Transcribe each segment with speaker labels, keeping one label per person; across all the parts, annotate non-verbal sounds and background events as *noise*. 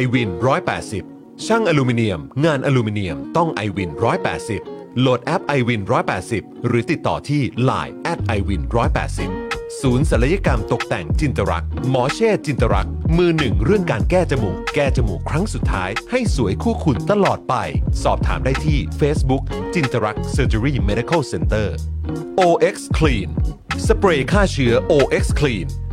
Speaker 1: i w วิน180 ช่างอลูมิเนียม งานอลูมิเนียมต้อง i w วิน180 โหลดแอป i w วิน180 หรือติดต่อที่ Line at i w วิน180 ศูนย์ศัลยกรรมตกแต่งจินตรัก หมอเช่จินตรัก มือหนึ่งเรื่องการแก้จมูก แก้จมูกครั้งสุดท้าย ให้สวยคู่คุณตลอดไป สอบถามได้ที่ Facebook จินตรัก Surgery Medical Center OX Clean สเปรย์ฆ่าเชื้อ OX Clean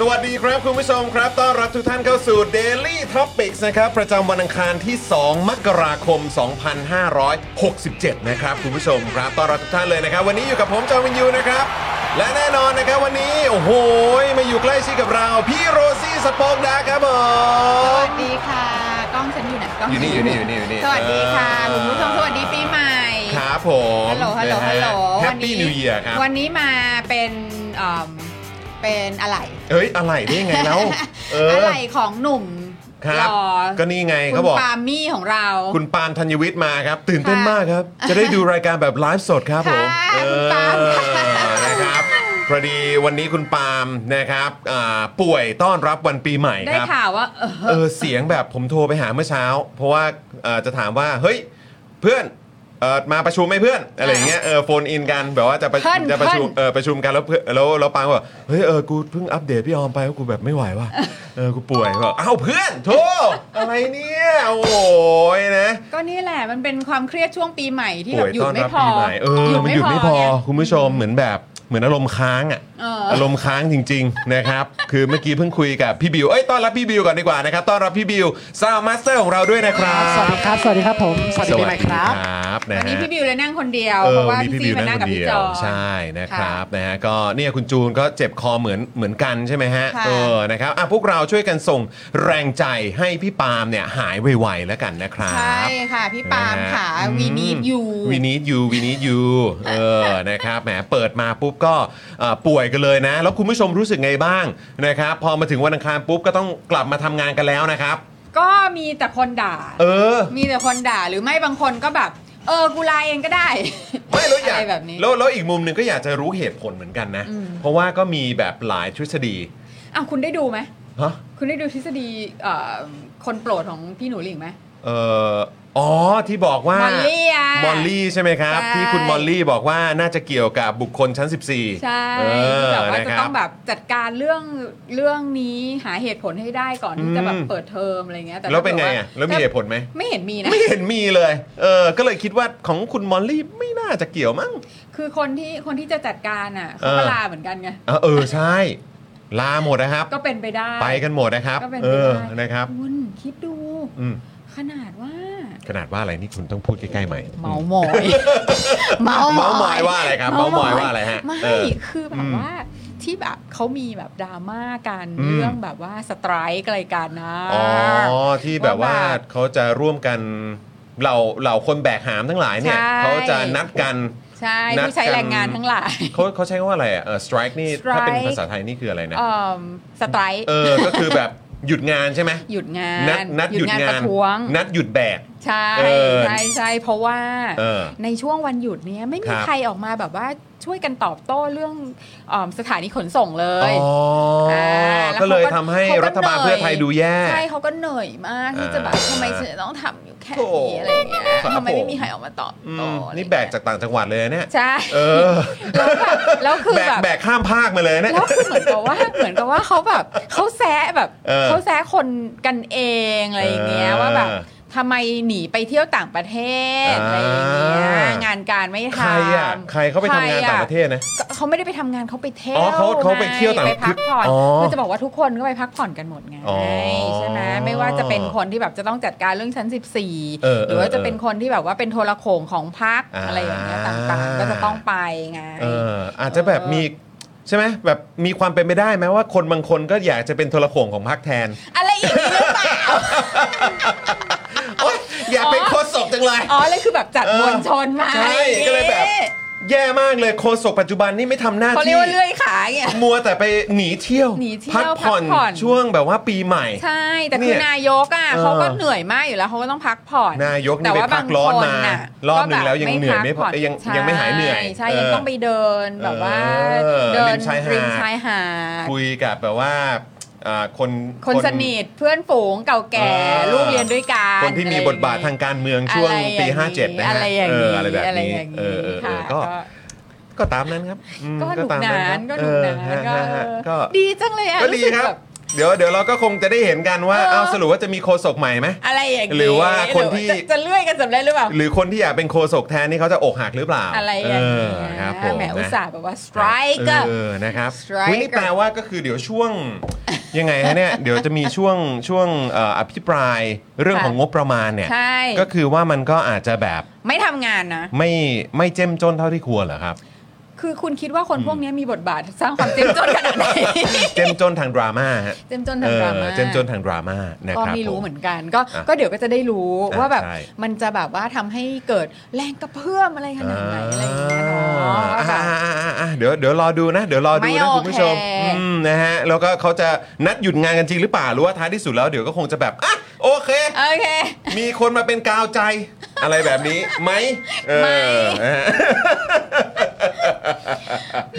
Speaker 2: สวัสดีครับคุณผู้ชมครับ ต้อนรับทุกท่านเข้าสู่ Daily Topics นะครับ ประจำวันอังคารที่ 2 มกราคม 2567 นะครับ คุณผู้ชมครับ ต้อนรับทุกท่านเลยนะครับ วันนี้อยู่กับผมจอห์นวินยูนะครับ และแน่นอนนะครับวันนี้ โอ้โห มาอยู่ใกล้ชิดกับเรา พี่โรซี่สปอกดาร์กครับผ
Speaker 3: ส
Speaker 2: ม
Speaker 3: วัสดีค่ะ กล้องฉันอยู่ไหนกล้อง
Speaker 2: อยู่นี่อยู่นี่อยู่นี่อยู่นี่
Speaker 3: สวัสดีค่ะ
Speaker 2: เออ
Speaker 3: คุณผู้ชมสวัสดีปีใหม่
Speaker 2: ครับผม
Speaker 3: ฮัลโหลฮัลโหลฮัลโหล
Speaker 2: แฮปปี้นิวเยียร์ครับ
Speaker 3: วันนี้มาเป็นเอิ่มเป็นอะไร
Speaker 2: เอ้ยอะไรได้ยังไง
Speaker 3: *laughs*
Speaker 2: แล้ว *laughs* เออ
Speaker 3: ไรของหนุ่ม
Speaker 2: ครับ
Speaker 3: หล่อ
Speaker 2: ก็นี่ไง
Speaker 3: คุณ
Speaker 2: เขาบอก
Speaker 3: ปาล์มมี่ของเรา
Speaker 2: คุณปาล์มธัญวิทย์มาครับ ตื่นเต้น
Speaker 3: ค่ะ
Speaker 2: มากครับ จะได้ดูรายการแบบไลฟ์สดครับผม
Speaker 3: ค่ะ
Speaker 2: เอ
Speaker 3: คุณปาล์มค่ะ
Speaker 2: อนะครับพอดีวันนี้คุณปาล์มนะครับอ่าป่วยต้อนรับวันปีใหม่
Speaker 3: ได้
Speaker 2: ครับ
Speaker 3: ข่าวว่าเออ
Speaker 2: เออเสียงแบบผมโทรไปหาเมื่อเช้า เพราะว่าเอ่อจะถามว่าเฮ้ยเพื่อนเออมาประชุมไหมเพื่อนอะไรอย่างเงี้ยเออโฟนอินกันแบบว่าจะประจะประชุมเออประชุมกันแล้วเพื่อนแล้วแล้วปางบอกเฮ้ยเออกูเพิ่งอัปเดตพี่ออมไปว่ากูแบบไม่ไหวว่ะเออกูป่วยบอกอ้าวเพื่อนโทรอะไรเนี่ยโอ้ยนะ
Speaker 3: ก็นี่แหละมันเป็นความเครียดช่วงปีใหม่ที่แบ
Speaker 2: ป่วย
Speaker 3: บหยุด
Speaker 2: ต้อน
Speaker 3: ไม่
Speaker 2: รับ
Speaker 3: พอ
Speaker 2: ปีใหม่เออมันหยุดไม่พอ
Speaker 3: ไง
Speaker 2: คุณผู้ชมเหมือนแบบเหมือนอารมณ์ค้างอ่ะ
Speaker 3: เอออ
Speaker 2: อารมณ์ค้างจริง ๆ นะครับ คือเมื่อกี้เพิ่งคุยกับพี่บิวเอ้ยต้อนรับพี่บิวก่อนดีกว่านะครับต้อนรับพี่บิวซาวมาสเตอร์ของเราด้วยนะครับ
Speaker 4: สวัสดีครับ สวัสดีครับผม สวัสดีปีใหม่ครับ
Speaker 2: ครับนะ
Speaker 3: วันนี้
Speaker 2: ฮะ
Speaker 3: พี่บิวเลยนั่งคนเดียว
Speaker 2: เอ
Speaker 3: เพ
Speaker 2: อ
Speaker 3: ราะ
Speaker 2: วัน
Speaker 3: ว่า
Speaker 2: นี้
Speaker 3: พี่ซี
Speaker 2: พี่บิว
Speaker 3: มา
Speaker 2: นั่
Speaker 3: นั่
Speaker 2: ง
Speaker 3: ง
Speaker 2: ค
Speaker 3: กับ
Speaker 2: น
Speaker 3: พี่
Speaker 2: เดีย
Speaker 3: จอ
Speaker 2: ว
Speaker 3: ห์น
Speaker 2: ใช่นะครับนะฮะก็เนี่ยคุณจูนก็เจ็บคอเหมือนเหมือนกันใช่ไหมฮะ
Speaker 3: ค่ะ
Speaker 2: เออนะครับอ่ะพวกเราช่วยกันส่งแรงใจให้พี่ปาล์มเนี่ยหายไวๆแล้วกันนะครับ
Speaker 3: ใช่ค่ะ พี่ปาล์มค่ะ
Speaker 2: นะฮะ
Speaker 3: วีนีดยู
Speaker 2: วีนีดยูวีนีดยูเออ นะครับ แหม เปิดมาปุ๊บก็เอ่อป่วยกันเลยนะ แล้วคุณผู้ชมรู้สึกไงบ้างนะครับ พอมาถึงวันอังคารปุ๊บก็ต้องกลับมาทำงานกันแล้วนะครับ
Speaker 3: ก็มีแต่คนด่า
Speaker 2: เออ
Speaker 3: มีแต่คนด่าหรือไม่บางคนก็แบบ เออ กูลาเองก็ได้
Speaker 2: ไม่แล้วอยา
Speaker 3: อะ
Speaker 2: ก
Speaker 3: ไรแบบนี้
Speaker 2: แล้วแล้วอีกมุมหนึ่งก็อยากจะรู้เหตุผลเหมือนกันนะ เพราะว่าก็มีแบบหลายทฤษฎี
Speaker 3: อ่ะคุณได้ดูไหม
Speaker 2: ฮะ
Speaker 3: คุณได้ดูทฤษฎีเอ่อคนโปรดของพี่หนูหลิงไหม
Speaker 2: เอออ๋อ ที่บอกว่าม
Speaker 3: อลลี่อะ
Speaker 2: มอลลี่ใช่ไหมครับ
Speaker 3: ใช่
Speaker 2: ที่คุณมอลลี่บอกว่าน่าจะเกี่ยวกับบุคคลชั้น 14
Speaker 3: ใช่
Speaker 2: เอ
Speaker 3: ที่
Speaker 2: อ
Speaker 3: แบบว่า
Speaker 2: นะ
Speaker 3: จะ
Speaker 2: ครั
Speaker 3: ต้อบ งแบบจัดการเรื่องเรื่องนี้หาเหตุผลให้ได้ก่อนที่จะแบบ
Speaker 2: อืม
Speaker 3: เปิดเทอมอะไรเงี้ยแต่
Speaker 2: แล้วเป็นไงอ่ะ
Speaker 3: ถ้ากิดา
Speaker 2: แล้วมีเหตุผลไหม
Speaker 3: ไม่เห็นมีนะ
Speaker 2: ไม่เห็นมีเลย เออ ก็เลยคิดว่าของคุณมอลลี่ไม่น่าจะเกี่ยวมั้ง
Speaker 3: คือคนที่คนที่จะจัดการอ่ะเขา
Speaker 2: เออ
Speaker 3: ก็ลาเหมือนกันไง
Speaker 2: เออเออใช่ ลาหมดนะครับ
Speaker 3: ก็เป็นไปได้
Speaker 2: ไปกันหมดนะครับ
Speaker 3: ก็เป็น
Speaker 2: เอ
Speaker 3: ไป
Speaker 2: อ
Speaker 3: ได้
Speaker 2: นะครับ
Speaker 3: คุณคิดดู
Speaker 2: อืม
Speaker 3: ขนาดว่า
Speaker 2: ขนาดว่าอะไรนี่คุณต้องพูดใกล้ๆใหม่
Speaker 3: เมาหมอย
Speaker 2: *laughs*
Speaker 5: เมา
Speaker 2: เมาส์มอยว่าอะไรครับเมาส์มอยว่าอะไรฮะ
Speaker 3: ไม่
Speaker 2: เออ
Speaker 3: คือแบ
Speaker 2: อื
Speaker 3: บ
Speaker 2: ม
Speaker 3: ว่าที่แบบเขามีแบบดราม่ากัน
Speaker 2: อืม
Speaker 3: เรื่องแบบว่าสไตรค์อะไรกันนะ
Speaker 2: อ๋อที่แบบว่า
Speaker 3: ว่าแบบ
Speaker 2: เขาจะร่วมกันเหล่าเหล่าคนแบกหามทั้งหลายเนี่ย
Speaker 3: ใช่
Speaker 2: เขาจะนัดกัน
Speaker 3: ใช่
Speaker 2: นัด
Speaker 3: ผู้ใช้
Speaker 2: กัน
Speaker 3: แรงงานทั้งหลาย
Speaker 2: เขาเขาใช้คำว่าอะไรอ่ะเออ strike นี่ ถ้าเป็น
Speaker 3: strike
Speaker 2: ภาษาไทยนี่คืออะไรนะ
Speaker 3: เอ่อสไตรค์
Speaker 2: เออ ก็คือแบบหยุดงานใช่ไหม
Speaker 3: หยุดงาน
Speaker 2: นัดนัดหยุดงา
Speaker 3: ป
Speaker 2: น
Speaker 3: ระท้วง
Speaker 2: นัดหยุดแบก
Speaker 3: ใช่
Speaker 2: เออ
Speaker 3: ใช่ใช่เพราะว่า
Speaker 2: เออ
Speaker 3: ในช่วงวันหยุดเนี้ยไม่
Speaker 2: ค
Speaker 3: มี
Speaker 2: รับ
Speaker 3: ใครออกมาแบบว่าช่วยกันตอบโต้เรื่องเอมสถานีขนส่งเล
Speaker 2: อ๋
Speaker 3: ย
Speaker 2: ออา
Speaker 3: แล้ว
Speaker 2: ก็เลย
Speaker 3: เขาก็
Speaker 2: ทำให้
Speaker 3: เขาก็
Speaker 2: รัฐบาล
Speaker 3: เหนื่อย
Speaker 2: เพื่อไทยดูแย่
Speaker 3: ใช่เขาก็เหนื่อยมากที่จะแบบ
Speaker 2: อ่า
Speaker 3: ทำไมฉันจะต้องทำอยู่แค่
Speaker 2: โถ่
Speaker 3: นี้อะไรเงี้ย
Speaker 2: ครับ
Speaker 3: ทำไม
Speaker 2: ผม
Speaker 3: ไม่มีใครออกมาตอบ
Speaker 2: อืม
Speaker 3: โต้อะไร
Speaker 2: นี่
Speaker 3: เงี้ย
Speaker 2: แบกจากต่างจังหวัดเลยนะเนี่ย
Speaker 3: ใช่
Speaker 2: เออ
Speaker 3: แล้วแบบแล้วคือ
Speaker 2: แบก
Speaker 3: แบบ
Speaker 2: แบกข้ามภาคมาเลยนะ
Speaker 3: แล้วคือเหมือนกับว่าเหมือนกับว่าเขาแบบเขาแซะแบบ
Speaker 2: เออ
Speaker 3: เขาแซะคนกันเองอะไรอย่างเงี้ย
Speaker 2: เออ
Speaker 3: ว่าแบบทำไมหนีไปเที่ยวต่างประเทศ
Speaker 2: อ่า
Speaker 3: อะไรอย่างเงี้ยงานการไม่ทำ
Speaker 2: ใครอ่ะใครเขาไปทำงานต่างประเทศนะ
Speaker 3: เขาไม่ได้ไปทำงานเขาไปเที่ยว
Speaker 2: อ๋อเขาเขาไปเที่ยวต่าง
Speaker 3: ไปพักผ่อน
Speaker 2: อ๋อ
Speaker 3: คือจะบอกว่าทุกคนก็ไปพักผ่อนกันหมดไง
Speaker 2: อ๋อ
Speaker 3: ใช่ไหมไม่ว่าจะเป็นคนที่แบบจะต้องจัดการเรื่องชั้น 14
Speaker 2: เออ
Speaker 3: หรือว่าจะเป็น
Speaker 2: เออ
Speaker 3: คนที่แบบว่าเป็นโทรโขงของพัก
Speaker 2: อ่า
Speaker 3: อะไรอย่างเงี้ยต่างๆ ก็จะต้องไปไง
Speaker 2: เอออาจจะแบบมีใช่ไหมแบบมีความเป็นไปได้ไหมว่าคนบางคนก็อยากจะเป็นโทรโขงของพรรคแทน
Speaker 3: อะไรอย่างนี้หรือเปล่า
Speaker 2: โอ๊ยอยากเป็น
Speaker 3: อ๋อ
Speaker 2: โคศกจังเลย
Speaker 3: อ๋อเลยคือแบบจัดมวลชนมา
Speaker 2: ใช่
Speaker 3: อะไรอางงี้
Speaker 2: ก็เลยแบบ แย่มากเลยโคศกปัจจุบันนี่ไม่ทำหน้า
Speaker 3: เขาเรียก
Speaker 2: ที่
Speaker 3: ว่าเลื่อยขาเงี้ย
Speaker 2: มัวแต่ไปหนีเที่ยว
Speaker 3: หนีเที่ยว
Speaker 2: พักผ่อน
Speaker 3: พักผ่อน
Speaker 2: ช่วงแบบว่าปีใหม่
Speaker 3: ใช่ แต่
Speaker 2: เนี่
Speaker 3: คือย นายกอ่ะ
Speaker 2: เออ
Speaker 3: เขาก็เหนื่อยมากอยู่แล้วเขาก็ต้องพักผ่อน
Speaker 2: นายก
Speaker 3: แต่
Speaker 2: นี่ไป
Speaker 3: ว่า
Speaker 2: พั
Speaker 3: บาก ง
Speaker 2: ร้อน
Speaker 3: คน
Speaker 2: มา
Speaker 3: น่ะ
Speaker 2: รอบหนึ่ง
Speaker 3: ก็บบ
Speaker 2: แล้วยังเหนื่อยไม่พอ
Speaker 3: พัก
Speaker 2: เอ้ยยัง
Speaker 3: ใช่
Speaker 2: ยังไม่หายเหนื่อย
Speaker 3: ใช่ยัง
Speaker 2: เ
Speaker 3: ต้องไปเดินแบบว่า
Speaker 2: เออ
Speaker 3: เดิ
Speaker 2: ริ
Speaker 3: น
Speaker 2: มชายหาด
Speaker 3: ริมชายหาด
Speaker 2: คุยกับแบบว่าอ่าคน
Speaker 3: คนสนิทเพื่อนฝูงเก่าแก่
Speaker 2: เออ
Speaker 3: ลูกเรียนด้วยกัน
Speaker 2: คนที่มีบทบาททางการเมืองช่วงปี 57 นะฮะ
Speaker 3: อะไรอย่าง
Speaker 2: เอ
Speaker 3: นี้
Speaker 2: ออะไรแบบ
Speaker 3: อะไร
Speaker 2: นี้
Speaker 3: อย่าง
Speaker 2: เอ
Speaker 3: นี้
Speaker 2: อเออเอ
Speaker 3: ค่ะ
Speaker 2: อก็
Speaker 3: ก็
Speaker 2: ก็ตามนั้นครับอืม
Speaker 3: ก็หนุกหนาน
Speaker 2: ค
Speaker 3: ก็
Speaker 2: รับ
Speaker 3: หนุกหนาน
Speaker 2: เออ
Speaker 3: ก็
Speaker 2: ฮะฮะก็
Speaker 3: ดีจังเลยอ่ะ
Speaker 2: ก็ดี
Speaker 3: สึ
Speaker 2: ครับ
Speaker 3: แ
Speaker 2: เดี๋ยวเดี๋ยวเราก็คงจะได้เห็นกันว่า
Speaker 3: เออ
Speaker 2: เอ้าสรุปว่าจะมีโคศกใหม่ไหม
Speaker 3: อะไรอย่างนี้
Speaker 2: หรือว่าคนที่
Speaker 3: จะจะเลื่อยกันสำเร็จหรือเปล่า
Speaker 2: หรือคนที่อยากเป็นโคศกแทนนี่เขาจะอกหักหรือเปล่า
Speaker 3: อะไรอย่าง
Speaker 2: เ
Speaker 3: นี้
Speaker 2: ครับผม
Speaker 3: แหมอุตส่าห์แบบว่า สไตร
Speaker 2: นะ
Speaker 3: ค์
Speaker 2: เออนะครับ
Speaker 3: Strike
Speaker 2: อุ๊ยนี่แปลว่าก็คือเดี๋ยวช่วง *laughs* ยังไงฮะเนี่ย เดี๋ยวจะมีช่วงช่วงเอ่ออภิปรายเรื่อง
Speaker 3: ค่ะ
Speaker 2: ของงบประมาณเนี่ย
Speaker 3: ใช่
Speaker 2: ก็คือว่ามันก็อาจจะแบบ
Speaker 3: ไม่ทำงานนะ
Speaker 2: ไม่ไม่เจ้มจนเท่าที่ควรเหรอครับ
Speaker 3: *laughs* คือคุณคิดว่าคนพวกนี้มีบทบาทสร้างความเจ็มจนขนาดไหน
Speaker 2: เจ้มจนทางดราม่าฮะ
Speaker 3: *laughs* เจ็มจนทางดราม่า
Speaker 2: เออเจ้มจนทางดราม่านะ
Speaker 3: ก็
Speaker 2: ครับ
Speaker 3: ไม่รู้
Speaker 2: ผ
Speaker 3: เหมือนกันก็
Speaker 2: อ่ะ
Speaker 3: ก็เดี๋ยวก็จะได้รู้
Speaker 2: อ่ะ
Speaker 3: ว่าแบบ
Speaker 2: ใช่
Speaker 3: มันจะแบบว่าทำให้เกิดแรงกระเพื่อมอะไรขนาดไหนอะไรอย่างเงี้ยเนาะว่าแบ
Speaker 2: อ่า
Speaker 3: บ
Speaker 2: อ่าๆๆๆเดี๋ยวเดี๋ยวรอดูนะ เดี๋ยวรอดู
Speaker 3: ไม่
Speaker 2: นะ
Speaker 3: โอเค
Speaker 2: คุณผู้ชมอืมนะฮะแล้วก็เขาจะนัดหยุดงานกันจริงหรือเปล่าหรือว่าท้ายที่สุดแล้วเดี๋ยวก็คงจะแบบอ่ะโอเค
Speaker 3: โอเค
Speaker 2: มีคนมาเป็นกาวใจ อะไรแบบนี้ไหมเออ
Speaker 3: ไม่
Speaker 2: นะฮะ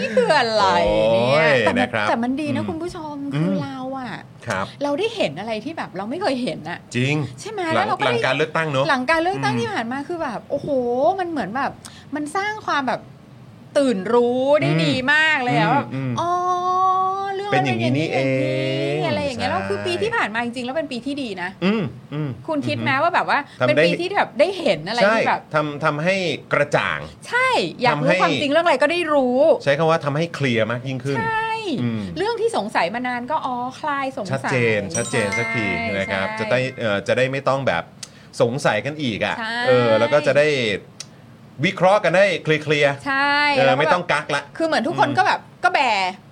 Speaker 3: นี่คืออะไรเนี่ย
Speaker 2: โอ้ย
Speaker 3: แต่มั
Speaker 2: นะครับ
Speaker 3: แต่มันดีนะ
Speaker 2: อืม
Speaker 3: คุณผู้ชมคืออ
Speaker 2: ม
Speaker 3: เราอะ
Speaker 2: ครับ
Speaker 3: เราได้เห็นอะไรที่แบบเราไม่เคยเห็นอะ
Speaker 2: จริง
Speaker 3: ใช่ไหม
Speaker 2: ห
Speaker 3: แล้ว
Speaker 2: ลัง
Speaker 3: เราก็
Speaker 2: หลัง
Speaker 3: ได้
Speaker 2: การเลือกตั้งเนอะ
Speaker 3: หลังการเลือกตั้ง
Speaker 2: อืม
Speaker 3: ที่ผ่านมาคือแบบ โอ้โห มันเหมือนแบบ มันสร้างความแบบตื่นรู้ได้
Speaker 2: อืม
Speaker 3: ดีมากเลยอะ
Speaker 2: อืม
Speaker 3: แบบ
Speaker 2: อืม
Speaker 3: อ๋อเรื่อง
Speaker 2: เป็นอย่างนี้
Speaker 3: มั
Speaker 2: นี่เอง
Speaker 3: ย่างนี้อะไรอย่างเงี้ยแล้วคือ
Speaker 2: ใช่
Speaker 3: ปีที่ผ่านมาจริงๆแล้วเป็นปีที่ดีนะ
Speaker 2: อืมอืม
Speaker 3: คุณคิดไหมว่าแบบว่า
Speaker 2: ทำ
Speaker 3: เป็น
Speaker 2: ได้
Speaker 3: ปีที่แบบได้เห็นอะไร
Speaker 2: ใช่
Speaker 3: ที่แบบ
Speaker 2: ทำทำให้กระจ่าง
Speaker 3: ใช่อยาก
Speaker 2: ทำให้
Speaker 3: รู้ความจริงเรื่องอะไรก็ได้รู้
Speaker 2: ใช้คำว่าทำให้เคลียร์มากยิ่งขึ้น
Speaker 3: ใช่
Speaker 2: อืม
Speaker 3: เรื่องที่สงสัยมานานก็อ๋อคลายสงสัย
Speaker 2: ชัดเจนชัดเจนสักที
Speaker 3: ใช่
Speaker 2: นะครับ
Speaker 3: ใช่
Speaker 2: จะได้เอ่อจะได้ไม่ต้องแบบสงสัยกันอีกอ่ะ
Speaker 3: ใช่
Speaker 2: เออแล้วก็จะได้วิเคราะห์กันได้เคลียร์
Speaker 3: ใช่
Speaker 2: ๆเออ
Speaker 3: แล้วก็
Speaker 2: ไม่ต้อง
Speaker 3: แบบ
Speaker 2: กักละ
Speaker 3: คือเหมือนทุกคน
Speaker 2: อืม
Speaker 3: ก็แบบก็แบ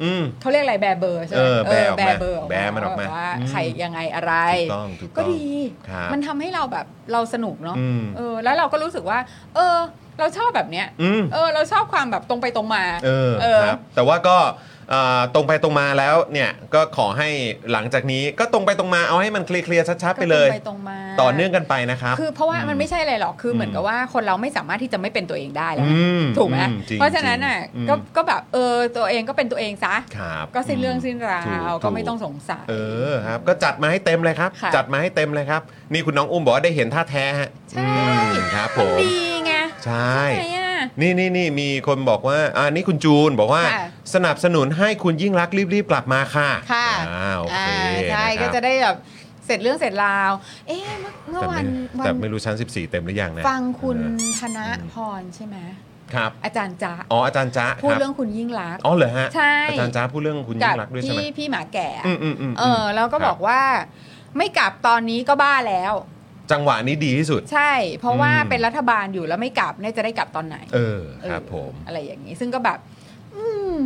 Speaker 2: อืม
Speaker 3: เขาเรียกอะไรแบเบอร์ใช่ไหม
Speaker 2: เออแบออกมา
Speaker 3: เเบอร์
Speaker 2: แบมันออกมา
Speaker 3: ว่
Speaker 2: อืม
Speaker 3: ใครยังไงอะไร
Speaker 2: ถูกต้องถูก
Speaker 3: ก็
Speaker 2: ต้อง
Speaker 3: ดี
Speaker 2: ครับ
Speaker 3: มันทำให้เราแบบเราสนุกเนาะ
Speaker 2: อืม
Speaker 3: เออแล้วเราก็รู้สึกว่า เออ เราชอบแบบเนี้ย
Speaker 2: อืม
Speaker 3: เออ เราชอบความแบบตรงไปตรงมา
Speaker 2: เออ
Speaker 3: เออ
Speaker 2: ครับแต่ว่าก็เอ่อตรงไปตรงมาแล้วเนี่ยก็ขอให้หลังจากนี้ก็ตรงไปตรงมาเอาให้มันเคลียร์ๆชัดๆไปเลย
Speaker 3: ก็ตรงไปตรงมา
Speaker 2: ต่อเนื่องกันไปนะครับ
Speaker 3: คือเพราะว่ามันไม่ใช่อะไรหรอก คือเหมือ
Speaker 2: อื
Speaker 3: น
Speaker 2: ม
Speaker 3: กับว่าคนเราไม่สามารถที่จะไม่เป็นตัวเองได้แล้ว
Speaker 2: อืม
Speaker 3: ถูกไหม
Speaker 2: อืมจริง
Speaker 3: เพราะฉะนั้นอ่ะ
Speaker 2: จริง
Speaker 3: ก็
Speaker 2: อืม
Speaker 3: ก็แบบเออตัวเองก็เป็นตัวเองซะ
Speaker 2: ครับ
Speaker 3: ก็สิ้นเรื่องสิ้นราว
Speaker 2: ถู
Speaker 3: ก็
Speaker 2: ถู
Speaker 3: ไม่ต้องสงสัย
Speaker 2: เออครับก็จัดมาให้เต็มเลยครับ
Speaker 3: ค่ะ
Speaker 2: จัดมาให้เต็มเลยครับ นี่คุณน้องอุ้มบอกว่าได้เห็นท่าแท้ฮะ
Speaker 3: ใช่
Speaker 2: อืมครับผ
Speaker 3: มัน
Speaker 2: ม
Speaker 3: ดีไง
Speaker 2: ใช่
Speaker 3: ใช่ไหมอ่ะ
Speaker 2: นี่นี่นี่มีคนบอกว่าอ่านี่คุณจูนบอกว่า
Speaker 3: ค่ะ
Speaker 2: สนับสนุนให้คุณยิ่งรักษณ์รีบๆกลับมาค่ะ
Speaker 3: ค่ะ
Speaker 2: อ่าโอเค
Speaker 3: อ่าใช่
Speaker 2: นค
Speaker 3: ก็
Speaker 2: รับ
Speaker 3: จะได้แบบเสร็จเรื่องเสร็จราว เอ๊ะเมื่อเมื่อ
Speaker 2: แต่
Speaker 3: วันวัน
Speaker 2: ไม่แต่ไม่รู้ชั้น 14 เต็มหรือยังนะ
Speaker 3: ฟังคุณ
Speaker 2: เออ
Speaker 3: ธน
Speaker 2: อืม
Speaker 3: พรใช่ไหม
Speaker 2: ครับ
Speaker 3: อาจารย์จ๊ะ
Speaker 2: อ๋ออาจารย์จ๊ะ
Speaker 3: พูด
Speaker 2: ครับ
Speaker 3: เรื่องคุณยิ่งรักษณ์
Speaker 2: อ๋อเหรอฮะ
Speaker 3: ใช่
Speaker 2: อาจารย์จ๊ะพูดเรื่องคุณยิ่
Speaker 3: กั
Speaker 2: งรักษณ์ด้วยใช่ไหม
Speaker 3: พี่พี่หมาแก่อะ
Speaker 2: อืมอืมอืม
Speaker 3: เออ แล้วก็บอก
Speaker 2: ครั
Speaker 3: ว่า ไม่กลับตอนนี้ก็บ้าแล้ว
Speaker 2: จังหวะนี้ดีที่สุด
Speaker 3: ใช่ เพราะว่า
Speaker 2: อืม
Speaker 3: เป็นรัฐบาลอยู่แล้วไม่กลับเนี่ยจะได้กลับตอนไหน
Speaker 2: เออครับผม
Speaker 3: เอออะไรอย่างนี้ ซึ่งก็แบบ อืม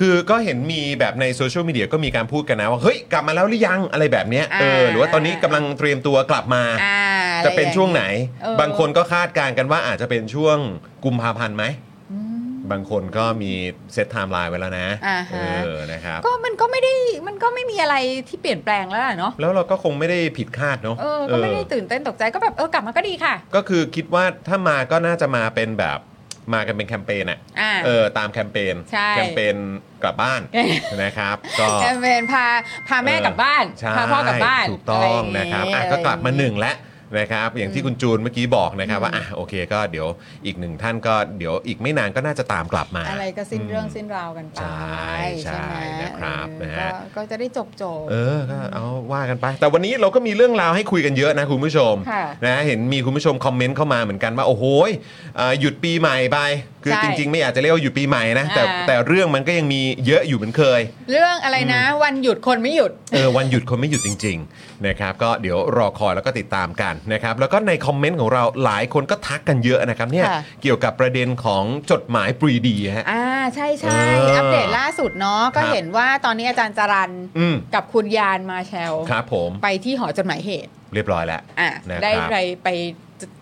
Speaker 2: คือก็เห็นมีแบบในโซเชียลมีเดียก็มีการพูดกันนะว่า เฮ้ย กลับมาแล้วหรือยังอะไรแบบเนี้ยเออ
Speaker 3: อ่า
Speaker 2: หรือว่าตอนนี้กำลังเตรียมตัวกลับมา
Speaker 3: อ่า
Speaker 2: จะเป็นช่วงไหน
Speaker 3: เออบ
Speaker 2: างคนก็คาดการณ์กันว่าอาจจะเป็นช่วงกุมภาพันธ์ไหม
Speaker 3: อืม
Speaker 2: บางคนก็มีเซตไทม์ไลน์ไว้แล้วนะ
Speaker 3: อ่าฮะ
Speaker 2: เออนะครับ
Speaker 3: ก็มันก็ไม่ได้มันก็ไม่มีอะไรที่เปลี่ยนแปลงแล้วล่ะเนาะ
Speaker 2: แล้วเราก็คงไม่ได้ผิดคาดเนอะ
Speaker 3: เออก็ไม่ได้
Speaker 2: เออ
Speaker 3: ตื่นเต้นตกใจก็แบบเออกลับมาก็ดีค่ะ
Speaker 2: ก็คือคิดว่าถ้ามาก็น่าจะมาเป็นแบบมากันเป็นแคมเปญอะ
Speaker 3: อ่า
Speaker 2: เออตามแคมเปญ
Speaker 3: ใช่
Speaker 2: แคมเปญกลับบ้านนะครับ ก็
Speaker 3: แอมเป็นพาพาแม่กลับบ้าน
Speaker 2: ใช่
Speaker 3: พาพ่อกลับบ้าน
Speaker 2: ถูกต้องนะครับอ่ะ
Speaker 3: ไรย่
Speaker 2: ก็
Speaker 3: เย
Speaker 2: กลับมาหนึ่งแล้วนะครับ อย่างที่คุณจูนเมื่อกี้บอกนะครับ ว่าอ่ะโอเคก็เดี๋ยวอีกหนึ่งท่านก็เดี๋ยวอีกไม่นานก็น่าจะตามกลับมา
Speaker 3: อะไรก็สิ้นเรื่องสิ้นราวกันไป
Speaker 2: ใช่ใช่
Speaker 3: ไหม
Speaker 2: นะครับ
Speaker 3: เออ
Speaker 2: นะฮะ
Speaker 3: ก็ก็จะได้จบจบ
Speaker 2: เออก็เอาว่ากันไป แต่วันนี้เราก็มีเรื่องราวให้คุยกันเยอะนะคุณผู้ชม
Speaker 3: ค่ะ
Speaker 2: นะเห็นมีคุณผู้ชมคอมเมนต์เข้ามาเหมือนกันว่าโอ้โหยเอ่อหยุดปีใหม่ไป คือ
Speaker 3: ใช่
Speaker 2: จริง ๆ ไม่อยากจะเรียกว่าหยุดปีใหม่นะแต่
Speaker 3: อ่า
Speaker 2: แต่เรื่องมันก็ยังมีเยอะอยู่เหมือนเคย
Speaker 3: เรื่องอะไรนะ วันหยุดคนไม่หยุด
Speaker 2: เออวันหยุดคนไม่หยุดจริงๆ *laughs* นะครับก็เดี๋ยวรอคอยแล้วก็ติดตามกันนะครับแล้วก็ในคอมเมนต์ของเราหลายคนก็ทักกันเยอะนะครับเนี่ย
Speaker 3: ค่ะ
Speaker 2: เกี่ยวกับประเด็นของจดหมายปรีดีฮะ
Speaker 3: อ่าใช่ใช่
Speaker 2: เอออั
Speaker 3: อัปเดตล่าสุดเนาะก็
Speaker 2: ครับ
Speaker 3: เห็นว่าตอนนี้อาจารย์จรัน
Speaker 2: อืม
Speaker 3: กับคุณยานมาแชล
Speaker 2: ครับผม
Speaker 3: ไปที่หอจดหมายเหตุ
Speaker 2: เรียบร้อยแล้ว
Speaker 3: อ่ะ
Speaker 2: นะครับ
Speaker 3: ได้ไปไป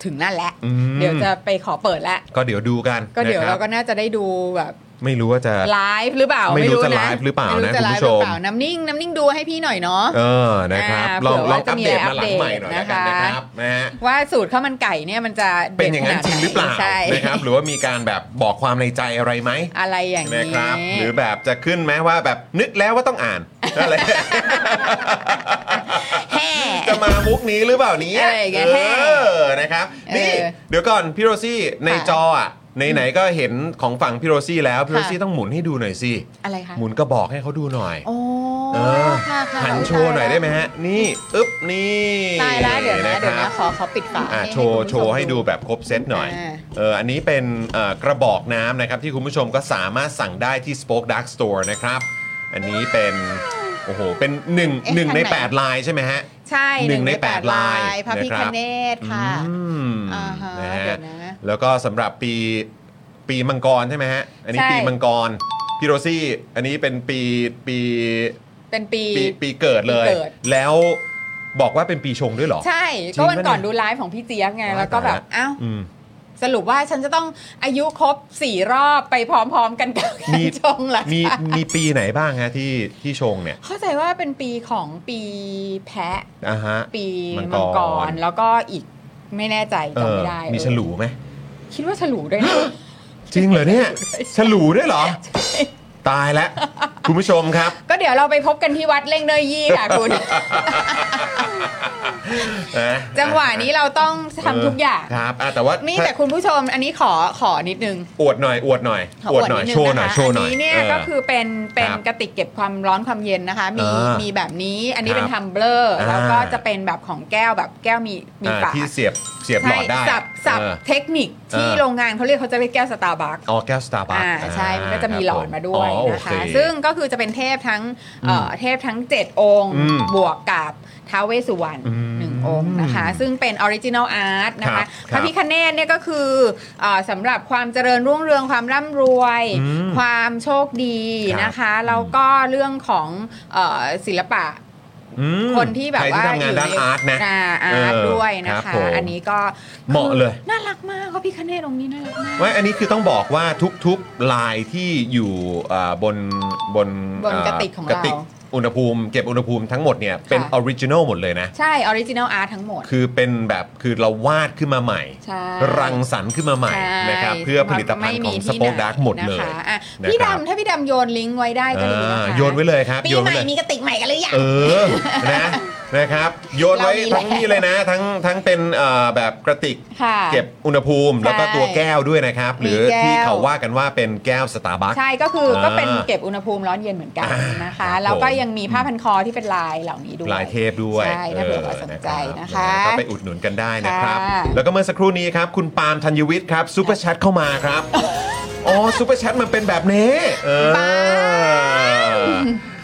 Speaker 3: ถึงนั่นแหละ
Speaker 2: อืม
Speaker 3: เดี๋ยวจะไปขอเปิดแล้ว
Speaker 2: ก็เดี๋ยวดูกัน
Speaker 3: ก็เดี๋ยว
Speaker 2: นะค
Speaker 3: เรา
Speaker 2: บ
Speaker 3: ก็น่าจะได้ดูแบบ
Speaker 2: ไม่รู้ว่าจะ
Speaker 3: ไลฟ์หรือเปล่า
Speaker 2: ไม่รู้จะ
Speaker 3: น
Speaker 2: ไลฟ์หรือเปล่านะ
Speaker 3: ไม่รู้จะ
Speaker 2: คุณ
Speaker 3: ไลฟ์ห
Speaker 2: ผู้ชม
Speaker 3: รือเปล่าน้ำนิ่งน้ำนิ่งดูให้พี่หน่อยเนาะ
Speaker 2: เออนะครับ
Speaker 3: อ่า
Speaker 2: ลอง
Speaker 3: เผื่อ
Speaker 2: ล
Speaker 3: ว่าจะ
Speaker 2: องอัป
Speaker 3: มีอะ
Speaker 2: เดต
Speaker 3: ไร
Speaker 2: มาหลังใหม่หน่อยแล้วกันนะ
Speaker 3: นะคะ
Speaker 2: ครับนะฮะ
Speaker 3: ว่าสูตรข้าวมันไก่เนี่ยมันจะด็ด
Speaker 2: เป็นอย่างนั้นจริงหรือเปล่า
Speaker 3: ขดไนใช่
Speaker 2: นะครับหรือว่ามีการแบบบอกความในใจอะไรไหม
Speaker 3: *laughs* อะไรอย่างนี้
Speaker 2: นะครับหรือแบบจะขึ้นไหมว่าแบบนึกแล้วว่าต้องอ่านอะไร
Speaker 3: *laughs* แห่
Speaker 2: จะมามุกนี้หรือเปล่านี้
Speaker 3: อะไรอย่างเงี้ย
Speaker 2: เอ
Speaker 3: แห่
Speaker 2: อนะครับนี่
Speaker 3: เออ
Speaker 2: เดี๋ยวก่อนพี่โรซี่ในจออ่ะไหนๆก็เห็นของฝั่งพี่โรซี่แล้วพี่โร
Speaker 3: ค่ะ
Speaker 2: ซี่ต้องหมุนให้ดูหน่อยสิ
Speaker 3: อะไรคะ
Speaker 2: หมุนกระบอกให้เขาดูหน่อย
Speaker 3: โอ้
Speaker 2: เออ
Speaker 3: ค่ะค่ะ
Speaker 2: หันโชว์หน่อยได้ไหม
Speaker 3: ตา
Speaker 2: ฮะ นี่อึ๊บนี่
Speaker 3: ละตายแล้วเดี๋ยวนะเดี๋ยว
Speaker 2: ครั
Speaker 3: นะ
Speaker 2: บ
Speaker 3: ขอขอปิดฝา
Speaker 2: อ่ะ
Speaker 3: ให้
Speaker 2: โชว์
Speaker 3: คุณผู้ม
Speaker 2: โชว์ให้ดูแบบครบเซตหน่อย
Speaker 3: อ่า
Speaker 2: เอออันนี้เป็นเอ่อกระบอกน้ำนะครับที่คุณผู้ชมก็สามารถสั่งได้ที่ Spoke Dark Store นะครับ อันนี้เป็นโอ้โหเป็นหนึ่งหนึ่งในแปดลายใช่ไหมฮะ
Speaker 3: ใช่
Speaker 2: หนึ่งในแปดลาย
Speaker 3: พระพิ
Speaker 2: นะค
Speaker 3: ครับ เนศค่ะ
Speaker 2: อืม
Speaker 3: อ่าฮะ
Speaker 2: นะฮะ
Speaker 3: เดี๋ยวนะ
Speaker 2: แล้วก็สำหรับปีปีมังกรใช่ไหมฮะ อันนี้
Speaker 3: ใช่
Speaker 2: ปีมังกรพี่โรซี่ อันนี้เป็นปีปี
Speaker 3: เป็นปี
Speaker 2: ปีปีเกิดเลย
Speaker 3: ปีเกิด
Speaker 2: แล้วบอกว่าเป็นปีชงด้วยเหรอ
Speaker 3: ใช่
Speaker 2: จริ
Speaker 3: ก็
Speaker 2: งปะ
Speaker 3: วันก่อน
Speaker 2: เนี่ย
Speaker 3: ดูไลฟ์ของพี่เจี๊ยบไง
Speaker 2: อ๋อ
Speaker 3: แล้วก็แบบ
Speaker 2: ตายละ
Speaker 3: อ้าว
Speaker 2: อืม
Speaker 3: สรุปว่าฉันจะต้องอายุครบสี่รอบไปพร้อม ๆ กันกับการชงเหรอ
Speaker 2: มี
Speaker 3: คะ
Speaker 2: มีปีไหนบ้างฮะที่ที่ชงเนี่ย
Speaker 3: เข้าใจว่าเป็นปีของปีแพะ
Speaker 2: อ่าฮะ
Speaker 3: ปี
Speaker 2: มั
Speaker 3: มั
Speaker 2: ง
Speaker 3: ง
Speaker 2: กร
Speaker 3: กรแล้วก็อีกไม่แน่ใจ
Speaker 2: เอ
Speaker 3: จำ
Speaker 2: อ
Speaker 3: ไม่ได้
Speaker 2: มี
Speaker 3: เออ
Speaker 2: ฉลูไหม
Speaker 3: คิดว่าฉลูด้วยนะ
Speaker 2: จริงเหรอเนี่ยฉลูด้วยเหรอ ตายแล้วคุณผู้ชมครับ
Speaker 3: ก็เดี๋ยวเราไปพบกันที่วัดเล่งเนยยี่ค่ะ
Speaker 2: *laughs*
Speaker 3: คุณ
Speaker 2: นะ
Speaker 3: จังหวะนี้เราต้องทำทุกอย่าง
Speaker 2: ครับอ่ะแต่ว่า
Speaker 3: นี่
Speaker 2: ถ้า
Speaker 3: แต่คุณผู้ชมอันนี้ขอขอนิดนึง
Speaker 2: อวดหน่อยอวดหน่อย
Speaker 3: ขออวดนิดนึง
Speaker 2: โชว์หน่
Speaker 3: นะ
Speaker 2: อย
Speaker 3: คะ
Speaker 2: โชว์หน่อ
Speaker 3: อัน
Speaker 2: ย
Speaker 3: นี้เนี่ย
Speaker 2: เ
Speaker 3: ก็คือเป็นเป็น
Speaker 2: ครับ
Speaker 3: กระติกเก็บความร้อนความเย็นนะคะ มี
Speaker 2: อ่ามี
Speaker 3: มีแบบนี้อันนี้
Speaker 2: ครับ
Speaker 3: เป็นทัมเบลอร์
Speaker 2: อ่า
Speaker 3: แล้วก็จะเป็นแบบของแก้วแบบแก้วมีมี
Speaker 2: อ่า
Speaker 3: ฝา
Speaker 2: ที่เสียบเสียบหลอดได้
Speaker 3: ใช่สับสับ
Speaker 2: เออ
Speaker 3: เทคนิคที่
Speaker 2: เออ
Speaker 3: โรงงานเขาเรียกเขาจะเรียกแก้วสตาร์บัค
Speaker 2: อ๋อแก้วสตาร์บัค
Speaker 3: อ่าใช่มันก็จะมีหลอดมาด้วยนะคะ ซึ่
Speaker 2: ซึ่
Speaker 3: ง
Speaker 2: ง
Speaker 3: ก็คือจะเป็นเทพทั้งเอ่อเทพทั้ง 7 องค์
Speaker 2: อืม
Speaker 3: บวกกับท้าวเวสสุวรรณ
Speaker 2: อืม
Speaker 3: หนึ่งองค์นะคะ ซึ่งเป็นออริจินอลอาร์ตนะ
Speaker 2: ครั
Speaker 3: คะ
Speaker 2: บ
Speaker 3: พระพิคเนตเนี่ยก็คือเออสำหรับความเจริญรุ่งเรืองความร่ำรวย
Speaker 2: อืม
Speaker 3: ความโชคดี
Speaker 2: ครับ
Speaker 3: นะคะแล้วก็เรื่องของเอ่อศิลปะ คนที่แบบว่า
Speaker 2: ทำงานด้านอาร์ตนะ
Speaker 3: อ่าอาร์ต
Speaker 2: เออ
Speaker 3: ด้วยนะ
Speaker 2: ครั
Speaker 3: คะ
Speaker 2: บผม
Speaker 3: อันนี้ก็
Speaker 2: เหมาะเลย
Speaker 3: น่ารักมากพระพิคเนตองค์นี้น่ารักมาก
Speaker 2: ว่าอันนี้คือต้องบอกว่าทุกๆลายที่อยู่อ่าบนบน
Speaker 3: บน
Speaker 2: อ่าก
Speaker 3: ระติกของ
Speaker 2: กระติก
Speaker 3: เรา
Speaker 2: อุณหภูมิเก็บอุณหภูมิทั้งหมดเนี่ยเป็นอ
Speaker 3: ค่ะ
Speaker 2: อริจินอลหมดเลยนะ
Speaker 3: ใช่ออริจินอลอาร์ตทั้งหมด
Speaker 2: คือเป็นแบบคือเราวาดขึ้นมาใหม่
Speaker 3: ใช่
Speaker 2: รังสรรค์ขึ้นมาใหม่
Speaker 3: ใช่
Speaker 2: นะครับ เพื่อผลิตภัณฑ์ของสป o อ e ดาร์กหมดเลย
Speaker 3: นะคะอ่ะ
Speaker 2: นะครับ
Speaker 3: พี่ดำถ้าพี่ดำโยนลิงก์ไว้ได้ก็ดีนะ
Speaker 2: อ่า
Speaker 3: คะ
Speaker 2: โยนไว้เลยครับ
Speaker 3: ปี
Speaker 2: โยน
Speaker 3: ให
Speaker 2: ไว้
Speaker 3: ม่
Speaker 2: เลย
Speaker 3: มีกระติกใหม่กันหรือยัง
Speaker 2: เออนะ นะครับ โยนไว้ทั้งนี่เลยนะ ทั้งทั้งเป็นเอ่อแบบกระติก
Speaker 3: ค่ะ
Speaker 2: เก็บอุณหภูมิแล้วก็ตัวแก้วด้วยนะครับ หรือ
Speaker 3: มีแก้ว
Speaker 2: ที่เขาว่ากันว่าเป็นแก้วสตาร์บัค
Speaker 3: ใช่ก็คือ
Speaker 2: อ่า
Speaker 3: ก็เป็นเก็บอุณหภูมิร้อนเย็นเหมือนกันนะ
Speaker 2: ครั
Speaker 3: คะ
Speaker 2: บ
Speaker 3: แล้วก็
Speaker 2: ผม
Speaker 3: ยังมีผ้าพันคอที่เป็นลายเหล่านี้ด้วย
Speaker 2: ลายเทพด้วย
Speaker 3: ใช่ถ้าเผื่อว่าสนใจนะคะ
Speaker 2: ก็ไปอุดหนุนกันได้นะครับ
Speaker 3: ค่ะ
Speaker 2: แล้วก็เมื่อสักครู่นี้ครับ คุณปาล์มธัญวิทย์ครับซูเปอร์แชทเข้ามา
Speaker 3: *laughs*
Speaker 2: ครับ อ๋อซูเปอร์แชทมันเป็นแบบนี้เออ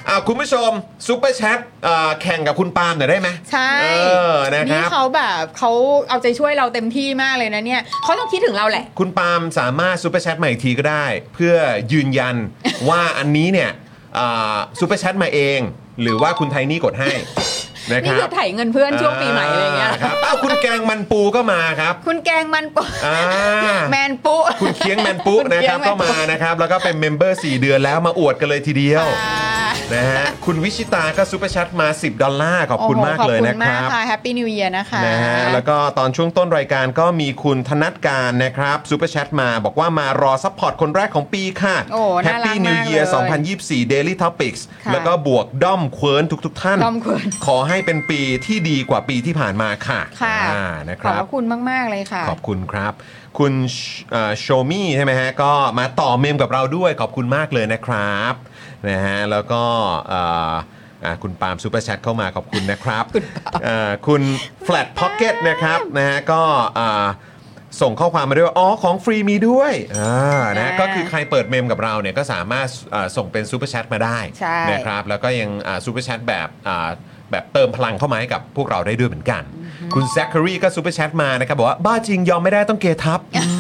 Speaker 2: อ่าคุณผู้ชมซูเปอร์แชทอ่าแข่งกับคุณปาล์มหน่อยได้ไหม
Speaker 3: ใช่
Speaker 2: เออนะค
Speaker 3: นี่
Speaker 2: รับ
Speaker 3: เขาแบบเขาเอาใจช่วยเราเต็มที่มากเลยนะเนี่ยเขาต้องคิดถึงเราแหละ
Speaker 2: คุณปาล์มสามารถซูเปอร์แชทมาอีกทีก็ได้ เพื่อยืนยัน ว่าอันนี้เนี่ยอ่าซูเปอร์แชทมาเอง หรือว่าคุณไทนี่กดให้นะค
Speaker 3: นี่
Speaker 2: รับ
Speaker 3: คือไถ่เงินเพื่อนช่วงปีใหม่อะไรเงี้ย
Speaker 2: ครับอ้าวคุณแกงมันปูก็มาครับ
Speaker 3: คุณแกงมันปุ๊
Speaker 2: อ่า
Speaker 3: แมนปุ๊
Speaker 2: คุณเคียงแมนปุ
Speaker 3: คุณ
Speaker 2: นะ
Speaker 3: เคี้
Speaker 2: ค
Speaker 3: ย
Speaker 2: รับ
Speaker 3: งแมนปุ๊
Speaker 2: ก็มานะครับ แล้วก็เป็นเมมเบอร์ 4 เดือนแล้วมาอวดกันเลยทีเดียว
Speaker 3: อ่า
Speaker 2: นะฮะคุณวิชิตาก็ซูเปอร์แชทมา 10 ดอลลาร์ขอบคุณ
Speaker 3: โโห
Speaker 2: มากเลยนะ
Speaker 3: ขอบ
Speaker 2: ค
Speaker 3: คุณ
Speaker 2: รั
Speaker 3: มาก
Speaker 2: บ
Speaker 3: ค่ะแฮปปี้นิวเยียร์นะคะ
Speaker 2: นะฮะแล้วก็ตอนช่วงต้นรายการก็มีคุณธนัทการนะครับซูเปอร์แชทมาบอกว่ามารอซัพพอร์ตคนแรกของปีค่ะ
Speaker 3: โอ้น่ารัก
Speaker 2: Happy New
Speaker 3: มาก
Speaker 2: Year
Speaker 3: เลย
Speaker 2: 2024 Daily Topics
Speaker 3: ค่ะ
Speaker 2: แล้วก็บวกด้อมเควินทุก ๆ ท่าน
Speaker 3: ด้อมเควิ้น
Speaker 2: ขอให้เป็นปีที่ดีกว่าปีที่ผ่านมาค่ะ
Speaker 3: ค่ะ
Speaker 2: อ่านะค
Speaker 3: ขอบพ
Speaker 2: รับ
Speaker 3: ระคุณมาก ๆ เลยค่ะ
Speaker 2: ขอบคุณครับ คุณโชมี่อ Shomi ใช่ไหมฮะ ก็มาต่อเมมกับเราด้วยขอบคุณมากเลยนะครับนะฮะแล้วก็เอ่ออ่ะคุณปาล์มซูเปอร์แชทเข้ามาขอบคุณนะครับเอ่อคุณแฟลตพ็อกเก็ตนะครับนะฮะก็อ่าส่งข้อความมาด้วยว่าอ๋อของฟรีมีด้วยอ่านะฮะ
Speaker 3: อ่า
Speaker 2: ก็คือใครเปิดเมมกับเราเนี่ยก็สามารถเอ่อส่งเป็นซูเปอร์แชทมาได้
Speaker 3: ใช่
Speaker 2: นะครับแล้วก็ยังซูเปอร์แชทแบบอ่าแบบเติมพลังเข้ามาให้กับพวกเราได้ด้วยเหมือนกัน คุณแซคคารีก็ซูเปอร์แชทมานะครับ บอกว่า บ้าจริงยอมไม่ได้ต้องเกทับอืม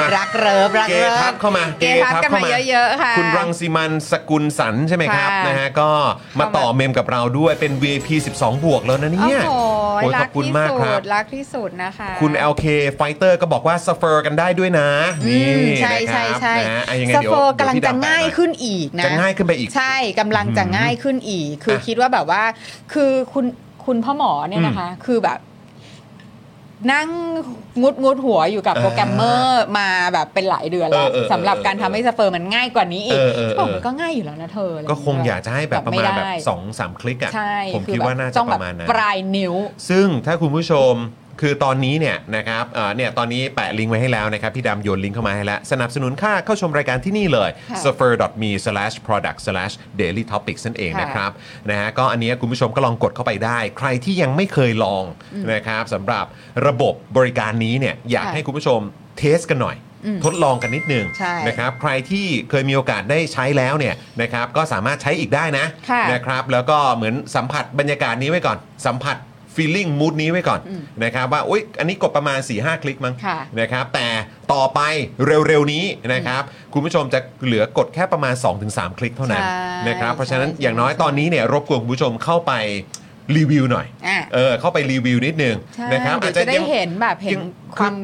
Speaker 2: มา
Speaker 3: รักเริบรัก
Speaker 2: เก
Speaker 3: เริ
Speaker 2: ทับบเข้ามา
Speaker 3: เกทับกันมาเยอะ ๆ ค่ะ
Speaker 2: คุณรังสิมันสกุลสันใช่ไหมครับ
Speaker 3: ค่ะ
Speaker 2: นะฮะก็มาต่อเมมกับเราด้วยเป็น VIP 12 บวกแล้วนะเนี่ย
Speaker 3: โอ้โห
Speaker 2: โอ้ยข
Speaker 3: รั
Speaker 2: อก บคุณ
Speaker 3: ที่
Speaker 2: มาก
Speaker 3: สุ
Speaker 2: ครับ
Speaker 3: ดรักที่สุดนะคะ
Speaker 2: คุณ LK Fighter ก็บอกว่าสเฟอร์กันได้ด้วยนะ
Speaker 3: อื
Speaker 2: นี่
Speaker 3: มใช่
Speaker 2: นะค
Speaker 3: ใช่
Speaker 2: รับ
Speaker 3: ใช่
Speaker 2: นะฮะอ่ะยังไง
Speaker 3: ส
Speaker 2: เดี๋ยว
Speaker 3: โฟ
Speaker 2: เดี๋ย
Speaker 3: กำ
Speaker 2: ว
Speaker 3: ลัง
Speaker 2: พี่
Speaker 3: จะ
Speaker 2: ดำ
Speaker 3: ง่าย
Speaker 2: แปะหน่อ
Speaker 3: ขึ้นอีกนะ
Speaker 2: จะง่ายขึ้นไปอีก
Speaker 3: ใช่กำลังจะง่ายขึ้นอีก คือคิดว่าแบบว่า คือคุณคุณพ่อหมอเนี่ยนะคะ คือแบบ นั่งงุดงุดหัวอยู่กับโปรแกรมเมอร์มาแบบเป็นหลายเดือนแล้ว
Speaker 2: เออเออเออ
Speaker 3: สำหรับการทำให้สเฟอร์มันง่ายกว่านี้อีก
Speaker 2: เออเออเออ
Speaker 3: บอกมันก็ง่ายอยู่แล้วนะเธออะไร
Speaker 2: ก็คงอยากจะให้แบบประ
Speaker 3: ไม่
Speaker 2: มาณแบบ
Speaker 3: ได้
Speaker 2: สองสามคลิกอ่ะ
Speaker 3: ใช่
Speaker 2: ผม
Speaker 3: อ
Speaker 2: คิด
Speaker 3: แบบ
Speaker 2: ว่าน่าจะ
Speaker 3: ต้อง
Speaker 2: ป
Speaker 3: แบบ
Speaker 2: ระมาณนั้น
Speaker 3: ปลายนิ้ว
Speaker 2: ซึ่งถ้าคุณผู้ชมคือตอนนี้เนี่ยนะครับเอ่อเนี่ยตอนนี้แปะลิงก์ไว้ให้แล้วนะครับ พี่ดำโยนลิงก์เข้ามาให้แล้ว สนับสนุนค่าเข้าชมรายการที่นี่เลย
Speaker 3: ค่ะ
Speaker 2: s u f f e r m e p r o d u c t d a i l y t o p i c s นั่นเองนะครับนะฮะก็อันเนี้ยคุณผู้ชมก็ลองกดเข้าไปได้ ใครที่ยังไม่เคยลองนะครับสำหรับระบบบริการนี้เนี่ยอยากให้คุณผู้ชมเทสกันหน่อย ทดลองกันนิดนึง
Speaker 3: ใช่
Speaker 2: นะครับใครที่เคยมีโอกาสได้ใช้แล้วเนี่ยนะครับก็สามารถใช้อีกได้นะ
Speaker 3: ค่ะ
Speaker 2: นะ นะครับแล้วก็เหมือนสัมผัสบรรยากาศนี้ไว้ก่อน สัมผัสฟีลลิ่งมูดนี้ไว้ก่อนนะครับว่าอุ๊ยอันนี้กดประมาณ 4-5หคลิกมั้ง
Speaker 3: ค่ะ
Speaker 2: นะครับแต่ต่อไปเร็วๆนี้นะครับคุณผู้ชมจะเหลือกดแค่ประมาณ 2-3 คลิกเท่านั้น
Speaker 3: ใช่
Speaker 2: นะครับเพราะฉะนั้น
Speaker 3: ใช่
Speaker 2: อย่างน้อยตอนนี้เนี่ยรบกวนคุณผู้ชมเข้าไปรีวิวหน่อย
Speaker 3: อ่ะ
Speaker 2: เออเข้าไปรีวิวนิดนึง
Speaker 3: ใช่
Speaker 2: นะครับ
Speaker 3: เดี๋ยวจะได้
Speaker 2: ยัง
Speaker 3: เห็นแบบเห็
Speaker 2: ยั
Speaker 3: น
Speaker 2: ง
Speaker 3: ความ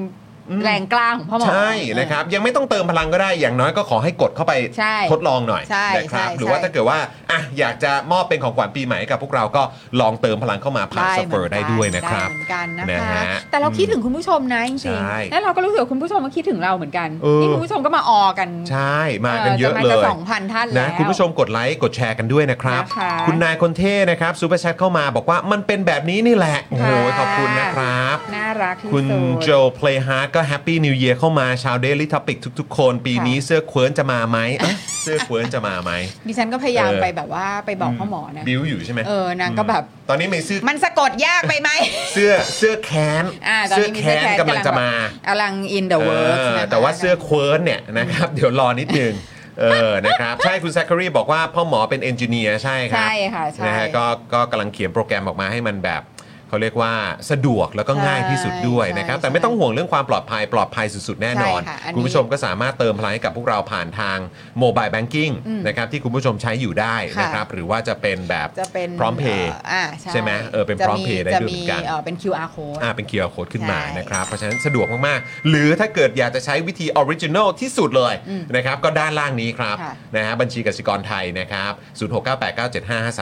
Speaker 2: อืม
Speaker 3: แรงกล้าของพ่อหมอ
Speaker 2: ใช่
Speaker 3: เออ
Speaker 2: นะครับยังไม่ต้องเติมพลังก็ได้อย่างน้อยก็ขอให้กดเข้าไป
Speaker 3: ใช่
Speaker 2: ทดลองหน่อย
Speaker 3: ใช่
Speaker 2: นะครับ
Speaker 3: ใช่
Speaker 2: หรือว่า
Speaker 3: ใช่
Speaker 2: ถ้าเกิดว่าอ่ะอยากจะมอบเป็นของขวัญปีใหม่ให้กับพวกเราก็ลองเติมพลังเข้ามาผ่าน
Speaker 3: ได้
Speaker 2: สเฟอร์ได้ด้วยนะครับ
Speaker 3: ได้เหมือนกันนะ
Speaker 2: นะคะ ฮะ
Speaker 3: แต่เราคิดถึงคุณผู้ชมนะจ
Speaker 2: ใช่
Speaker 3: ริงๆแล้วเราก็รู้สึกว่าคุณผู้ชมก็คิดถึงเราเหมือนกัน
Speaker 2: เออ
Speaker 3: นี่คุณผู้ชมก็มาออกัน
Speaker 2: ใช่มากันเยอะ
Speaker 3: จะ
Speaker 2: เล
Speaker 3: จะ
Speaker 2: ย
Speaker 3: สองพันท่านแล้ว
Speaker 2: นะคุณผู้ชมกดไลค์กดแชร์กันด้วยนะครับ
Speaker 3: นะคะ
Speaker 2: คุณนายคนเท่นะครับซูเปอร์แชทเข้ามาบอกว่ามันเป็นแบบนี้นี่แหละโอ้โห
Speaker 3: ค่ะ
Speaker 2: ขอบคุณนะครับ
Speaker 3: น่ารักที่
Speaker 2: คุณ
Speaker 3: สุด
Speaker 2: โจเพลย์ฮาร์ดก็แฮปปี้นิวเ a ียร์เข้ามาชาวเดลิทอพิกทุก ๆ คน ปีนี้เสื้อเควิร์นจะมาไหมเอ้ยเสื้อเควิร์นจะมาไหม
Speaker 3: ดิฉันก็พยายาม
Speaker 2: เออ
Speaker 3: ไปแบบว่าไปบอกพ่อหมอนะ
Speaker 2: บิวอยู่ใช่ไหม
Speaker 3: เออนางก็แบบ
Speaker 2: ตอนนี้มีเสื้อ
Speaker 3: มันสะกดยากไปไหม
Speaker 2: เสื้อเสื้อแค้น
Speaker 3: อ่าตอน
Speaker 2: เสื้อ
Speaker 3: นี้มี
Speaker 2: แค้
Speaker 3: เสื้อนแขน
Speaker 2: กำลังจะมา
Speaker 3: กำลัง in the
Speaker 2: เอ
Speaker 3: works
Speaker 2: อ
Speaker 3: นะคะ
Speaker 2: แต่ว่าเสื้อเควิร์นเนี่ยนะครับ *laughs* เดี๋ยวรอนิดนึงเออนะครับ ใช่คุณแซคคารีบอกว่าพ่อหมอเป็นเอนจิเนียร์ใช่ครั
Speaker 3: ใช่ค่ะใช่
Speaker 2: นะฮะก็ก็กำลังเขียนโปรแกรมออกมาให้มันแบบเขาเรียกว่าสะดวกแล้วก็ง่ายที่สุดด้วย
Speaker 3: ใช่
Speaker 2: นะครับ
Speaker 3: ใช่
Speaker 2: แต่ไม่ต้องห่วงเรื่องความปลอดภัยปลอดภัยสุดๆแน่นอน
Speaker 3: ใช่ค่ะอันนี้
Speaker 2: คุณผู้ชมก็สามารถเติมพลังให้กับพวกเราผ่านทางโมบายแบงกิ้ง
Speaker 3: อืม
Speaker 2: นะครับที่คุณผู้ชมใช้อยู่ได้นะครับ หรือว่าจะเป็นแบบ
Speaker 3: จะเป็น
Speaker 2: พร้อมเพย์
Speaker 3: เอ่ออ่าใช่
Speaker 2: ใช่ไหมเออเป็น
Speaker 3: จะ
Speaker 2: พร้อม
Speaker 3: มี
Speaker 2: เพย์ได้
Speaker 3: จะ
Speaker 2: ด้วย
Speaker 3: มี
Speaker 2: เหมือนกัน
Speaker 3: เอ่อเป็น QR code
Speaker 2: อ่าเป็น QR code ขึ้นมา
Speaker 3: ใช่
Speaker 2: นะครับ เพราะฉะนั้นสะดวกมาก ๆ หรือถ้าเกิดอยากจะใช้วิธีออริจินอลที่สุดเลย
Speaker 3: อืม
Speaker 2: นะครับ ก็ด้านล่างนี้ครับ
Speaker 3: ค่ะ
Speaker 2: นะฮะบัญชีกสิกรไทยนะครับ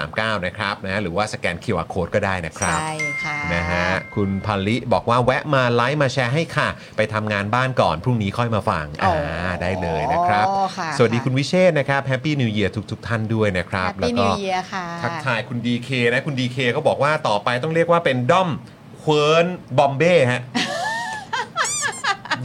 Speaker 2: 0698975539 นะครับนะฮะหรือว่าสแกน QR code ก็ได้นะครับ
Speaker 3: ใช่ ค่ะ
Speaker 2: นะฮะคุณพาลิบอกว่าแวะมาไลฟ์มาแชร์ให้ค่ะ ไปทำงานบ้านก่อน พรุ่งนี้ค่อยมาฟัง
Speaker 3: อ๋
Speaker 2: อ่า
Speaker 3: อ
Speaker 2: ได้เลยนะครับ
Speaker 3: ค่ะ
Speaker 2: สวัสดี
Speaker 3: ค่ะ
Speaker 2: คุณวิเชษฐ์นะครับแฮปปี้นิวเยียร์ทุก ๆ ท่านด้วยนะครับ
Speaker 3: แฮปปี้นิวเยียค่ะ
Speaker 2: ทักทายคุณดีเคนะ คุณดีเคเขาบอกว่าต่อไปต้องเรียกว่าเป็นด้อมเควิร์นบอมเบ้
Speaker 3: *laughs*
Speaker 2: ฮะ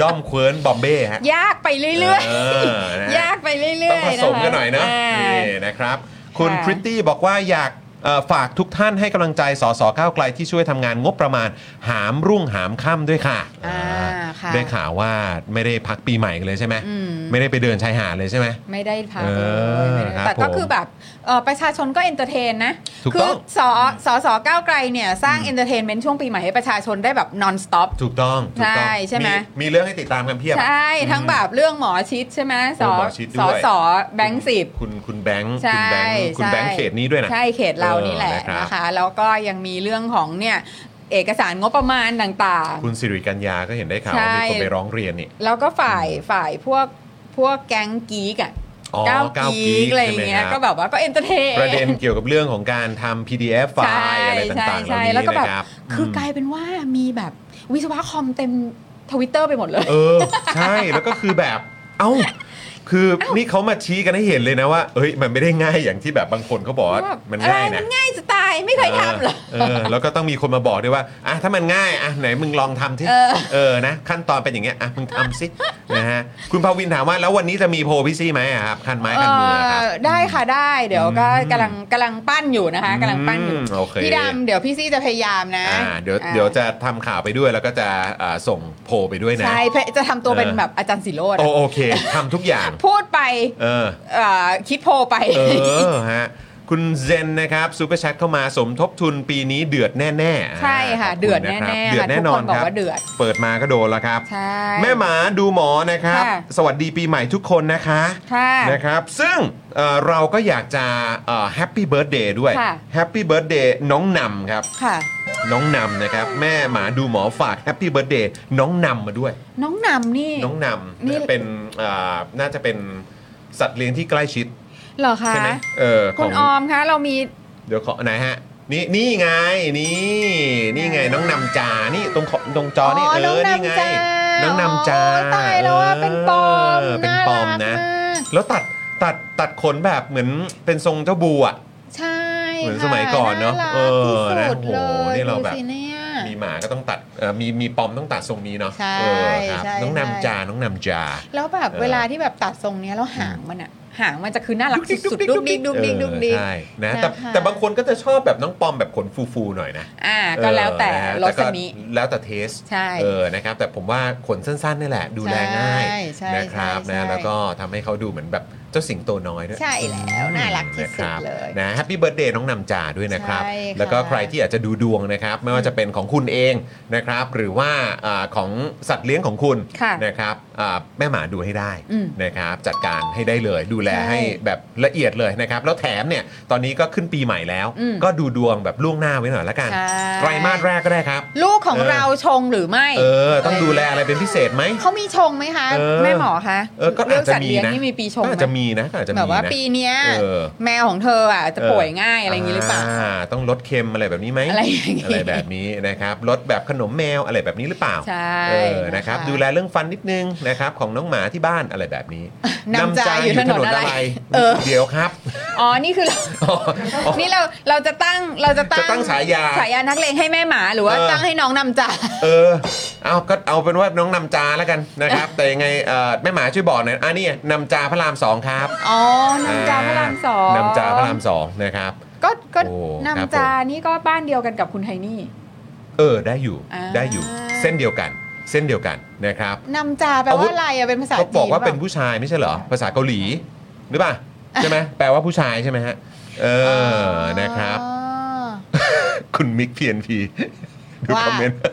Speaker 2: ด้อมเควิร์นบอมเบ้ฮะ
Speaker 3: ยากไปเรื่อย
Speaker 2: อนะ
Speaker 3: ๆ
Speaker 2: ฮะ
Speaker 3: ยากไปเรื่อยๆ
Speaker 2: ต้องผสมกันหน่อยนะ
Speaker 3: า
Speaker 2: นี่นะครับ คุณ
Speaker 3: ค่ะ
Speaker 2: พริตตี้บอกว่าอยากเอ่อฝากทุกท่านให้กำลังใจสสก้าวไกลที่ช่วยทำงานงบประมาณ หามรุ่งหามค่ำด้วยค่ะ
Speaker 3: อ่า
Speaker 2: อ่า
Speaker 3: ค่ะ
Speaker 2: ได้ข่าวว่าไม่ได้พักปีใหม่กันเลยใช่ไหม
Speaker 3: อืม
Speaker 2: ไม่ได้ไปเดินชายหาดเลยใช่ไหม
Speaker 3: ไม่ได้พัก
Speaker 2: เอ
Speaker 3: เล
Speaker 2: อย
Speaker 3: ไม่ได้
Speaker 2: ครับ
Speaker 3: แต่ก็
Speaker 2: ผม
Speaker 3: คือแบบเอ่อประชาชนก็เอนเตอร์เทนนะ
Speaker 2: ถูก
Speaker 3: คื
Speaker 2: ต้อง
Speaker 3: สอสอสอก้าวไกลเนี่ย สร้างเอนเตอร์เทนเมนต์ช่วงปีใหม่ให้ประชาชนได้แบบนอนสต็อป
Speaker 2: ถูกต้องถูกต้อง
Speaker 3: ใช่ใช่ไหม
Speaker 2: มีเรื่องให้ติดตามกันเพียบ
Speaker 3: ใช่ ทั้งแบบเรื่องหมอชิดใช่ไหมส
Speaker 2: เรื่
Speaker 3: อ
Speaker 2: องหมอชิดด้
Speaker 3: ส
Speaker 2: ว
Speaker 3: อย สอแบงค์สิบ
Speaker 2: คุณคุณแบงค์
Speaker 3: ใช่
Speaker 2: คุณแบงค์คุณ
Speaker 3: ใช่
Speaker 2: แบงค์เขตนี้ด้วยนะ
Speaker 3: ใช่เขตเรานี่แหละ
Speaker 2: เออนะครับ
Speaker 3: นะคะ แล้วก็ยังมีเรื่องของเนี่ยเอกสารงบประมาณต่าง
Speaker 2: คุณสิริกัญญาก็เห็นได้ข่าวว่า
Speaker 3: ใช่
Speaker 2: มีคนไปร้องเรียนนี่
Speaker 3: ๆ แล้วก็ฝ่ายฝ่ายพวกพวกแก๊งกีกอะ
Speaker 2: อ๋อ
Speaker 3: ก้าว
Speaker 2: ก้าว
Speaker 3: กี
Speaker 2: กิ๊
Speaker 3: ก
Speaker 2: ก
Speaker 3: อะไร
Speaker 2: ใช่ไหม
Speaker 3: เงี้ย
Speaker 2: ครับ
Speaker 3: ก็แบบว่าก็เอนเตอร์เทน
Speaker 2: ประเด็นเกี่ยวกับเรื่องของการทำ PDF ไฟล์อะไรต่างๆเห
Speaker 3: ใช่
Speaker 2: ล่า
Speaker 3: ใช่
Speaker 2: นี้
Speaker 3: แล้วก็แบบ
Speaker 2: นะครับ
Speaker 3: คือ
Speaker 2: ม
Speaker 3: กลายเป็นว่ามีแบบวิศวะคอมเต็มทวิตเตอร์ไปหมดเลย
Speaker 2: เออ ใช่แล้วก็คือแบบ เอ้า คือนี่เขามาชี้กันให้เห็นเลยนะว่าเอ้ย มันไม่ได้ง่ายอย่างที่แบบบางคนเขาบอกว่า
Speaker 3: แบบ
Speaker 2: มัน
Speaker 3: อะไร
Speaker 2: ง่าย
Speaker 3: มั
Speaker 2: นะ
Speaker 3: นง่ายจะตายไม่เคยทำเหรอ
Speaker 2: เออ แล้วก็ต้องมีคนมาบอกด้วยว่าอ่ะถ้ามันง่ายอ่ะไหนมึงลองทำที่
Speaker 3: เออ
Speaker 2: เออนะ ขั้นตอนเป็นอย่างเงี้ยอ่ะมึงทำสินะฮะคุณภาวินถามว่าแล้ววันนี้จะมีโพลพี่ซี่ไหมอะครับคันไม้คันมือครับ
Speaker 3: เอ่อได้ค่ะได้ เดี๋ยวก็กำลังกำลังปั้นอยู่นะคะกำลังปั้นอยู่
Speaker 2: อืมโอเค
Speaker 3: พี่ดำเดี๋ยวพี่ซี่จะพยายามนะ
Speaker 2: อ่าเดี๋ยว
Speaker 3: อ่า
Speaker 2: เดี๋ยวจะทำข่าวไปด้วยแล้วก็จะอ่าส่งโพลไปด้วยนะ
Speaker 3: ใช่เพจะทำตัวเป็น
Speaker 2: เออ
Speaker 3: แบบอาจารย์สิโรด
Speaker 2: โอโอเคทำทุกอย่าง
Speaker 3: พูดไป
Speaker 2: เออ
Speaker 3: เอ่อคิดโพลไป
Speaker 2: เออฮะ คุณเซนนะครับซูเปอร์แชทเข้ามาสมทบทุนปีนี้เดือดแน่ๆ
Speaker 3: ใช่ค่ะ
Speaker 2: ขบณ
Speaker 3: เดือด
Speaker 2: นะครับ
Speaker 3: แน่ๆ
Speaker 2: เดือด
Speaker 3: ค่ะ
Speaker 2: แน่
Speaker 3: ทุก
Speaker 2: นอ
Speaker 3: คน นบอ
Speaker 2: ค
Speaker 3: ก
Speaker 2: รับ
Speaker 3: ว่าเดือด
Speaker 2: เปิดมาก็โดนแล้วครับ
Speaker 3: ใช่
Speaker 2: แม่หมาดูหมอนะครับ
Speaker 3: ค่ะ
Speaker 2: สวัสดีปีใหม่ทุกคนนะคะ
Speaker 3: ค่ะ
Speaker 2: นะครับ ซึ่งเอ่อเราก็อยากจะแฮปปี้เบิร์ดเดย์ด้วย
Speaker 3: ค่ะ
Speaker 2: แฮปปี้เบิร์ดเดย์น้องนำครับ
Speaker 3: ค่ะ
Speaker 2: น้องนำนะครับ แม่หมาดูหมอฝากแฮปปี้เบิร์ดเดย์น้องนำมาด้วย
Speaker 3: น้องนำนี่
Speaker 2: น้องน
Speaker 3: นี่
Speaker 2: ำเป็นเอ่อน่าจะเป็นสัตว์เลี้ยงที่ใกล้ชิด
Speaker 3: เหรอคะ
Speaker 2: ใช่ไหมเออข
Speaker 3: คุ
Speaker 2: อ
Speaker 3: ณ
Speaker 2: ง
Speaker 3: ออมคะเรามี
Speaker 2: เดี๋ยวขอไหนฮะ นี่นี่ไงนี่นี่ไงน้องนำจานี่ตรงขอตรงจอนี่เออนี่ไงน้องนำจา
Speaker 3: โยตายแล้วว่าเป็นปอม
Speaker 2: เเป็นปอมนะ
Speaker 3: ารักมาก
Speaker 2: แล้วตัดตัดตัดขนแบบเหมือนเป็นทรงเจ้าบูอ่ะ
Speaker 3: ใช่
Speaker 2: เหมือน
Speaker 3: ค่ะ
Speaker 2: สมัยก่อนเนอะ
Speaker 3: รัก
Speaker 2: เออนะ
Speaker 3: ที่สุดเล
Speaker 2: โอ้โห
Speaker 3: ย
Speaker 2: นี่เราแบบ
Speaker 3: ดูสิเนี่ย
Speaker 2: มีหมาก็ต้องตัดเอ่อมีมีปอมต้องตัดทรงนี้เนาะ
Speaker 3: ใช่
Speaker 2: เออครับ
Speaker 3: ใช่
Speaker 2: น้อง
Speaker 3: ใช่
Speaker 2: นำจาน้องนำจา
Speaker 3: แล้วแบบ
Speaker 2: เออ
Speaker 3: เวลาที่แบบตัดทรงเนี้ยแล้วหางมันอะหางมันจะคือน่ารักสุดๆดุกดิกดุกดิกดุกดิก
Speaker 2: เออใช่นะแต่
Speaker 3: นะคะ
Speaker 2: แต่บางคนก็จะชอบแบบน้องปอมแบบขนฟูๆหน่อยนะ
Speaker 3: อ่าก็แล้วแต่
Speaker 2: เออนะฮะ
Speaker 3: รส
Speaker 2: ก็
Speaker 3: นิ
Speaker 2: แล้วแต่เทส
Speaker 3: ใช่
Speaker 2: เออนะครับแต่ผมว่าขนสั้นๆนี่แหละ ดูแลง่าย
Speaker 3: ใช่ใช่
Speaker 2: นะครับ
Speaker 3: ใช่
Speaker 2: นะ
Speaker 3: ใช่
Speaker 2: แล้วก็ทำให้เขาดูเหมือนแบบเจ้าสิงโตน้อยด้วย
Speaker 3: ใช่แล้วน่ารักที่สุ
Speaker 2: นะ
Speaker 3: ด
Speaker 2: คบ
Speaker 3: เลย
Speaker 2: นะแฮปปี้เบิร์ดเดย์น้องนำจ่าด้วยนะครับ
Speaker 3: ใช่ค่ะ
Speaker 2: แล้วก็ใครที่อยากจะดูดวงนะครับ ไม่ว่าจะเป็นของคุณเองนะครับ หรือว่าอ่าของสัตว์เลี้ยงของคุณ
Speaker 3: ค่ะ
Speaker 2: นะครับอ่าแม่หมาดูให้ได้
Speaker 3: อืม
Speaker 2: นะครับ จัดการให้ได้เลย ดูแล
Speaker 3: ใช่
Speaker 2: ให้แบบละเอียดเลยนะครับ แล้วแถมเนี่ยตอนนี้ก็ขึ้นปีใหม่แล้ว
Speaker 3: อืม
Speaker 2: ก็ดูดวงแบบล่วงหน้าไว้หน่อยละกัน
Speaker 3: ใช่
Speaker 2: ไตรมาสแรกก็ได้ครับ
Speaker 3: ลูกของ
Speaker 2: เออ
Speaker 3: เราชงหรือไม่
Speaker 2: เออ ต้องดูแลอะไรเป็นพิเศษไหม
Speaker 3: เขามีชงไหมคะ
Speaker 2: เออ
Speaker 3: แม่หมอคะ
Speaker 2: เออก็
Speaker 3: เรื่
Speaker 2: อา
Speaker 3: อง
Speaker 2: จจะ
Speaker 3: สัตว์
Speaker 2: มี
Speaker 3: เลี้ยง
Speaker 2: นะ
Speaker 3: นี่มีปีชง
Speaker 2: ก็
Speaker 3: ไห
Speaker 2: อาจจะมีนะก็อาจจะมี
Speaker 3: แบบว่า
Speaker 2: นะ
Speaker 3: ปีเนี้ย
Speaker 2: เออ
Speaker 3: แมวของเธออ่ะจะป่วยง่ายอะไรอย่างงี้หรือเปล่า
Speaker 2: ต้องลดเค็มอะไรแบบนี้ไหม
Speaker 3: อะไรอย่างงี้
Speaker 2: อะไรแบบนี้นะครับลดแบบขนมแมวอะไรแบบนี้หรือเปล่า
Speaker 3: ใช่
Speaker 2: เออนะครับ
Speaker 3: นะคะ
Speaker 2: ดูแลเรื่องฟันนิดนึงนะครับของน้องหมาที่บ้านอะไรแบบนี้
Speaker 3: นำจาอยู่ถนนอะไรเออ
Speaker 2: เดี๋ยวครับ *laughs*
Speaker 3: อ๋อ นี่คือเรา
Speaker 2: อ๋ออ๋อ
Speaker 3: นี่เราเราจะตั้งเราจะตั้ง
Speaker 2: จะตั้งฉายา
Speaker 3: ฉายานักเลงให้แม่หมาหรือว่า
Speaker 2: เออ
Speaker 3: ตั้งให้น้องนำจ่า
Speaker 2: เออเอาก็เอาเป็นว่าน้องนำจาแล้วกันนะครับ แต่ยังไงเอ่อแม่หมาช่วยบอกหน่อยอ่ะนี่นำจาพระรามสองครับ
Speaker 3: อ๋อนำจ่าพระรามสอง
Speaker 2: นำจาพระรามสองนะครับ
Speaker 3: ก็ก็
Speaker 2: โอ้
Speaker 3: นำจา
Speaker 2: ครับผม
Speaker 3: นี่ก็บ้านเดียวกันกับคุณไทนี่
Speaker 2: เออได้อยู่
Speaker 3: อ่า
Speaker 2: ได้อยู่เส้นเดียวกัน เส้นเดียวกันนะครับ
Speaker 3: นำจาแปล
Speaker 2: อาวุธ
Speaker 3: ว่าอะไรอะเป็นภาษาจี
Speaker 2: เขา
Speaker 3: น
Speaker 2: บอกว่า
Speaker 3: หรื
Speaker 2: เป็น
Speaker 3: ล่
Speaker 2: ผู้ชายไม่ใช่เหรอ ภาษาเกาหลีหรือเปล่าใช่ไหม แปลว่าผู้ชายใช่ไหมฮะ เออนะครับ
Speaker 3: อ๋อ
Speaker 2: คุณมิกเพียนพีดู
Speaker 3: ว่า
Speaker 2: คอมเมนต์ *laughs*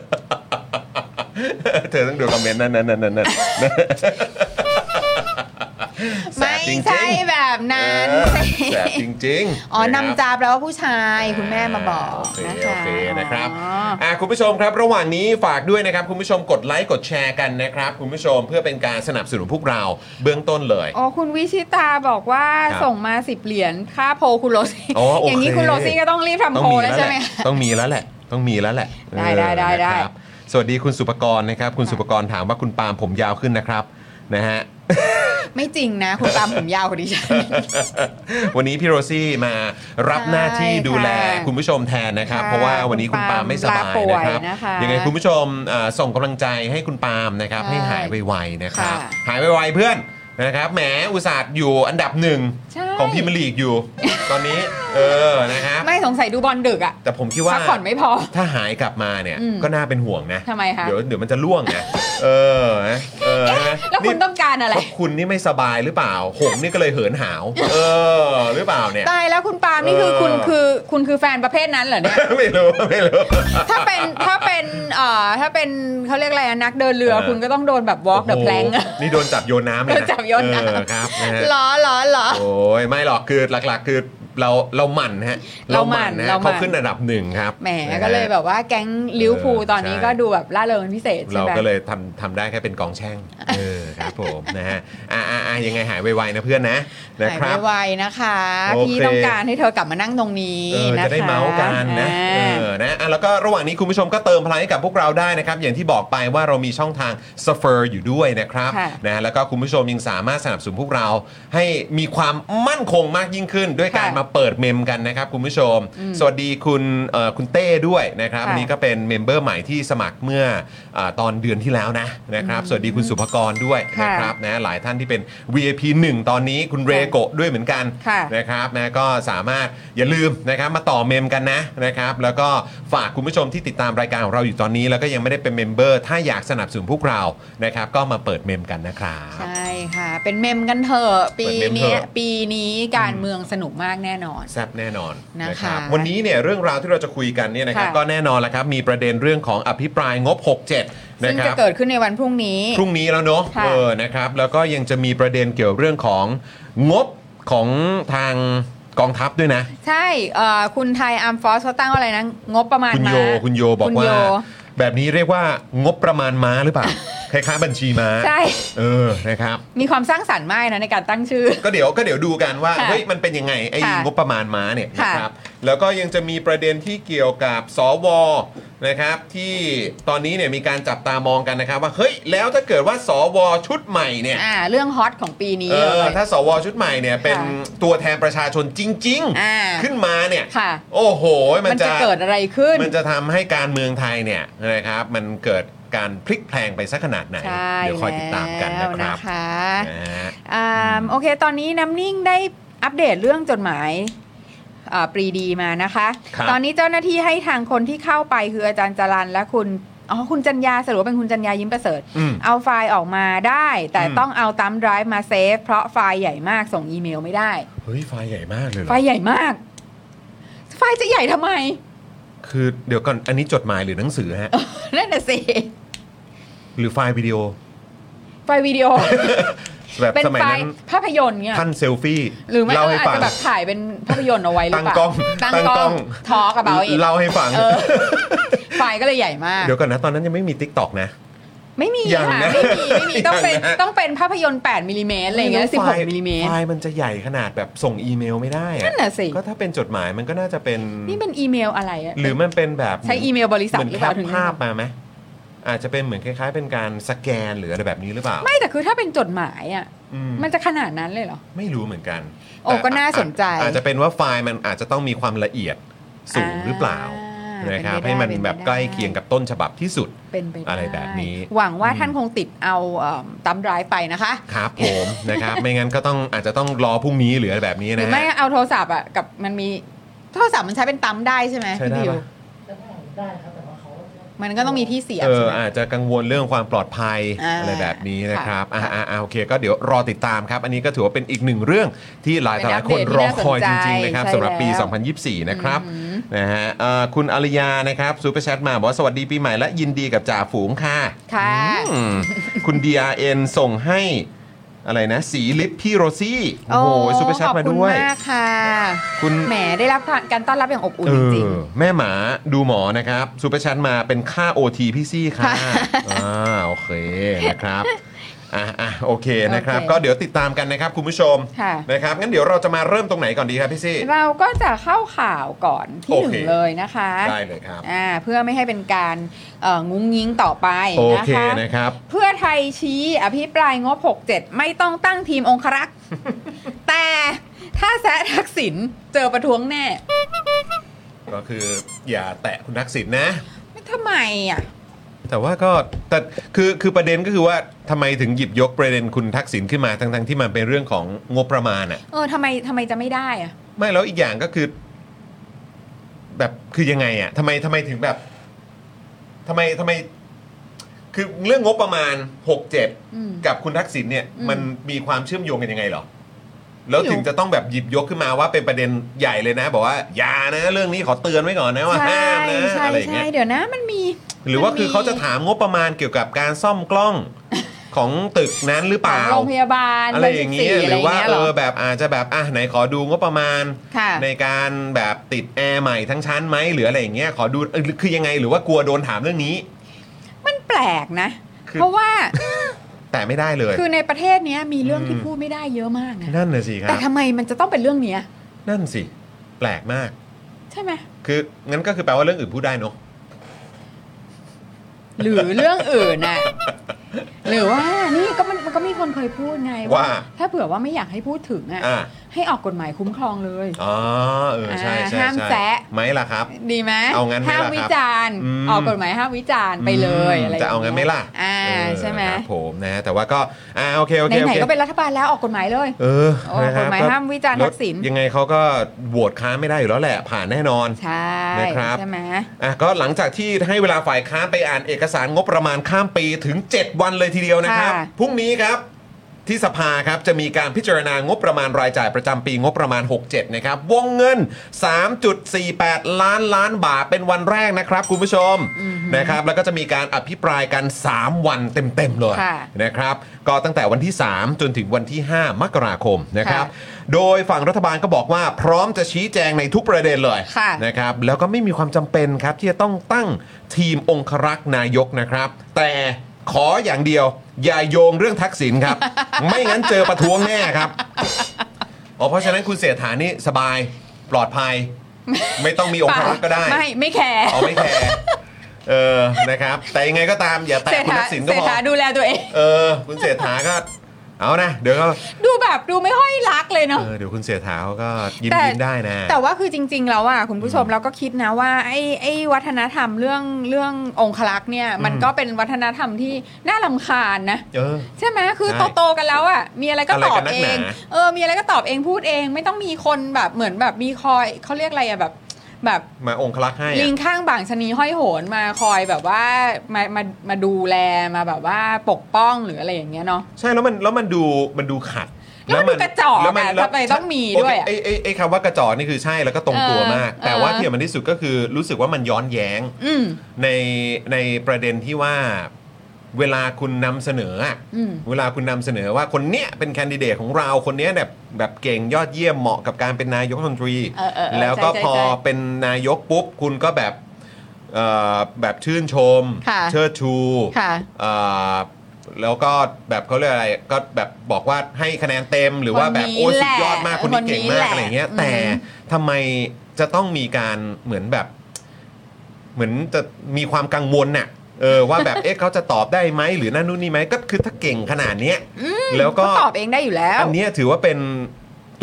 Speaker 2: เธอต้องดูคอมเมนต์นั่นนั่นนั่นนั่นนั่นแส
Speaker 3: ไม่
Speaker 2: บจริงๆ
Speaker 3: ใช่แบบนั้น
Speaker 2: เออ
Speaker 3: สิ
Speaker 2: แสบจริงๆ
Speaker 3: อ๋อ
Speaker 2: ครับ
Speaker 3: นำจาแปลว่าผู้ชายคุณแม่มาบอก
Speaker 2: อ่า
Speaker 3: นะ
Speaker 2: โอ
Speaker 3: คะ
Speaker 2: เคโอเคนะครับ
Speaker 3: อ๋อ
Speaker 2: อ่ะคุณผู้ชมครับระหว่างนี้ฝากด้วยนะครับ คุณผู้ชมกดไลค์กดแชร์กันนะครับ คุณผู้ชมเพื่อเป็นการสนับสนุนพวกเราเบื้องต้นเลย
Speaker 3: อ๋อคุณวิชิตาบอกว่า
Speaker 2: ครับ
Speaker 3: ส่งมาสิบเหรียญค่าโพลคุณโรซี่
Speaker 2: อ๋อโอเค
Speaker 3: อย่างนี้คุณโรซี่ก็ต้องรีบทำ
Speaker 2: ต้อ
Speaker 3: โพล
Speaker 2: งมี
Speaker 3: แล้ว
Speaker 2: แล้วแห
Speaker 3: ใช่ไหม
Speaker 2: ละต้องมีแล้วแหละ ต้องมีแล้วแหละ
Speaker 3: ได้ได้ได้
Speaker 2: เออนะ
Speaker 3: ได้
Speaker 2: ครับสวัสดีคุณสุปกรณ์นะครับ คุณสุปกรณ์ถามว่าคุณปาล์มผมยาวขึ้นนะครับนะฮะ *laughs*
Speaker 3: ไม่จริงนะคุณตามผมยาวกว่าดิฉัน
Speaker 2: วันนี้พี่โรซี่มารับหน้าที่ดูแลคุณผู้ชมแทนนะครับ
Speaker 3: ค่ะ
Speaker 2: เพราะว่าวันนี้คุณปาล์มไม่สบายนะครับ
Speaker 3: ลาป่วยนะคะ
Speaker 2: ยังไงคุณผู้ชมเอ่อส่งกำลังใจให้คุณปาล์มนะครับ
Speaker 3: ใช่
Speaker 2: ให้หายไวๆนะครับ
Speaker 3: ค่ะ
Speaker 2: หายไวๆเพื่อนนะครับแหมอุตส่าห์อยู่อันดับหนึ่ง
Speaker 3: ใช่
Speaker 2: ของพรีเมยร์ลีก
Speaker 3: *laughs*
Speaker 2: อยู่ ตอนนี้เออนะครับ
Speaker 3: ไม่สงสัยดูบอลดึกอ่ะ
Speaker 2: แต่ผมคิดว่า
Speaker 3: พักผ่อนไม่พอ
Speaker 2: ถ้าหายกลับมาเนี่ย
Speaker 3: อืม
Speaker 2: ก็น่าเป็นห่วงนะ
Speaker 3: ทำไมคะ
Speaker 2: เดี๋ยวเดี๋ยวมันจะล่วงนะเออนะเออนะ
Speaker 3: แล้วคุณ
Speaker 2: นี่
Speaker 3: ต้องการอะไร
Speaker 2: เพราะคุณนี่ไม่สบายหรือเปล่า หงนี่ก็เลยเหิน
Speaker 3: *laughs*
Speaker 2: หาว เออ หรือเปล่าเนี่ย
Speaker 3: ตายแล้วคุณปาล์มนี่คือ
Speaker 2: เออ
Speaker 3: คุณคือคุณคือแฟนประเภทนั้นเหรอเนี่ย
Speaker 2: ไม่รู้ *laughs* ไม่รู้
Speaker 3: ถ้าเป็นถ้าเป็นเอ่อถ้าเป็นเขาเรียกอะไรอะนักเดินเรือ
Speaker 2: เออ
Speaker 3: คุณก็ต้องโดนแบบ walk the
Speaker 2: โโห
Speaker 3: plank อะ
Speaker 2: นี่โดนจับโยนน้ำเลยนะ
Speaker 3: โดนจับโยนน้ำ
Speaker 2: เออครับนะฮะ
Speaker 3: ล้อล้อล้อ
Speaker 2: โอ้ยไม่หรอกคือหลักๆ คือเราเราหมั่นฮะ
Speaker 3: เราหมั่น
Speaker 2: นะ
Speaker 3: เรา
Speaker 2: ฮะ
Speaker 3: หมั่
Speaker 2: เขา
Speaker 3: น
Speaker 2: ขึ้นระดับหนึ่งครับ
Speaker 3: แหม
Speaker 2: นะฮะ
Speaker 3: ก็เลยแบบว่าแก๊งลิเวอร์พูลตอนนี้
Speaker 2: ใช่
Speaker 3: ก็ดูแบบล่าเริงเป็นพิเศษใช่
Speaker 2: เรา
Speaker 3: ไหม
Speaker 2: ก็เลยทำทำได้แค่เป็นกองแช่ง
Speaker 3: *laughs*
Speaker 2: เออครับผมนะฮะอ่ะอ่ะอ่ะยังไงหายไวๆนะเพื่อนนะนะ
Speaker 3: หาย
Speaker 2: ครับ
Speaker 3: ไวๆนะคะ
Speaker 2: โอเค
Speaker 3: พี่ต้องการให้เธอกลับมานั่งตรงนี้
Speaker 2: เออ
Speaker 3: นะคะ
Speaker 2: จะได้เมาส์กันนะ
Speaker 3: อ่า
Speaker 2: เออนะอ่ะแล้วก็ระหว่างนี้คุณผู้ชมก็เติมพลังให้กับพวกเราได้นะครับ อย่างที่บอกไปว่าเรามีช่องทาง s เฟอร์อยู่ด้วยนะครับ
Speaker 3: ค่ะ
Speaker 2: นะแล้วก็คุณผู้ชมยังสามารถสนับสนุนพวกเราให้มีความมั่นคงมากยิ่งขึ้น ด้วยการ
Speaker 3: ค่ะ
Speaker 2: มาเปิดเมมกันนะครับคุณผู้ชม สวัสดีคุณเอ่อคุณเต้ด้วยนะครับ
Speaker 3: ค่ะ
Speaker 2: อันนี้ก็เป็นเมมเบอร์ใหม่ที่สมัครเมื่ออาตอนเดือนที่แล้วนะนะครับสวัสดีคุณสุภกรด้วย
Speaker 3: ค่ะ
Speaker 2: นะครับนะหลายท่านที่เป็น VIP 1 ตอนนี้คุณเรโกะด้วยเหมือนกัน
Speaker 3: ค่ะ
Speaker 2: นะครับนะก็สามารถอย่าลืมนะครับมาต่อเมมกันนะนะครับ แล้วก็ฝากคุณผู้ชมที่ติดตามรายการของเราอยู่ตอนนี้ แล้วก็ยังไม่ได้เป็นเมมเบอร์ ถ้าอยากสนับสนุนพวกเรานะครับ ก็มาเปิดเมมกันนะครับ
Speaker 3: ใช่ค่ะ เป็นเมมกันเถอะปี
Speaker 2: เปิดเมมเถ
Speaker 3: เนี้ย
Speaker 2: อะ
Speaker 3: ปีนี้การเมืองสนุกมากแน่นอน
Speaker 2: แซ่บแน่นอน
Speaker 3: นะคะ
Speaker 2: รับวันนี้เนี่ยเรื่องราวที่เราจะคุยกันเนี่ยนะครับ
Speaker 3: ค่ะ
Speaker 2: ก็แน่นอนละครับ มีประเด็นเรื่องของอภิปรายงบ 67
Speaker 3: ซึ่
Speaker 2: นะ
Speaker 3: ง
Speaker 2: ค
Speaker 3: จะ
Speaker 2: รับ
Speaker 3: เกิดขึ้นในวันพรุ่งนี้
Speaker 2: พรุ่งนี้แล้วเนอะ
Speaker 3: ค่ะ
Speaker 2: เออนะครับ แล้วก็ยังจะมีประเด็นเกี่ยวเรื่องของงบของทางกองทัพด้วยนะ
Speaker 3: ใช่เอ่อคุณไทยอาร์มฟอสเขาตั้งว่าอะไรนะ งบประมาณ
Speaker 2: คุณ
Speaker 3: มา
Speaker 2: โยคุณโยบอก
Speaker 3: คุณ
Speaker 2: ว่า
Speaker 3: โย
Speaker 2: แบบนี้เรียกว่างบประมาณม้าหรือเปล่า
Speaker 3: *laughs*
Speaker 2: คล้ายๆบัญชีม้า
Speaker 3: ใช่
Speaker 2: เออนะครับ
Speaker 3: มีความสร้างสรรค์มากนะในการตั้ง
Speaker 2: *laughs*
Speaker 3: ชื่อ
Speaker 2: ก็เดี๋ยวก็เดี๋ยวดูกันว่า
Speaker 3: ค่ะ
Speaker 2: เฮ้ยมันเป็นยังไงไอ้
Speaker 3: ค่ะ
Speaker 2: งบประมาณม้าเนี่ย
Speaker 3: ค่ะ
Speaker 2: นะครับแล้วก็ยังจะมีประเด็นที่เกี่ยวกับสวนะครับ ที่ตอนนี้เนี่ยมีการจับตามองกันนะครับ ว่าเฮ้ยแล้วถ้าเกิดว่าสวชุดใหม่เนี่ย
Speaker 3: ่าเรื่องฮอตของปีนี้
Speaker 2: เอ
Speaker 3: เล
Speaker 2: อย ถ้าสวชุดใหม่เนี่ยเป็น
Speaker 3: ค่ะ
Speaker 2: ตัวแทนประชาชนจริง
Speaker 3: อ่า
Speaker 2: ๆ ขึ้นมาเนี่ย
Speaker 3: ค่ะ
Speaker 2: โอ้โห มัน
Speaker 3: มัน
Speaker 2: จะ
Speaker 3: จะเกิดอะไรขึ้น
Speaker 2: มันจะทำให้การเมืองไทยเนี่ยนะครับ มันเกิดการพลิกแพลงไปสักขนาดไหน
Speaker 3: ใช่
Speaker 2: เดี๋ยวคอยติดตามกันนะค
Speaker 3: แล้ว
Speaker 2: รับ
Speaker 3: นะคะ
Speaker 2: นะฮะ
Speaker 3: อ่ามโอเค ตอนนี้น้ำนิ่งได้อัปเดตเรื่องจดหมายอ่าปรีดีมานะคะ
Speaker 2: ครับ
Speaker 3: ตอนนี้เจ้าหน้าที่ให้ทางคนที่เข้าไปคืออาจารย์จรันและคุณ อ๋อ คุณจันยาสรุปว่าเป็นคุณจันยายิ้มประเสริฐ
Speaker 2: อืม
Speaker 3: เอาไฟล์ออกมาได้ แต่
Speaker 2: อืม
Speaker 3: ต้องเอาตัมไดรฟ์มาเซฟ เพราะไฟล์ใหญ่มากส่งอีเมลไม่ได้
Speaker 2: เฮ้ย ไฟล์ใหญ่มากเลยเหร
Speaker 3: ไฟ
Speaker 2: อ
Speaker 3: ล์ใหญ่มาก ไฟล์จะใหญ่ทำไม
Speaker 2: คือเดี๋ยวก่อน อันนี้จดหมายหรือหนังสือฮะ
Speaker 3: นั่นน่ะสิ
Speaker 2: หรือไฟล์วิดีโอ
Speaker 3: ไฟล์
Speaker 2: *laughs*
Speaker 3: วิดีโอ
Speaker 2: แบบ
Speaker 3: เป็น
Speaker 2: สมัย
Speaker 3: ไฟ
Speaker 2: นั้น
Speaker 3: ล์ภาพยนตร์เนี่ย
Speaker 2: ท่านเซลฟี่
Speaker 3: หรือไม่ก็
Speaker 2: เล่าให้
Speaker 3: อาจ
Speaker 2: ฟัง
Speaker 3: จะแบบถ่ายเป็นภาพยนตร์เอาไว้หรือเปล่า
Speaker 2: ตั้งกล้อง
Speaker 3: ตั้ง
Speaker 2: ตั้ง
Speaker 3: ก
Speaker 2: กล้
Speaker 3: ล้
Speaker 2: อ
Speaker 3: อง งทอกระเป๋าเอง
Speaker 2: เล่าให้ฟัง
Speaker 3: เออ ไฟล์ก็เลยใหญ่มาก
Speaker 2: เดี๋ยวก่อนนะ ตอนนั้นยังไม่มี t ิ k t o k นะ
Speaker 3: ไม่มี
Speaker 2: ยัง
Speaker 3: ค่ะ
Speaker 2: นะ
Speaker 3: ไม่มี ไม่มี ต้องเป็น
Speaker 2: ยังนะ
Speaker 3: ต้องเป็นภาพยนตร์ 8มิลลิเมตรอะไรอย่างเงี้ย
Speaker 2: ไรู้ไฟ
Speaker 3: 16มิลลิเมตร
Speaker 2: ไฟล์มันจะใหญ่ขนาดแบบส่งอีเมลไม่ได้อะ
Speaker 3: นั่นน่ะสิ
Speaker 2: ก็ถ้าเป็นจดหมายมันก็น่าจะเป็น
Speaker 3: นี่เป็นอีเมลอะไรอะ
Speaker 2: หรือมันเป็นแบบ
Speaker 3: ใช้อีเมลบริษัท
Speaker 2: เหมือ
Speaker 3: ห
Speaker 2: น
Speaker 3: รือ
Speaker 2: แค
Speaker 3: เปล่า
Speaker 2: ป
Speaker 3: ถึง
Speaker 2: ภาพมาไหมอาจจะเป็นเหมือนคล้าย ๆ เป็นการสแกนหรืออะไรแบบนี้หรือเปล่า
Speaker 3: ไม่แต่คือถ้าเป็นจดหมายอ่ะ
Speaker 2: อืม
Speaker 3: มันจะขนาดนั้นเลยเหรอ
Speaker 2: ไม่รู้เหมือนกัน
Speaker 3: โอ้
Speaker 2: แต่
Speaker 3: ก็น่าสนใจ
Speaker 2: อาจอาจจะเป็นว่าไฟล์มันอาจจะต้องมีความละเอียดสูง
Speaker 3: อ่า
Speaker 2: หรือเปล่า
Speaker 3: เป็นไป
Speaker 2: นะครับ
Speaker 3: ได้
Speaker 2: ให้มัน
Speaker 3: เป็นไป
Speaker 2: แบบ
Speaker 3: ได้
Speaker 2: ใกล้เคียงกับต้นฉบับที่สุด
Speaker 3: เป็นไปด้
Speaker 2: อะไรแบบนี้
Speaker 3: หวังว่าท่านคงติดเอาตัมไดรฟ์ไปนะคะ
Speaker 2: ครับผม นะครับ ไม่งั้นก็ต้องอาจจะต้องรอพรุ่งนี้หรืออะไรแบบนี้
Speaker 3: หรื
Speaker 2: นะ
Speaker 3: อไม่
Speaker 2: ฮะ
Speaker 3: เอาโทรศัพท์อ่ะกับมันมีโทรศัพท์มันใช้เป็นตัมได้ใช่ไหม
Speaker 2: ใช้
Speaker 3: พี่
Speaker 2: ได้
Speaker 3: บิว
Speaker 2: ปะ
Speaker 3: มันก็ต้องมีที่เสียบ
Speaker 2: เออ
Speaker 3: ใช่ไหม
Speaker 2: อาจจะกังวลเรื่องความปลอดภัย
Speaker 3: อ่า
Speaker 2: อะไรแบบนี้นะครับอ่า
Speaker 3: ค่ะ
Speaker 2: อ่าอ่าโอเค ก็เดี๋ยวรอติดตามครับ อันนี้ก็ถือว่าเป็นอีกหนึ่งเรื่องที่หลาย
Speaker 3: เป็
Speaker 2: ต่อน หลายคน
Speaker 3: อัปเดตที่
Speaker 2: รอ
Speaker 3: น่าสน
Speaker 2: คอยจริงๆนะครับ
Speaker 3: ใจ
Speaker 2: สำหรับปี
Speaker 3: ใช่แล้ว
Speaker 2: 2024 นะครับ
Speaker 3: อืม
Speaker 2: นะฮะเอ่อคุณอริยานะครับซูเปอร์แชทมาบอกว่าสวัสดีปีใหม่และยินดีกับจ่าฝูงค่ะ
Speaker 3: ค่ะ
Speaker 2: อืมคุณ DRN ส่งให้อะไรนะ สีลิปพี่โรซี่โอ้โหซูเปอร์แชทมาด้วย
Speaker 3: ขอบคุณมากค่ะ
Speaker 2: คุณ
Speaker 3: แหมได้รับการต้อนรับอย่างอบอุ่นจริง
Speaker 2: เออแม่หมาดูหมอนะครับซูเปอร์ชันมาเป็นค่า OT พี่ซี่ค่ะ
Speaker 3: ค่ะ
Speaker 2: อ่าโอเคนะครับ อ่ะอ่ะโอเคนะครับ
Speaker 3: โอเค
Speaker 2: ก็เดี๋ยวติดตามกันนะครับคุณผู้ชม
Speaker 3: ค่ะ
Speaker 2: นะครับงั้นเดี๋ยวเราจะมาเริ่มตรงไหนก่อนดีครับพี่ซี่
Speaker 3: เราก็จะเข้าข่าวก่อนที่หนึ่
Speaker 2: โอเค
Speaker 3: งเลยนะคะ
Speaker 2: ได้เลยครับ
Speaker 3: อ่าเพื่อไม่ให้เป็นการเอ่องุ้งยิงต่อไป
Speaker 2: โอ
Speaker 3: นะ
Speaker 2: เค
Speaker 3: คะ
Speaker 2: นะครับ
Speaker 3: เพื่อไทยชี้อภิปรายงบ 67 ไม่ต้องตั้งทีมองค
Speaker 2: *laughs*
Speaker 3: รักษ์ แต่ถ้าแซะทักษิณเจอประท้วงแน่
Speaker 2: ก็คืออย่าแตะคุณทักษิณนะ
Speaker 3: ไม่ทำไมอ่ะ
Speaker 2: แต่ว่าก็แต่คือคือประเด็นก็คือว่าทำไมถึงหยิบยกประเด็นคุณทักษิณขึ้นมาทั้งทั้งๆที่มันเป็นเรื่องของงบประมาณอ่ะ
Speaker 3: เออทำไมทำไมจะไม่ได้อ่ะ
Speaker 2: ไม่แล้วอีกอย่างก็คือ แบบคือยังไงอ่ะทำไมทำไมถึงแบบทำไมทำไม คือเรื่องงบประมาณหกเจ็ด
Speaker 3: อืม
Speaker 2: กับคุณทักษิณเนี่ย
Speaker 3: อืม
Speaker 2: มันมีความเชื่อมโยงกันยังไงเหรอแล้วถึงจะต้องแบบหยิบยกขึ้นมาว่าเป็นประเด็นใหญ่เลยนะ บอกว่าอย่านะ เรื่องนี้ขอเตือนไว้ก่อนนะว่า
Speaker 3: ใช่
Speaker 2: ห้ามนะ
Speaker 3: ใช่
Speaker 2: อะไรอย่าง
Speaker 3: ใช่
Speaker 2: เงี้ย
Speaker 3: เดี๋ยวนะมันมี
Speaker 2: หรือว่าคือเขาจะถามงบประมาณเกี่ยวกับการซ่อมกล้อง ของตึกนั้นหรือเปล่า
Speaker 3: ของโรงพยาบาล
Speaker 2: อะไรอย่างเงี้ย
Speaker 3: เบอร์14
Speaker 2: หรือว่า
Speaker 3: ะไย่งงี้ย
Speaker 2: เอ
Speaker 3: ห
Speaker 2: อแบบอาจจะแบบอ่ะไหนขอดูงบประมาณ
Speaker 3: ค่ะ
Speaker 2: ในการแบบติดแอร์ใหม่ทั้งชั้นไหมหรืออะไรอย่างเงี้ยขอดูเออคือยังไงหรือว่ากลัวโดนถามเรื่องนี้
Speaker 3: มันแปลกนะ
Speaker 2: คือ
Speaker 3: เพราะว่า
Speaker 2: แต่ไม่ได้เลย
Speaker 3: คือในประเทศเนี้ยมีเรื่องที่
Speaker 2: อืม
Speaker 3: พูดไม่ได้เยอะมากนะ
Speaker 2: นั่นน่ะสิครั
Speaker 3: แต่
Speaker 2: บ
Speaker 3: ทำไมมันจะต้องเป็นเรื่องเนี้ย
Speaker 2: นั่นสิแปลกมาก
Speaker 3: ใช่ไหม
Speaker 2: คืองั้นก็คือแปลว่าเรื่องอื่นพูดได้เนอะ
Speaker 3: หรือเรื่องอื่นน่ะหรือว่านี่ก็มันมันก็มีคนเคยพูดไง
Speaker 2: ว่า
Speaker 3: ถ้าเผื่อว่าไม่อยากให้พูดถึงอ่ะ
Speaker 2: อ่ะ
Speaker 3: ให้ออกกฎหมายคุ้มครองเลย
Speaker 2: อ๋อเออใช่
Speaker 3: อ่า
Speaker 2: ใช่
Speaker 3: ห้าม
Speaker 2: ใช่
Speaker 3: แซะ
Speaker 2: ไหมล่ะครับ
Speaker 3: ดีไหม
Speaker 2: เอางั้นไหม
Speaker 3: ห้าม
Speaker 2: ล่ะครับ
Speaker 3: วิจารณ์
Speaker 2: อืม
Speaker 3: ออกกฎหมายห้ามวิจารณ์ไปเลยอะไร
Speaker 2: จะเอางั้นไหมล่ะ
Speaker 3: อ่า
Speaker 2: เออ
Speaker 3: ใช่ไหม
Speaker 2: ครับผมนะ แต่ว่าก็อ่าโอเคโอเคโอ
Speaker 3: ไหน
Speaker 2: เค
Speaker 3: ๆก็เป็นรัฐบาลแล้วออกกฎหมายเลย
Speaker 2: เออ
Speaker 3: โอ้
Speaker 2: นะครั
Speaker 3: ก
Speaker 2: บ
Speaker 3: ฎหมาย
Speaker 2: ก็
Speaker 3: ห้ามวิจารณ์ทักษิณ
Speaker 2: แล้วยังไงเขาก็โหวตค้านไม่ได้อยู่แล้วแหละ ผ่านแน่นอน
Speaker 3: ใช่
Speaker 2: นะครับ
Speaker 3: ใช่ไหม
Speaker 2: อ่ะก็หลังจากที่ให้เวลาฝ่ายค้านไปอ่านเอกสารงบประมาณข้ามปีถึง 7 วันเลยทีเดียวนะครับ
Speaker 3: ค่ะ
Speaker 2: พรุ่งนี้ครับที่สภาครับจะมีการพิจารณางบประมาณรายจ่ายประจำปีงบประมาณ 67 นะครับ วงเงิน 3.48 ล้านล้านบาทเป็นวันแรกนะครับ คุณผู้ชมนะครับแล้วก็จะมีการอภิปรายกัน 3 วันเต็มๆเลย
Speaker 3: ค่ะ
Speaker 2: นะครับก็ตั้งแต่วันที่ 3 จนถึงวันที่ 5 มกราคมนะครับ
Speaker 3: ค่
Speaker 2: โดยฝั่งรัฐบาลก็บอกว่าพร้อมจะชี้แจงในทุกประเด็นเลย
Speaker 3: ค่ะ
Speaker 2: นะครับแล้วก็ไม่มีความจำเป็นครับที่จะต้องตั้งทีมองครักษ์นายกนะครับ แต่ขออย่างเดียว อย่าโยงเรื่องทักษิณ
Speaker 3: *laughs*
Speaker 2: ครับ ไม่งั้นเจอประท้วงแน่ครับอ๋อเพราะฉะนั้นคุณเสถานี่สบายปลอดภัย ไม่ต้องมีองครักษ์ก็ได้
Speaker 3: ไม่ไม่แคร์
Speaker 2: อ๋อไม่แคร์เออนะครับ แต่ยังไงก็ตามอย่าแตะ
Speaker 3: เศรษ
Speaker 2: คุณ
Speaker 3: ฐา
Speaker 2: ทักษิณก็
Speaker 3: เศรษ
Speaker 2: พอ
Speaker 3: ฐาดูแลตัวเอง
Speaker 2: เออคุณเศรษฐาก็ เอานะ เดี๋ยวก็
Speaker 3: ดูแบบดูไม่ค่อยรักเลย
Speaker 2: เอ
Speaker 3: เนาะ
Speaker 2: อเดี๋ยวคุณเศรษฐาเขาก็ยิ้ม
Speaker 3: แต่
Speaker 2: ยิ้มได้นะ
Speaker 3: แต่ว่าคือจริง ๆ แล้วอ่ะคุณผู้ชมเราก็คิดนะว่าไอ้ไอ้วัฒนธรรมเรื่องเรื่ององคลักษ์เนี่ย มัน
Speaker 2: อืม
Speaker 3: ก็เป็นวัฒนธรรมที่น่าลำคาญนะ
Speaker 2: เออ
Speaker 3: ใช่ไหมคือ
Speaker 2: ใช่
Speaker 3: โตโตๆกันแล้วอะมีอะไรก็
Speaker 2: อะไร
Speaker 3: ตอ
Speaker 2: กับ นนัก
Speaker 3: เอ
Speaker 2: หนาง
Speaker 3: เออ มีอะไรก็ตอบเองพูดเอง ไม่ต้องมีคนแบบเหมือนแบบมีคอยเขาเรียกอะไรอะแบบ แบบ
Speaker 2: มาองคลักษ์ให้
Speaker 3: ลิ
Speaker 2: อะ
Speaker 3: งข้างบ่างชะนีห้อยโหนมาคอยแบบว่ามามามาดูแลมาแบบว่าปกป้องหรืออะไรอย่างเงี้ยเนาะ
Speaker 2: ใช่แล้วมันแล้วมันดูมันดูขัด
Speaker 3: แล้วมันดูกระจอกอะทำไมต้องมีด้วยอะ
Speaker 2: โอเคไอ้ไอ้ไอ้คำว่ากระจอกนี่คือใช่แล้วก็ตรงตัวมาก
Speaker 3: เออ
Speaker 2: แต่ว่า
Speaker 3: เออ
Speaker 2: ที่มันที่สุดก็คือรู้สึกว่ามันย้อนแย้ง
Speaker 3: อืม
Speaker 2: ในในประเด็นที่ว่า เวลาคุณนำเสนออะ
Speaker 3: อืม
Speaker 2: เวลาคุณนำเสนอว่าคนเนี้ยเป็นแคนดิเดตของเราคนเนี้ยแบบแบบเก่งยอดเยี่ยมเหมาะกับการเป็นนายกรัฐมนตรี
Speaker 3: เออเออเ
Speaker 2: แล้วก็
Speaker 3: ใช่
Speaker 2: พอ
Speaker 3: ใช่
Speaker 2: เป็นนายกปุ๊บ คุณก็แบบเอ่อแบบชื่นชม
Speaker 3: ค่ะ
Speaker 2: เชิดชู
Speaker 3: ค่ะ
Speaker 2: เอ่อแล้วก็แบบเขาเรียกอะไรก็แบบบอกว่าให้คะแนนเต็ม หรือว่าแบบ
Speaker 3: คนนี้
Speaker 2: โอ้ยสุดยอดมา
Speaker 3: แห
Speaker 2: ก
Speaker 3: ละ
Speaker 2: คนนี้เก่ง
Speaker 3: คน
Speaker 2: มา
Speaker 3: นี้แห
Speaker 2: ก
Speaker 3: ละ
Speaker 2: อะไรเงี้ย
Speaker 3: อืม
Speaker 2: แต่ทำไมจะต้องมีการเหมือนแบบ เหมือนจะมีความกังวลน่ะเออว่าแบบเอ๊ะ *laughs* เขาจะตอบได้ไหมหรือนั่นนู่นนี่ไหมก็คือถ้าเก่งขนาดเนี้ยแล้วก็
Speaker 3: ก็ตอบเองได้อยู่แล้ว
Speaker 2: อันเนี้ยถือว่าเป็น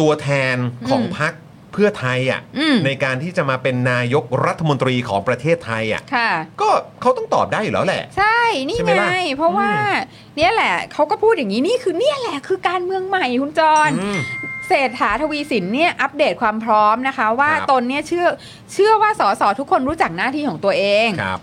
Speaker 2: ตัวแทนของ
Speaker 3: อืม
Speaker 2: พรรคเพื่อไทยอ่ะ
Speaker 3: อืม
Speaker 2: ในการที่จะมาเป็นนายกรัฐมนตรีของประเทศไทยอ่ะ
Speaker 3: ค่ะ
Speaker 2: ก็เขาต้องตอบได้อยู่แล้วแหละ
Speaker 3: ใช่ นี่
Speaker 2: ใช่ไหม
Speaker 3: ไง
Speaker 2: ล่ะ
Speaker 3: เพราะว่า
Speaker 2: อื
Speaker 3: เนี่ยแหละเขาก็พูดอย่างนี้นี่คือเนี่ยแหละคือการเมืองใหม่คุณจร
Speaker 2: อืม
Speaker 3: เศรษฐาทวีสินเนี่ยอัปเดตความพร้อมนะคะ ว่า
Speaker 2: ครับ
Speaker 3: ตนเนี่ยเชื่อเชื่อว่าสสทุกคนรู้จักหน้าที่ของตัวเอง
Speaker 2: ครับ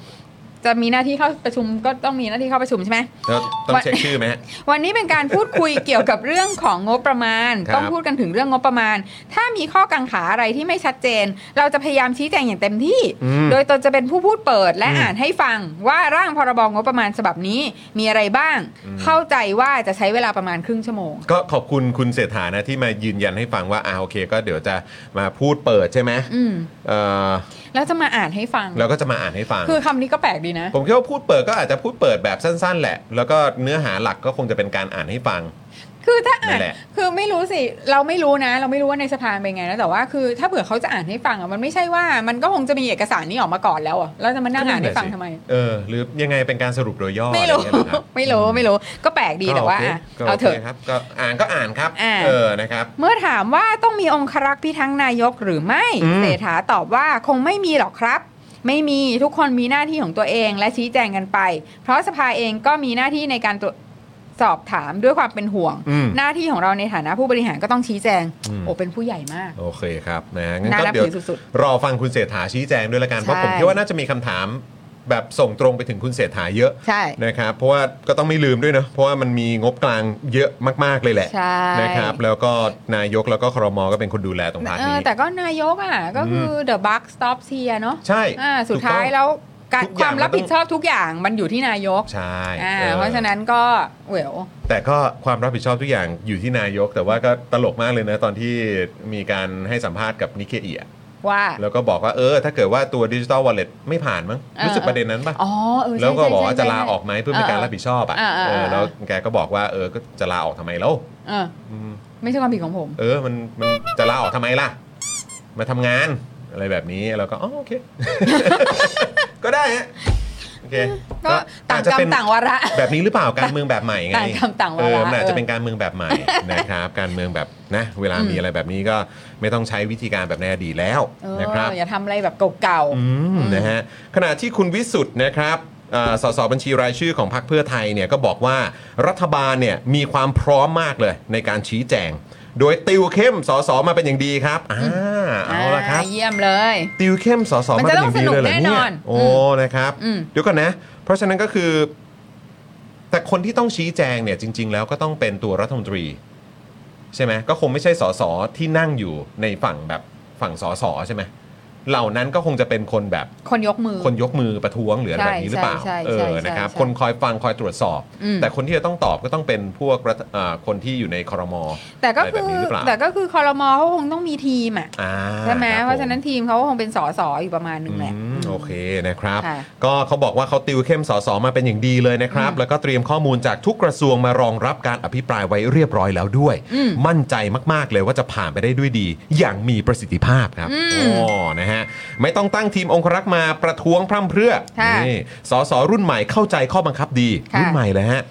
Speaker 3: จะมีหน้าที่เข้าประชุมก็ต้องมีหน้าที่เข้าประชุมใช่ไหม
Speaker 2: แล้วต้อง
Speaker 3: วัน
Speaker 2: เช็คชื่อไหมฮะ
Speaker 3: วันนี้เป็นการพูดคุย เกี่ยวกับเรื่องของงบประมาณ
Speaker 2: ครับ
Speaker 3: ต้องพูดกันถึงเรื่องงบประมาณ ถ้ามีข้อกังขาอะไรที่ไม่ชัดเจน เราจะพยายามชี้แจงอย่างเต็มที่
Speaker 2: อืม
Speaker 3: โดยตนจะเป็นผู้พูดเปิดและ
Speaker 2: อืม
Speaker 3: อ่านให้ฟังว่าร่างพรบงบประมาณฉบับนี้มีอะไรบ้าง
Speaker 2: อืม
Speaker 3: เข้าใจว่าจะใช้เวลาประมาณครึ่งชั่วโมง
Speaker 2: ก็ขอบคุณคุณเศรษฐานะที่มายืนยันให้ฟังว่าอ่าโอเค ก็เดี๋ยวจะมาพูดเปิดใช่ไหม
Speaker 3: อืม
Speaker 2: เอ่อ
Speaker 3: แล้วจะมาอ่านให้ฟัง
Speaker 2: เราก็จะมาอ่านให้ฟัง
Speaker 3: คือคำนี้ก็แปลกดีนะ
Speaker 2: ผมคิดว่าพูดเปิดก็อาจจะพูดเปิดแบบสั้น ๆ แหละ แล้วก็เนื้อหาหลักก็คงจะเป็นการอ่านให้ฟัง
Speaker 3: คือถ้าอ่าน
Speaker 2: นั่นแหละ
Speaker 3: คือไม่รู้สิ เราไม่รู้นะ เราไม่รู้ว่าในสภาเป็นไงนะ แต่ว่าคือถ้าเผื่อเขาจะอ่านให้ฟังอ่ะ มันไม่ใช่ว่า มันก็คงจะมีเอกสารนี้ออกมาก่อนแล้วอ่ะ แล้วจะมานั่งอ่านให้ฟังทำไม
Speaker 2: เออ หรือยังไงเป็นการสรุปโดยย่อ
Speaker 3: ไม่รู้
Speaker 2: อะอย่างเงี้ยเหอคบ
Speaker 3: ไม่รู้ ไม่รู้ ก็แปลกดีแต่ว่า
Speaker 2: ก็
Speaker 3: อ่ะ
Speaker 2: โอเคก็
Speaker 3: เอาเถอะ
Speaker 2: โคครับก็อ่านก็อ่านครับ
Speaker 3: อ่าน
Speaker 2: เออนะครับ
Speaker 3: เมื่อถามว่าต้องมีองครักษ์พิทักษ์นายกหรือไม่
Speaker 2: อืม
Speaker 3: เศรษฐาตอบว่าคงไม่มีหรอกครับ ไม่มีทุกคนมีหน้าที่ของตัวเองและชี้แจงกันไป เพราะสภาเองก็มีหน้าที่ในการตรวจสอบถามด้วยความเป็นห่วง
Speaker 2: อืม
Speaker 3: หน้าที่ของเราในฐานะผู้บริหารก็ต้องชี้แจง
Speaker 2: อืม
Speaker 3: โอ้เป็นผู้ใหญ่มาก
Speaker 2: โอเคครับนะงั้น
Speaker 3: น่า
Speaker 2: ก็
Speaker 3: นับ
Speaker 2: เดี๋ยว
Speaker 3: ถือสุด
Speaker 2: รอฟังคุณเศรษฐาชี้แจงด้วยละกัน
Speaker 3: ใช่
Speaker 2: เพราะผมคิดว่าน่าจะมีคำถามแบบส่งตรงไปถึงคุณเศรษฐาเยอะ
Speaker 3: ๆ ใช่
Speaker 2: นะครับเพราะว่าก็ต้องไม่ลืมด้วยนะ เพราะว่ามันมีงบกลางเยอะมาก ๆ เลยแหละ
Speaker 3: ใช่
Speaker 2: นะครับแล้วก็นายกแล้วก็ครมก็เป็นคนดูแลตรงพาร์ท
Speaker 3: เอ
Speaker 2: นี้
Speaker 3: อแต่ก็นายกอ่ะ ก็คืออ the buck stops here เนอะ
Speaker 2: ใช่
Speaker 3: อ่าสุด
Speaker 2: ถูกต้อง
Speaker 3: ท้ายแล้วการ
Speaker 2: ทุกอ
Speaker 3: คา
Speaker 2: ย่าว
Speaker 3: ง ม
Speaker 2: มันต้อง
Speaker 3: รับผิดชอบทุกอย่างมันอยู่ที่นายก
Speaker 2: ใช่
Speaker 3: อ่า
Speaker 2: ออ
Speaker 3: เพราะฉะนั้นก็เวล
Speaker 2: แต่ก็ความรับผิดชอบทุกอย่างอยู่ที่นายก แต่ว่าก็ตลกมากเลยนะตอนที่มีการให้สัมภาษณ์กับนิเคอีอะ
Speaker 3: ว่า
Speaker 2: แล้วก็บอกว่าเออ ถ้าเกิดว่าตัวดิจิ t a ลวอลเล็ตไม่ผ่านมั้ง
Speaker 3: เออ
Speaker 2: รู้สึกประเด็นนั้นปะ
Speaker 3: อ๋อเออใช่
Speaker 2: แล้วก็บอกว่า
Speaker 3: ใช่
Speaker 2: จะ
Speaker 3: ใช่
Speaker 2: ลาออกไหมเพื่อเป็นการรับผิดชอบอ่ะ
Speaker 3: าอ่า
Speaker 2: เออ
Speaker 3: อ่า
Speaker 2: แล้วแกก็บอกว่าเออก็จะลาออกทำไมแล้ว
Speaker 3: เออ
Speaker 2: อืม
Speaker 3: ไม่ใช่ความผิดของผม
Speaker 2: เออมันมันจะลาออกทำไมล่ะ มาทำงานอะไรแบบนี้แล้วก็อ๋อ
Speaker 3: *laughs*
Speaker 2: โอเค ก็ได้ฮะโอเค
Speaker 3: ก็ต่างกรรมต่างวาระ
Speaker 2: แบบนี้หรือเปล่าการเมืองแบบใหม่ไง
Speaker 3: ต่างกรรมต่างวาระ
Speaker 2: เออมันอาจ
Speaker 3: เอ
Speaker 2: จะ
Speaker 3: อ
Speaker 2: เป็นการเมืองแบบใหม่ นะครับการเมืองแบบนะเวลา
Speaker 3: อืม
Speaker 2: มีอะไรแบบนี้ก็ไม่ต้องใช้วิธีการแบบในอดีตแล้ว
Speaker 3: เออ
Speaker 2: นะครับ
Speaker 3: อย่าทำอะไรแบบเก่า
Speaker 2: อืมนะฮะขณะที่คุณวิสุทธ์นะครับเอ่อสสบัญชีรายชื่อของพรรคเพื่อไทยเนี่ยก็บอกว่ารัฐบาลเนี่ยมีความพร้อมมากเลยในการชี้แจง โดยติวเข้มสสมาเป็นอย่างดีครับอ่า
Speaker 3: ๆ
Speaker 2: เอาละครับ
Speaker 3: อ่เยี่ยมเลย
Speaker 2: ติวเข้มสส
Speaker 3: มั
Speaker 2: มาน เป็
Speaker 3: จะ
Speaker 2: น
Speaker 3: ต้
Speaker 2: อ
Speaker 3: อง
Speaker 2: ย่างดีเลยเห
Speaker 3: สนุก
Speaker 2: รอ
Speaker 3: แน่น
Speaker 2: เนี่ย
Speaker 3: อน
Speaker 2: โอ้นะครับ
Speaker 3: อืม
Speaker 2: เดี๋ยวก่อนนะ เพราะฉะนั้นก็คือ แต่คนที่ต้องชี้แจงเนี่ยจริง ๆ แล้วก็ต้องเป็นตัวรัฐมนตรี ใช่ไหมก็คงไม่ใช่สสที่นั่งอยู่ในฝั่งแบบฝั่งสสใช่ไหมเหล่านั้นก็คงจะเป็นคนแบบ
Speaker 3: คนยกมือ
Speaker 2: คนยกมือประท้วงหรืออะไร
Speaker 3: ใช่
Speaker 2: แบบนี้หรือเปล่า
Speaker 3: ใช่ใช่
Speaker 2: เอ
Speaker 3: ใช่
Speaker 2: อ นะครับ
Speaker 3: ใช่
Speaker 2: คนคอยฟังคอยตรวจสอบ
Speaker 3: อืม
Speaker 2: แต่คนที่จะต้องตอบก็ต้องเป็นพวกรัฐเอ่อคนที่อยู่ในคอรมอ
Speaker 3: แต่ก็
Speaker 2: อะไรแบ
Speaker 3: คื
Speaker 2: บ
Speaker 3: อ
Speaker 2: นี้หรือเปล่า
Speaker 3: แต่ก็คือคอรมอเขาคงต้องมีทีมอ่ะ
Speaker 2: อ่า
Speaker 3: ใช่ไหม
Speaker 2: คบ
Speaker 3: เพราะฉะนั้น
Speaker 2: ผ
Speaker 3: ทีมเขาก็คงเป็นสอสออยู่ประมาณหนึ่งแหละ
Speaker 2: อืมโอเคนะครับ
Speaker 3: ค่ะ
Speaker 2: ก็เขาบอกว่าเขาติวเข้มสสมาเป็นอย่างดีเลยนะครับ
Speaker 3: อืม
Speaker 2: แล้วก็เตรียมข้อมูลจากทุกกระทรวงมารองรับการอภิปรายไว้เรียบร้อยแล้วด้วย
Speaker 3: อืม
Speaker 2: มั่นใจมากๆเลยว่าจะผ่านไปได้ด้วยดี อย่างมีประสิทธิภาพครับ
Speaker 3: อืม
Speaker 2: อ๋อนะฮะไม่ต้องตั้งทีมองครักษ์มาประท้วงพร่ำเพรื่อ
Speaker 3: ค่ะ
Speaker 2: นี่สสรุ่นใหม่เข้าใจข้อบังคับดี
Speaker 3: ค่ะ
Speaker 2: รุ่นใหม่เลยฮะ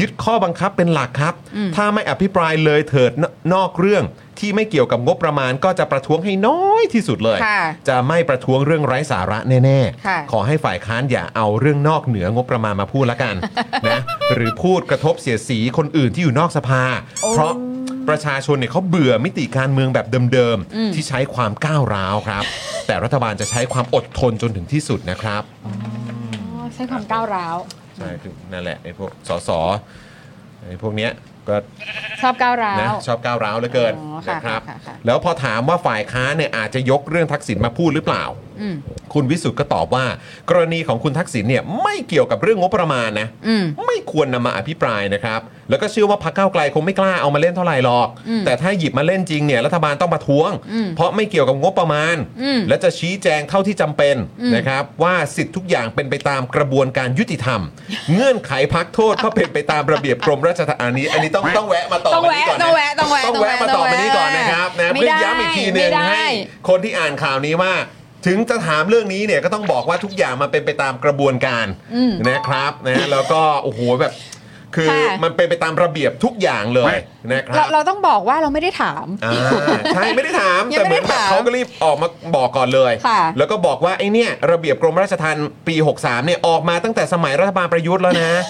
Speaker 2: ยึดข้อบังคับเป็นหลักครับ
Speaker 3: อืม
Speaker 2: ถ้าไม่อภิปรายเลยเถิดนนอกเรื่อง ที่ไม่เกี่ยวกับงบประมาณก็จะประท้วงให้น้อยที่สุดเลย
Speaker 3: ค่ะ
Speaker 2: จะไม่ประท้วงเรื่องไร้สาระแน่
Speaker 3: ค่ะ
Speaker 2: ๆ ขอให้ฝ่ายค้านอย่าเอาเรื่องนอกเหนืองบประมาณมาพูดละกัน *laughs* นะหรือพูดกระทบเสียดสีคนอื่นที่อยู่นอกสภา
Speaker 3: โอ้
Speaker 2: เพราะประชาชนเนี่ยเขาเบื่อมิติการเมืองแบบเดิม
Speaker 3: อืม
Speaker 2: ๆ ที่ใช้ความก้าวร้าวครับ *laughs* แต่รัฐบาลจะใช้ความอดทนจนถึงที่สุดนะครับ
Speaker 3: อ๋อใช้ความก้าวร้าว
Speaker 2: ใช่คือนั่นแหละไอ้พวกสสไอ้พวกเนี้ยก็
Speaker 3: ชอบก้าวร้า
Speaker 2: นะ
Speaker 3: ว
Speaker 2: ชอบก้าวร้าวเหลือเกิน
Speaker 3: อ๋อค่ะ
Speaker 2: นะครับ
Speaker 3: ค่ะค่ะ
Speaker 2: แล้วพอถามว่าฝ่ายค้านเนี่ยอาจจะยกเรื่องทักษิณมาพูดหรือเปล่า
Speaker 3: อืม
Speaker 2: คุณวิสุทธ์ก็ตอบว่า กรณีของคุณทักษิณเนี่ยไม่เกี่ยวกับเรื่องงบประมาณนะ
Speaker 3: อืม
Speaker 2: ไม่ควรนำมาอภิปรายนะครับ แล้วก็เชื่อว่าพรรคก้าวไกลคงไม่กล้าเอามาเล่นเท่าไหร่หรอก
Speaker 3: อืม
Speaker 2: แต่ถ้าหยิบมาเล่นจริงเนี่ยรัฐบาลต้องมาทวง
Speaker 3: อืม
Speaker 2: เพราะไม่เกี่ยวกับงบประมาณ
Speaker 3: อืม
Speaker 2: และจะชี้แจงเท่าที่จำเป็น
Speaker 3: อืม
Speaker 2: นะครับ ว่าสิทธิ์ทุกอย่างเป็นไปตามกระบวนการยุติธรรม เงื่อนไขพักโทษก็เป็นไปตามระเบียบกรมราชธานีอันนี้ต้องต้องแวะมาต่อ
Speaker 3: ต้อง
Speaker 2: มา
Speaker 3: แวะ
Speaker 2: นี้ก่อน
Speaker 3: ต้
Speaker 2: นะ
Speaker 3: องแวะต้องแวะ
Speaker 2: ต้องแวะมาต่อมานี้ก่อนนะครับนะ
Speaker 3: ไม่
Speaker 2: เพื่อ
Speaker 3: ได้
Speaker 2: ย้ำอีกทีหนึง
Speaker 3: ไม่ได้
Speaker 2: ให้คนที่อ่านข่าวนี้ว่า ถึงจะถามเรื่องนี้เนี่ยก็ต้องบอกว่าทุกอย่างมันเป็นไปตามกระบวนการ
Speaker 3: อืม
Speaker 2: นะครับนะแล้วก็โอ้โหแบบคือ
Speaker 3: ค่ะ
Speaker 2: มันเป็นไปตามระเบียบทุกอย่างเลยนะค
Speaker 3: เรา
Speaker 2: รับ
Speaker 3: เราต้องบอกว่าเราไม่ได้ถาม
Speaker 2: อ่าใช่ไม่ได้ถาม
Speaker 3: ยัง
Speaker 2: แต่เห
Speaker 3: ไม่
Speaker 2: มื
Speaker 3: ได้
Speaker 2: อนแบบ
Speaker 3: ถาม
Speaker 2: เขาก็รีบออกมาบอกก่อนเลย
Speaker 3: ค่ะ
Speaker 2: แล้วก็บอกว่าไอ้เนี่ยระเบียบกรมราชทัณฑ์ปี 63เนี่ยออกมาตั้งแต่สมัยรัฐบาลประยุทธ์แล้วนะ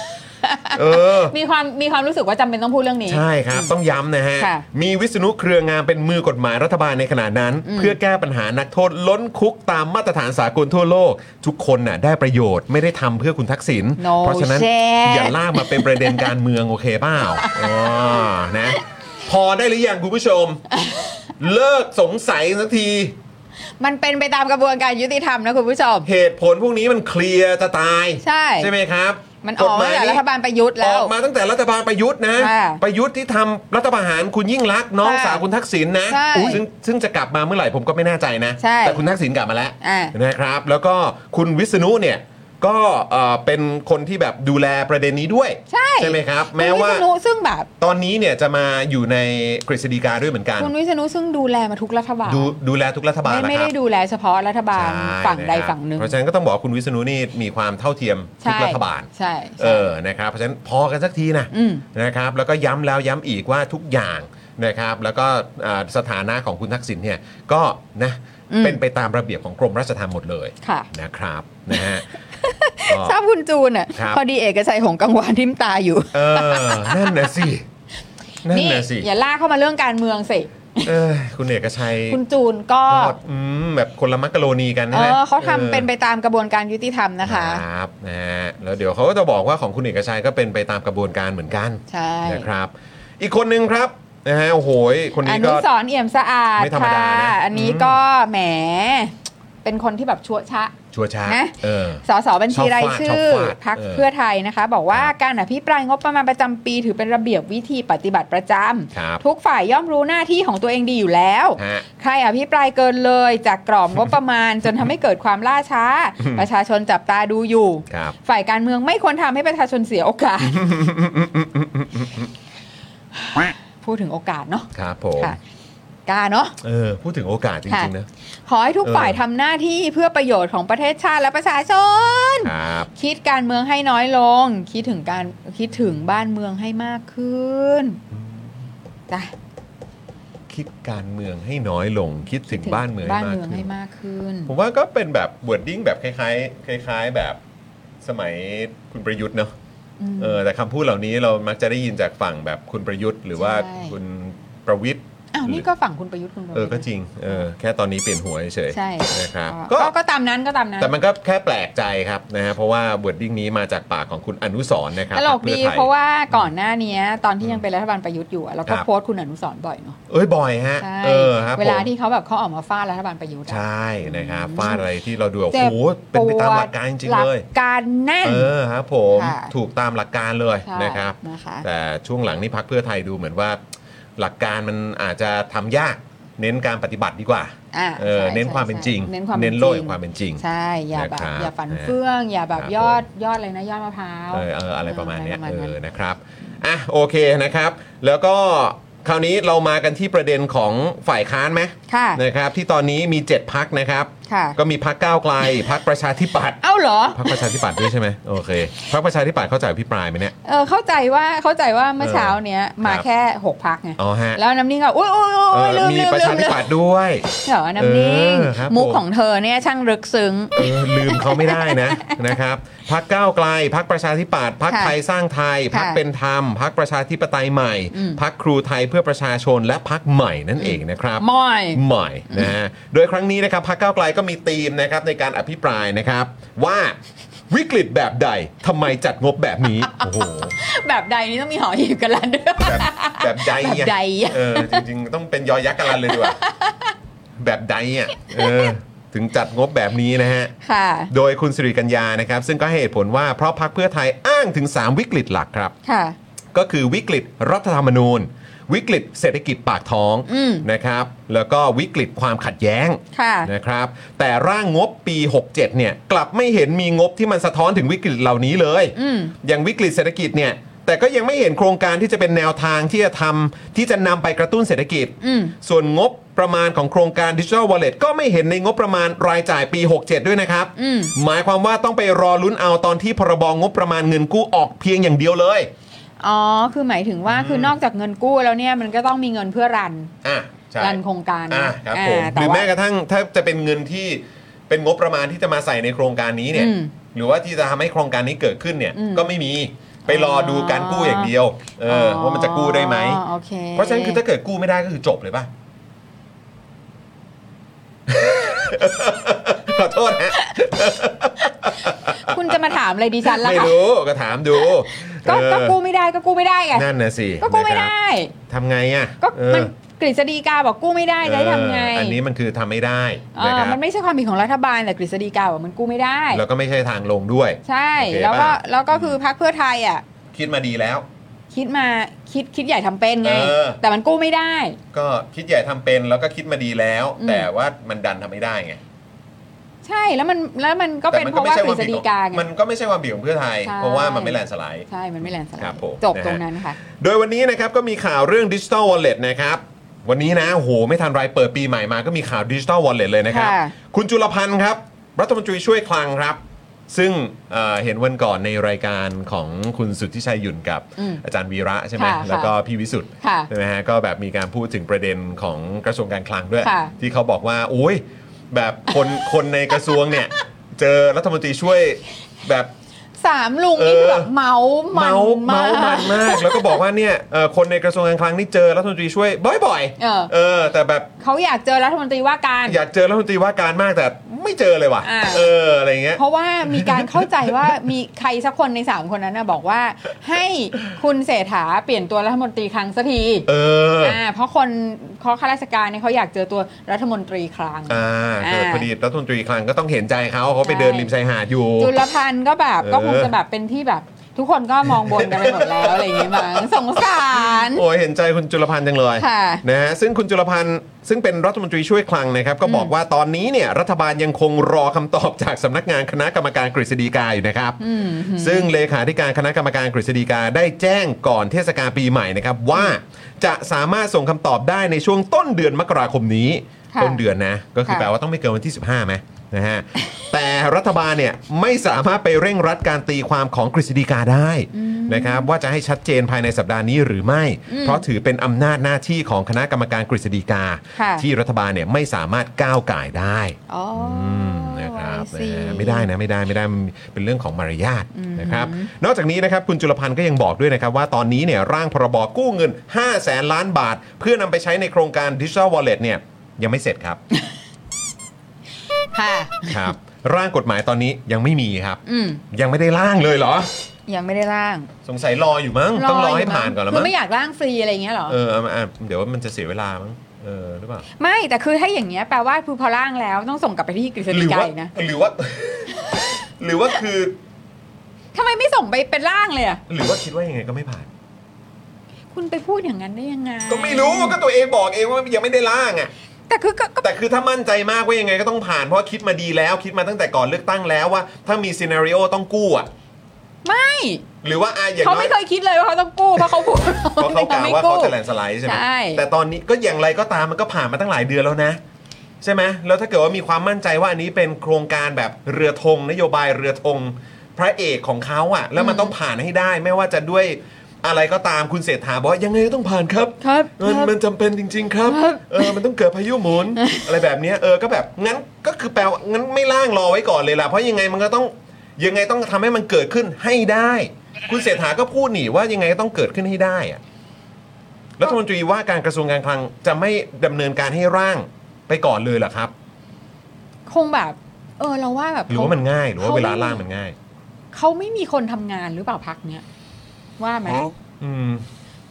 Speaker 3: *laughs*
Speaker 2: เออ
Speaker 3: มีความมีความรู้สึกว่าจำเป็นต้องพูดเรื่องนี้
Speaker 2: ใช่ครับ ต้องย้ำนะฮะ
Speaker 3: ค่ะ
Speaker 2: มีวิษณุเครืองามเป็นมือกฎหมายรัฐบาลในขณะนั้น
Speaker 3: อืม
Speaker 2: เพื่อแก้ปัญหานักโทษล้นคุกตามมาตรฐานสากลทั่วโลก ทุกคนน่ะได้ประโยชน์ไม่ได้ทำเพื่อคุณทักษิณ
Speaker 3: No
Speaker 2: เพราะฉะนั้น
Speaker 3: shit
Speaker 2: อย่าลากมาเป็นประเด็นการเมืองโอเคเป
Speaker 3: *laughs*
Speaker 2: ล่าอ๋อนะ พอได้หรือยังคุณผู้ชม *laughs* เลิกสงสัยสักที
Speaker 3: มันเป็นไปตามกระบวนการยุติธรรมนะคุณผู้ชม
Speaker 2: เหตุผลพวกนี้มันเคลียร์จะตาย
Speaker 3: ใช่
Speaker 2: ไหมครับ
Speaker 3: มันออกมาตั้งแต่รัฐบาลประยุทธ์
Speaker 2: อ
Speaker 3: แล้
Speaker 2: อ
Speaker 3: ว
Speaker 2: กมาตั้งแต่รัฐบาลประยุทธ์นะ
Speaker 3: ค่ะ
Speaker 2: ประยุทธ์ที่ทำรัฐประหารคุณยิ่งรักษณ์น้อง
Speaker 3: ค่ะ
Speaker 2: สาวคุณทักษิณนะ
Speaker 3: ใช่
Speaker 2: อุ๊ยซึ่งซึ่งจะกลับมาเมื่อไหร่ผมก็ไม่แน่ใจนะ
Speaker 3: ใช่
Speaker 2: แต่คุณทักษิณกลับมาแล้ว
Speaker 3: อ่าน
Speaker 2: นะครับ แล้วก็คุณวิษณุเนี่ยก็เอ่อเป็นคนที่แบบดูแลประเด็นนี้ด้วย
Speaker 3: ใช่
Speaker 2: ไหมครับ
Speaker 3: คุณ
Speaker 2: แม้ว่า
Speaker 3: ษณุซึ่งแบบ
Speaker 2: ตอนนี้เนี่ยจะมาอยู่ในกฤษฎีกาด้วยเหมือนกัน
Speaker 3: คุณวิษณุซึ่งดูแลมาทุกรัฐบาล
Speaker 2: ดูดูแลทุกรัฐบาล
Speaker 3: ไม่
Speaker 2: นะ
Speaker 3: ไม่
Speaker 2: ครั
Speaker 3: ได้
Speaker 2: บ
Speaker 3: ดูแลเฉพาะรัฐบาล
Speaker 2: ใช่
Speaker 3: ฝั่งใด
Speaker 2: ะครับ
Speaker 3: ฝั่งหนึ่ง
Speaker 2: เพราะฉะนั้นก็ต้องบอกว่าคุณวิษณุนี่มีความเท่าเทียมทุก
Speaker 3: ใช่
Speaker 2: รัฐบาล
Speaker 3: ใช่
Speaker 2: เอ
Speaker 3: ใช่
Speaker 2: อ นะครับ เพราะฉะนั้นพอกันสักทีนะ
Speaker 3: อืม
Speaker 2: นะครับ แล้วก็ย้ำแล้วย้ำอีกว่าทุกอย่างนะครับ แล้วก็อ่าสถานะของคุณทักษิณเนี่ย ก็นะ
Speaker 3: อืม
Speaker 2: เป็นไปตามระเบียบของกรมราชธรรมหมดเลย
Speaker 3: ค่ะ
Speaker 2: นะครับ นะ
Speaker 3: *laughs*
Speaker 2: ฮะ ก็
Speaker 3: ทราบคุณจูนอ่ะ
Speaker 2: ครับ
Speaker 3: พอดีเอกชัยหงส์กังวานทิมตาอยู่
Speaker 2: เออ นั่นนะสิ นั่น
Speaker 3: *laughs* นี่
Speaker 2: นะสิ
Speaker 3: อย่าลากเข้ามาเรื่องการเมืองสิ
Speaker 2: เออคุณเอกชัย
Speaker 3: คุณจูนก็
Speaker 2: ก็อืมแบบคนละมักกะโรนีกัน
Speaker 3: เอ
Speaker 2: นะ
Speaker 3: อเขาทำเป็นไปตามกระบวนการยุติธรรมนะคะ
Speaker 2: ครับนะฮะแล้วเดี๋ยวเขาก็จะบอกว่าของคุณเอกชัยก็เป็นไปตามกระบวนการเหมือนกัน
Speaker 3: ใช่
Speaker 2: นะครับ อีกคนนึงครับนะฮะโอ้โหยคน
Speaker 3: อ
Speaker 2: นี้
Speaker 3: นุ
Speaker 2: ก็
Speaker 3: สรณ์เอี่ยมสะอาด
Speaker 2: ไม่ธรรม
Speaker 3: ค่ะ
Speaker 2: ดานะ
Speaker 3: อันนี้
Speaker 2: อืม
Speaker 3: ก็แหม เป็นคนที่แบบชั่วชะ
Speaker 2: ชัวร์ช้า
Speaker 3: นะ
Speaker 2: เออ
Speaker 3: สสบัญชีราย
Speaker 2: ชอบฟาดชอบ
Speaker 3: ชื่อ
Speaker 2: ฟาด
Speaker 3: พัก
Speaker 2: เออ
Speaker 3: เพื่อไทยนะคะ บอกว่า
Speaker 2: ครับ
Speaker 3: การอภิปรายงบประมาณประจำปี ถือเป็นระเบียบวิธีปฏิบัติประจำ
Speaker 2: ครับ
Speaker 3: ทุกฝ่ายย่อมรู้หน้าที่ของตัวเองดีอยู่แล้ว
Speaker 2: ฮะ
Speaker 3: ใครอภิปรายเกินเลยจากกรอบงบประมาณ จนทำให้เกิดความล่าช้า
Speaker 2: อืม
Speaker 3: ประชาชนจับตาดูอยู่
Speaker 2: ครับ
Speaker 3: ฝ่ายการเมืองไม่ควรทำให้ประชาชนเสียโอ
Speaker 2: *laughs*
Speaker 3: กาส พูดถึงโอกาสเนาะ
Speaker 2: ครับผม
Speaker 3: ค่ะกล้าเนาะ
Speaker 2: เออ พูดถึงโอกาสจริงๆนะ
Speaker 3: ขอให้ทุก
Speaker 2: เออ
Speaker 3: ฝ่ายทำหน้าที่เพื่อประโยชน์ของประเทศชาติและประชาชน
Speaker 2: ครับ
Speaker 3: คิดการเมืองให้น้อยลง คิดถึงการคิดถึงบ้านเมืองให้มากขึ้นจ้ะ
Speaker 2: คิดการเมืองให้น้อยลง คิดถึงบ้านเมืองให้
Speaker 3: บ้าน
Speaker 2: มาก
Speaker 3: เมือง
Speaker 2: ขึ้
Speaker 3: ให้
Speaker 2: น
Speaker 3: มากขึ้น
Speaker 2: ผมว่าก็เป็นแบบบวดดิ้งแบบคล้ายๆ คล้าย ๆ แบบสมัยคุณประยุทธ์เนาะ
Speaker 3: อืม
Speaker 2: เออ แต่คำพูดเหล่านี้เรามักจะได้ยินจากฝั่งแบบคุณประยุทธ์ หรือว่า
Speaker 3: ใช่
Speaker 2: คุณประวิทย์
Speaker 3: อ้าวนี่ก็ฝั่งคุณประยุทธ์คุณประวิ
Speaker 2: เอ
Speaker 3: ท
Speaker 2: อ
Speaker 3: ย์
Speaker 2: ก็จริง เออ แค่ตอนนี้เปลี่ยนหัวเฉยๆ
Speaker 3: ใช่
Speaker 2: นะครับ
Speaker 3: ก็
Speaker 2: ก็
Speaker 3: ก็ตามนั้นก็ตามนั้น
Speaker 2: แต่มันก็แค่แปลกใจครับนะฮะเพราะว่าบวดดิ้งนี้มาจากปากของคุณอนุสรณ์นะครับ
Speaker 3: ตลกดี
Speaker 2: พื่อไทย
Speaker 3: เพราะว่าก่อนหน้านี้ตอนที่ยังเป็นรัฐบาลประยุทธ์อยู่อะเราก็
Speaker 2: ครับ
Speaker 3: โพสต์คุณอนุสรณ์บ่อยเนาะ
Speaker 2: เอ้ยบ่อยฮะ
Speaker 3: ใช่
Speaker 2: เออครับ
Speaker 3: เวลา
Speaker 2: ผม
Speaker 3: ที่เขาแบบเขาออกมาฟาดรัฐบาลประยุทธ์อะ
Speaker 2: ใช่นะครับฟาดอะไรที่เราดู
Speaker 3: เจ็
Speaker 2: โอ้
Speaker 3: บ
Speaker 2: โหเป็นไปตามหลักการจริงๆเลย
Speaker 3: หกการแน่น
Speaker 2: เออครับผม
Speaker 3: ค่ะ
Speaker 2: ถูกตามหลักการเลย
Speaker 3: ใช่
Speaker 2: นะครับ
Speaker 3: นะคะ
Speaker 2: แต่ช่วงหลังนี่พักเพื่อไทยดูเหมือนว่า หลักการมันอาจจะทำยากเน้นการปฏิบัติดีกว่า
Speaker 3: อ่า
Speaker 2: เออ
Speaker 3: ใช่
Speaker 2: เน้นความเป็นจริง
Speaker 3: ใช่เน้นความ
Speaker 2: เน้
Speaker 3: เป็น น
Speaker 2: โลก
Speaker 3: จริ
Speaker 2: แห่
Speaker 3: ง
Speaker 2: งความเป็นจริง
Speaker 3: ใช่อย่าแบบ
Speaker 2: นะครับ
Speaker 3: อย่าฝัน
Speaker 2: นะ
Speaker 3: เฟื่อง อย่าแบบ
Speaker 2: ครับ
Speaker 3: ยอด
Speaker 2: ผม
Speaker 3: ยอดอะไรนะยอดมะพร้าว
Speaker 2: เออเอออะไรประมาณเนี้ย
Speaker 3: อไรป
Speaker 2: เอ
Speaker 3: ร
Speaker 2: อ
Speaker 3: มาณ
Speaker 2: นะครับอ่ะโอเคนะครับ แล้วก็คราวนี้เรามากันที่ประเด็นของฝ่ายค้านไหม
Speaker 3: ค่ะ
Speaker 2: นะครับ ที่ตอนนี้มี 7 พักนะครับ
Speaker 3: ค่ะ
Speaker 2: ก็มีพักก้าวไกล พักประชาธิปัตย์
Speaker 3: เอ้าเหรอ
Speaker 2: พักประชาธิปัตย์ด้วยใช่ไหมโอเคพักประชาธิปัตย์เข้าใจพี่ปลายไหมเนี่ย
Speaker 3: เออเข้าใจว่าเข้าใจว่าเมื่อเช้าเนี้ยมา
Speaker 2: ครับ
Speaker 3: แค่หกพักไง
Speaker 2: อ๋อฮะ
Speaker 3: แล้วน้ำนิ่งก็อุ้ยอุ้ย
Speaker 2: เอ
Speaker 3: อุ้ย
Speaker 2: อ
Speaker 3: ลืม
Speaker 2: มี
Speaker 3: ลืม
Speaker 2: ประ
Speaker 3: ลื
Speaker 2: ชาม ธิ
Speaker 3: ลืม
Speaker 2: ปัตย์ด้วย
Speaker 3: เหรอน้ำนิ่ง
Speaker 2: เออครับ
Speaker 3: มุก
Speaker 2: ผม
Speaker 3: ของเธอเนี่ยช่างลึกซึ้ง
Speaker 2: เออลืมเขาไม่ได้นะ นะครับพักก้าวไกลพักประชาธิปัตย์พัก
Speaker 3: ค่ะ
Speaker 2: ไทยสร้างไทยพักเป็นธรรมพักประชาธิปไตยใหม่
Speaker 3: อืม
Speaker 2: พักครูไทยเพื่อประชาชนและพักใหม่นั่นเองนะครับ
Speaker 3: มอย
Speaker 2: ใหม่นะฮะ โดยครั้งนี้นะครับพรรคก้าวไกลก็มีธีมนะครับในการอภิปรายนะครับ ว่าวิกฤตแบบใดทำไมจัดงบแบบนี้ โอ้โห
Speaker 3: แบบใดนี่ต้องมีหอหีบกันแล้วด้วย
Speaker 2: แบบ *laughs* แบบใด
Speaker 3: แบบใดอะ
Speaker 2: เออจริงๆ ต้องเป็นยอยักษ์กันลันเลยดีกว่า *laughs* แบบใดอ่ะเออถึงจัดงบแบบนี้นะฮะ
Speaker 3: ค่ะ
Speaker 2: โดยคุณสิริกัญญานะครับ ซึ่งก็ให้เหตุผลว่าเพราะพรรคเพื่อไทยอ้างถึง 3 วิกฤตหลักครับ
Speaker 3: ค่ะ
Speaker 2: ก็คือวิกฤตรัฐธรรมนูญ วิกฤตเศรษฐกิจปากท้อง
Speaker 3: อืม
Speaker 2: นะครับ แล้วก็วิกฤตความขัดแย้ง
Speaker 3: ค่ะ
Speaker 2: นะครับแต่ร่างงบปี 67 เนี่ยกลับไม่เห็นมีงบที่มันสะท้อนถึงวิกฤตเหล่านี้เลย
Speaker 3: อืม
Speaker 2: อย่างวิกฤตเศรษฐกิจเนี่ยแต่ก็ยังไม่เห็นโครงการที่จะเป็นแนวทางที่จะทำที่จะนำไปกระตุ้นเศรษฐกิจ
Speaker 3: อืม
Speaker 2: ส่วนงบประมาณของโครงการดิจิทัลวอลเล็ตก็ไม่เห็นในงบประมาณรายจ่ายปี 67 ด้วยนะครับ
Speaker 3: อืม
Speaker 2: หมายความว่าต้องไปรอลุ้นเอาตอนที่พรบงบประมาณเงินกู้ออกเพียงอย่างเดียวเลย
Speaker 3: อ๋อ คือหมายถึงว่าคือนอกจากเงินกู้แล้วเนี่ยมันก็ต้องมีเงินเพื่อรัน
Speaker 2: อ่ะใช่
Speaker 3: รันโครงการ
Speaker 2: อ่า
Speaker 3: นะครับ
Speaker 2: ผม
Speaker 3: อ่า
Speaker 2: ห
Speaker 3: แต่
Speaker 2: รือ
Speaker 3: ว่า
Speaker 2: แม้กระทั่งถ้าจะเป็นเงินที่เป็นงบประมาณที่จะมาใส่ในโครงการนี้เนี่ย
Speaker 3: อืม
Speaker 2: หรือว่าที่จะทำให้โครงการนี้เกิดขึ้นเนี่ย
Speaker 3: อืม
Speaker 2: ก็ไม่มีไปรอดูการกู้อย่างเดียวเอออว่ามันจะกู้ได้ไหม
Speaker 3: อ๋อโอเค
Speaker 2: เพราะฉะนั้นคือถ้าเกิดกู้ไม่ได้ก็คือจบเลยป่ะ ขอโทษฮะ
Speaker 3: คุณจะมาถามอะไรดิฉันล่ะ
Speaker 2: ไม่
Speaker 3: คะ
Speaker 2: รู้ก็ถามดู
Speaker 3: ก็
Speaker 2: เออ
Speaker 3: ก็กู้ไม่ได้ก็กู้ไม่ได้ไง
Speaker 2: นั่นนะสิ
Speaker 3: ก็กู้ไม่
Speaker 2: นะครับ
Speaker 3: ได้
Speaker 2: ทำไงอ่ะ
Speaker 3: ก็มัน
Speaker 2: เออ
Speaker 3: กฤษฎีกาบอกกู้ไม่ได้จะให้ทำไง
Speaker 2: เอออันนี้มันคือทำไม่ได้
Speaker 3: เอ
Speaker 2: นะ
Speaker 3: อ
Speaker 2: ครับ
Speaker 3: มันไม่ใช่ความผิดของรัฐบาลแต่กฤษฎีกาบอกมันกู้ไม่ได้
Speaker 2: แล้วก็ไม่ใช่ทางลงด้วย
Speaker 3: ใช่
Speaker 2: โอเค
Speaker 3: แล้วก็
Speaker 2: ป่ะ
Speaker 3: แล้วก็คือพักเพื่อไทยอ่ะ
Speaker 2: คิดมาดีแล้ว
Speaker 3: คิดมาคิดคิดใหญ่ทำเป็นไง
Speaker 2: เออ
Speaker 3: แต่มันกู้ไม่ได้
Speaker 2: ก็คิดใหญ่ทำเป็นแล้วก็คิดมาดีแล้ว
Speaker 3: อืม
Speaker 2: แต่ว่ามันดันทำไม่ได้ไง
Speaker 3: ใช่แล้วมันแล้วมันก็
Speaker 2: แต่
Speaker 3: เป็น
Speaker 2: มั
Speaker 3: เพราะว่ากฤษ
Speaker 2: ผิด
Speaker 3: ฎี
Speaker 2: ของ
Speaker 3: กาไง
Speaker 2: มันก็ไม่ใช่ความผิดของเพื่อไทย
Speaker 3: ใช่
Speaker 2: เพราะว่ามันไม่แลนด์สไลด์
Speaker 3: ใช่มันไม่แลนด์สไล
Speaker 2: ครับ
Speaker 3: ด์
Speaker 2: ผม
Speaker 3: จบ
Speaker 2: นะฮะ
Speaker 3: ตรงนั้นค่ะ
Speaker 2: โดยวันนี้นะครับ ก็มีข่าวเรื่องดิจิ t a l Wallet นะครับ วันนี้นะโอ้โห ไม่ทันไรเปิดปีใหม่มาก็มีข่าวดิจิ t a l Wallet เลยนะครับ
Speaker 3: ค่ะ
Speaker 2: คุณจุลพันธ์ครับ รัฐมนตรีช่วยคลังครับ ซึ่งเอ่อเห็นวันก่อนในรายการของคุณสุทธิชัยหยุ่นกับ
Speaker 3: อืม
Speaker 2: อาจารย์วีระใช่ไหม
Speaker 3: ค่ะ
Speaker 2: แล้วก็พี่วิสุทธ์
Speaker 3: ค่ะ
Speaker 2: ใช่ไหมฮะก็แบบมีการพูดถึงประเด็นของกระทรวงการคลังด้วย
Speaker 3: ค่ะ
Speaker 2: ที่เขาบอกว่าโอ้ยแบบคน *laughs* คนในกระทรวงเนี่ยเจอรัฐมนตรีช่วยแบบ
Speaker 3: สามลุงนี่คือแบบเมาส์มั
Speaker 2: เมานส์เมา
Speaker 3: มา
Speaker 2: ส์มัน
Speaker 3: ก *laughs*
Speaker 2: มากแล้วก็บอกว่าเนี่ยเอ่อคนในกระทรวงการคลังนี่เจอรัฐมนตรีช่วยบ่อย
Speaker 3: เออ
Speaker 2: เออ แต่แบบ
Speaker 3: เขาอยากเจอรัฐมนตรีว่าการ
Speaker 2: อยากเจอรัฐมนตรีว่าการมากแต่ไม่เจอเลยว่ะ
Speaker 3: อ่า
Speaker 2: เอออะไรเงี้ย
Speaker 3: เพราะว่ามีการเข้าใจว่ามีใครสักคนใน 3 คนนั้นนะบอกว่า ให้คุณเศรษฐาเปลี่ยนตัวรัฐมนตรีคลังสักที
Speaker 2: เออ
Speaker 3: อ่าเพราะคนเพราะข้าราชการเนี่ยเขาอยากเจอตัวรัฐมนตรีคลัง
Speaker 2: อ่า
Speaker 3: อ่า
Speaker 2: พอดีรัฐมนตรีคลังก็ต้องเห็นใจเขาเขาไป
Speaker 3: ใช่
Speaker 2: เดินริมชายหาดอยู่
Speaker 3: จุลพันธ์ก็แบบ
Speaker 2: เออ
Speaker 3: ก็คงจะแบบเป็นที่แบบ ทุกคนก็มองบนกันไปหมดแล้ว อะไรอย่างงี้มั้งสงสาร
Speaker 2: โอ้ยเห็นใจคุณจุลพันธ์จังเลย
Speaker 3: ค่ะ
Speaker 2: นะฮะซึ่งคุณจุลพันธ์ซึ่งเป็นรัฐมนตรีช่วยคลังนะครับ ก็บอกว่าตอนนี้เนี่ยรัฐบาลยังคงรอคำตอบจากสำนักงานคณะกรรมการกฤษฎีกาอยู่นะครับ
Speaker 3: อืม
Speaker 2: ซึ่งเลขาธิการคณะกรรมการกฤษฎีกาได้แจ้งก่อนเทศกาลปีใหม่นะครับ ว่าจะสามารถส่งคำตอบได้ในช่วงต้นเดือนมกราคมนี้
Speaker 3: ค่ะ
Speaker 2: ต้นเดือนนะก็คือ
Speaker 3: ค่ะ
Speaker 2: แปลว่าต้องไม่เกินวันที่ 15ไหมนะฮะ แต่รัฐบาลเนี่ยไม่สามารถไปเร่งรัดการตีความของกฤษฎีกาได้นะครับว่าจะให้ชัดเจนภายในสัปดาห์นี้หรือไม่ เพราะถือเป็นอำนาจหน้าที่ของคณะกรรมการกฤษฎีกา
Speaker 3: ค่ะ
Speaker 2: ที่รัฐบาลเนี่ยไม่สามารถก้าวก่ายได้
Speaker 3: อ๋ออ
Speaker 2: อืมนะครับ
Speaker 3: ไอ้สิ
Speaker 2: นะฮะไม่ได้นะไม่ได้ไม่ได้มันเป็นเรื่องของมารยาทนะครับนอกจากนี้นะครับคุณจุลพันธ์ก็ยังบอกด้วยนะครับว่าตอนนี้เนี่ยร่างพรบกู้เงิน 5 0 0แสนล้านบาท เพื่อนำไปใช้ในโครงการดิจิ t a l Wallet เนี่ยยังไม่เสร็จครับ
Speaker 3: ค่ะ
Speaker 2: ครับ ร่างกฎหมายตอนนี้ยังไม่มีครับ
Speaker 3: อืม
Speaker 2: ยังไม่ได้ร่างเลยเหรอ
Speaker 3: ยังไม่ได้ร่าง
Speaker 2: สงสัยรออยู่มั้งต้องรอให้
Speaker 3: ยู่
Speaker 2: ผ่านก่อนแล้ว
Speaker 3: คื
Speaker 2: มั้
Speaker 3: อง ไม่อยากร่างฟรีอะไรอย่างเงี้ยเหรอ
Speaker 2: เออเอามาอ่ะเดี๋ยวมันจะเสียเวลามั้งเออหรือเปล่า
Speaker 3: ไม่แต่คือถ้าอย่างเงี้ยแปลว่าคือพอร่างแล้วต้องส่งกลับไปที่กฤษ
Speaker 2: ห
Speaker 3: ฎี
Speaker 2: รื
Speaker 3: กา
Speaker 2: ว่า
Speaker 3: อีกนะ
Speaker 2: หรือว่า *laughs* หรือว่าคือ
Speaker 3: ทำไมไม่ส่งไปเป็นร่างเลยอ่ะ
Speaker 2: หรือว่าคิดว่ายังไงก็ไม่ผ่าน
Speaker 3: คุณไปพูดอย่างนั้นได้ยังไง
Speaker 2: ก็ไม่รู้ก็ตัวเองบอกเองว่ายังไม่ได้ล่างอ่ะ
Speaker 3: แต่คือก็ก็
Speaker 2: แต่คือถ้ามั่นใจมากว่ายังไงก็ต้องผ่านเพราะคิดมาดีแล้ว คิดมาตั้งแต่ก่อนเลือกตั้งแล้วว่าถ้ามีซีนารีโอต้องกู้อ่ะ
Speaker 3: ไม่
Speaker 2: หรือว่าอะอย่าง
Speaker 3: เขา
Speaker 2: น้อ
Speaker 3: ไม่
Speaker 2: ย
Speaker 3: เคยคิดเลยว่าเขาต้องกู้เพราะเขาพูด
Speaker 2: เพราะเขากล่าว
Speaker 3: *laughs*
Speaker 2: ว่าเขาจะแลนด์สไลด์ใช่ไหม
Speaker 3: ใช่
Speaker 2: แต่ตอนนี้ก็อย่างไรก็ตามมันก็ผ่านมาตั้งหลายเดือนแล้วนะ ใช่ไหมแล้วถ้าเกิดว่ามีความมั่นใจว่าอันนี้เป็นโครงการแบบเรือธงนโยบายเรือธงพระเอกของเขาอ่ะ แล้วมันต้องผ่านให้ได้ ไม่ว่าจะด้วยอะไรก็ตามคุณเศรษฐาบอกว่ายังไงก็ต้องผ่านครับ
Speaker 3: ครับ
Speaker 2: เออ
Speaker 3: ครับ
Speaker 2: มันจำเป็นจริง ๆ ครับ
Speaker 3: ครับ
Speaker 2: เออ มันต้องเกิดพายุหมุ
Speaker 3: *laughs*
Speaker 2: น อะไรแบบเนี้ยเออ ก็แบบ งั้น ก็คือแปลว่างั้นไม่ล่างรอไว้ก่อนเลยล่ะ เพราะยังไงมันก็ต้อง ยังไงต้องทำให้มันเกิดขึ้นให้ได้ คุณเศรษฐาก็พูดหนีว่ายังไงก็ต้องเกิดขึ้นให้ได้อะรัฐมนตรีว่าการกระทรวงการคลังจะไม่ดำเนินการให้ร่างไปก่อนเลยเหรอครับ
Speaker 3: คงแบบ เออเราว่าแบบ
Speaker 2: หรือว่ามันง่าย หรือว่าเว
Speaker 3: ข
Speaker 2: ลา
Speaker 3: ไม่
Speaker 2: ร่างมันง่าย
Speaker 3: เขาไม่มีคนทำงานหรือเปล่าพักเนี้ยว่าไหม
Speaker 2: อืม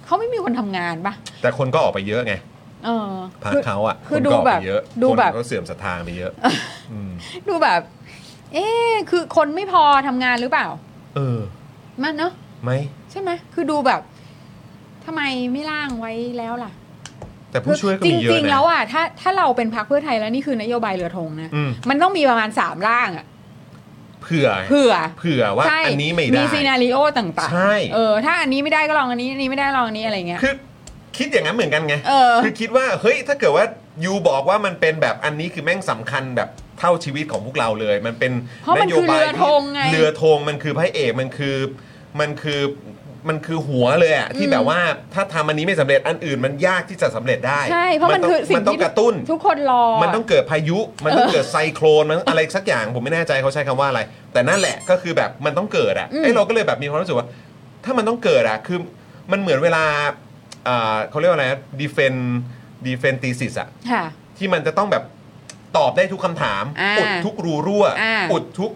Speaker 3: เขาไม่มีคนทำงานปะ
Speaker 2: แต่คนก็ออกไปเยอะไง
Speaker 3: เออ
Speaker 2: พัก
Speaker 3: คือ
Speaker 2: เขาอ่ะ
Speaker 3: คือน
Speaker 2: ก็ก
Speaker 3: ดู
Speaker 2: ไป
Speaker 3: แบบ
Speaker 2: เยอะ
Speaker 3: ดูแบบ
Speaker 2: คนก็เสื่อมศรัทธาไป
Speaker 3: *laughs*
Speaker 2: เยอะ อืม
Speaker 3: ดูแบบ เอ๊ะคือคนไม่พอทำงานหรือเปล่า
Speaker 2: เออ
Speaker 3: มันเนาะ
Speaker 2: ไหม
Speaker 3: ใช่ไหม คือดูแบบ ทำไมไม่ล่างไว้แล้วล่ะ
Speaker 2: แต่ผู้ช่วยก็
Speaker 3: จ
Speaker 2: มีเยอะนะ
Speaker 3: ริง ๆ แล้วอ่ะ ถ้าถ้าเราเป็นพักเพื่อไทยแล้วนี่คือนโยบายเรือธงนะ
Speaker 2: อืม
Speaker 3: มันต้องมีประมาณสามร่างอ่ะ
Speaker 2: เผื่อ
Speaker 3: เผื่อ
Speaker 2: เผื่อว่า
Speaker 3: ใช่
Speaker 2: อันนี้ไม่ได้
Speaker 3: มีซีนารีโอต่าง
Speaker 2: ใช่
Speaker 3: เออ ถ้าอันนี้ไม่ได้ก็ลองอันนี้ อันนี้ไม่ได้ลองอันนี้อะไรเงี้ย
Speaker 2: คือคิดอย่างนั้นเหมือนกันไง
Speaker 3: เออ
Speaker 2: คือคิดว่าเฮ้ยถ้าเกิดว่ายูบอกว่ามันเป็นแบบอันนี้คือแม่งสำคัญแบบเท่าชีวิตของพวกเราเลย มันเป็น
Speaker 3: เพราะมัน
Speaker 2: โย
Speaker 3: คือบ
Speaker 2: าย
Speaker 3: เรือธงไง
Speaker 2: เรือธงมันคือพระเอกมันคือมันคือมันคือหัวเลยอะที่แบบว่าถ้าทำอันนี้ไม่สำเร็จอันอื่นมันยากที่จะสำเร็จได้
Speaker 3: ใช่ เพราะมัน
Speaker 2: ต้ง
Speaker 3: คือสิ่
Speaker 2: มั
Speaker 3: ง
Speaker 2: นต้อ
Speaker 3: ที่
Speaker 2: งกระตุ้น
Speaker 3: ทุกคนรอ
Speaker 2: มันต้องเกิดพายุ มันต้องเกิดไซโครน มันอะไรสักอย่าง ผมไม่แน่ใจเขาใช้คำว่าอะไร แต่นั่นแหละก็คือแบบมันต้องเกิดอ่ะ
Speaker 3: อืม
Speaker 2: ไอ้ยเราก็เลยแบบมีความรู้สึกว่า ถ้ามันต้องเกิดอ่ะ คือมันเหมือนเวลาอ่าเขาเรียกว่าอะไรดีเฟนดีเฟนตีสิสอ่ะ
Speaker 3: ค่ะ
Speaker 2: ที่มันจะต้องแบบตอบได้ทุกคำถาม
Speaker 3: อ่า
Speaker 2: อุดทุกรูรั่ว
Speaker 3: อ่า
Speaker 2: อุดทุก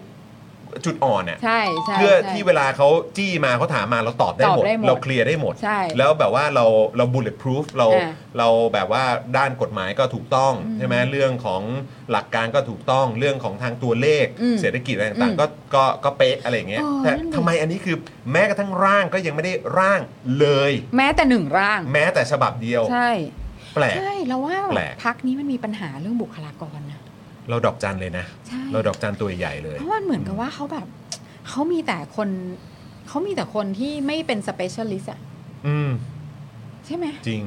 Speaker 2: จุดอ่อนเนี่ย
Speaker 3: ใช่ใช่
Speaker 2: เพื่อ
Speaker 3: ใช่
Speaker 2: ที่เวลาเขาจี้มาเขาถามมาเราตอบได้หม
Speaker 3: ตอ
Speaker 2: ด
Speaker 3: บได้หมด
Speaker 2: เราเคลียร์ได้หมด
Speaker 3: ใช่
Speaker 2: แล้วแบบว่าเราเรา bullet proof เรา
Speaker 3: อ่า
Speaker 2: เราแบบว่าด้านกฎหมายก็ถูกต้องใช่ไหมเรื่องของหลักการก็ถูกต้องเรื่องของทางตัวเลข
Speaker 3: อืม
Speaker 2: เศรษฐกิจอะไรต่าง
Speaker 3: อืม
Speaker 2: ๆก็ก็ก็เป๊ะอะไรอย่างเงี้ย
Speaker 3: อ๋อ
Speaker 2: แต่
Speaker 3: นั่นดิ
Speaker 2: ทำไมอันนี้คือแม้กระทั่งร่างก็ยังไม่ได้ร่างเลย
Speaker 3: แม้แต่หนึ่งร่าง
Speaker 2: แม้แต่ฉบับเดียว
Speaker 3: ใช่
Speaker 2: แปลก
Speaker 3: ใช่เราว่า
Speaker 2: แปลก
Speaker 3: พักนี้มันมีปัญหาเรื่องบุคลากรนะ
Speaker 2: เราดอกจันเลยนะ
Speaker 3: ใช่
Speaker 2: เราดอกจันตัวใหญ่เลย
Speaker 3: เพราะมันเหมือนกับว่าเขาแบบเขามีแต่คนเขามีแต่คนที่ไม่เป็น specialist อะ
Speaker 2: อืม
Speaker 3: ใช่ไหม
Speaker 2: จริง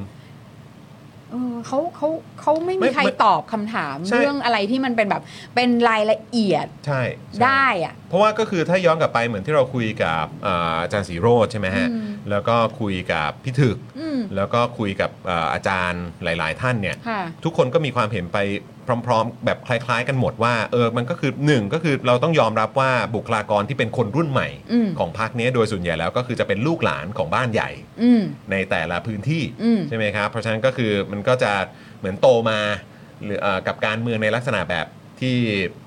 Speaker 3: เออเขาเขาเขาไม่
Speaker 2: ไม่
Speaker 3: มีใคร
Speaker 2: ไม่
Speaker 3: ตอบคำถาม
Speaker 2: ใช่
Speaker 3: เรื่องอะไรที่มันเป็นแบบเป็นรายละเอียด
Speaker 2: ใช่ใช่
Speaker 3: ได้อะ
Speaker 2: เพราะว่าก็คือถ้าย้อนกลับไปเหมือนที่เราคุยกับอ่าอาจารย์สีโรธใช่ไหมฮะ
Speaker 3: อืม
Speaker 2: แล้วก็คุยกับพี่ถึก
Speaker 3: อืม
Speaker 2: แล้วก็คุยกับอ่าอาจารย์หลาย ๆ ท่านเนี่ย
Speaker 3: ค่ะ
Speaker 2: ทุกคนก็มีความเห็นไปพร้อม ๆ แบบคล้าย ๆ กันหมดว่าเออมันก็คือหนึ่งก็คือเราต้องยอมรับว่าบุคลากรที่เป็นคนรุ่นใหม่
Speaker 3: อืม
Speaker 2: ของพรรคเนี้ยโดยส่วนใหญ่แล้วก็คือจะเป็นลูกหลานของบ้านใหญ่
Speaker 3: อืม
Speaker 2: ในแต่ละพื้นที่
Speaker 3: อืม
Speaker 2: ใช่ไหมครับ เพราะฉะนั้นก็คือมันก็จะเหมือนโตมาหรือเอ่อกับการเมืองในลักษณะแบบที่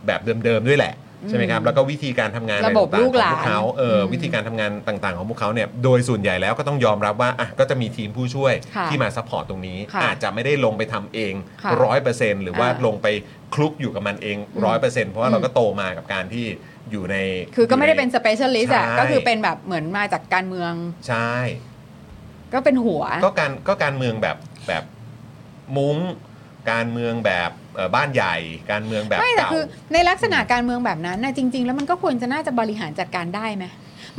Speaker 2: แบบเดิมๆด้วยแหละ ใช่ไหมครับ แล้วก็วิธีการทำงาน
Speaker 3: ระบบ
Speaker 2: ต่างๆ
Speaker 3: ลูกหลาน
Speaker 2: ของพวกเขาเอออ
Speaker 3: ม
Speaker 2: วิธีการทำงานต่างๆของพวกเขาเนี่ยโดยส่วนใหญ่แล้วก็ต้องยอมรับว่าอ่ะก็จะมีทีมผู้ช่วย
Speaker 3: ค่ะ
Speaker 2: ที่มาซัพพอร์ตตรงนี้
Speaker 3: ค่ะ
Speaker 2: อาจจะไม่ได้ลงไปทำเอง
Speaker 3: ค่ะ
Speaker 2: ร้อยเปอร์เซ็นต์หรือว่า
Speaker 3: อ่า
Speaker 2: ลงไปคลุกอยู่กับมันเอง
Speaker 3: อืม
Speaker 2: ร้อยเปอร์เซ็นต์เพราะว่า
Speaker 3: อืม
Speaker 2: เราก็โตมากับการที่อยู่ใน
Speaker 3: คือก็ไม่ได้เป็น
Speaker 2: อยู่ใ
Speaker 3: specialist อะ
Speaker 2: ใช่
Speaker 3: ก็คือเป็นแบบเหมือนมาจากการเมือง
Speaker 2: ใช่
Speaker 3: ก็เป็นหัว
Speaker 2: ก็การก็การเมืองแบบแบบมุ้ง การเมืองแบบเอ่อบ้านใหญ่ การเมืองแบบ
Speaker 3: ไม่แต่
Speaker 2: เก่า
Speaker 3: คือในลักษณะการเมืองแบบนั้นนะจริง ๆ แล้วมันก็ควรจะน่าจะบริหารจัดการได้ไหม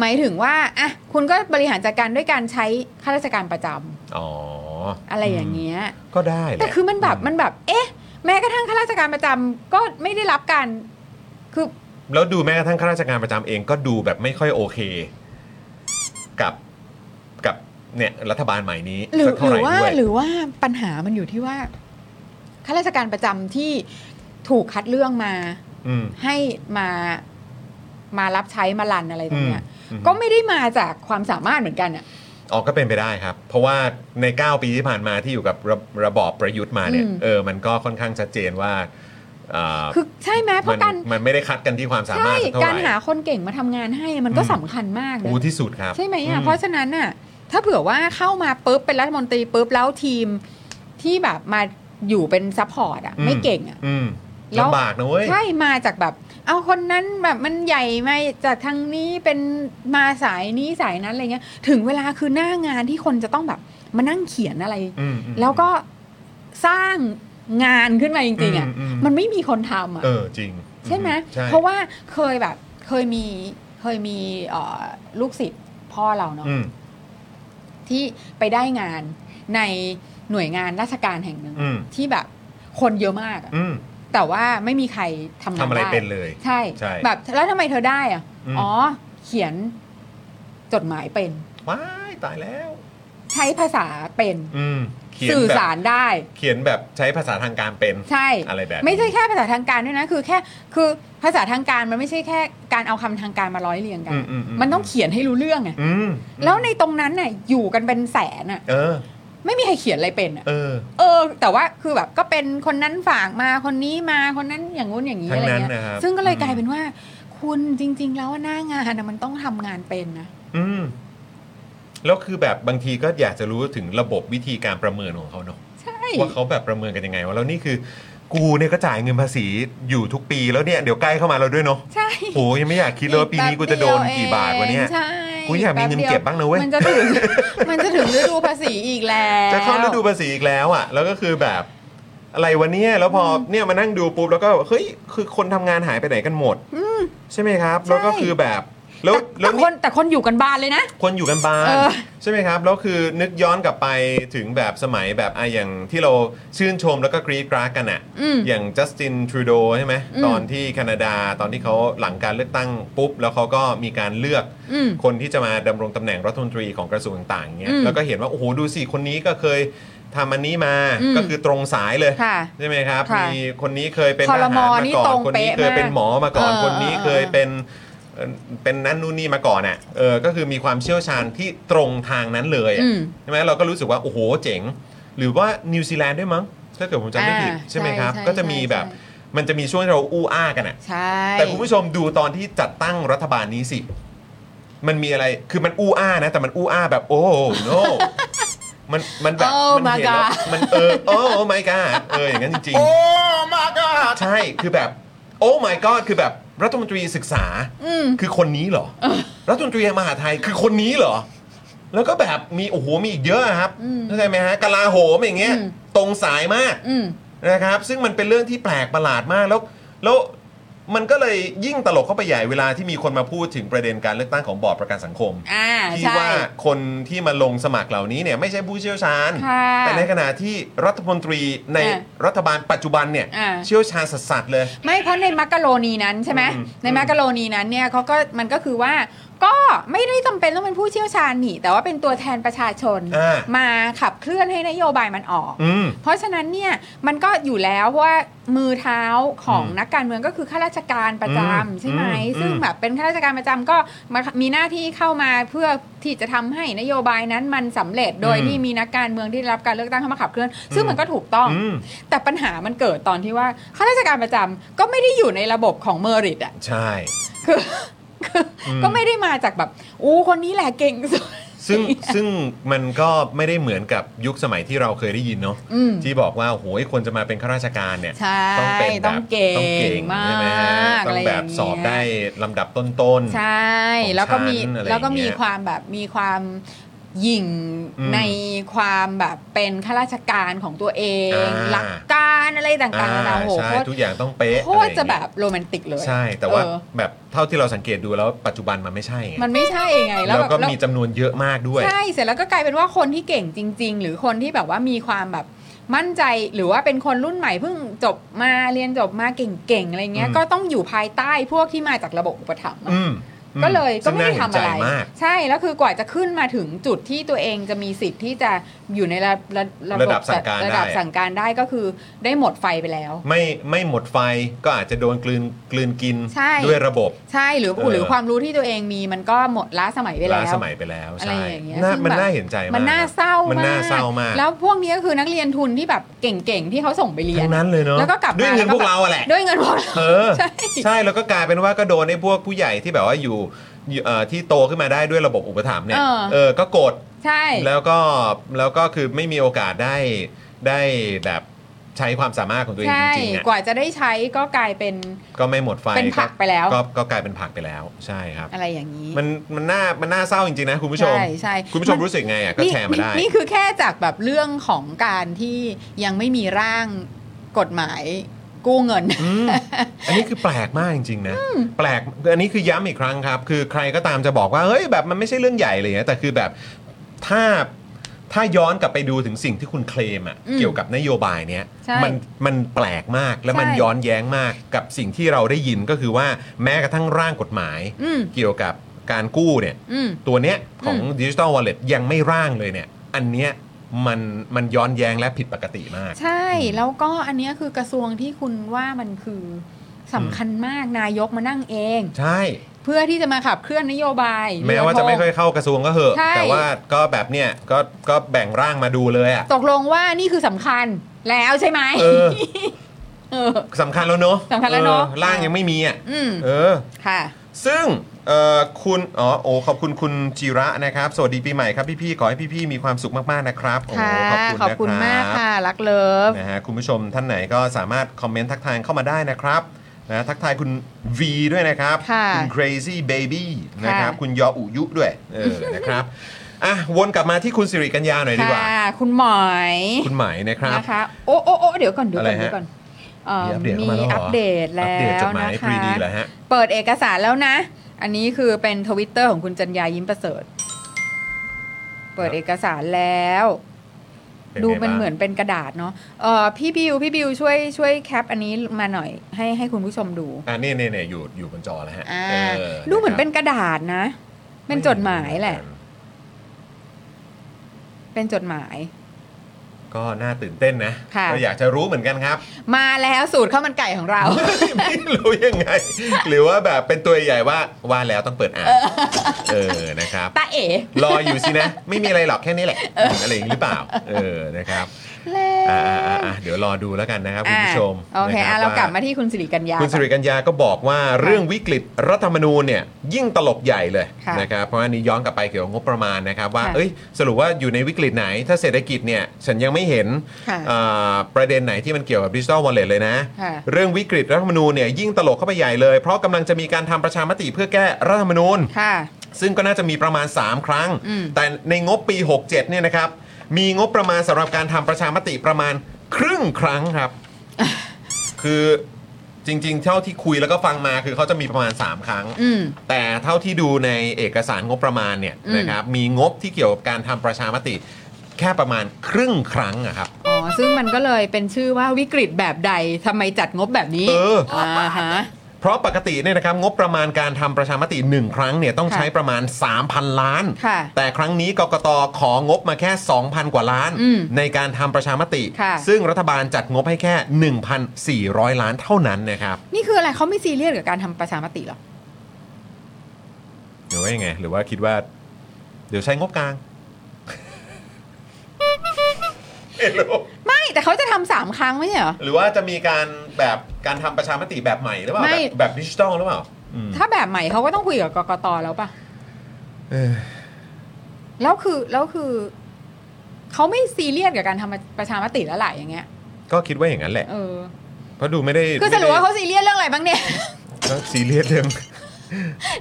Speaker 3: หมายถึงว่าอ่ะคุณก็บริหารจัดการด้วยการใช้ข้าราชการประจำ
Speaker 2: อ๋อ
Speaker 3: อะไรอย่างเงี้ย
Speaker 2: ก็ได้แหละ
Speaker 3: แต่คือมันแบบมันแบบ เอ๊ะ แม้กระทั่งข้าราชการประจำก็ไม่ได้รับการคือ
Speaker 2: แล้วดูแม้กระทั่งข้าราชการประจำเองก็ดูแบบไม่ค่อยโอเค กับกับเนี่ยรัฐบาลใหม่นี้
Speaker 3: หรือ
Speaker 2: สัก
Speaker 3: ห
Speaker 2: เท่า
Speaker 3: รื
Speaker 2: ไหร่
Speaker 3: อว่า
Speaker 2: ด้วย
Speaker 3: หรือว่าปัญหามันอยู่ที่ว่าข้าราชการประจำที่ถูกคัดเลือกมา
Speaker 2: อืม
Speaker 3: ให้มามารับใช้มาลันอะไรตร
Speaker 2: อื
Speaker 3: ง
Speaker 2: ม
Speaker 3: เนี้ย
Speaker 2: อืม
Speaker 3: ก็ไม่ได้มาจากความสามารถเหมือนกันอ่ะ
Speaker 2: อ๋อก็เป็นไปได้ครับ เพราะว่าใน 9 ปีที่ผ่านมาที่อยู่กับระระบอบประยุทธ์มาเนี่ย
Speaker 3: อืม
Speaker 2: เออมันก็ค่อนข้างชัดเจนว่าอ่า
Speaker 3: คือใช่ไหมเพ
Speaker 2: มั
Speaker 3: ราะ
Speaker 2: น
Speaker 3: การ
Speaker 2: มันไม่ได้คัดกันที่ความสามารถสักเท่าไหร่
Speaker 3: การหาคนเก่งมาทำงานให้มันก็
Speaker 2: อืม
Speaker 3: สำคัญมากนะ
Speaker 2: โอ้ที่สุดครับ
Speaker 3: ใช่ไหมอ่ะ
Speaker 2: อื
Speaker 3: เพราะฉะนั้นน่ะ ถ้าเผื่อว่าเข้ามาปุ๊บเป็นรัฐมนตรีปุ๊บแล้วทีมที่แบบมาอยู่เป็นซัพพอร์ตอ่ะ
Speaker 2: อืม
Speaker 3: ไม่เก่งอ่ะ
Speaker 2: อืม
Speaker 3: แล้ว
Speaker 2: ลำบากนะเว้ย
Speaker 3: ใช่มาจากแบบ เอาคนนั้นแบบมันใหญ่มาจากทางนี้เป็นมาสายนี้สายนั้นอะไรเงี้ย ถึงเวลาคือหน้างานที่คนจะต้องแบบมานั่งเขียนอะไร
Speaker 2: อืมอืม
Speaker 3: แล้วก็สร้างงานขึ้นมาจริงๆอ่ะ
Speaker 2: มม
Speaker 3: มันไม่มีคนทำอ่ะ
Speaker 2: เออจริง
Speaker 3: ใช่ไหม
Speaker 2: ใช่
Speaker 3: เพราะว่าเคยแบบเคยมีเคยมีเอ่อลูกศิษย์พ่อเราเนาะ
Speaker 2: อืม
Speaker 3: ที่ไปได้งานในหน่วยงานราชการแห่งหนึ่ง
Speaker 2: อืม
Speaker 3: ที่แบบคนเยอะมากอะ
Speaker 2: อืม
Speaker 3: แต่ว่าไม่มีใครทำงาน
Speaker 2: ทำอะไร
Speaker 3: ด้
Speaker 2: เป็นเลย
Speaker 3: ใช่
Speaker 2: ใช่
Speaker 3: แบบแล้วทำไมเธอได้อ่ะ
Speaker 2: อืม
Speaker 3: อ๋อเขียนจดหมายเป็น
Speaker 2: ว้ายตายแล้ว
Speaker 3: ใช้ภาษาเป็น
Speaker 2: อืมเขียน
Speaker 3: สื่อ
Speaker 2: แบบ
Speaker 3: สารได้
Speaker 2: เขียนแบบใช้ภาษาทางการเป็น
Speaker 3: ใช่
Speaker 2: อะไรแบบนี้
Speaker 3: ไม่ใช่แค่ภาษาทางการด้วยนะคือแค่คือภาษาทางการมันไม่ใช่แค่การเอาคำทางการมาร้อยเรียงกัน
Speaker 2: อืมอืมอืม
Speaker 3: มันต้องเขียนให้รู้เรื่องไง
Speaker 2: อืม
Speaker 3: แล้วในตรงนั้นน่ะอยู่กันเป็นแสนน่ะ
Speaker 2: เออ
Speaker 3: ไม่มีใครเขียนอะไรเป็นอ่ะ
Speaker 2: เออ
Speaker 3: เออ แต่ว่าคือแบบก็เป็นคนนั้นฝากมาคนนี้มาคนนั้นอย่างงู้นอย่างนี้
Speaker 2: ทั้
Speaker 3: อะ
Speaker 2: ง
Speaker 3: ไร
Speaker 2: นั้น
Speaker 3: เงี้ย
Speaker 2: นะครับ
Speaker 3: ซึ่งก็เลย
Speaker 2: อืม
Speaker 3: กลายเป็นว่า คุณจริง ๆ แล้วหน้างานน่ะมันต้องทำงานเป็นนะ
Speaker 2: อืมแล้วคือแบบบางทีก็อยากจะรู้ถึงระบบวิธีการประเมินของเขาเนอะ
Speaker 3: ใช่
Speaker 2: ว่าเขาแบบประเมินกันยังไงว่าแล้วนี่คือ กูเนี่ยก็จ่ายเงินภาษีอยู่ทุกปีแล้วเนี่ยเดี๋ยวใกล้เข้ามาแล้วด้วยเนาะ
Speaker 3: ใช่
Speaker 2: โหยังไม่อยากคิดเลยว่าปีนี้กูจะโดนกี่บาทวะเนี่ย
Speaker 3: ใช่
Speaker 2: กูอยากมีเงินเก็บบ้างนะเว้ย
Speaker 3: มันจะถึง มันจะถึงฤ *laughs* ดูภาษีอีกแล้ว
Speaker 2: จะเข้าฤดูภาษีอีกแล้วอ่ะ แล้วก็คือแบบอะไรวันนี้แล้วพอเนี่ยมานั่งดูปุ๊บแล้วก็เฮ้ยคือคนทำงานหายไปไหนกันหมดใช่ไหมครับ แล้วก็คือแบบแล้วแล้
Speaker 3: แต่ค
Speaker 2: วนี่
Speaker 3: นแต่คนอยู่กันบ้านเลยนะ
Speaker 2: คนอยู่กันบ้าน
Speaker 3: เออ
Speaker 2: ใช่ไหมครับแล้วคือนึกย้อนกลับไปถึงแบบสมัยแบบอะอย่างที่เราชื่นชมแล้วก็กรี๊ดกราดกันอ่ะ
Speaker 3: อืม
Speaker 2: อย่างจัสตินทรูโดใช่ไหม
Speaker 3: อืม
Speaker 2: ตอนที่แคนาดาตอนที่เขาหลังการเลือกตั้งปุ๊บ แล้วเขาก็มีการเลือก
Speaker 3: อืม
Speaker 2: คนที่จะมาดำรงตำแหน่งรัฐมนตรีของกระทรวงต่างๆเงี้ย
Speaker 3: อืม
Speaker 2: แล้วก็เห็นว่า โอ้โห ดูสิ คนนี้ก็เคยทำอันนี้มา
Speaker 3: อืม
Speaker 2: ก็คือตรงสายเลย
Speaker 3: ค่ะ
Speaker 2: ใช่ไหมครับ
Speaker 3: ค่ะ
Speaker 2: มีคนนี้เคยเป็น
Speaker 3: ค
Speaker 2: ท
Speaker 3: อร
Speaker 2: หาร
Speaker 3: ม
Speaker 2: มา
Speaker 3: นี่
Speaker 2: ก่อ
Speaker 3: ต
Speaker 2: น
Speaker 3: รง
Speaker 2: คนนี้
Speaker 3: เป๊ะ
Speaker 2: เคยเป็นหมอมาก่อน
Speaker 3: มาก
Speaker 2: คนนี้เคย
Speaker 3: เออเออเออ
Speaker 2: เป็นเอ่อเป็นนั่นนู่นนี่มาก่อนอ่ะเออก็คือมีความเชี่ยวชาญที่ตรงทางนั้นเลยอะ
Speaker 3: อืม
Speaker 2: ใช่ไหมเราก็รู้สึกว่า โอ้โห เจ๋ง หรือว่านิวซีแลนด์ด้วยมั้งถ้าเกิดผมจำไม่ผิด
Speaker 3: อ่า
Speaker 2: ใช่ไหมครับ
Speaker 3: ใช่ใช่
Speaker 2: ก็จะมีแบบ
Speaker 3: ใช่
Speaker 2: มันจะมีช่วงที่เราอู้อ้ากันอะ
Speaker 3: ใช่
Speaker 2: แต่คุณผู้ชมดูตอนที่จัดตั้งรัฐบาลนี้สิ มันมีอะไรคือมันอู้อ้านะ แต่มันอู้อ้าแบบโอ้ no *laughs* มันมันแบบมันเห็นแล้วมันเออโอ้ my god เอออย่างนั้นจริง ๆ
Speaker 6: my god
Speaker 2: ใช่ คือแบบ โอ้ my god คือแบบรัฐมนตรีศึกษาคือคนนี้เหรอ รัฐมนตรีมหาดไทยคือคนนี้เหรอ แล้วก็แบบมีโอ้โหมีอีกเยอะอะครับเข้าใจไหมฮะกลาโหมอย่างเงี้ย ตรงสายมาก
Speaker 3: อืม
Speaker 2: นะครับ ซึ่งมันเป็นเรื่องที่แปลกประหลาดมากแล้ว แล้วมันก็เลยยิ่งตลกเข้าไปใหญ่เวลาที่มีคนมาพูดถึงประเด็นการเลือกตั้งของบอร์ดประกันสังคม
Speaker 3: อ่า
Speaker 2: ที่
Speaker 3: ใช่
Speaker 2: ว่าคนที่มาลงสมัครเหล่านี้เนี่ยไม่ใช่ผู้เชี่ยวชาญ
Speaker 3: ค่ะ
Speaker 2: แต่ในขณะที่รัฐมนตรีใน
Speaker 3: อ่ะ
Speaker 2: รัฐบาลปัจจุบันเนี่ย
Speaker 3: อ่ะ
Speaker 2: เชี่ยวชาญสัสๆเลย
Speaker 3: ไม่เพราะในมักกะโรนีนั้นใช่ไหม
Speaker 2: อืม
Speaker 3: ในมักกะโรนีนั้นเนี่ยเขาก็มันก็คือว่าก็ไม่ได้จำเป็นต้องเป็นผู้เชี่ยวชาญนี่แต่ว่าเป็นตัวแทนประชาชน
Speaker 2: อ่า
Speaker 3: มาขับเคลื่อนให้นโยบายมันออก
Speaker 2: อืม
Speaker 3: เพราะฉะนั้นเนี่ยมันก็อยู่แล้วเพราะว่ามือเท้าของ
Speaker 2: อืม
Speaker 3: นักการเมืองก็คือข้าราชการประจ
Speaker 2: อืม
Speaker 3: ำใช่ไหม
Speaker 2: อืม
Speaker 3: ซึ่งแบบเป็นข้าราชการประจำก็มามีหน้าที่เข้ามาเพื่อที่จะทำให้นโยบายนั้นมันสำเร็จโดย
Speaker 2: อืม
Speaker 3: ที่มีนักการเมืองที่ได้รับการเลือกตั้งเข้ามาขับเคลื่อน ซึ่งมันก็ถูกต้อง
Speaker 2: อืม
Speaker 3: แต่ปัญหามันเกิดตอนที่ว่าข้าราชการประจำก็ไม่ได้อยู่ในระบบของเมอริตอ่ะ *laughs*
Speaker 2: ใช่
Speaker 3: คือคืออ
Speaker 2: ม
Speaker 3: ก็ไม่ได้มาจากแบบอู้คนนี้แหละเก่งสุด
Speaker 2: ซึ่ง
Speaker 3: *laughs*
Speaker 2: ซึ่งมันก็ไม่ได้เหมือนกับยุคสมัยที่เราเคยได้ยินเนาะ
Speaker 3: อืม
Speaker 2: ที่ *laughs* บอกว่าโหยคนจะมาเป็นข้าราชการเนี่ย
Speaker 3: ใช่
Speaker 2: ต้องเป็นแบบ
Speaker 3: ต้องเก่
Speaker 2: ต้องเก่
Speaker 3: ง
Speaker 2: ง
Speaker 3: มา
Speaker 2: ใช่ไหมฮะต้อง
Speaker 3: กะไร
Speaker 2: แบบ
Speaker 3: ย่า
Speaker 2: สอบ
Speaker 3: เงี้ย
Speaker 2: ได้ลำดับต้น
Speaker 3: ใช่
Speaker 2: ของ
Speaker 3: แล้วก็มี
Speaker 2: ฉันอะไร
Speaker 3: แล้วก็
Speaker 2: อย่างเงี้
Speaker 3: มี
Speaker 2: ย
Speaker 3: ความแบบมีความหยิ่ง
Speaker 2: อืม
Speaker 3: ในความแบบเป็นข้าราชการของตัวเอง
Speaker 2: อ่า
Speaker 3: หลักการอะไร
Speaker 2: ๆ
Speaker 3: ต่างๆนานาโห
Speaker 2: ใช่
Speaker 3: โคตร
Speaker 2: ทุกอย่างต้องเป๊ะ
Speaker 3: โคตรจะแบบโรแมนติกเลย
Speaker 2: ใช่ แต่ว่า
Speaker 3: เออ
Speaker 2: แบบเท่าที่เราสังเกตดูแล้วปัจจุบันมันไม่ใช่ไง
Speaker 3: มันไม่ใช่ไงแล้ว
Speaker 2: แล้ว
Speaker 3: แบบ
Speaker 2: ก็
Speaker 3: แล้ว
Speaker 2: มีจำนวนเยอะมากด้วย
Speaker 3: ใช่เสร็จแล้วก็กลายเป็นว่าคนที่เก่งจริง ๆ หรือคนที่แบบว่ามีความแบบมั่นใจหรือว่าเป็นคนรุ่นใหม่เพิ่งจบมาเรียนจบมาเก่งๆอะไรเงี้ย
Speaker 2: อืม
Speaker 3: ก็ต้องอยู่ภายใต้พวกที่มาจากระบบอุปถัมภ์อะ
Speaker 2: อืมอื
Speaker 3: ก็เลยก็
Speaker 2: ซึ่ง
Speaker 3: ไม่ได้
Speaker 2: น่า
Speaker 3: ทำ
Speaker 2: เห็นใจ
Speaker 3: อะไร
Speaker 2: มาก
Speaker 3: ใช่ แล้วคือกว่าจะขึ้นมาถึงจุดที่ตัวเองจะมีสิทธิ์ที่จะอยู่ในระระ
Speaker 2: ระดับสั่งการได้
Speaker 3: ระดับสั่งการได้ก็คือได้หมดไฟไปแล้ว
Speaker 2: ไม่ไม่หมดไฟก็อาจจะโดนกลืนกลืนกิน
Speaker 3: ใช่
Speaker 2: ด้วยระบบ
Speaker 3: ใช่หรือ
Speaker 2: เออ
Speaker 3: หรือความรู้ที่ตัวเองมีมันก็หมดล้าสมัยไปแล้
Speaker 2: ล้าว สมัยไปแล้ว
Speaker 3: อะไร
Speaker 2: ใช่
Speaker 3: อย่างเงี้ย
Speaker 2: น่า
Speaker 3: ซึ่ง
Speaker 2: มัน
Speaker 3: แบบ
Speaker 2: น่าเห็นใจมาก
Speaker 3: มันน่าเศร้า
Speaker 2: มัน
Speaker 3: มาก
Speaker 2: น่าเศร้ามาก
Speaker 3: แล้วพวกนี้ก็คือนักเรียนทุนที่แบบเก่งๆ ที่เขาส่งไปเรียน
Speaker 2: ทั้งนั้นเลยเนาะ
Speaker 3: แล้วก็กลับมา
Speaker 2: ด้วยเงิน
Speaker 3: แล้
Speaker 2: พ
Speaker 3: วก็
Speaker 2: วกเราอะแหละ
Speaker 3: ด้วยเงิน *laughs* พวกเรา
Speaker 2: เออ
Speaker 3: ใช่
Speaker 2: ใช่แล้วก็กลายเป็นว่าก็โดนไอ้พวกผู้ใหญ่ที่แบบว่าอยู่อยู่เอ่อที่โตขึ้นมาได้ด้วยระบบอุปถัมภ์เนี่ย
Speaker 3: เออ
Speaker 2: เออก็โกรธ
Speaker 3: ใช่
Speaker 2: แล้วก็แล้วก็คือไม่มีโอกาสได้ได้แบบใช้ความสามารถของตัวเอง
Speaker 3: ใช่
Speaker 2: จริงๆอะ
Speaker 3: กว่าจะได้ใช้ก็กลายเป็น
Speaker 2: ก็ไม่หมดไฟ
Speaker 3: เป็นผักไปแล้ว
Speaker 2: ก็ก็กลายเป็นผักไปแล้วใช่ครับ
Speaker 3: อะไรอย่างนี้
Speaker 2: มันมันน่ามันน่าเศร้าจริงๆนะคุณผู้ชม
Speaker 3: ใช่ใช่
Speaker 2: คุณผู้ชมรู้สึกไงอ่ะก็แชร์มาได้
Speaker 3: นี่นี่คือแค่จากแบบเรื่องของการที่ยังไม่มีร่างกฎหมายกู้เงิน *laughs*
Speaker 2: อืมอันนี้คือแปลกมากจริงๆนะ แปลกอันนี้คือย้ำอีกครั้งครับ คือใครก็ตามจะบอกว่าเฮ้ยแบบมันไม่ใช่เรื่องใหญ่เลยนะแต่คือแบบถ้าถ้าย้อนกลับไปดูถึงสิ่งที่คุณเคลมอะ
Speaker 3: อืม
Speaker 2: เกี่ยวกับนโยบายเนี้ย
Speaker 3: ใช่
Speaker 2: มัมันแปลกมากและมัน
Speaker 3: ใช่
Speaker 2: ย้อนแย้งมากกับสิ่งที่เราได้ยินก็คือว่าแม้กระทั่งร่างกฎหมาย
Speaker 3: อืม
Speaker 2: เกี่ยวกับการกู้เนี่ย
Speaker 3: อืม
Speaker 2: ตัวเนี้ยของ
Speaker 3: อืม
Speaker 2: ดิจิ t a ลวอลเล็ตยังไม่ร่างเลยเนี่ย อันเนี้ยมันมันย้อนแย้งและผิดปกติมาก
Speaker 3: ใช่ แล้วก็อันเนี้ยคือกระทรวงที่คุณว่ามันคือสำคัญมากนายกมานั่งเอง
Speaker 2: ใช่
Speaker 3: เพื่อที่จะมาขับเคลื่อนนโยบาย
Speaker 2: แม้ว่าจะไม่ค่อยเข้ากระทรวงก็เหอะ
Speaker 3: ใช่
Speaker 2: แต่ว่าก็แบบเนี้ยก็ก็แบ่งร่างมาดูเลยอ่ะ
Speaker 3: ตกลงว่านี่คือสำคัญแล้วใช่ไหม
Speaker 2: เออ
Speaker 3: เออ
Speaker 2: สำคัญแล้วเนอะ
Speaker 3: สำคัญแล้วเนอะ
Speaker 2: ออร่างยังไม่มีอ่ะ
Speaker 3: อืม
Speaker 2: เออ
Speaker 3: ค่ะ
Speaker 2: ซึ่งเอ่อคุณอ๋อโอ้ขอบคุณคุณจิระนะครับ สวัสดีปีใหม่ครับพี่ๆขอให้พี่ๆมีความสุขมากๆนะครับโอ้
Speaker 3: ค่ะ
Speaker 2: ขอบคุณ
Speaker 3: ขอบคุณ
Speaker 2: นะ
Speaker 3: มาก
Speaker 2: รับ
Speaker 3: ค่ะ รักเลิฟ
Speaker 2: นะฮะคุณผู้ชมท่านไหนก็สามารถคอมเมนต์ทักทายเข้ามาได้นะครับนะทักทายคุณ V ด้วยนะครับ
Speaker 3: ค่ะ
Speaker 2: คุณ crazy baby นะครับ
Speaker 3: ค่ะ
Speaker 2: คุณยออุยุด้วยเออนะครับอ่ะวนกลับมาที่คุณสิริกัญญาหน่อยดีกว่า
Speaker 3: ค่ะ คุณหมอย
Speaker 2: คุณหมายนะครับ
Speaker 3: นะคะโอ้โอ้โอ้เดี๋ยวก่อนเดี๋ยวก่อน
Speaker 2: อะไร
Speaker 3: เดี๋ย
Speaker 2: ฮะ
Speaker 3: วก่อนเอ่อ
Speaker 2: มีอัปเดตเข้ามา
Speaker 3: มีอัปเดตแล้วนะ
Speaker 2: แล้วเหรออัปเดตจดหมายปรี
Speaker 3: คะ
Speaker 2: ดีเหรอฮะ
Speaker 3: เปิดเอกสารแล้วนะ อันนี้คือเป็นทวิตเตอร์ของคุณจันยายิ้มประเสริฐ เปิดเอกสารแล้ว
Speaker 2: เป็นไง
Speaker 3: ดูมัน
Speaker 2: บ้าง
Speaker 3: เหมือนเป็นกระดาษเนาะเอ่อพี่บิวพี่บิวช่วยช่วยแคปอันนี้มาหน่อย ให้ให้คุณผู้ชมดู
Speaker 2: อ่ะนี่นี่นี่อยู่อยู่บนจอแล้วฮะ
Speaker 3: อ่า
Speaker 2: เออ
Speaker 3: ดูเหมือนะครับ เป็นกระดาษนะ เป็นจดหมายแหละ เป็นจดหมาย
Speaker 2: ก็น่าตื่นเต้นนะ
Speaker 3: ค่ะ
Speaker 2: ก็อยากจะรู้เหมือนกันครับ *laughs*
Speaker 3: มาแล้วสูตรข้าวมันไก่ของเรา
Speaker 2: ไม่รู้ยังไง หรือว่าแบบเป็นตัวใหญ่ว่าว่าแล้วต้องเปิดอ่านเออนะครับ
Speaker 3: ตาเอ๋
Speaker 2: รออยู่สินะ ไม่มีอะไรหรอกแค่นี้แหละ อะไรอย่างนี้หรือเปล่า เออนะครับ
Speaker 3: แล้
Speaker 2: อ่าอ่าอ่าเดี๋ยวรอดูแล้วกันนะครับคุณผู้ชม
Speaker 3: อ่ะโอเคอ่ะ
Speaker 2: นะ
Speaker 3: เรา
Speaker 2: บ
Speaker 3: กลับ
Speaker 2: ว่
Speaker 3: มาที่คุณสิริกัญญา
Speaker 2: คุณสิริกัญญาก็บอกว่าเรื่องวิกฤตรัฐธรรมนูญเนี่ยยิ่งตลบใหญ่เลย
Speaker 3: ค่ะ
Speaker 2: นะครับเพราะอันนี้ย้อนกลับไปเกี่ยวกับงบประมาณนะครับว่า
Speaker 3: ค่ะ
Speaker 2: เอ้ยสรุปว่าอยู่ในวิกฤตไหน ถ้าเศรษฐกิจเนี่ยฉันยังไม่เห็น
Speaker 3: ค่ะ
Speaker 2: เอ่อประเด็นไหนที่มันเกี่ยวกับดิจิทัลวอลเล็ตเลยนะ
Speaker 3: ค่ะ
Speaker 2: เรื่องวิกฤตรัฐธรรมนูญเนี่ยยิ่งตลกเข้าไปใหญ่เลย เพราะกำลังจะมีการทำประชามติเพื่อแก้รัฐธรรมนูญ
Speaker 3: ค่ะ
Speaker 2: ซึ่งก็น่าจะมีประมาณ 3 ครั้ง
Speaker 3: อืม
Speaker 2: แต่ในงบปี 67เนี่ยนะครับมีงบประมาณสำหรับการทำประชามติประมาณครึ่งครั้ง
Speaker 3: *laughs*
Speaker 2: ครับ คือจริงๆ เท่าที่คุยแล้วก็ฟังมาคือเขาจะมีประมาณ 3 ครั้ง
Speaker 3: อืม
Speaker 2: แต่เท่าที่ดูในเอกสารงบประมาณเนี่ย
Speaker 3: อืม
Speaker 2: นะครับมีงบที่เกี่ยวกับการทำประชามติ แค่ประมาณครึ่งครั้งอะครับ
Speaker 3: อ๋อ ซึ่งมันก็เลยเป็นชื่อว่าวิกฤตแบบใดทำไมจัดงบแบบนี้
Speaker 2: เออ
Speaker 3: ฮะ
Speaker 2: เพราะปกติเนี่ยนะครับงบประมาณการทำประชามติ 1 ครั้งเนี่ยต้อง
Speaker 3: ค่ะ
Speaker 2: ใช้ประมาณ 3,000 ล้าน
Speaker 3: ค่ะ
Speaker 2: แต่ครั้งนี้กกตของบมาแค่ 2,000 กว่าล้าน
Speaker 3: อืม
Speaker 2: ในการทำประชามติ
Speaker 3: ค่ะ
Speaker 2: ซึ่งรัฐบาลจัดงบให้แค่ 1,400 ล้านเท่านั้นนะครับ
Speaker 3: นี่คืออะไรเขาไม่ซีเรียสกับการทำประชามติเหรอ
Speaker 2: หรือว่ายังไง หรือว่าคิดว่า เดี๋ยวใช้งบกลาง *laughs* ไม่รู้
Speaker 3: ไม่ แต่เขาจะทำสามครั้งไม่ใช่เหรอ
Speaker 2: หรือว่าจะมีการแบบการทำประชามติแบบใหม่หรือเปล่า
Speaker 3: ไม่
Speaker 2: แบบแบบดิจิทัลหรือเปล่าอืม
Speaker 3: ถ้าแบบใหม่เขาก็ต้องคุยกับกกตแล้วป่ะ
Speaker 2: เออ
Speaker 3: แล้วคือแล้วคือเขาไม่ซีเรียสกับการทำประชามติแล้วหละอย่างเงี้ย
Speaker 2: ก็คิดว่าอย่างนั้นแหละ
Speaker 3: เออ
Speaker 2: เพราะดูไม่ได้
Speaker 3: คือสรุปว่าเขาซีเรียสเรื่องอะไรบ้างเนี่ย
Speaker 2: ก็ *laughs* ซีเรียสเรื่อง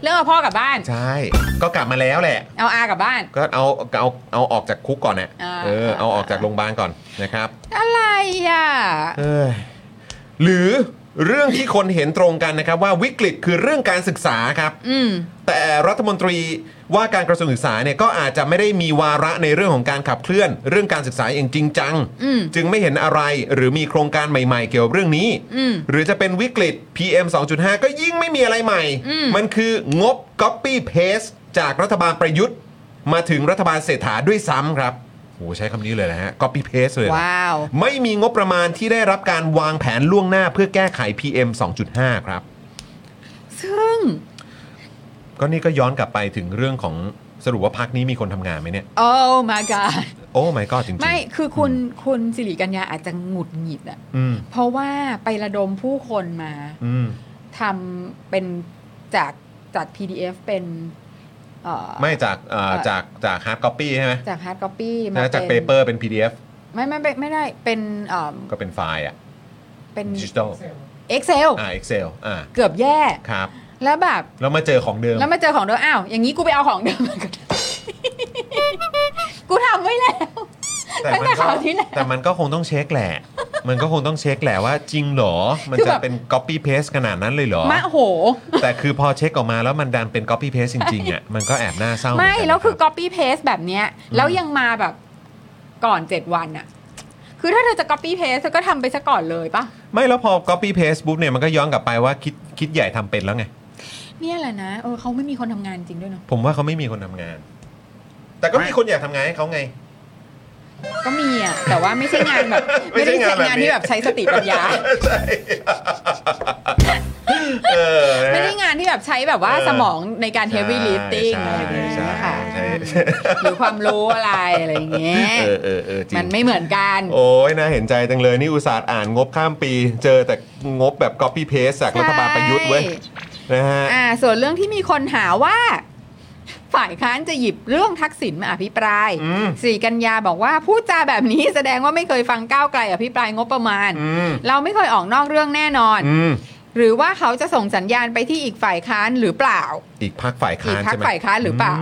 Speaker 3: เรื่องเอาพ่อกลับบ้าน
Speaker 2: ใช่ ก็กลับมาแล้วแหละ
Speaker 3: เอาอากลับบ้าน
Speaker 2: ก็เอาเอาเอาออกจากคุกก่อนเนี่ย
Speaker 3: อ่า
Speaker 2: เออ เอาออกจาก
Speaker 3: อ่า
Speaker 2: โรงพยาบาลก่อนนะครับ
Speaker 3: อะไรอ่ะ
Speaker 2: เอ้ยหรือเรื่องที่คนเห็นตรงกันนะครับว่าวิกฤตคือเรื่องการศึกษาครับ
Speaker 3: อืม
Speaker 2: แต่รัฐมนตรีว่าการกระทรวงศึกษาเนี่ยก็อาจจะไม่ได้มีวาระในเรื่องของการขับเคลื่อน เรื่องการศึกษาอย่างจริงจัง
Speaker 3: อืม
Speaker 2: จึงไม่เห็นอะไรหรือมีโครงการใหม่ ๆ เกี่ยวกับเรื่องนี้
Speaker 3: อืม
Speaker 2: หรือจะเป็นวิกฤต PM 2.5 ก็ยิ่งไม่มีอะไรใหม่
Speaker 3: อืม
Speaker 2: มันคืองบ Copy Paste จากรัฐบาลประยุทธ์ มาถึงรัฐบาลเศรษฐาด้วยซ้ำครับโหใช้คำนี้เลยนะฮะ Copy Paste เลยนะ
Speaker 3: ว้าว
Speaker 2: ไม่มีงบประมาณที่ได้รับการวางแผนล่วงหน้าเพื่อแก้ไข PM 2.5 ครับ
Speaker 3: ซึ่ง
Speaker 2: ก็นี่ก็ย้อนกลับไปถึงเรื่องของสรุปว่าพักนี้มีคนทำงานไหมเนี่ย
Speaker 3: โอ้ my god
Speaker 2: โอ้ my god จริงๆ
Speaker 3: ไม่ คือคุณคุณสิริกัญญาอาจจะหงุดหงิดอะ
Speaker 2: อืม
Speaker 3: เพราะว่าไประดมผู้คนมา
Speaker 2: อืม
Speaker 3: ทำเป็นจากจาก PDF เป็นเอ่อ
Speaker 2: ไม่จากเอ่อ
Speaker 3: เอ่อ
Speaker 2: จากจาก hard copy ใช่ไหม
Speaker 3: จาก hard copy มา
Speaker 2: แล้วจาก
Speaker 3: เป็น
Speaker 2: paper เป็น PDF
Speaker 3: ไม่ไม่ไม่ไม่ได้เป็นเอ่อ
Speaker 2: ก็เป็นไฟล์อะ
Speaker 3: เป็น
Speaker 2: ดิจิทัล
Speaker 3: Excel
Speaker 2: อ่า Excel อ่า
Speaker 3: เกือบแย่
Speaker 2: ครับ
Speaker 3: แล้วแบบ
Speaker 2: แล้วมาเจอของเดิม
Speaker 3: แล้วมาเจอของเดิมอ้าว อย่างนี้กูไป *laughs* เอาของเดิมมาก็ได้ กูทำไว้แล้ว ตั้งแต่คราวที่แล้ว
Speaker 2: แต่มันก็คงต้องเช็คแหละ มันก็คงต้องเช็คแหละว่าจริงเหรอ มัน
Speaker 3: คือ
Speaker 2: จะ
Speaker 3: แบบ
Speaker 2: เป็น copy paste ขนาดนั้นเลยเหรอ
Speaker 3: มะโห
Speaker 2: แต่คือพอเช็คออกมาแล้วมันดันเป็น copy paste จริงๆอ่ะมันก็แอบน่าเศร้า
Speaker 3: ไม่
Speaker 2: เหนกันนะ
Speaker 3: แล้วคือ
Speaker 2: รับ
Speaker 3: copy paste แบบเนี้ย แล้วยังมาแบบก่อนเจ็ดวันอะคือถ้าเธอจะ copy paste เธอก็ทำไปซะก่อนเลยปะ
Speaker 2: ไม่แล้วพอ copy paste ปุ๊บเนี่ยมันก็ย้อนกลับไปว่าคิดคิดใหญ่ทำเป็นแล้วไง
Speaker 3: เนี่ยแหละนะ เออเขาไม่มีคนทำงานจริงด้วยเนาะ
Speaker 2: ผมว่าเขาไม่มีคนทำงาน แต่ก็มีคนอยากทำงานให้เขาไง
Speaker 3: ก็มีอะแต่ว่าไม่ใช่งานแบบ
Speaker 2: *laughs* ไม่
Speaker 3: ไม่
Speaker 2: ใช่
Speaker 3: ได้ใช้
Speaker 2: งานแบบ
Speaker 3: งาน
Speaker 2: นี้
Speaker 3: ที่แบบใช้สติปัญญา
Speaker 2: ใช่ *laughs* เออนะฮะ
Speaker 3: ไม่ได้งานที่แบบใช้แบบว่า
Speaker 2: เออ
Speaker 3: สมองในการ heavy
Speaker 2: ใช่
Speaker 3: lifting อะ
Speaker 2: ใช่
Speaker 3: ไรอย่างเงี้ย
Speaker 2: ใช่
Speaker 3: ค่ะ
Speaker 2: ใช่ *laughs*
Speaker 3: หรือความรู้อะไรอะไรอย่างเงี้ย
Speaker 2: เออเออเออจริง
Speaker 3: มันไม่เหมือนกัน
Speaker 2: โอ้ยน่าเห็นใจจังเลย นี่อุตส่าห์อ่านงบข้ามปี เจอแต่งบแบบ copy paste จากรัฐบาลประยุทธ์เว้ย
Speaker 3: ใช่
Speaker 2: นะฮะ
Speaker 3: อ่าส่วนเรื่องที่มีคนหาว่า ฝ่ายค้านจะหยิบเรื่องทักษิณมาอภิปราย
Speaker 2: อืม
Speaker 3: สี่กันยาบอกว่าพูดจาแบบนี้แสดงว่าไม่เคยฟังก้าวไกลอภิปรายงบประมาณ
Speaker 2: อืม
Speaker 3: เราไม่เคยออกนอกเรื่องแน่นอน
Speaker 2: อืม
Speaker 3: หรือว่าเขาจะส่งสัญญาณไปที่อีกฝ่ายค้านหรือเปล่า
Speaker 2: อีกพักฝ่าย
Speaker 3: อี
Speaker 2: ค้าก น
Speaker 3: พัก
Speaker 2: ใช่ไหม
Speaker 3: ฝ่ายค้านหรือเปล่า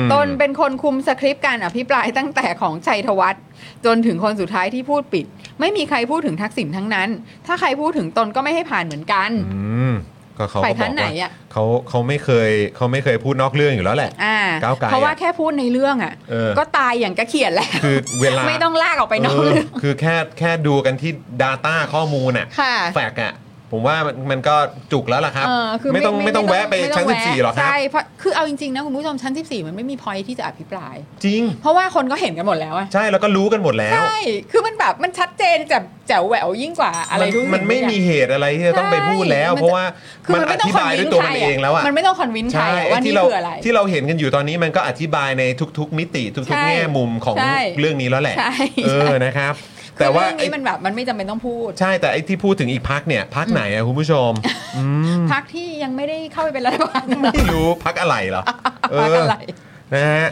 Speaker 2: ม
Speaker 3: ตนเป็นคนคุมสคริปต์การอภิปรายตั้งแต่ของชัยธวัฒน์จนถึงคนสุดท้ายที่พูดปิด ไม่มีใครพูดถึงทักษิณทั้งนั้น ถ้าใครพูดถึงตนก็ไม่ให้ผ่านเหมือนกัน
Speaker 2: อืมก็เขาก็
Speaker 3: ฝ่าย
Speaker 2: บ
Speaker 3: ค้า
Speaker 2: อน ก
Speaker 3: ไหน
Speaker 2: ว่า
Speaker 3: อะ
Speaker 2: เขาเขาไม่เคยเขาไม่เคยพูดนอกเรื่องอยู่แล้วแหละ
Speaker 3: อ่า
Speaker 2: ก้าวไกล
Speaker 3: เพราะว่า
Speaker 2: อะ
Speaker 3: แค่พูดในเรื่องอ่ะ
Speaker 2: เออ
Speaker 3: ก็ตายอย่างกระเขียนแล้ว
Speaker 2: คือเวลา
Speaker 3: ไม่ต้องลากออกไปนอก
Speaker 2: เออ
Speaker 3: เรื่อง
Speaker 2: คือแค่แค่ดูกันที่ Data ข้อมูลน่ะ
Speaker 3: ค่ะ
Speaker 2: แฟกต์อ่ะ ผมว่ามันมันก็จุกแล้วล่ะครับ
Speaker 3: เออคือ
Speaker 2: ไม่ต้องไม่ต้องแวะไป
Speaker 3: ม่ต้
Speaker 2: ชั้น
Speaker 3: แวะ
Speaker 2: 14หรอกครับ
Speaker 3: ใช่เพราะคือเอาจริงๆนะคุณผู้ชมชั้น 14 มันไม่มีพอยที่จะอภิปราย
Speaker 2: จริง
Speaker 3: เพราะว่าคนก็เห็นกันหมดแล้วอะ
Speaker 2: ใช่แล้วก็รู้กันหมดแล้ว
Speaker 3: ใช่ คือมันแบบมันชัดเจนแจ่มแจ๋วแหววยิ่งกว่าอะไรทุกสิ่ง
Speaker 2: มันไม่
Speaker 3: ทุกอย่าง
Speaker 2: มีเหตุอะไรที่จะต้องไปพูดแล้ว
Speaker 3: ใช่
Speaker 2: เพราะว่า
Speaker 3: คือ
Speaker 2: มัน
Speaker 3: มันไม่
Speaker 2: อ
Speaker 3: ต้อง
Speaker 2: ธิบายด้วยตัวมันเองแล้วอะ
Speaker 3: มันไม่ต้อง convince ใครอะว่านี่
Speaker 2: ที่เร
Speaker 3: คืออะไร
Speaker 2: ที่เราเห็นกันอยู่ตอนนี้มันก็อธิบายในทุก ๆ มิติทุก
Speaker 3: ใช่
Speaker 2: ๆแง่มุมของ
Speaker 3: ใช่
Speaker 2: เรื่องนี้แล้วแหละ
Speaker 3: ใช่
Speaker 2: เอ
Speaker 3: ใช่
Speaker 2: อนะครับ
Speaker 3: แต่
Speaker 2: แต่
Speaker 3: ว่า
Speaker 2: ว่า
Speaker 3: เรื่องนี้มันแบบมันไม่จำเป็นต้องพูด
Speaker 2: ใช่แต่ไอ้ที่พูดถึงอีกพักเนี่ยพักไหนอะคุณผู้ชม *laughs*
Speaker 3: พักที่ยังไม่ได้เข้าไปเป็นรัฐบาล
Speaker 2: ไม่รู้พักอะไรเหรอเอ
Speaker 3: พัก
Speaker 2: อ
Speaker 3: อะไร
Speaker 2: นะฮะ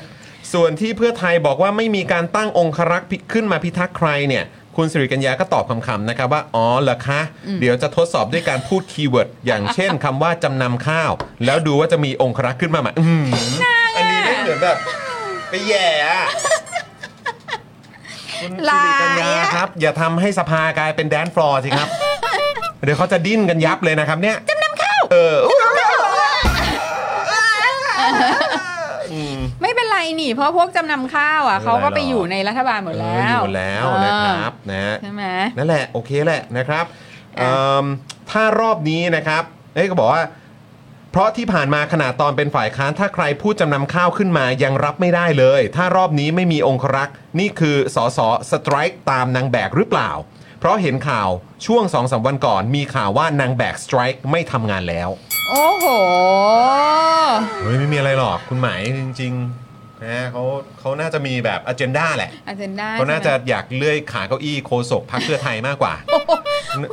Speaker 2: ส่วนที่เพื่อไทยบอกว่าไม่มีการตั้งองครักษ์พิขึ้นมาพิทักษ์ใครเนี่ย คุณสิริกัญญาก็ตอบคำๆนะครับว่า อ๋อเหรอคะ เดี๋ยวจะทดสอบด้วยการพูดคีย์เวิร์ด อย่างเช่นคำว่าจำนำข้าว แล้วดูว่าจะมีองครักษ์ขึ้นมาไหมอืมอันนี้ไม่เหมือนแบบไปแย่อะคุณสิริกัญญา
Speaker 3: ลายอะ
Speaker 2: ครับ อย่าทำให้สภากลายเป็นแดนฟลอร์สิครับ เดี๋ยวเขาจะดิ้นกันยับเลยนะครับเนี่ยจำนำข้าวเออ
Speaker 3: ไม่เป็นไรนี่ เพราะพวกจำนำข้าวอ่ะ
Speaker 2: ไม่เป็นไร
Speaker 3: เขาก็ไป
Speaker 2: หรอก
Speaker 3: อยู่ในรัฐบาลหมด
Speaker 2: เอ
Speaker 3: แล้
Speaker 2: อ
Speaker 3: ว
Speaker 2: อยู่แล้วนะครับนะฮะ
Speaker 3: ใช่ไหม
Speaker 2: นั่นแหละโอเคแหละนะครับ
Speaker 3: อ่ะ
Speaker 2: เอิ่มถ้ารอบนี้นะครับเอ้ยก็บอกว่า เพราะที่ผ่านมาขนาดตอนเป็นฝ่ายค้านถ้าใครพูดจำนำข้าวขึ้นมายังรับไม่ได้เลย ถ้ารอบนี้ไม่มีองครักษ์นี่คือสอสอสไตรค์ตามนางแบกหรือเปล่า เพราะเห็นข่าวช่วงสองสามวันก่อน มีข่าวว่านางแบกสไตรค์ไม่ทำงานแล้ว
Speaker 3: โอ้โห
Speaker 2: เฮ้ยไม่มีอะไรหรอกคุณหมายจริงๆนะเขาเขาน่าจะมีแบบอันเจนดาแหละ
Speaker 3: อาจารย์ได้
Speaker 2: เขาน่าจะ
Speaker 3: ใช่ไหม
Speaker 2: อยากเลื่อยขาเก้าอี้โคศกพักเพื่อไทยมากกว่า
Speaker 3: โอ้โห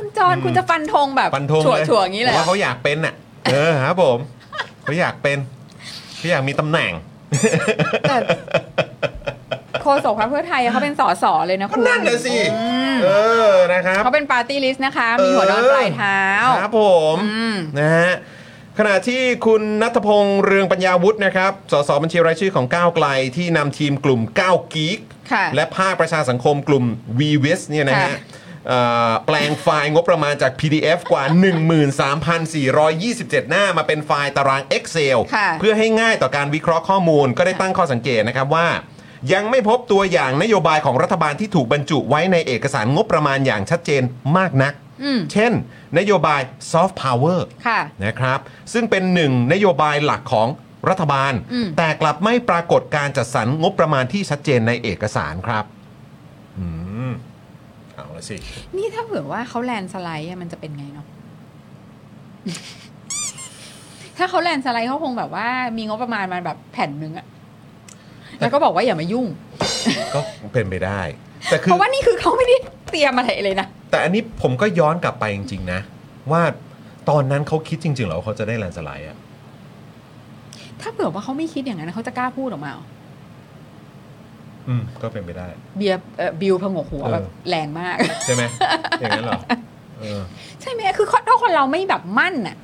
Speaker 3: คุณจอนคุณจะฟันธงแบบ
Speaker 2: ฟันธง
Speaker 3: ถั่ว
Speaker 2: เลย
Speaker 3: ๆอย่างนี้เลย
Speaker 2: ผมว่าเขาอยากเป็นน่ะ เออครับผมเขาอยากเป็นเขาอยากมีตำแหน่ง
Speaker 3: แต่โฆษกพรรคเพื่อไทยเขาเป็นสสเลยนะคุณ
Speaker 2: นั่นน่ะสิ
Speaker 3: อืม
Speaker 2: เออนะครับ
Speaker 3: เขาเป็นปาร์ตี้ลิสต์นะคะ มีหัวนอนปลายเท้า
Speaker 2: ครับผม
Speaker 3: อืม
Speaker 2: นะฮะขณะที่คุณนัทพงษ์เรืองปัญญาวุฒินะครับสสบัญชีรายชื่อของก้าวไกลที่นำทีมกลุ่มก้าวกีก
Speaker 3: ค่ะ
Speaker 2: และภาคประชาสังคมกลุ่ม v w i s เนี่ยนะ
Speaker 3: ค่ะ
Speaker 2: ฮะเอ่อแปลงไฟล์งบประมาณจาก PDF กว่า 13,427 หน้ามาเป็นไฟล์ตาราง Excel
Speaker 3: ค่ะ
Speaker 2: เพื่อให้ง่ายต่อการวิเคราะห์ข้อมูลก็ได้ตั้งข้อสังเกตนะครับว่า ยังไม่พบตัวอย่างนโยบายของรัฐบาลที่ถูกบรรจุไว้ในเอกสารงบประมาณอย่างชัดเจนมากนัก
Speaker 3: อืม
Speaker 2: เช่น นโยบายซอฟต์พาวเวอร์
Speaker 3: ค่ะ
Speaker 2: นะครับซึ่งเป็นหนึ่งนโยบายหลักของรัฐบาล
Speaker 3: อืม
Speaker 2: แต่กลับไม่ปรากฏการจัดสรรงบประมาณที่ชัดเจนในเอกสารครับอืมเอาละสิ
Speaker 3: นี่ถ้าเผื่อว่าเขาแลนด์สไลด์อะมันจะเป็นไงเนาะ *laughs* ถ้าเขาแลนด์สไลด์เขาคงแบบว่ามีงบประมาณมาแบบแผ่นหนึ่งอะแล้วก็บอกว่าอย่ามายุ่ง
Speaker 2: ก็เป็นไปได้ แต่คื
Speaker 3: เพ
Speaker 2: อ
Speaker 3: ราะว่านี่คือเขาไม่ได้เตรียมอะไรเลยนะ
Speaker 2: แต่อันนี้ผมก็ย้อนกลับไปจริง ๆ นะ ว่าตอนนั้นเขาคิดจริง ๆ เหรอว่าเขาจะได้แลนด์สไลด์อะ
Speaker 3: ถ้าเผื่อว่าเขาไม่คิดอย่างนั้นเขาจะกล้าพูดออกมาเหรอ
Speaker 2: อืม ก็เป็นไปได้
Speaker 3: เบียร์เอ่อบิวพงกหัว
Speaker 2: เออ
Speaker 3: แบบแรงมาก *laughs*
Speaker 2: ใช่ไหม อย่างนั้นเหรอเออ
Speaker 3: ใช่ไหมคือถ้าคนเราไม่แบบมั่นน่ะ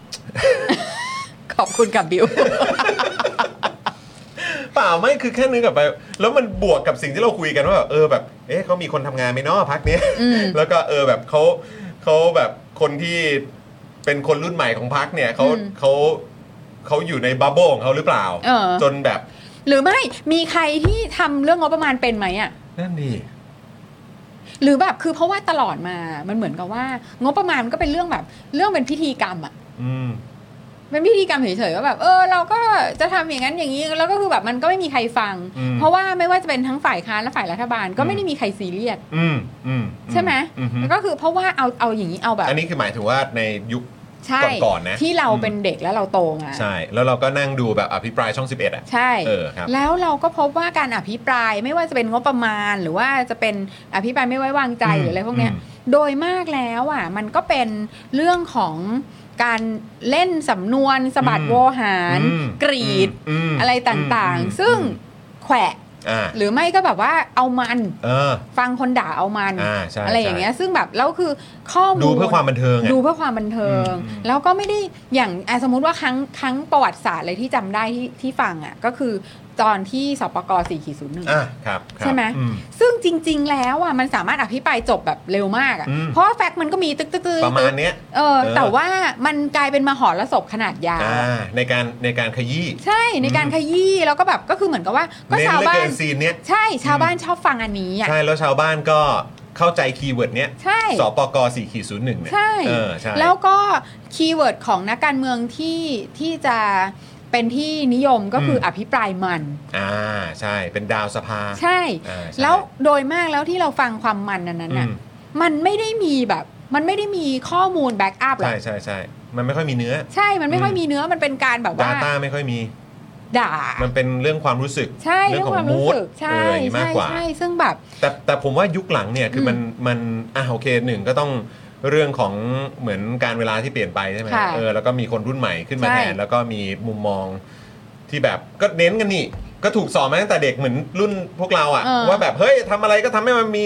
Speaker 3: *laughs* ขอบคุณกับบิว
Speaker 2: เปล่าไม่คือแค่นึกกลับไป แล้วมันบวกกับสิ่งที่เราคุยกันว่าแบบเออแบบเอ๊ะเขามีคนทำงานไหมเนาะพักเนี้ย
Speaker 3: *laughs* อื *laughs* ม
Speaker 2: แล้วก็เออแบบเขาเขาแบบคนที่เป็นคนรุ่นใหม่ของพักเนี่ยเขา
Speaker 3: อืม
Speaker 2: เขาเขาอยู่ในบับเบิ้ลของเขาหรือเปล่า
Speaker 3: เออ
Speaker 2: จนแบบ
Speaker 3: หรือไม่มีใครที่ทำเรื่องงบประมาณเป็นไหมอ่ะ
Speaker 2: นั่นดี
Speaker 3: หรือแบบคือเพราะว่าตลอดมา มันเหมือนกับว่า งบประมาณมันก็เป็นเรื่องแบบ เรื่องเป็นพิธีกรรมอะ
Speaker 2: อืม
Speaker 3: เป็นพิธีกรรมเฉยๆว่าแบบเออเราก็จะทำอย่างนั้นอย่างนี้แล้วก็คือแบบมันก็ไม่มีใครฟัง
Speaker 2: อืม
Speaker 3: เพราะว่าไม่ว่าจะเป็นทั้งฝ่ายค้านและฝ่ายรัฐบาลก็ไม่ได้มีใครซีเรียส
Speaker 2: อืมอืม
Speaker 3: ใช่ไหม
Speaker 2: อือฮึ
Speaker 3: แล้วก็คือเพราะว่าเอาเอาอย่างนี้เอาแบบ
Speaker 2: อันนี้คือหมายถึงว่าในยุค
Speaker 3: ใช่
Speaker 2: ก่อนๆนะ
Speaker 3: ที่เราเป็นเด็กแล้วเราโตมา
Speaker 2: ใช่ แล้วเราก็นั่งดูแบบอภิปรายช่อง 11 อ่ะ
Speaker 3: ใช่
Speaker 2: เออครับ
Speaker 3: แล้วเราก็พบว่าการอภิปรายไม่ว่าจะเป็นงบประมาณ หรือว่าจะเป็นอภิปรายไม่ไว้วางใจหรืออะไรพวกเนี้ย โดยมากแล้วอ่ะมันก็เป็นเรื่องของการเล่นสำนวนสะบัด
Speaker 2: อืม
Speaker 3: โวหาร
Speaker 2: อืม
Speaker 3: กรีด
Speaker 2: อืม
Speaker 3: อะไรต่าง
Speaker 2: อืม
Speaker 3: ๆ ซึ่ง
Speaker 2: อืม
Speaker 3: แขวะ
Speaker 2: อ่า
Speaker 3: หรือไม่ก็แบบว่าเอามัน
Speaker 2: เออ
Speaker 3: ฟังคนด่าเอามัน
Speaker 2: อ่าใช่
Speaker 3: อะไรอย่างเงี้ย ซึ่งแบบแล้วคือข้อมูล
Speaker 2: ดูเพื่อความบันเทิงไง
Speaker 3: ดูเพื่อความบันเทิง
Speaker 2: อืม
Speaker 3: แล้วก็ไม่ได้อย่างอ่ะสมมติว่าครั้งครั้งประวัติศาสตร์เลยที่จำได้ที่ที่ฟังอ่ะก็คือตอนที่สปก4.01
Speaker 2: อ่ะครับครับ
Speaker 3: ใช่ไหม
Speaker 2: อื
Speaker 3: ซึ่งจริง ๆ แล้วอ่ะมันสามารถอภิปรายจบแบบเร็วมากอ่ะ
Speaker 2: อืม
Speaker 3: เพราะว่าแฟกต์มันก็มีตึกตึกตึก
Speaker 2: ประมาณเนี้ย
Speaker 3: เออ
Speaker 2: เออ
Speaker 3: แต่ว่ามันกลายเป็นมหรสพขนาดยาว
Speaker 2: อ่า ในการในการขยี้
Speaker 3: ใช่ในการขยี้แล้วก็แบบก็คือเหมือนกับว่าก็
Speaker 2: เน้น
Speaker 3: ชาว
Speaker 2: เหลือ
Speaker 3: บ้า
Speaker 2: เกิ
Speaker 3: น
Speaker 2: นซีนเนี้ย
Speaker 3: ใช่ชาวบ้านชอบฟังอันนี้อ่ะ
Speaker 2: ใช่ แล้วชาวบ้านก็เข้าใจคีย์เวิร์ดเนี้ย
Speaker 3: ใช่
Speaker 2: สปก4ขีดศูนย์หนึ่งเนี่ย
Speaker 3: ใช่
Speaker 2: เออใช่
Speaker 3: แล้วก็คีย์เวิร์ดของนักการเมืองที่ที่จะเป็นที่นิยมก็คืออภิปรายมัน
Speaker 2: อ่าใช่เป็นดาวสภา
Speaker 3: ใช่
Speaker 2: อ่าใช่
Speaker 3: แล้วโดยมากแล้วที่เราฟังความมันอันนั้น
Speaker 2: อื
Speaker 3: น่ะ
Speaker 2: ม
Speaker 3: มันไม่ได้มีแบบ มันไม่ได้มีข้อมูลแบ็กอัพหรอก
Speaker 2: ใช่ใช่ใช่มันไม่ค่อยมีเนื้อ
Speaker 3: ใช่ มันไม่ค่อยมีเนื้อ มันเป็นการแบบว่า
Speaker 2: Data ไม่ค่อยมี
Speaker 3: ด่า
Speaker 2: มันเป็นเรื่องความรู้สึก
Speaker 3: ใช่
Speaker 2: เรื่
Speaker 3: เรื่อง
Speaker 2: ข
Speaker 3: ค
Speaker 2: อง
Speaker 3: วาม
Speaker 2: มู
Speaker 3: รู้
Speaker 2: ด
Speaker 3: สึก
Speaker 2: เอ
Speaker 3: ใช่
Speaker 2: ออย่างนี้มา
Speaker 3: ใช่
Speaker 2: กกว่า
Speaker 3: ใช่ซึ่งแบบ
Speaker 2: แต่แต่ผมว่ายุคหลังเนี่ยคืออ
Speaker 3: ม
Speaker 2: มันมันอ่ะโอเคหนึ่งก็ต้องเรื่องของเหมือนการเวลาที่เปลี่ยนไปใช่ไหม
Speaker 3: ค่ะ
Speaker 2: เออแล้วก็มีคนรุ่นใหม่ขึ้นมา
Speaker 3: ใช่
Speaker 2: แทนแล้วก็มีมุมมองที่แบบก็เน้นกันนี่ ก็ถูกสอนมาตั้งแต่เด็กเหมือนรุ่นพวกเราอะ
Speaker 3: เออ
Speaker 2: ว่าแบบเฮ้ยทำอะไรก็ทำให้มันมี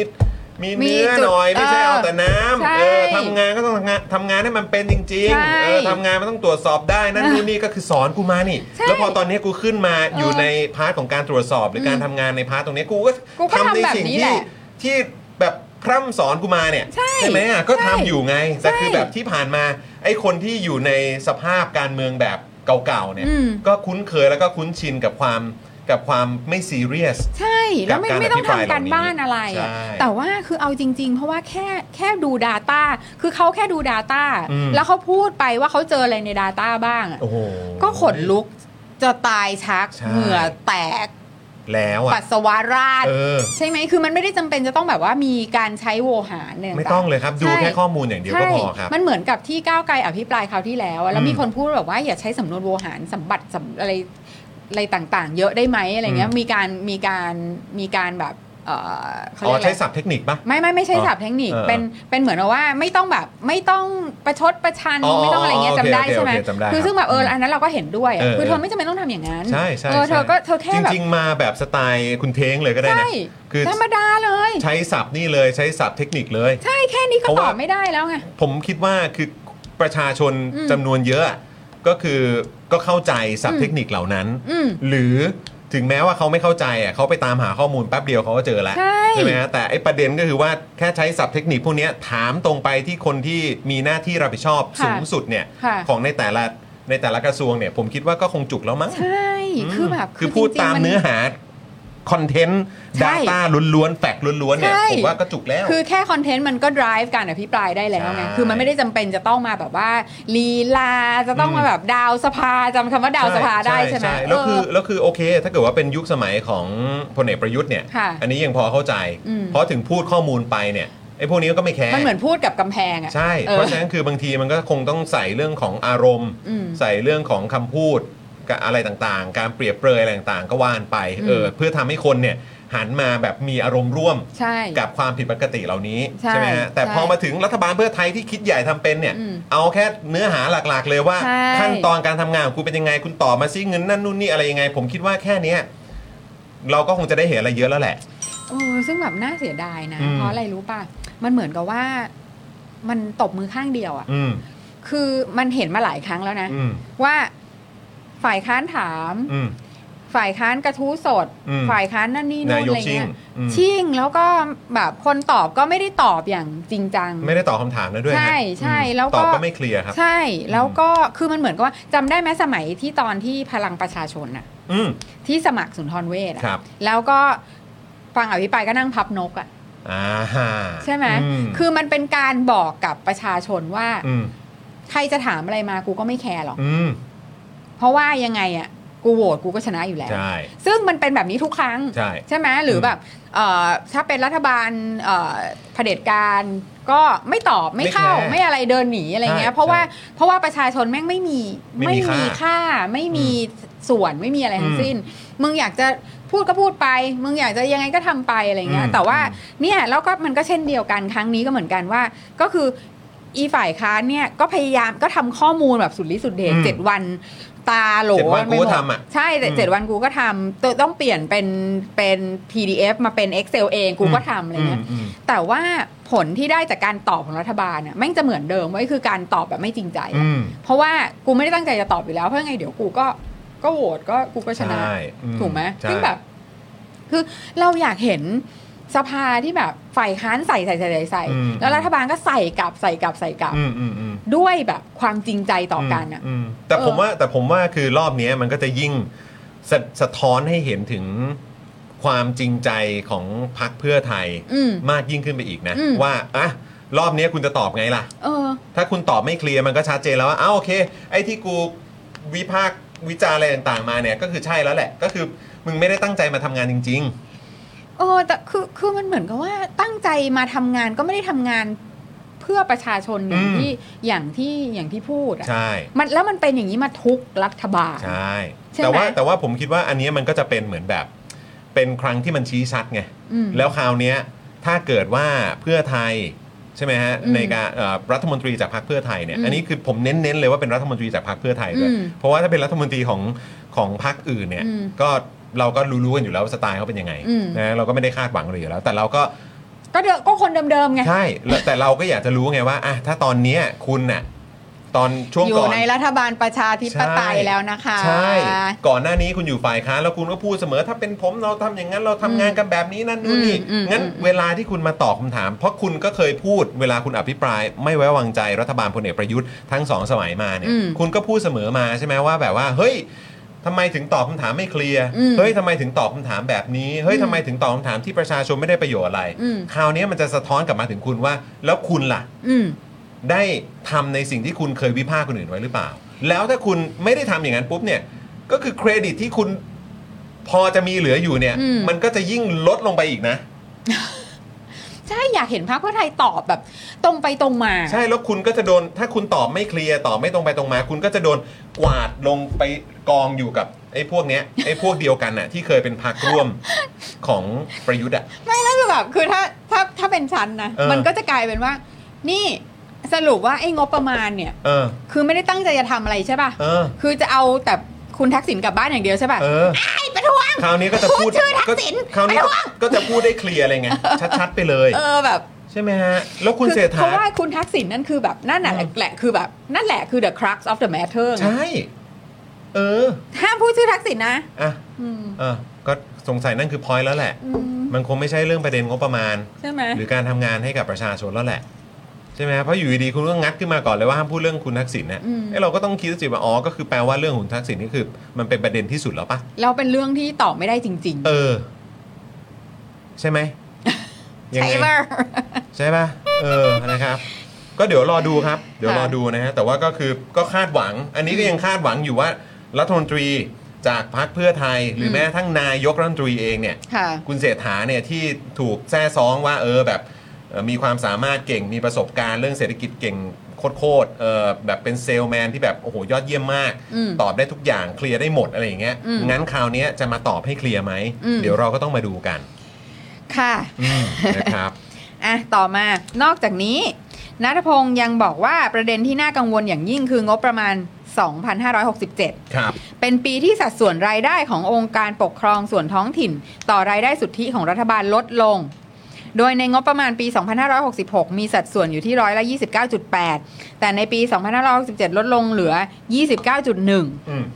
Speaker 2: มี
Speaker 3: มี
Speaker 2: เนื้อ
Speaker 3: จุด
Speaker 2: หน่อยไม่ใช่
Speaker 3: เออ
Speaker 2: เอาแต่น้
Speaker 3: ใช่
Speaker 2: ำเออทำงานก็ต้องทำงานทำงานให้มันเป็นจริง
Speaker 3: ใช่
Speaker 2: ๆเออทำงานมันต้องตรวจสอบได้นั่นนู่นนี่ก็คือสอนกูมานี่
Speaker 3: ใช่
Speaker 2: แล้วพอตอนนี้กูขึ้นมาอยู่
Speaker 3: เออ
Speaker 2: ในพาร์ทของการตรวจสอบหรือการทำงานในพาร์ทตรงนี้กูก็
Speaker 3: กูก็ทำแบบนี้แหละ
Speaker 2: ทำในสิ่งที่ที่แบบพร่ำสอนกูมาเนี่ย
Speaker 3: ใช่
Speaker 2: ไหมอ่ะก็ทำอยู่ไง แต่
Speaker 3: ใช่
Speaker 2: คือแบบที่ผ่านมาไอ้คนที่อยู่ในสภาพการเมืองแบบเก่าๆเนี่ย
Speaker 3: อืม
Speaker 2: ก็คุ้นเคยแล้วก็คุ้นชินกับความกับความไม่ซีเรียส
Speaker 3: ใช่ แล้วไม่
Speaker 2: กับการ
Speaker 3: ไม่ต้อง
Speaker 2: อภิปราย
Speaker 3: ทำการ
Speaker 2: เหล่านี้
Speaker 3: บ้านอะไรอะ
Speaker 2: ใช่
Speaker 3: แต่ว่าคือเอาจริง ๆ เพราะว่าแค่แค่ดู Data คือเขาแค่ดู Data
Speaker 2: อืม
Speaker 3: แล้วเขาพูดไปว่าเขาเจออะไรใน Data บ้างอะ
Speaker 2: โอ้โห
Speaker 3: ก็ขนลุกจะตายชัก
Speaker 2: ใช่
Speaker 3: เหงื่อแตก
Speaker 2: แล้ว
Speaker 3: ปั
Speaker 2: อ่ะ
Speaker 3: สสาวะราด
Speaker 2: เออ
Speaker 3: ใช่ไหมคือมันไม่ได้จำเป็นจะต้องแบบว่ามีการใช้โวหารเนี่ย
Speaker 2: ไม่ต้องเลยครับ ดูแค่ข้อมูลอย่างเดียวก็
Speaker 3: ใช่
Speaker 2: พอครับ
Speaker 3: มันเหมือนกับที่ก้าวไกลอภิปรายคราวที่แล้วอะแล้ว
Speaker 2: อืม
Speaker 3: มีคนพูดแบบว่าอย่าใช้สำนวนโวหารสัมบัติสำอะไรอะไรต่างๆ เยอะได้ไหมอะไรเงี้ย
Speaker 2: อืม
Speaker 3: มีการมีการมีการแบบเอ่อเขา
Speaker 2: อ๋
Speaker 3: เรี
Speaker 2: อย
Speaker 3: กอะไร
Speaker 2: ใช้ศัพท์เทคนิคปะ
Speaker 3: ไม่ไม่ไม่ใช่
Speaker 2: อ๋อ
Speaker 3: ศัพท์เทคนิค
Speaker 2: เออ
Speaker 3: เป็นเป็นเหมือนกับว่าไม่ต้องแบบไม่ต้องประชดประชัน
Speaker 2: อ๋อ
Speaker 3: ไม่ต้องอะไรเงี้ย
Speaker 2: โอเค
Speaker 3: จำได้ใช่ไหม
Speaker 2: โอเคจำได้
Speaker 3: คือซึ่งแบบเอออันนั้นเราก็เห็นด้วยอะ
Speaker 2: เออ
Speaker 3: คือเธอไม่จำเป็นต้องทำอย่างนั้น
Speaker 2: ใช่ใช่
Speaker 3: เออเธ
Speaker 2: ใช่
Speaker 3: อก็เธอแค่
Speaker 2: จ
Speaker 3: แบบ
Speaker 2: ริง ๆ มาแบบสไตล์คุณเท้งเลยก็ได้
Speaker 3: ใช่
Speaker 2: นะคือ
Speaker 3: ธรรมดาเลย
Speaker 2: ใช้ศัพท์นี่เลยใช้ศัพท์เทคนิคเลย
Speaker 3: ใช่แค่นี้ก็
Speaker 2: เพราะ
Speaker 3: ต
Speaker 2: ว่า
Speaker 3: อบไม่ได้แล้วไง
Speaker 2: ผมคิดว่าคือประชาชน
Speaker 3: อืม
Speaker 2: จำนวนเยอะอะก็คือก็เข้าใจศัพท์
Speaker 3: อืม
Speaker 2: เทคนิคเหล่านั้น
Speaker 3: อืม
Speaker 2: หรือถึงแม้ว่าเขาไม่เข้าใจอ่ะเขาไปตามหาข้อมูลแป๊บเดียวเขาก็เจอแล้ว
Speaker 3: ใช่
Speaker 2: ไหมฮะแต่ไอ้ประเด็นก็คือว่าแค่ใช้ศัพท์เทคนิคพวกเนี้ยถามตรงไปที่คนที่มีหน้าที่รับผิดชอบ
Speaker 3: ค่ะ
Speaker 2: สูงสุดเนี่ย
Speaker 3: ค่ะ
Speaker 2: ของในแต่ละในแต่ละกระทรวงเนี่ยผมคิดว่าก็คงจุกแล้วมั้ง
Speaker 3: ใช่คือแบบ
Speaker 2: คือพูด
Speaker 3: จริงๆ
Speaker 2: ตาม
Speaker 3: น
Speaker 2: เนื้อหาคอนเทนต์
Speaker 3: ใช่
Speaker 2: ด a ต้าล้วนๆแฟกต์ล้วนๆเนี่ย
Speaker 3: ใช่
Speaker 2: ผมว่าก็จุกแล้ว
Speaker 3: คือแค่คอนเทนต์มันก็ drive การอภิปรายได้แล้วไง
Speaker 2: ใช่
Speaker 3: คือมันไม่ได้จำเป็นจะต้องมาแบบว่าลีลาจะต้อง
Speaker 2: อืม
Speaker 3: มาแบบดาวสภาจำคำว่าดาวสภาได้ใช่ไหม
Speaker 2: แล้วคือ
Speaker 3: เออ
Speaker 2: แล้วคือโอเค ถ้าเกิดว่าเป็นยุคสมัยของพลเอกประยุทธ์เนี่ย
Speaker 3: ค่ะ
Speaker 2: อันนี้ยังพอเข้าใจ
Speaker 3: อืม
Speaker 2: เพราะถึงพูดข้อมูลไปเนี่ยไอ้พวกนี้ก็ไม่แคร์
Speaker 3: มันเหมือนพูดกับกำแพงอ่ะ
Speaker 2: ใช่
Speaker 3: เออ
Speaker 2: เพราะฉะนั้นคือบางทีมันก็คงต้องใส่เรื่องของอารมณ์
Speaker 3: อืม
Speaker 2: ใส่เรื่องของคำพูดกับอะไรต่างๆ การเปรียบเปรยอะไรต่างๆ ก็ว่านไป
Speaker 3: อืม
Speaker 2: เออเพื่อทำให้คนเนี่ยหันมาแบบมีอารมณ์ร่วม
Speaker 3: ใช่
Speaker 2: กับความผิดปกติเหล่านี้
Speaker 3: ใช่
Speaker 2: ไหมฮะแต่
Speaker 3: ใช่
Speaker 2: พอมาถึงรัฐบาลเพื่อไทยที่คิดใหญ่ทำเป็นเนี่ย
Speaker 3: อืม
Speaker 2: เอาแค่เนื้อหาหลักๆ เลยว่า
Speaker 3: ใช่
Speaker 2: ขั้นตอนการทำงานของคุณเป็นยังไงคุณต่อบมาซิเงินนั่นนู่นนี่อะไรยังไง ผมคิดว่าแค่เนี้ยเราก็คงจะได้เห็นอะไรเยอะแล้วแหละ
Speaker 3: โอ้ซึ่งแบบน่าเสียดายนะ
Speaker 2: อืม
Speaker 3: เพราะอะไรรู้ป่ะ มันเหมือนกับว่ามันตบมือข้างเดียวอ่ะ
Speaker 2: อืม
Speaker 3: คือมันเห็นมาหลายครั้งแล้วนะ
Speaker 2: อืม
Speaker 3: ว่าฝ่ายค้านถาม
Speaker 2: อืม
Speaker 3: ฝ่ายค้านกระทู้สด
Speaker 2: อืม
Speaker 3: ฝ่ายค้านนั่นนี่นู่
Speaker 2: นาน ยก
Speaker 3: อะไร
Speaker 2: ชิ่
Speaker 3: เงี้
Speaker 2: ง
Speaker 3: ย
Speaker 2: อืม
Speaker 3: ชิ่งแล้วก็แบบคนตอบก็ไม่ได้ตอบอย่างจริงจัง
Speaker 2: ไม่ได้ตอบคำถามนะด้วยฮะ
Speaker 3: ใช่ใช่
Speaker 2: อืม
Speaker 3: แล้วก็
Speaker 2: ตอบก็ไม่เคลียร์ครับ
Speaker 3: ใช่แล้วก็คือมันเหมือนกับว่าจำได้ไหมสมัยที่ตอนที่พลังประชาชนน่ะ
Speaker 2: อืม
Speaker 3: ที่สมัครสุนทรเวชอะ
Speaker 2: ครับ
Speaker 3: แล้วก็ฟังอภิปรายก็นั่งพับนกอ่ะ
Speaker 2: อ่าฮะ
Speaker 3: ใช่ไหมคือมันเป็นการบอกกับประชาชนว่า
Speaker 2: อืม
Speaker 3: ใครจะถามอะไรมากูก็ไม่แคร์หรอก
Speaker 2: อืม
Speaker 3: เพราะว่ายังไงอ่ะกูโหวตกูก็ชนะอยู่แล้ว
Speaker 2: ใช่
Speaker 3: ซึ่งมันเป็นแบบนี้ทุกครั้ง
Speaker 2: ใช่
Speaker 3: ใช่ไหมหรืออ
Speaker 2: ม
Speaker 3: แบบเอ่อถ้าเป็นรัฐบาลเอ่อเผด็จการก็ไม่ตอบไม่เข้า
Speaker 2: ไม่แคร์
Speaker 3: ไม่อะไรเดินหนีอะไรเงี้ย
Speaker 2: ใช่
Speaker 3: เพราะว่า
Speaker 2: ใช่
Speaker 3: เพราะว่าประชาชนแม่งไม่มี
Speaker 2: ไม่มี
Speaker 3: มีค่า ไม่มีส่วนไม่มีอะไรทั้งสิ้น มึงอยากจะพูดก็พูดไป มึงอยากจะยังไงก็ทำไปอะไรเงี้ย
Speaker 2: อืม
Speaker 3: แต่ว่าเนี่ยแล้วก็มันก็เช่นเดียวกันครั้งนี้ก็เหมือนกันว่า ก็คืออีฝ่ายค้านเนี่ยก็พยายามก็ทำข้อมูลแบบสุดฤทธิ์สุดเดช
Speaker 2: อืม
Speaker 3: เจ็ดวันตาโหล
Speaker 2: เจ็ดวันกูก็ทำอะ
Speaker 3: ใช่แต่เจ็ด วันกูก็ทำตต้องเปลี่ยนเป็นเป็น PDF มาเป็น Excel เองกูก็ทำอะไรเงี้ย
Speaker 2: อืม
Speaker 3: แต่ว่าผลที่ได้จากการตอบของรัฐบาลน่ะแม่งจะเหมือนเดิมไว้ยคือการตอบแบบไม่จริงใจอะ
Speaker 2: อืม
Speaker 3: เพราะว่ากูไม่ได้ตั้งใจจะตอบอยู่แล้ว เพราะยังไงเดี๋ยวกูก็ก็โหวตก็กูก็ชนะ
Speaker 2: ใช่อื
Speaker 3: ถูกไหม
Speaker 2: ใช่
Speaker 3: ซึ่งแบบ คือเราอยากเห็นสภาที่แบบฝ่ายค้านใส่ใส่ใส่ใส่ใส่
Speaker 2: อืม
Speaker 3: แล้วรัฐบาลก็ใส่กลับใส่กลับใส่กลับ
Speaker 2: อืมอืมอืม
Speaker 3: ด้วยแบบความจริงใจต่อกันอ่ะ
Speaker 2: มมแต่
Speaker 3: เออ
Speaker 2: ผมว่าแต่ผมว่าคือรอบเนี้ยมันก็จะยิ่งสะสะท้อนให้เห็นถึงความจริงใจของพักเพื่อไทย
Speaker 3: อืม
Speaker 2: มากยิ่งขึ้นไปอีกนะ
Speaker 3: อืม
Speaker 2: ว่าอ่ะรอบเนี้ยคุณจะตอบไงล่ะ
Speaker 3: เออ
Speaker 2: ถ้าคุณตอบไม่เคลียร์มันก็ชัดเจนแล้วว่าอ้าวโอเค ไอ้ที่กูวิพากษ์วิจารณ์อะไรต่างๆมาเนี่ย ก็คือใช่แล้วแหละ ก็คือมึงไม่ได้ตั้งใจมาทำงานจริง
Speaker 3: เออแต่คือคือมันเหมือนกับว่าตั้งใจมาทำงานก็ไม่ได้ทำงาน เพื่อประชาชนอย่างที่อย่างที่อย่างที่พูดอะ
Speaker 2: ใช่
Speaker 3: มันแล้วมันเป็นอย่างนี้มาทุกรัฐบาล
Speaker 2: ใช่
Speaker 3: ใช่
Speaker 2: แต่ว่า
Speaker 3: ไหม
Speaker 2: แต่ว่าผมคิดว่าอันเนี้ยมันก็จะเป็นเหมือนแบบ เป็นครั้งที่มันชี้ชัดไง
Speaker 3: อืม
Speaker 2: แล้วคราวเนี้ยถ้าเกิดว่าเพื่อไทยใช่ไหมฮะ
Speaker 3: อืม
Speaker 2: ในการเอ่อรัฐมนตรีจากพรรคเพื่อไทยเนี่ย
Speaker 3: อืม
Speaker 2: อันนี้คือผมเน้นๆเลยว่าเป็นรัฐมนตรีจากพรรคเพื่อไทยด้วย
Speaker 3: อืม
Speaker 2: เพราะว่าถ้าเป็นรัฐมนตรีของของพรรคอื่นเนี่ย
Speaker 3: อืม
Speaker 2: ก็เราก็รู้ๆกันอยู่แล้วว่าสไตล์เขาเป็นยังไง
Speaker 3: อืม
Speaker 2: นะเราก็ไม่ได้คาดหวังเลยอยู่แล้ว แต่เราก็
Speaker 3: ก็เดก็คนเดิมๆไง
Speaker 2: ใช่แล้วแต่เราก็อยากจะรู้ไงว่าอ่ะถ้าตอนเนี้ยคุณน่ะตอนช่วง
Speaker 3: อ
Speaker 2: ก่
Speaker 3: ยู่
Speaker 2: อน
Speaker 3: ในรัฐบาลประชาธิปไตย
Speaker 2: ใช่
Speaker 3: แล้วนะคะ
Speaker 2: ใช่ ก่อนหน้านี้คุณอยู่ฝ่ายค้านแล้วคุณก็พูดเสมอถ้าเป็นผมเราทำอย่างนั้นเราทำงานกันแบบนี้นั่นนู่นนี่
Speaker 3: อืมอืม
Speaker 2: งั้น
Speaker 3: อืม
Speaker 2: เวลาที่คุณมาตอบคำถาม เพราะคุณก็เคยพูดเวลาคุณอภิปราย ไม่ไว้วางใจรัฐบาลพลเอกประยุทธ์ทั้งสองสมัยมาเนี่ย
Speaker 3: อืม
Speaker 2: คุณก็พูดเสมอมาใช่ไหมว่าแบบว่า เฮ้ยทำไมถึงตอบคำถามไม่เคลียร์
Speaker 3: อืม
Speaker 2: เฮ้ยทำไมถึงตอบคำถามแบบนี้เฮ้ย
Speaker 3: อืม
Speaker 2: ทำไมถึงตอบคำถามที่ประชาชนไม่ได้ประโยชน์อะไร
Speaker 3: อืม
Speaker 2: คราวนี้มันจะสะท้อนกลับมาถึงคุณว่า แล้วคุณล่ะ
Speaker 3: อืม
Speaker 2: ได้ทำในสิ่งที่คุณเคยวิพากษ์คนอื่นไว้หรือเปล่า แล้วถ้าคุณไม่ได้ทำอย่างนั้นปุ๊บเนี่ย ก็คือเครดิตที่คุณพอจะมีเหลืออยู่เนี่ย
Speaker 3: อืม
Speaker 2: มันก็จะยิ่งลดลงไปอีกนะ
Speaker 3: ใช่อยากเห็นพรรคเพื่อไทยตอบแบบ ตรงไปตรงมา
Speaker 2: ใช่ แล้วคุณก็จะโดน ถ้าคุณตอบไม่เคลียร์ ตอบไม่ตรงไปตรงมา คุณก็จะโดนกวาดลงไปกองอยู่กับไอ้พวกเนี้ย *laughs* ไอ้พวกเดียวกันน่ะที่เคยเป็นพรรคร่วมของประยุทธ์อ่ะ
Speaker 3: ไม่แล้วคือแบบคือถ้าถ้าถ้าเป็นชั้นนะ
Speaker 2: เออ
Speaker 3: มันก็จะกลายเป็นว่า นี่สรุปว่าไอ้งบประมาณเนี่ย
Speaker 2: เออ
Speaker 3: คือไม่ได้ตั้งใจจะทำอะไรใช่ป่ะ
Speaker 2: เออ
Speaker 3: คือจะเอาแต่คุณทักษิณกลับบ้านอย่างเดียวใช่ป่ะ
Speaker 2: เออ
Speaker 3: ไอ้ประท้วง
Speaker 2: คราวนี้ก็จะ
Speaker 3: *laughs* พู
Speaker 2: พูด
Speaker 3: ดชื่อทักษิณ
Speaker 2: คราวนี้
Speaker 3: ระวัง
Speaker 2: ก็จะพูดได้เคลียร์อะไรไง ชัดๆไปเลย
Speaker 3: เออแบบ
Speaker 2: ใช่ไหมฮะ แล้วคุณ
Speaker 3: อ
Speaker 2: เศรษฐา
Speaker 3: ราะว่าคุณทักษิณนั่นคือแบบนั่นแหละแหละคือแบบนั่นแหละคือ the crux of the matter ไง
Speaker 2: ใช่ เออ
Speaker 3: ห้ามพูดชื่อทักษิณนะ
Speaker 2: อ่ะ
Speaker 3: อืม
Speaker 2: เออก็สงสัยนั่นคือพอยต์แล้วแหละ
Speaker 3: อืม
Speaker 2: มันคงไม่ใช่เรื่องประเด็นงบประมาณ
Speaker 3: ใช่ไหม
Speaker 2: หรือการทำงานให้กับประชาชนแล้วแหละ ใช่ไหมฮะเพราะอยู่ดีๆคุณก็งัดขึ้นมาก่อนเลยว่าห้ามพูดเรื่องคุณทักษิณนะ
Speaker 3: อืม
Speaker 2: เอ้ยเราก็ต้องคิดสิว่าอ๋อก็คือแปลว่าเรื่องคุณทักษิณนี่คือมันเป็นประเด็นที่สุดแล้วปะ
Speaker 3: เราเป็นเรื่องที่ตอบไม่ได้จริง
Speaker 2: เออ ใช่ไหม
Speaker 3: ๆ
Speaker 2: ยัง
Speaker 3: ใช่
Speaker 2: ไง
Speaker 3: ป่ะ
Speaker 2: ใช่ป่ะ เออ นะครับ ก็เดี๋ยวรอดูครับ เดี๋ยวรอดูนะฮะ แต่ว่าก็คือก็คาดหวัง อันนี้ก็ยังคาดหวังอยู่ว่ารัฐมนตรีจากพรรคเพื่อไทย หรือแม้กระทั้งนายกรัฐมนตรีเองเนี่ย
Speaker 3: *laughs* ค่ะ
Speaker 2: คุณเศรษฐาเนี่ยที่ถูกแซ่ซ้องว่าเออแบบเอ่อมีความสามารถเก่งมีประสบการณ์เรื่องเศรษฐกิจเก่งโคตรๆเออแบบเป็นเซลแมนที่แบบโอ้โหยอดเยี่ยมมาก
Speaker 3: อืม
Speaker 2: ตอบได้ทุกอย่างเคลียร์ได้หมดอะไรอย่างเงี้ย
Speaker 3: อืม
Speaker 2: งั้นคราวเนี้ยจะมาตอบให้เคลียร์ไหม
Speaker 3: อืม
Speaker 2: เดี๋ยวเราก็ต้องมาดูกัน
Speaker 3: ค่ะ
Speaker 2: อืมนะครับ
Speaker 3: อ่ะ ต่อมานอกจากนี้นัทพงษ์ยังบอกว่าประเด็นที่น่ากังวลอย่างยิ่งคืองบประมาณ 2,567
Speaker 2: ครับ
Speaker 3: เป็นปีที่สัดส่วนรายได้ขององค์การปกครองส่วนท้องถิ่น ต่อรายได้สุทธิของรัฐบาลลดลง โดยในงบประมาณปี 2566 มีสัดส่วนอยู่ที่ร้อยละ 29.8 แต่ในปี 2567 ลดลงเหลือ 29.1
Speaker 2: อืม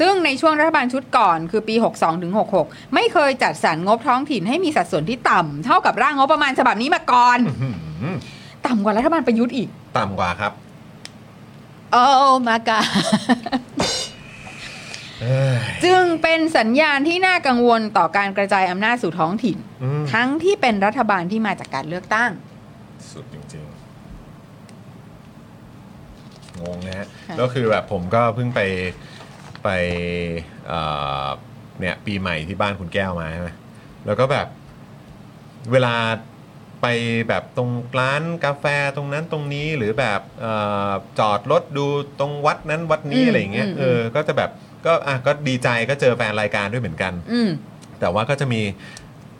Speaker 3: ซึ่งในช่วงรัฐบาลชุดก่อนคือปี 62ถึง66 ไม่เคยจัดสรรงบท้องถิ่นให้มีสัดส่วนที่ต่ำเท่ากับร่างงบประมาณฉบับนี้มาก่อน
Speaker 2: อื้อหือ
Speaker 3: ต่ำกว่ารัฐบาลประยุทธ์อีก
Speaker 2: ต่ำกว่าครับ
Speaker 3: โอ้ มาก่ะ
Speaker 2: เอ้ย
Speaker 3: *laughs* จึงเป็นสัญญาณที่น่ากังวลต่อการกระจายอำนาจสู่ท้องถิ่น
Speaker 2: อืม
Speaker 3: ทั้งที่เป็นรัฐบาลที่มาจากการเลือกตั้ง
Speaker 2: สุดจริงๆ งงนะฮะ แล้วคือแบบผมก็เพิ่งไปไปเอ่อเนี่ยปีใหม่ที่บ้านคุณแก้วมาใช่ไหมแล้วก็แบบเวลาไปแบบตรงร้านกาแฟตรงนั้นตรงนี้หรือแบบเออจอดรถดูตรงวัดนั้นวัดนี้
Speaker 3: อืม
Speaker 2: อะไรอย่างเงี้ย
Speaker 3: อืม
Speaker 2: เออก็จะแบบก็อ่ะก็ดีใจก็เจอแฟนรายการด้วยเหมือนกัน
Speaker 3: อืม
Speaker 2: แต่ว่าก็จะมี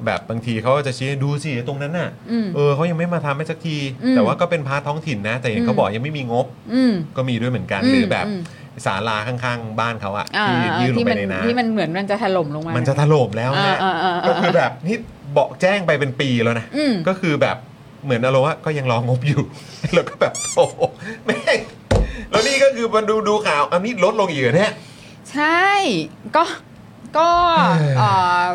Speaker 2: แบบบางทีเขาก็จะชี้ให้ดูสิตรงนั้นน่ะ
Speaker 3: อืม
Speaker 2: เออเขายังไม่มาทำให้สักที
Speaker 3: อืม
Speaker 2: แต่ว่าก็เป็นพาร์ทท้องถิ่นนะ แต่อย่าง
Speaker 3: อืม
Speaker 2: เขาบอกยังไม่มีงบ
Speaker 3: อืม
Speaker 2: ก็มีด้วยเหมือนกัน
Speaker 3: ม
Speaker 2: หรือแบบ
Speaker 3: ม
Speaker 2: ศาลาข้างๆ บ้านเขาอะ
Speaker 3: อ่า
Speaker 2: ที่ยื่นลง
Speaker 3: ที่
Speaker 2: ไป
Speaker 3: มัน
Speaker 2: ในน้
Speaker 3: ที่มันเหมือนมันจะถล่มลงมา
Speaker 2: ำ
Speaker 3: มั
Speaker 2: มันจะถล่มแล้วนะ
Speaker 3: อ่าอ่าอ่า
Speaker 2: ก็คือแบบนี่บอกแจ้งไปเป็นปีแล้วนะ
Speaker 3: อืม
Speaker 2: ก็คือแบบเหมือนอารมณ์ว่าก็ยังรองบอยู่ *laughs* แล้วก็แบบโอ้โหแม่งแล้วนี่ก็คือมาดูดูข่าวอันนี้ลดลงอีกเหรอเนี่ย
Speaker 3: ใช่ ก็ ก็เอ่อ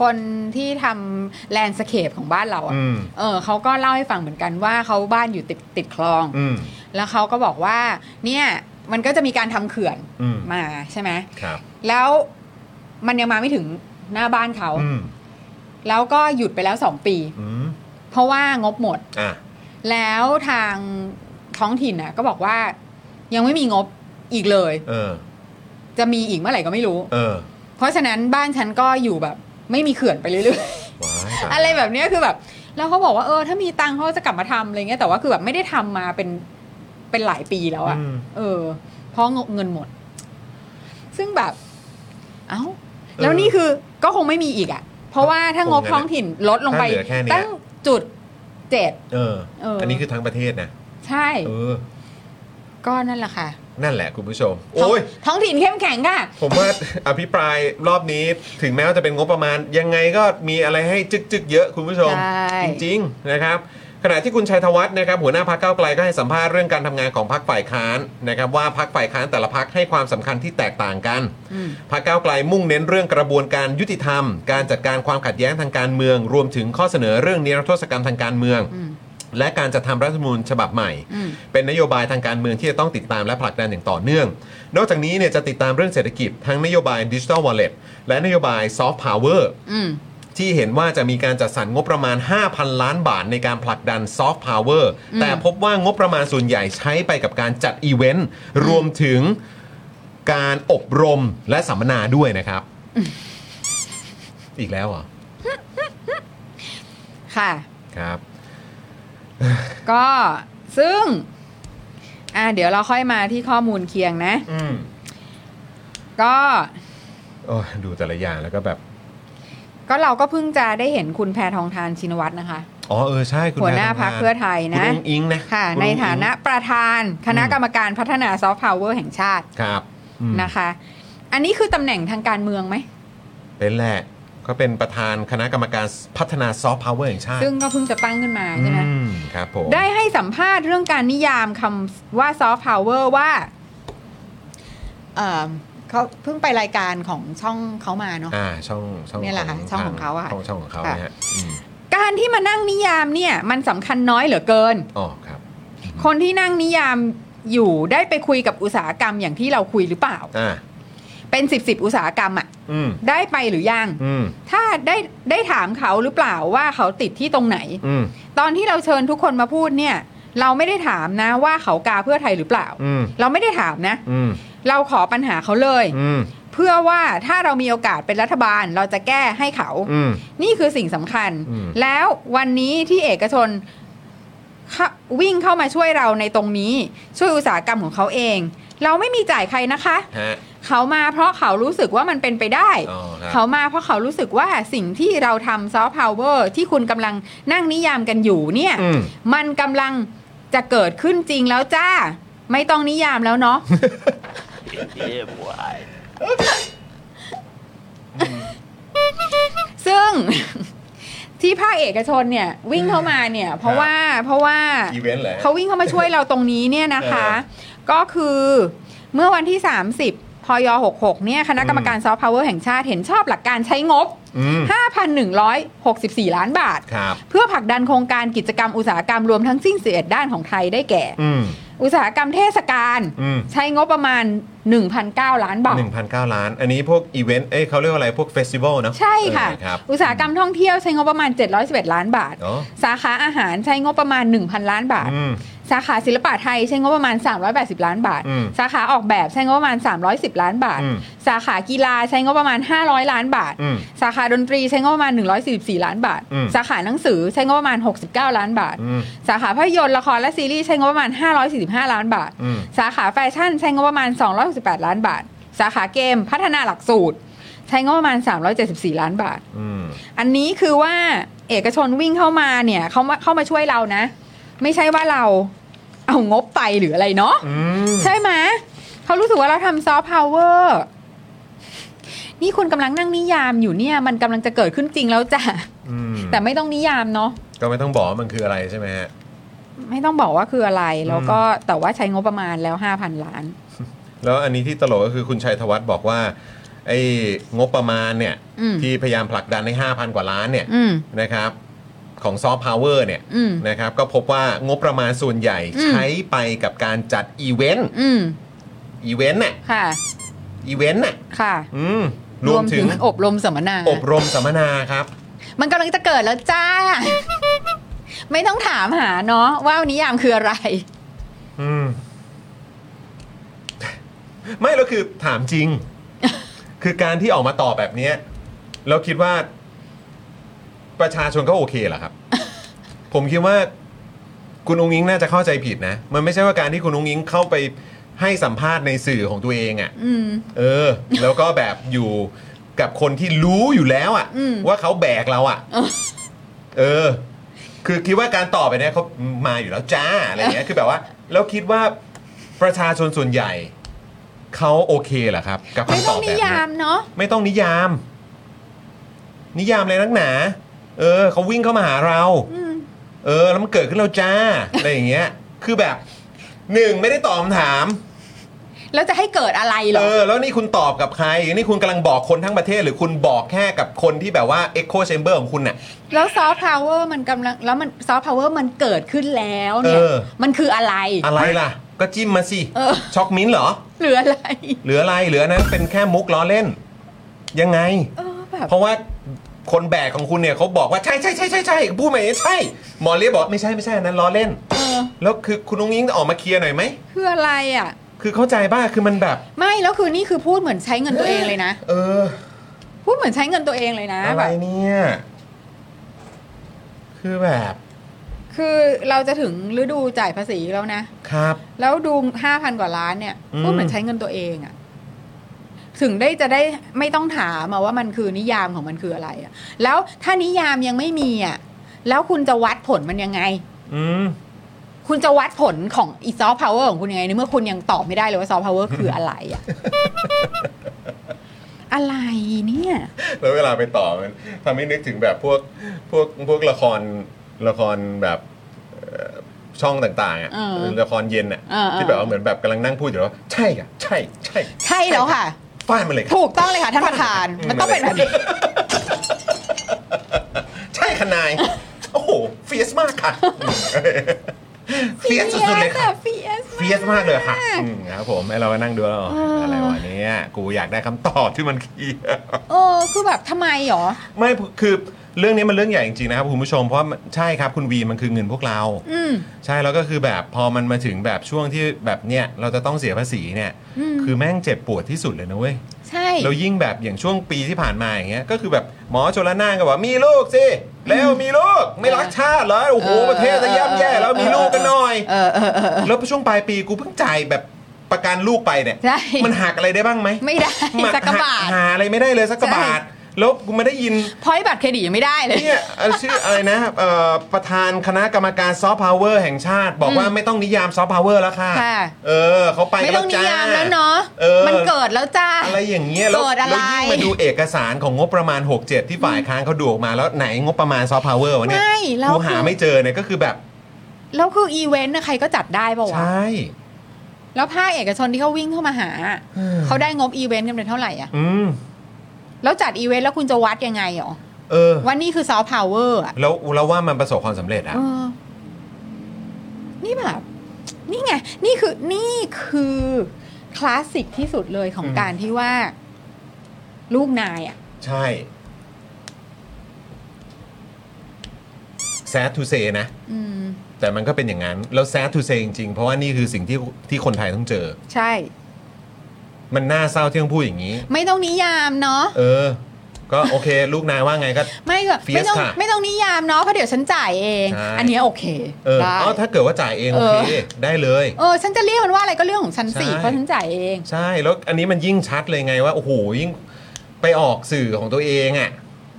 Speaker 3: คนที่ทำแลนด์สเคปของบ้านเราอะ
Speaker 2: อืม
Speaker 3: เออเขาก็เล่าให้ฟังเหมือนกันว่าเขาบ้านอยู่ติดติดคลอง
Speaker 2: อืม
Speaker 3: แล้วเขาก็บอกว่า เนี่ย มันก็จะมีการทำเขื่อน
Speaker 2: อืม
Speaker 3: มาใช่ไหม
Speaker 2: ครับ
Speaker 3: แล้วมันยังมาไม่ถึงหน้าบ้านเขา
Speaker 2: อืม
Speaker 3: แล้วก็หยุดไปแล้วสองปี
Speaker 2: อืม
Speaker 3: เพราะว่างบหมด
Speaker 2: อ่ะ
Speaker 3: แล้วทางท้องถิ่นน่ะก็บอกว่ายังไม่มีงบอีกเลย
Speaker 2: เออ
Speaker 3: จะมีอีกเมื่อไหร่ก็ไม่รู้
Speaker 2: เออ
Speaker 3: เพราะฉะนั้นบ้านฉันก็อยู่แบบ ไม่มีเขื่อนไปเรื่อย
Speaker 2: ว้ายตาย *laughs*
Speaker 3: ๆ อะไรแบบเนี้ยคือแบบ แล้วเขาบอกว่าเออถ้ามีตังค์เขาจะกลับมาทำอะไรเงี้ยแต่ว่าคือแบบไม่ได้ทำมาเป็นเป็นหลายปีแล้วอะ
Speaker 6: อืม
Speaker 3: เออ เพราะเงินหมด ซึ่งแบบ เอ้า แล้วนี่คือก็คงไม่มีอีกอะเพราะว่าถ้างบท้องถิ่นลดลงไป
Speaker 2: ถ้าเหลือแค่เนี้ย
Speaker 3: ตั้งจุดเจ็ด
Speaker 2: เออ
Speaker 3: เอออั
Speaker 2: อันนี้คือทั้งประเทศนะ
Speaker 3: ใช่
Speaker 2: เออ
Speaker 3: ก็นั่นแหละค่ะ
Speaker 2: นั่นแหละคุณผู้ชม
Speaker 3: ท้อง
Speaker 2: โอ้ย
Speaker 3: ท้องถิ่นเข้มแข็งค่ะ
Speaker 2: ผมว่า อภิปรายรอบนี้ถึงแม้ว่าจะเป็นงบประมาณ ยังไงก็มีอะไรให้จึกๆเยอะคุณผู้ชม
Speaker 3: ใช่
Speaker 2: จริงๆนะครับขณะที่คุณชัยธวัฒน์นะครับหัวหน้าพักเก้าวไกลก็ให้สัมภาษณ์เรื่องการทำงานของพักฝ่ายค้านนะครับว่าพักฝ่ายค้านแต่ละพักให้ความสำคัญที่แตกต่างกัน พักก้าวไกลมุ่งเน้นเรื่องกระบวนการยุติธรรม การจัดการความขัดแย้งทางการเมือง รวมถึงข้อเสนอเรื่องนิรโทษกรรมทางการเมือง และการจัดทำรัฐธรรมนูญฉบับใหม่ เป็นนโยบายทางการเมืองที่จะต้องติดตามและผลักดันอย่างต่อเนื่อง นอกจากนี้เนี่ยจะติดตามเรื่องเศรษฐกิจทั้งนโยบายดิจิทัลวอลเล็ตและนโยบายซอฟต์พาวเวอร์
Speaker 3: อืม
Speaker 2: ที่เห็นว่าจะมีการจัดสรรงบประมาณ 5,000 ล้านบาทในการผลักดันซอฟต์พาวเวอร์ แต่พบว่างบประมาณส่วนใหญ่ใช้ไปกับการจัดอีเวนต์ รวมถึงการอบรมและสัมมนาด้วยนะครับ อีกแล้วเหรอ
Speaker 3: ค่ะ
Speaker 2: ครับ
Speaker 3: ก็ซึ่ง อ่าเดี๋ยวเราค่อยมาที่ข้อมูลเคียงนะ
Speaker 2: อืม
Speaker 3: ก็
Speaker 2: โอ้ยดูแต่ละอย่างแล้วก็แบบ
Speaker 3: ก็เราก็เพิ่งจะได้เห็นคุณแพทองทานชินวัตรนะคะ
Speaker 2: อ๋อเออใช่ คุณ
Speaker 3: หัวหน้า
Speaker 2: แพทอง
Speaker 3: พรรค
Speaker 2: ท
Speaker 3: เพื่อไทย
Speaker 2: คุณ
Speaker 3: นะ
Speaker 2: อุ้งอิงนะ
Speaker 3: ค่ะ
Speaker 2: คุณ
Speaker 3: ใน
Speaker 2: อุ้งอิ๊ง
Speaker 3: ฐานะประธานคณะกรรมการพัฒนาซอฟต์พาวเวอร์แห่งชาติ
Speaker 2: ครับอืม
Speaker 3: นะคะ อันนี้คือตำแหน่งทางการเมืองไหม
Speaker 2: เป็นแหละก็เป็นประธานคณะกรรมการพัฒนาซอฟต์พาวเวอร์แห่งชาติ
Speaker 3: ซึ่งก็เพิ่งจะตั้งขึ้นมาใช่ไหม
Speaker 2: อืมครับผม
Speaker 3: ได้ให้สัมภาษณ์เรื่องการนิยามคำว่าซอฟต์พาวเวอร์ว่าเอ่อเขาเพิ่งไปรายการของช่องเขามาเนาะ
Speaker 2: อ่าช่องช่อง
Speaker 3: เนี่ยแหละค่ะช่องของเขาอะ
Speaker 2: ช่องช่องของเขา
Speaker 3: ค่ะ
Speaker 2: นะฮะอืม
Speaker 3: การที่มานั่งนิยามเนี่ย มันสำคัญน้อยเหลือเกิน
Speaker 2: อ๋อครับ
Speaker 3: คนที่นั่งนิยามอยู่ได้ไปคุยกับอุตสาหกรรมอย่างที่เราคุยหรือเปล่า
Speaker 2: อ่า
Speaker 3: เป็นสิบสิบอุตสาหกรรมอะ
Speaker 2: อืม
Speaker 3: ได้ไปหรือยัง
Speaker 2: อืม
Speaker 3: ถ้าได้ได้ถามเขาหรือเปล่าว่าเขาติดที่ตรงไหน
Speaker 2: อืม
Speaker 3: ตอนที่เราเชิญทุกคนมาพูดเนี่ย เราไม่ได้ถามนะว่าเขากาเพื่อไทยหรือเปล่า
Speaker 2: อืม
Speaker 3: เราไม่ได้ถามนะ
Speaker 2: อืม
Speaker 3: เราขอปัญหาเขาเลย
Speaker 2: อืม
Speaker 3: เพื่อว่าถ้าเรามีโอกาสเป็นรัฐบาลเราจะแก้ให้เขา
Speaker 2: อืม
Speaker 3: นี่คือสิ่งสำคัญ
Speaker 2: อืม
Speaker 3: แล้ววันนี้ที่เอกชนเข้าวิ่งเข้ามาช่วยเราในตรงนี้ ช่วยอุตสาหกรรมของเขาเอง เราไม่มีจ่ายใครนะคะ
Speaker 2: ฮะ
Speaker 3: เขามาเพราะเขารู้สึกว่ามันเป็นไปได้
Speaker 2: อ๋อครับ
Speaker 3: เขามาเพราะเขารู้สึกว่าสิ่งที่เราทำซอฟต์พาวเวอร์ที่คุณกำลังนั่งนิยามกันอยู่เนี่ย
Speaker 2: อืม
Speaker 3: มันกำลังจะเกิดขึ้นจริงแล้วจ้า ไม่ต้องนิยามแล้ว
Speaker 2: *laughs*
Speaker 3: เนาะ ซึ่ง ที่ภาคเอกชนเนี่ย วิ่งเข้ามาเนี่ย เพราะว่าเพราะว่า
Speaker 2: อีเวนต์เหรอ
Speaker 3: เขาวิ่งเข้ามาช่วยเราตรงนี้เนี่ยนะคะ
Speaker 2: เอ
Speaker 3: ก็คือเมื่อวันที่ 30พย66เนี่ยคณะกรรมการซอฟต์พาวเวอร์แห่งชาติเห็นชอบหลักการใช้งบ
Speaker 2: อืม
Speaker 3: 5,164 ล้านบาท
Speaker 2: ครับ
Speaker 3: เพื่อผลักดันโครงการกิจกรรมอุตสาหกรรมรวมทั้งสิ้น11ด้านของไทยได้แก่
Speaker 2: อืม
Speaker 3: อุตสาหกรรมเทศกาล
Speaker 2: อืม
Speaker 3: ใช้งบประมาณ 1,009ล้านบาท
Speaker 2: หนึ่งพันเก้าล้าน อันนี้พวกอีเวนต์เอ้ยเขาเรียกว่าอะไรพวกเฟสติวัลเนอะ
Speaker 3: ใช่ค่ะ
Speaker 2: เออครับ
Speaker 3: อุตสาหกรรมท่องเที่ยวใช้งบประมาณ 711 ล้านบาท
Speaker 2: อ๋อ
Speaker 3: สาขาอาหารใช้งบประมาณ 1,000 ล้านบาท
Speaker 2: อืม
Speaker 3: สาขาศิลปะไทยใช้งบประมาณ 380 ล้านบาท
Speaker 2: อืม
Speaker 3: สาขาออกแบบใช้งบประมาณ 310 ล้านบาท
Speaker 2: อืม
Speaker 3: สาขากีฬาใช้งบประมาณ 500 ล้านบาท
Speaker 2: อืม
Speaker 3: สาขาดนตรีใช้งบประมาณ 144 ล้านบาท
Speaker 2: อืม
Speaker 3: สาขาหนังสือใช้งบประมาณ 69 ล้านบาท
Speaker 2: อืม
Speaker 3: สาขาภาพยนตร์ละครและซีรีส์ใช้งบประมาณ 545 ล้านบาท
Speaker 2: อืม
Speaker 3: สาขาแฟชั่นใช้งบประมาณ 268 ล้านบาท สาขาเกมพัฒนาหลักสูตร ใช้งบประมาณ 374 ล้านบาท
Speaker 2: อืม
Speaker 3: อันนี้คือว่าเอกชนวิ่งเข้ามาเนี่ยเขามาเข้ามาช่วยเรานะ ไม่ใช่ว่าเราเอางบไปหรืออะไรเนาะ
Speaker 2: อืม
Speaker 3: ใช่ไหมเขารู้สึกว่าเราทำซอฟต์พาวเวอร์นี่คุณกำลังนั่งนิยามอยู่เนี่ย มันกำลังจะเกิดขึ้นจริงแล้วจ้ะ
Speaker 2: อืม
Speaker 3: แต่ไม่ต้องนิยามเนาะ
Speaker 2: ก็ไม่ต้องบอกว่ามันคืออะไรใช่ไหมฮะ
Speaker 3: ไม่ต้องบอกว่าคืออะไร แล้วก็แต่ว่าใช้งบประมาณแล้วห้าพันล้าน
Speaker 2: แล้วอันนี้ที่ตลกก็คือคุณชัยธวัฒน์บอกว่าไอ้งบประมาณเนี่ย
Speaker 3: อืม
Speaker 2: ที่พยายามผลักดันให้ 5,000 กว่าล้านเนี่ย
Speaker 3: อืม
Speaker 2: นะครับ ของซอฟต์พาวเวอร์เนี่ย
Speaker 3: อืม
Speaker 2: นะครับ ก็พบว่างบประมาณส่วนใหญ่
Speaker 3: อืม
Speaker 2: ใช้ไปกับการจัดอีเวนต์
Speaker 3: อืม
Speaker 2: อีเวนต์น่ะ
Speaker 3: ค่ะ
Speaker 2: อีเวนต์น่ะ
Speaker 3: ค่ะ
Speaker 2: อืมรวมถึง
Speaker 3: อบรมสัมมนา
Speaker 2: อบรมสัมมนาครับ
Speaker 3: มันกำลังจะเกิดแล้วจ้า ไม่ต้องถามหาเนาะว่านิยามคืออะไร
Speaker 2: อืม ไม่แล้วคือถามจริง คือการที่ออกมาตอบแบบเนี้ยเราคิดว่า ประชาชนก็โอเคเหรอครับ ผมคิดว่าคุณองค์อิงน่าจะเข้าใจผิดนะ มันไม่ใช่ว่าการที่คุณองค์อิงเข้าไปให้สัมภาษณ์ในสื่อของตัวเองอะ่ะ
Speaker 3: อืม
Speaker 2: เออ แล้วก็แบบอยู่กับคนที่รู้อยู่แล้วอะ่ะ
Speaker 3: อืม
Speaker 2: ว่าเขาแบกเราอะ่ะ เออ คือคิดว่าการตอบไปเนี่ยเขามาอยู่แล้วจ้าอะไรอย่างเงี้ยคือแบบว่า แล้วคิดว่าประชาชนส่วนใหญ่เขาโอเคเหรอครับ กับ
Speaker 3: ไม่
Speaker 2: คำต
Speaker 3: ต้อ
Speaker 2: องบแบบ
Speaker 3: นิ
Speaker 2: นี้
Speaker 3: ยามเนาะ
Speaker 2: ไม่ต้องนิยาม นิยามอะไรนักหนา เออเขาวิ่งเข้ามาหาเราเออ แล้วมันเกิดขึ้นเราจ้า อะไรอย่างเงี้ย คือแบบหนึ่งไม่ได้ตอบคำถาม
Speaker 3: แล้วจะให้เกิดอะไรเหร
Speaker 2: เอ
Speaker 3: อ
Speaker 2: อ แล้วนี่คุณตอบกับใคร นี่คุณกำลังบอกคนทั้งประเทศ หรือคุณบอกแค่กับคนที่แบบว่า Echo Chamber ของคุณน่ะ
Speaker 3: แล้วซอฟต์พาวเวอร์มันกำลังแล้วมันซอฟต์พาวเวอร์มันเกิดขึ้นแล้วเนี่ย
Speaker 2: เออ
Speaker 3: มันคืออะไร
Speaker 2: อะไรล่ะ ก็จิ้มมาสิ
Speaker 3: เออ
Speaker 2: ช็อกมิ้นท์เหรอ
Speaker 3: หรืออะไร
Speaker 2: เหลืออะไรเหลือนั้นเป็นแค่มุกล้อเล่น ยังไง
Speaker 3: เออแบบ
Speaker 2: เพราะว่าคนแบกของคุณเนี่ยเขาบอกว่าใช่ใช่ใช่ใช่ใช่พูดมาอย่างนี้ใช่ หมอเลียบอกไม่ใช่ไม่ใช่อันนั้นล้อเล่น
Speaker 3: เออ
Speaker 2: แล้วคือคุณนุ้งยิงออกมาเคลียร์หน่อยไหม
Speaker 3: คืออะไรอ่ะ
Speaker 2: คือเข้าใจป่ะ คือมันแบบ
Speaker 3: ไม่แล้วคือนี่คือพูดเหมือนใช้เงินตัวเองเลยนะ
Speaker 2: เออ
Speaker 3: พูดเหมือนใช้เงินตัวเองเลยนะ
Speaker 2: อะไร
Speaker 3: แบบ
Speaker 2: เนี่ย คือแบบ
Speaker 3: คือเราจะถึงฤดูจ่ายภาษีแล้วนะ
Speaker 2: ครับ
Speaker 3: แล้วดูห้าพันกว่าล้านเนี่ย
Speaker 2: อืม
Speaker 3: พูดเหมือนใช้เงินตัวเองอะถึงได้จะได้ไม่ต้องถามอะว่ามันคือนิยามของมันคืออะไรอะแล้วถ้านิยามยังไม่มีอะแล้วคุณจะวัดผลมันยังไง
Speaker 2: อืม
Speaker 3: คุณจะวัดผลของอีซอฟพาวเวอร์ของคุณยังไงในเมื่อคุณยังตอบไม่ได้เลยว่าซอฟพาวเวอร์คืออะไรอะ อะไรเนี่ย
Speaker 2: แล้วเวลาไปต่อมันทำให้นึกถึงแบบพวกพวกพวกละครละครแบบเอ่อช่องต่างๆอ่ะ
Speaker 3: เออ
Speaker 2: ละครเย็นอ่ะ
Speaker 3: เออเออ
Speaker 2: ที่แบบว่าเหมือนแบบกำลังนั่งพูดอยู่แล้วว่าใช่อ่ะใช่ใช่
Speaker 3: ใช่แล้วค่ะ
Speaker 2: ฟาดมันเลย *laughs* ครับ
Speaker 3: ถูกต้องเลยค่ะท่านประธาน มันต้องเป็นแบบนี้
Speaker 2: ใช่ค่ะนาย โอ้โหเฟียสมากค่ะ *laughs* เฟียสสุดๆเลยค่ะ
Speaker 3: เฟียสอะ
Speaker 2: เฟียสมากเลยค่ะอืมครับผมไอเรามานั่งดูแล้ว
Speaker 3: เอออ
Speaker 2: อะไรวะเนี่ยกูอยากได้คำตอบที่มันเคลียร์
Speaker 3: เออคือแบบทำไมหรอ
Speaker 2: ไม่คือเรื่องนี้มันเรื่องใหญ่จริงๆนะครับคุณผู้ชมเพราะมันใช่ครับคุณวีมันคือเงินพวกเรา
Speaker 3: อืม
Speaker 2: ใช่แล้วก็คือแบบพอมันมาถึงแบบช่วงที่แบบเนี่ยเราจะต้องเสียภาษีเนี่ย
Speaker 3: อืม
Speaker 2: คือแม่งเจ็บปวดที่สุดเลยนะเว้ย
Speaker 3: ใช่
Speaker 2: แล้วยิ่งแบบอย่างช่วงปีที่ผ่านมาอย่างเงี้ยก็คือแบบหมอชลนานก็บอกมีลูกสิแล้วมีลูกไม่รักชาติเหรอโอ้โห
Speaker 3: เออ
Speaker 2: ประเทศจะย่ำแย่แล้วมีลูกกันหน่อย
Speaker 3: เออเออเออเออ
Speaker 2: แล้วช่วงปลายปีกูเพิ่งจ่ายแบบประกันลูกไปเนี่ย
Speaker 3: ใช่
Speaker 2: มันหักอะไรได้บ้างไหม
Speaker 3: ไม่ *laughs*
Speaker 2: *laughs*
Speaker 3: ได้
Speaker 2: มัน
Speaker 3: สักกระบาท
Speaker 2: หหาอะไรไม่ได้เลยสักกระบาท
Speaker 3: ใช่
Speaker 2: แล้วกูมาได้ยิน
Speaker 3: พอยต์บัตรเครดิตยังไม่ได้เลย
Speaker 2: เนี่ย *laughs* เอ่อชื่ออะไรนะเอ่อประธานคณะกรรมการซอฟต์พาวเวอร์แห่งชาติ บอกว่าไม่ต้องนิยามซอฟต์พาวเวอร์แล้วค่ะ
Speaker 3: ค่ะ
Speaker 2: เออเขาไป
Speaker 3: ไม่ต้องนิ
Speaker 2: จ้
Speaker 3: ยามแล้วเนาะ
Speaker 2: เออ
Speaker 3: มันเกิดแล้วจ้า
Speaker 2: อะไรอย่างเงี้ยแล้ว
Speaker 3: เกิด
Speaker 2: แล้
Speaker 3: อะ
Speaker 2: ว
Speaker 3: ไร
Speaker 2: ยิ่งมาดูเอกสารของงบประมาณ 67 ที่ฝ่ายค้านเขาดูออกมาแล้วไหนงบประมาณซอฟต์พาวเวอร์วะเนี่ย
Speaker 3: ไม่แล้ว
Speaker 2: กู
Speaker 3: คื
Speaker 2: หา
Speaker 3: อ
Speaker 2: ไม่เจอเนี่ยก็คือแบบ
Speaker 3: แล้วคืออีเวนต์นะใครก็จัดได้ป่าวะ
Speaker 2: ใช่
Speaker 3: แล้วภาคเอกชนที่เขาวิ่งเข้ามาหา เขาได้งบอีเวนต์กันเป็นเท่าไหร่อ่ะ
Speaker 2: อืม
Speaker 3: แล้วจัดอีเวนต์แล้วคุณจะวัดยังไงหรอ
Speaker 2: เออ
Speaker 3: ว่านี่คือซอฟต์พาวเวอร์อ่ะ
Speaker 2: แล้วแล้วว่ามันประสบความสำเร็จอะ
Speaker 3: เออนี่แบบ นี่ไง นี่คือนี่คือคลาสสิกที่สุดเลยของการที่ว่า ลูกนายอ่ะ
Speaker 2: ใช่ sad to say นะ
Speaker 3: อืม
Speaker 2: แต่มันก็เป็นอย่างนั้น แล้ว sad to say จริงๆ เพราะว่านี่คือสิ่งที่ที่คนไทยต้องเจอ
Speaker 3: ใช่
Speaker 2: มันน่าเศร้าที่ต้องพูดอย่างนี้
Speaker 3: ไม่ต้องนิยามเนาะ
Speaker 2: เออ ก็โอเค ลูกนายว่าไงก็
Speaker 3: ไม่ก็
Speaker 2: Fierce
Speaker 3: ไม่ต้อง
Speaker 2: ค่ะ
Speaker 3: ไม่ต้องนิยามเนาะเพราะเดี๋ยวฉันจ่ายเอง
Speaker 2: ใช่
Speaker 3: อันเนี้ยโอเค
Speaker 2: เออ
Speaker 3: ได้
Speaker 2: อ๋อถ้าเกิดว่าจ่ายเอง
Speaker 3: เอ
Speaker 2: โอ
Speaker 3: อ
Speaker 2: เค ได้เลย
Speaker 3: เออฉันจะเรียกมันว่าอะไรก็เรื่องของฉันสิ
Speaker 2: ใช่
Speaker 3: เพราะฉันจ่ายเอง
Speaker 2: ใช่ แล้วอันนี้มันยิ่งชัดเลยไงว่า โอ้โห ยิ่งไปออกสื่อของตัวเองอะ่ะ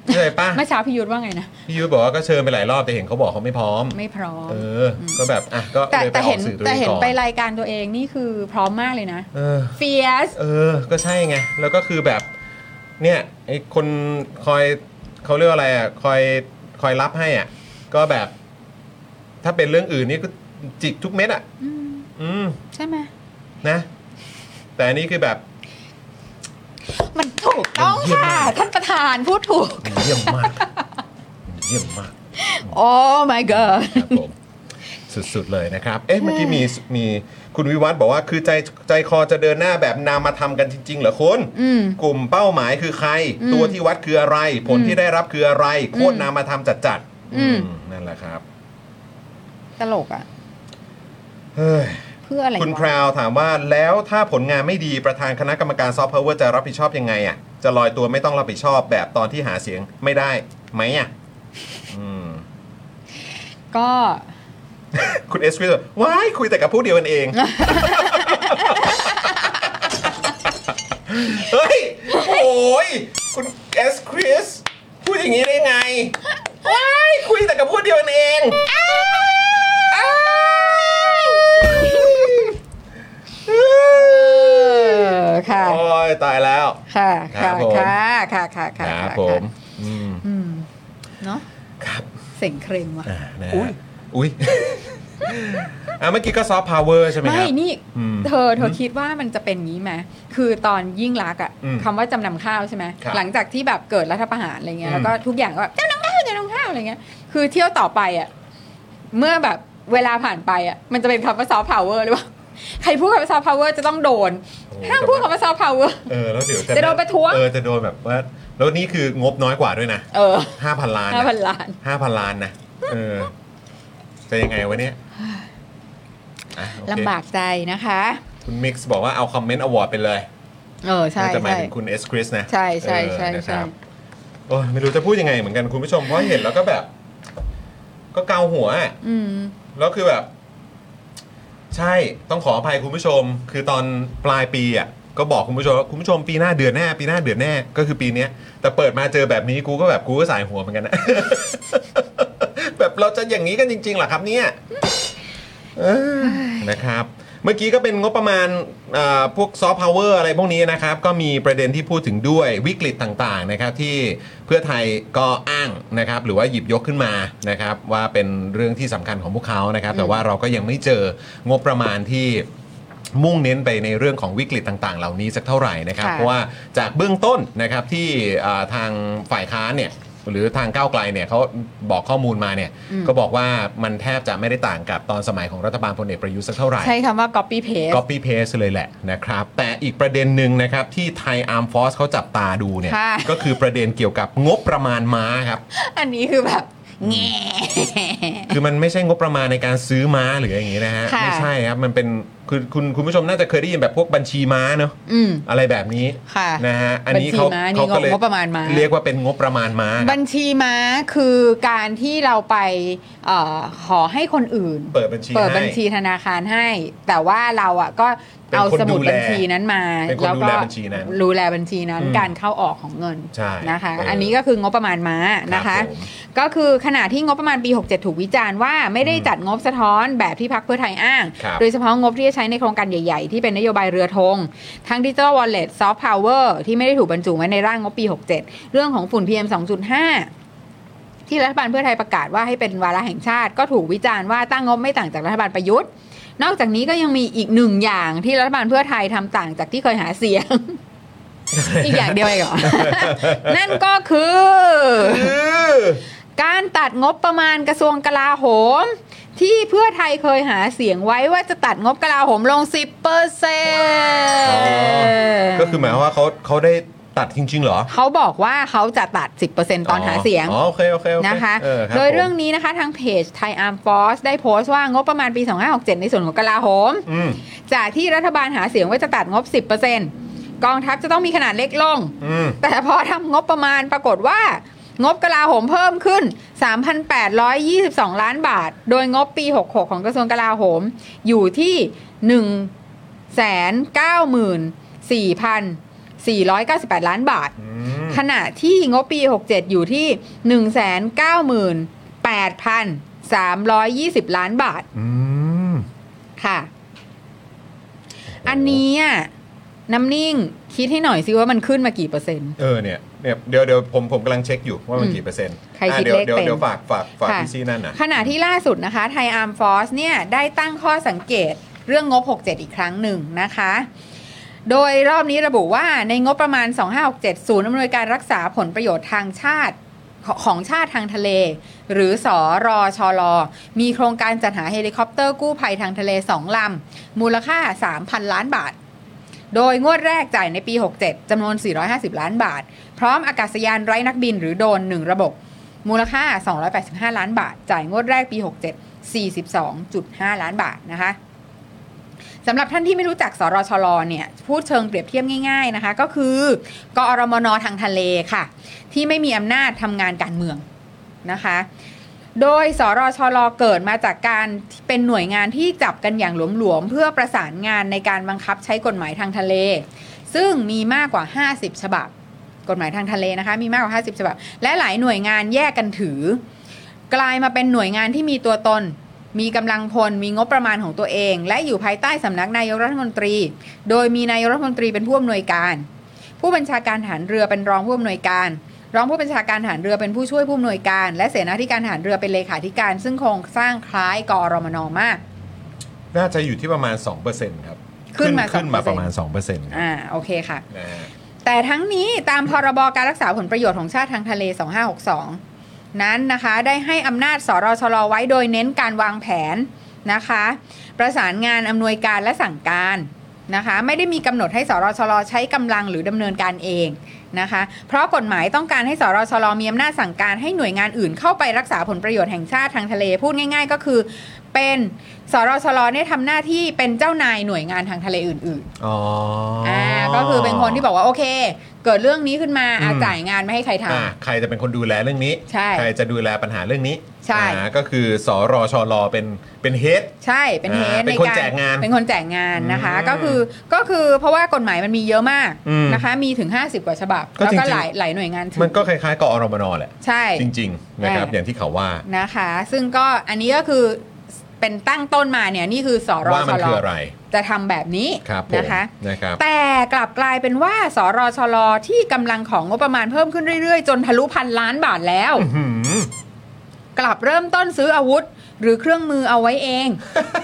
Speaker 2: เข้าใจปะ
Speaker 3: เมื่อเช้าพี่ยุทธว่าไงนะ
Speaker 2: พี่ยุ้ยบอกว่าก็เชิญไปหลายรอบแต่เห็นเขาบอกเขาไม่พร้อม
Speaker 3: ไม่พร้อม
Speaker 2: เออ ก็แบบ อ่ะ ก็
Speaker 3: แต่
Speaker 2: เลยไป
Speaker 3: แต่
Speaker 2: ออ
Speaker 3: เห็น
Speaker 2: กสื่อตัวเอ
Speaker 3: แต่
Speaker 2: ง
Speaker 3: เห็น
Speaker 2: ก่อน
Speaker 3: ไปรายการตัวเองนี่คือพร้อมมากเลยนะ
Speaker 2: เออ
Speaker 3: เฟียส
Speaker 2: เออ ก็ใช่ไง แล้วก็คือแบบ เนี่ยไอ้คนคอยเขาเรียกว่าอะไรอ่ะ คอยคอยรับให้อ่ะ ก็แบบ ถ้าเป็นเรื่องอื่นนี่ก็จิกทุกเม็ดอ่ะ อืม
Speaker 3: ใช่ไหม
Speaker 2: นะ แต่อันนี้คือแบบ
Speaker 3: มันถูกต้อง
Speaker 2: เยี่ยม
Speaker 3: ค่ะ
Speaker 2: มาก
Speaker 3: ท่านประธานพูดถูก
Speaker 2: มันเยี่ยมมากมันเยี่ยมมาก
Speaker 3: โอ้ my god
Speaker 2: ครับผม สุด ๆ เลยนะครับ เอ๊ะ เมื่อกี้มีมีคุณวิวัฒน์บอกว่าคือใจใจคอจะเดินหน้าแบบนามาทำกันจริง ๆ เหรอคุณ
Speaker 3: อืม
Speaker 2: กลุ่มเป้าหมายคือใคร ตัวที่วัดคืออะไร ผลที่ได้รับคืออะไร โคตรนามาทำจัดๆ
Speaker 3: อืม
Speaker 2: อืมนั่นแหละครับ
Speaker 3: ตลกอ่ะ
Speaker 2: เฮ้ย
Speaker 3: เพื่ออะไร
Speaker 2: คุณ
Speaker 3: วะ
Speaker 2: พราวถามว่าแล้วถ้าผลงานไม่ดีประธานคณะกรรมการซอฟต์พาวเวอร์จะรับผิดชอบยังไงอ่ะ จะลอยตัวไม่ต้องรับผิดชอบแบบตอนที่หาเสียงไม่ได้ไหมอ่ะอืม
Speaker 3: ก็
Speaker 2: คุณเอสพีว้ายคุยแต่กับผู้เดียวกันเอง เฮ้ย โอ้ยคุณเอสคริสพูดอย่างนี้ได้ไง ว้ายคุยแต่กับผู้เดียวกันเองอ้าว
Speaker 3: เออค่ะ
Speaker 2: โอ้ยตายแล้ว
Speaker 3: ค่ะ
Speaker 2: ครั
Speaker 3: ค่ะ
Speaker 2: บผม
Speaker 3: ค่ะ ค่ะ ค่ะ
Speaker 2: ค
Speaker 3: ค่ะ
Speaker 2: รับ
Speaker 3: ค่ะ
Speaker 2: ผ
Speaker 3: ค่ะ
Speaker 2: มอืม
Speaker 3: อืมเนาะ
Speaker 2: ครับ
Speaker 3: เสียงเครงว่ะ
Speaker 2: อ่านะฮะอุ้ย *laughs* อ่ะเมื่อกี้ก็ซอฟต์พาวเวอร์ใช่ไหมค
Speaker 3: ไม่
Speaker 2: รับ
Speaker 3: นี่
Speaker 2: อืม
Speaker 3: เธอ เธอคิดว่ามันจะเป็นงี้ไหมคือตอนยิ่งรักษณ์อะ
Speaker 2: อืม
Speaker 3: คำว่าจำนำข้าวใช่ไหม
Speaker 2: ครับ
Speaker 3: หลังจากที่แบบเกิดรัฐประหารอะไรเงี้ย
Speaker 2: อืม
Speaker 3: แล้วก็ทุกอย่างก็แบบจำนำข้าวจำนำข้าวอะไรเงี้ย คือเที่ยวต่อไปอะเมื่อแบบเวลาผ่านไปอะมันจะเป็นคำว่าซอฟต์พาวเวอร์หรือเปล่า ใครพูดคำว่าซอฟต์พาวเวอร์จะต้องโดน ห้ามพูดคำว่าซอฟต์พาวเวอร์
Speaker 2: เออ แล้วเดี๋ยว
Speaker 3: จะโดนประท้วง
Speaker 2: เออ จะโดนแบบว่า แล้วนี่คืองบน้อยกว่าด้วยนะ
Speaker 3: เออ
Speaker 2: ห้าพันล้าน
Speaker 3: ห้าพัน
Speaker 2: นะ
Speaker 3: ล้าน
Speaker 2: ห้าพันล้านนะ เออ จะยังไงวะเนี่ยอ่ะโอเค
Speaker 3: ลำบากใจนะคะ
Speaker 2: คุณมิกซ์บอกว่าเอาคอมเมนต์อวอร์ดไปเลย
Speaker 3: เออ ใช่
Speaker 2: น่าจะหมาย
Speaker 3: ใช่
Speaker 2: ถึงคุณเอสคริสนะ
Speaker 3: ใช่ใช่
Speaker 2: เออ
Speaker 3: ใช่
Speaker 2: นะ
Speaker 3: ใช่
Speaker 2: ครับโอ้ยไม่รู้จะพูดยังไงเหมือนกันคุณผู้ชม เพราะเห็นแล้วก็แบบ ก็เกาหัวอะ
Speaker 3: อืม
Speaker 2: แล้วคือแบบ ใช่ต้องขออภัยคุณผู้ชม คือตอนปลายปีอ่ะก็บอกคุณผู้ชมว่าคุณผู้ชมปีหน้าเดือนหน้า ปีหน้าเดือนหน้าก็คือปีเนี้ย แต่เปิดมาเจอแบบนี้กูก็แบบกูก็สายหัวเหมือนกันนะ แบบเราจะอย่างนี้กันจริงๆเหรอครับเนี่ยเออนะครับ เมื่อกี้ก็เป็นงบประมาณเอ่อพวกซอฟต์พาวเวอร์อะไรพวกนี้นะครับ ก็มีประเด็นที่พูดถึงด้วยวิกฤตต่างๆนะครับ ที่เพื่อไทยก็อ้างนะครับ หรือว่าหยิบยกขึ้นมานะครับ ว่าเป็นเรื่องที่สำคัญของพวกเขานะครับ แต่ว่าเราก็ยังไม่เจองบประมาณที่ มุ่งเน้นไปในเรื่องของวิกฤตต่างๆ เหล่านี้สักเท่าไหร่นะครับ
Speaker 3: ค่ะ
Speaker 2: เพราะว่าจากเบื้องต้นนะครับที่อ่าทางฝ่ายค้านเนี่ยหรือทางก้าวไกลเนี่ยเขาบอกข้อมูลมาเนี่ยก็บอกว่ามันแทบจะไม่ได้ต่างกับตอนสมัยของรัฐบาลพลเอกประยุทธ์สักเท่าไหร่
Speaker 3: ใช้คำว่า copy paste
Speaker 2: copy paste เลยแหละนะครับ แต่อีกประเด็นหนึ่งนะครับ ที่ไทยอาร์มฟอสเขาจับตาดูเนี่ย
Speaker 3: ค่ะ
Speaker 2: ก็คือประเด็นเกี่ยวกับงบประมาณม้าครับ
Speaker 3: อันนี้คือแบบแง่
Speaker 2: คือมันไม่ใช่งบประมาณในการซื้อม้าหรืออย่างนี้นะฮะ
Speaker 3: ค่ะ
Speaker 2: ไม่ใช่ครับมันเป็นคือคุณคุณผู้ชมน่าจะเคยได้ยินแบบพวกบัญชีม้าเนอะ
Speaker 3: อืม
Speaker 2: อะไรแบบนี้
Speaker 3: ค่ะ
Speaker 2: นะฮะอันนี้
Speaker 3: บัญชี
Speaker 2: เขา
Speaker 3: ม้านี่
Speaker 2: เขาก็เลย
Speaker 3: งบประมาณม้า
Speaker 2: เรียกว่าเป็นงบประมาณม้า
Speaker 3: บัญชีม้าคือการที่เราไปเออขอให้คนอื่น
Speaker 2: เปิดบัญชี
Speaker 3: เปิด
Speaker 2: ให้
Speaker 3: บัญชีธนาคารให้ แต่ว่าเราอ่ะก็
Speaker 2: เป็น
Speaker 3: เอา
Speaker 2: คน
Speaker 3: สมุด
Speaker 2: ดูแล
Speaker 3: บัญชีนั้นมา
Speaker 2: เป็นคนดู
Speaker 3: ก็
Speaker 2: แลบัญชีนั้น
Speaker 3: ดูแลบัญชีนั้น
Speaker 2: อืม
Speaker 3: การเข้าออกของเงิน
Speaker 2: ใช่
Speaker 3: นะคะ
Speaker 2: เอออั
Speaker 3: อันนี้ก็คืองบประมาณม้านะคะ
Speaker 2: รับผม
Speaker 3: ก็คือขณะที่งบประมาณปี 67 ถูกวิจารณ์ว่าไม่ได้จัดงบสะท้อนแบบที่พักเพื่อไทยอ้าง
Speaker 2: ครับ
Speaker 3: โดยเฉพาะงบที่จะใช้ในโครงการใหญ่ ๆ ที่เป็นนโยบายเรือธง ทั้งดิจิ t a ลวอลเล็ตซอฟต์พาวเวอร์ที่ไม่ได้ถูกบรรจุไว้ในร่างงบปี 67 เรื่องของฝุ่น PM 2.5 ที่รัฐบาลเพื่อไทยประกาศว่าให้เป็นวาระแห่งชาติ ก็ถูกวิจารณ์ว่าตั้งงบไม่ต่างจากรัฐบาลประยุทธ์ นอกจากนี้ก็ยังมีอีกหนึ่งอย่างที่รัฐบาลเพื่อไทยทำต่างจากที่เคยหาเสียง อีก
Speaker 2: *laughs*
Speaker 3: อย่างเดียวเองเหร *laughs* อ นั่นก็คือ
Speaker 2: อื้อ
Speaker 3: การตัดงบประมาณกระทรวงกลาโหม ที่เพื่อไทยเคยหาเสียงไว้ว่าจะตัดงบกลาโหมลง 10เปอร์เซ็น
Speaker 2: อ๋อก็คือหมายความว่าเขาเขาได้ตัดจริงๆเหรอ
Speaker 3: เขาบอกว่าเขาจะตัด 10%ตอนหาเสียง
Speaker 2: อ๋อโอเคโอเคโอเ
Speaker 3: นะคะ
Speaker 2: ออบ
Speaker 3: โดยเรื่อง
Speaker 2: ผม
Speaker 3: นี้นะคะทางเพจไทยอาร์มฟอสได้โพสต์ว่างบประมาณปี 2567 ในส่วนของกลาโหม
Speaker 2: อืม
Speaker 3: จากที่รัฐบาลหาเสียงว่าจะตัดงบ 10%กองทัพจะต้องมีขนาดเล็กลง
Speaker 2: อืม
Speaker 3: แต่พอทำงบประมาณปรากฏว่า งบกลาโหมเพิ่มขึ้น 3,822 ล้านบาท โดยงบปี 66 ของกระทรวงกลาโหม อยู่ที่ 194,498 ล้านบาท
Speaker 2: อืม
Speaker 3: ขณะที่งบปี 67 อยู่ที่ 198,320 ล้านบาท
Speaker 2: อืม
Speaker 3: ค่ะ อันนี้อ่ะน้ำนิ่งคิดให้หน่อยสิว่ามันขึ้นมากี่เปอร์เซ็นต์
Speaker 2: เออเนี่ยเนี่ยเดี๋ยวเดี๋ยวผมผมกำลังเช็คอยู่ว่ามันกี่เปอร์เซ็นต์
Speaker 3: ใคร
Speaker 2: อ่ะ
Speaker 3: คิด
Speaker 2: เดี๋ยว
Speaker 3: เลข
Speaker 2: เดี๋ยว
Speaker 3: เป็น
Speaker 2: เดี๋ยวฝากฝากฝาก
Speaker 3: ค่ะ
Speaker 2: พี่ซี่นั่นนะ
Speaker 3: ขณะที่ล่าสุดนะคะไทยอาร์มฟอสเนี่ยได้ตั้งข้อสังเกตเรื่องงบ 67 อีกครั้งหนึ่งนะคะ โดยรอบนี้ระบุว่าในงบประมาณ 2567 ศูนย์อำนวยการรักษาผลประโยชน์ทางชาติขของชาติทางทะเล หรือสอรอชอลอมีโครงการจัดหาเฮลิคอปเตอร์กู้ภัยทางทะเล 2 ลำ มูลค่า 3,000 ล้านบาท โดยงวดแรกจ่ายในปี 67 จำนวน 450 ล้านบาท พร้อมอากาศยานไร้นักบินหรือโดรน1 ระบบ มูลค่า 285 ล้านบาท จ่ายงวดแรกปี 67 42.5 ล้านบาทนะคะสำหรับท่านที่ไม่รู้จักสรชลเนี่ย พูดเชิงเปรียบเทียบง่ายๆนะคะ ก็คือกอรมนทางทะเลค่ะ ที่ไม่มีอำนาจทำงานการเมืองนะคะ โดยสรชลเกิดมาจากการเป็นหน่วยงานที่จับกันอย่างหลวมๆ เพื่อประสานงานในการบังคับใช้กฎหมายทางทะเล ซึ่งมีมากกว่า 50 ฉบับ กฎหมายทางทะเลนะคะ มีมากกว่า 50 ฉบับ และหลายหน่วยงานแยกกันถือ กลายมาเป็นหน่วยงานที่มีตัวตน มีกำลังพล มีงบประมาณของตัวเอง และอยู่ภายใต้สำนักนายกรัฐมนตรี โดยมีนายกรัฐมนตรีเป็นผู้อำนวยการ ผู้บัญชาการทหารเรือเป็นรองผู้อำนวยการ รองผู้บัญชาการทหารเรือเป็นผู้ช่วยผู้อำนวยการ และเสนาธิการทหารเรือเป็นเลขาธิการ ซึ่งโครงสร้างคล้ายกอรมนมาก
Speaker 2: น่าจะอยู่ที่ประมาณ 2%ครับ
Speaker 3: ขึ้นมา
Speaker 2: ขึ้นมา
Speaker 3: 2%
Speaker 2: ประมาณ 2%ครับ
Speaker 3: อ่าโอเคค่ะ
Speaker 2: นะฮะ
Speaker 3: แต่ทั้งนี้ตามพรบการรักษาผลประโยชน์ของชาติทางทะเล 2562 นั้นนะคะ ได้ให้อำนาจสรชลไว้โดยเน้นการวางแผนนะคะ ประสานงานอำนวยการและสั่งการนะคะ ไม่ได้มีกำหนดให้สรชลใช้กำลังหรือดำเนินการเองนะคะ เพราะกฎหมายต้องการให้สรชลมีอำนาจสั่งการให้หน่วยงานอื่นเข้าไปรักษาผลประโยชน์แห่งชาติทางทะเล พูดง่าย ๆ ก็คือ เป็นสรชลเนี่ยทำหน้าที่เป็นเจ้านายหน่วยงานทางทะเลอื่น ๆ
Speaker 2: อ๋ออ
Speaker 3: อ่าก็คือเป็นคนที่บอกว่าโอเค เกิดเรื่องนี้ขึ้นมาอาจ่ายงานไม่ให้ใครท
Speaker 2: อ่าใครจะเป็นคนดูแลเรื่องนี้
Speaker 3: ใช่
Speaker 2: รจะดูแลปัญหาเรื่องนี้
Speaker 3: ใช่
Speaker 2: อ่าก็คือสรชลเป็นเป็นเฮด
Speaker 3: ำใช่เป็นเฮด
Speaker 2: อ่าเป็
Speaker 3: ใน
Speaker 2: นคน
Speaker 3: การ
Speaker 2: แจกงาน
Speaker 3: เป็นคนแจกงานนะคะ
Speaker 2: อืม
Speaker 3: ก็คือก็คือเพราะว่ากฎหมายมันมีเยอะมาก
Speaker 2: อืม
Speaker 3: นะคะ มีถึง 50 กว่าฉบับ
Speaker 2: ก็
Speaker 3: แล้ว
Speaker 2: จริงๆ
Speaker 3: ก็หลายหลายหน่วยงานถือ
Speaker 2: มันก็คล้ายๆกอรมนแหละ
Speaker 3: ใช่
Speaker 2: จริง ๆ นะครับ
Speaker 3: อ่า
Speaker 2: อย่างที่เขาว่า
Speaker 3: นะคะ ซึ่งก็อันนี้ก็คือเป็นตั้งต้นมาเนี่ยนี่คือสร
Speaker 2: ว่า
Speaker 3: ช
Speaker 2: มัน
Speaker 3: ล
Speaker 2: คืออะไร
Speaker 3: จะทำแบบนี้
Speaker 2: ครับผม
Speaker 3: นะคะ
Speaker 2: นะครับ
Speaker 3: แต่กลับกลายเป็นว่าสรชลที่กำลังของงบประมาณเพิ่มขึ้นเรื่อยๆ จนทะลุพันล้านบาทแล้ว
Speaker 2: อื้อหือก
Speaker 3: ลับเริ่มต้นซื้ออาวุธ หรือเครื่องมือเอาไว้เอง
Speaker 2: *laughs*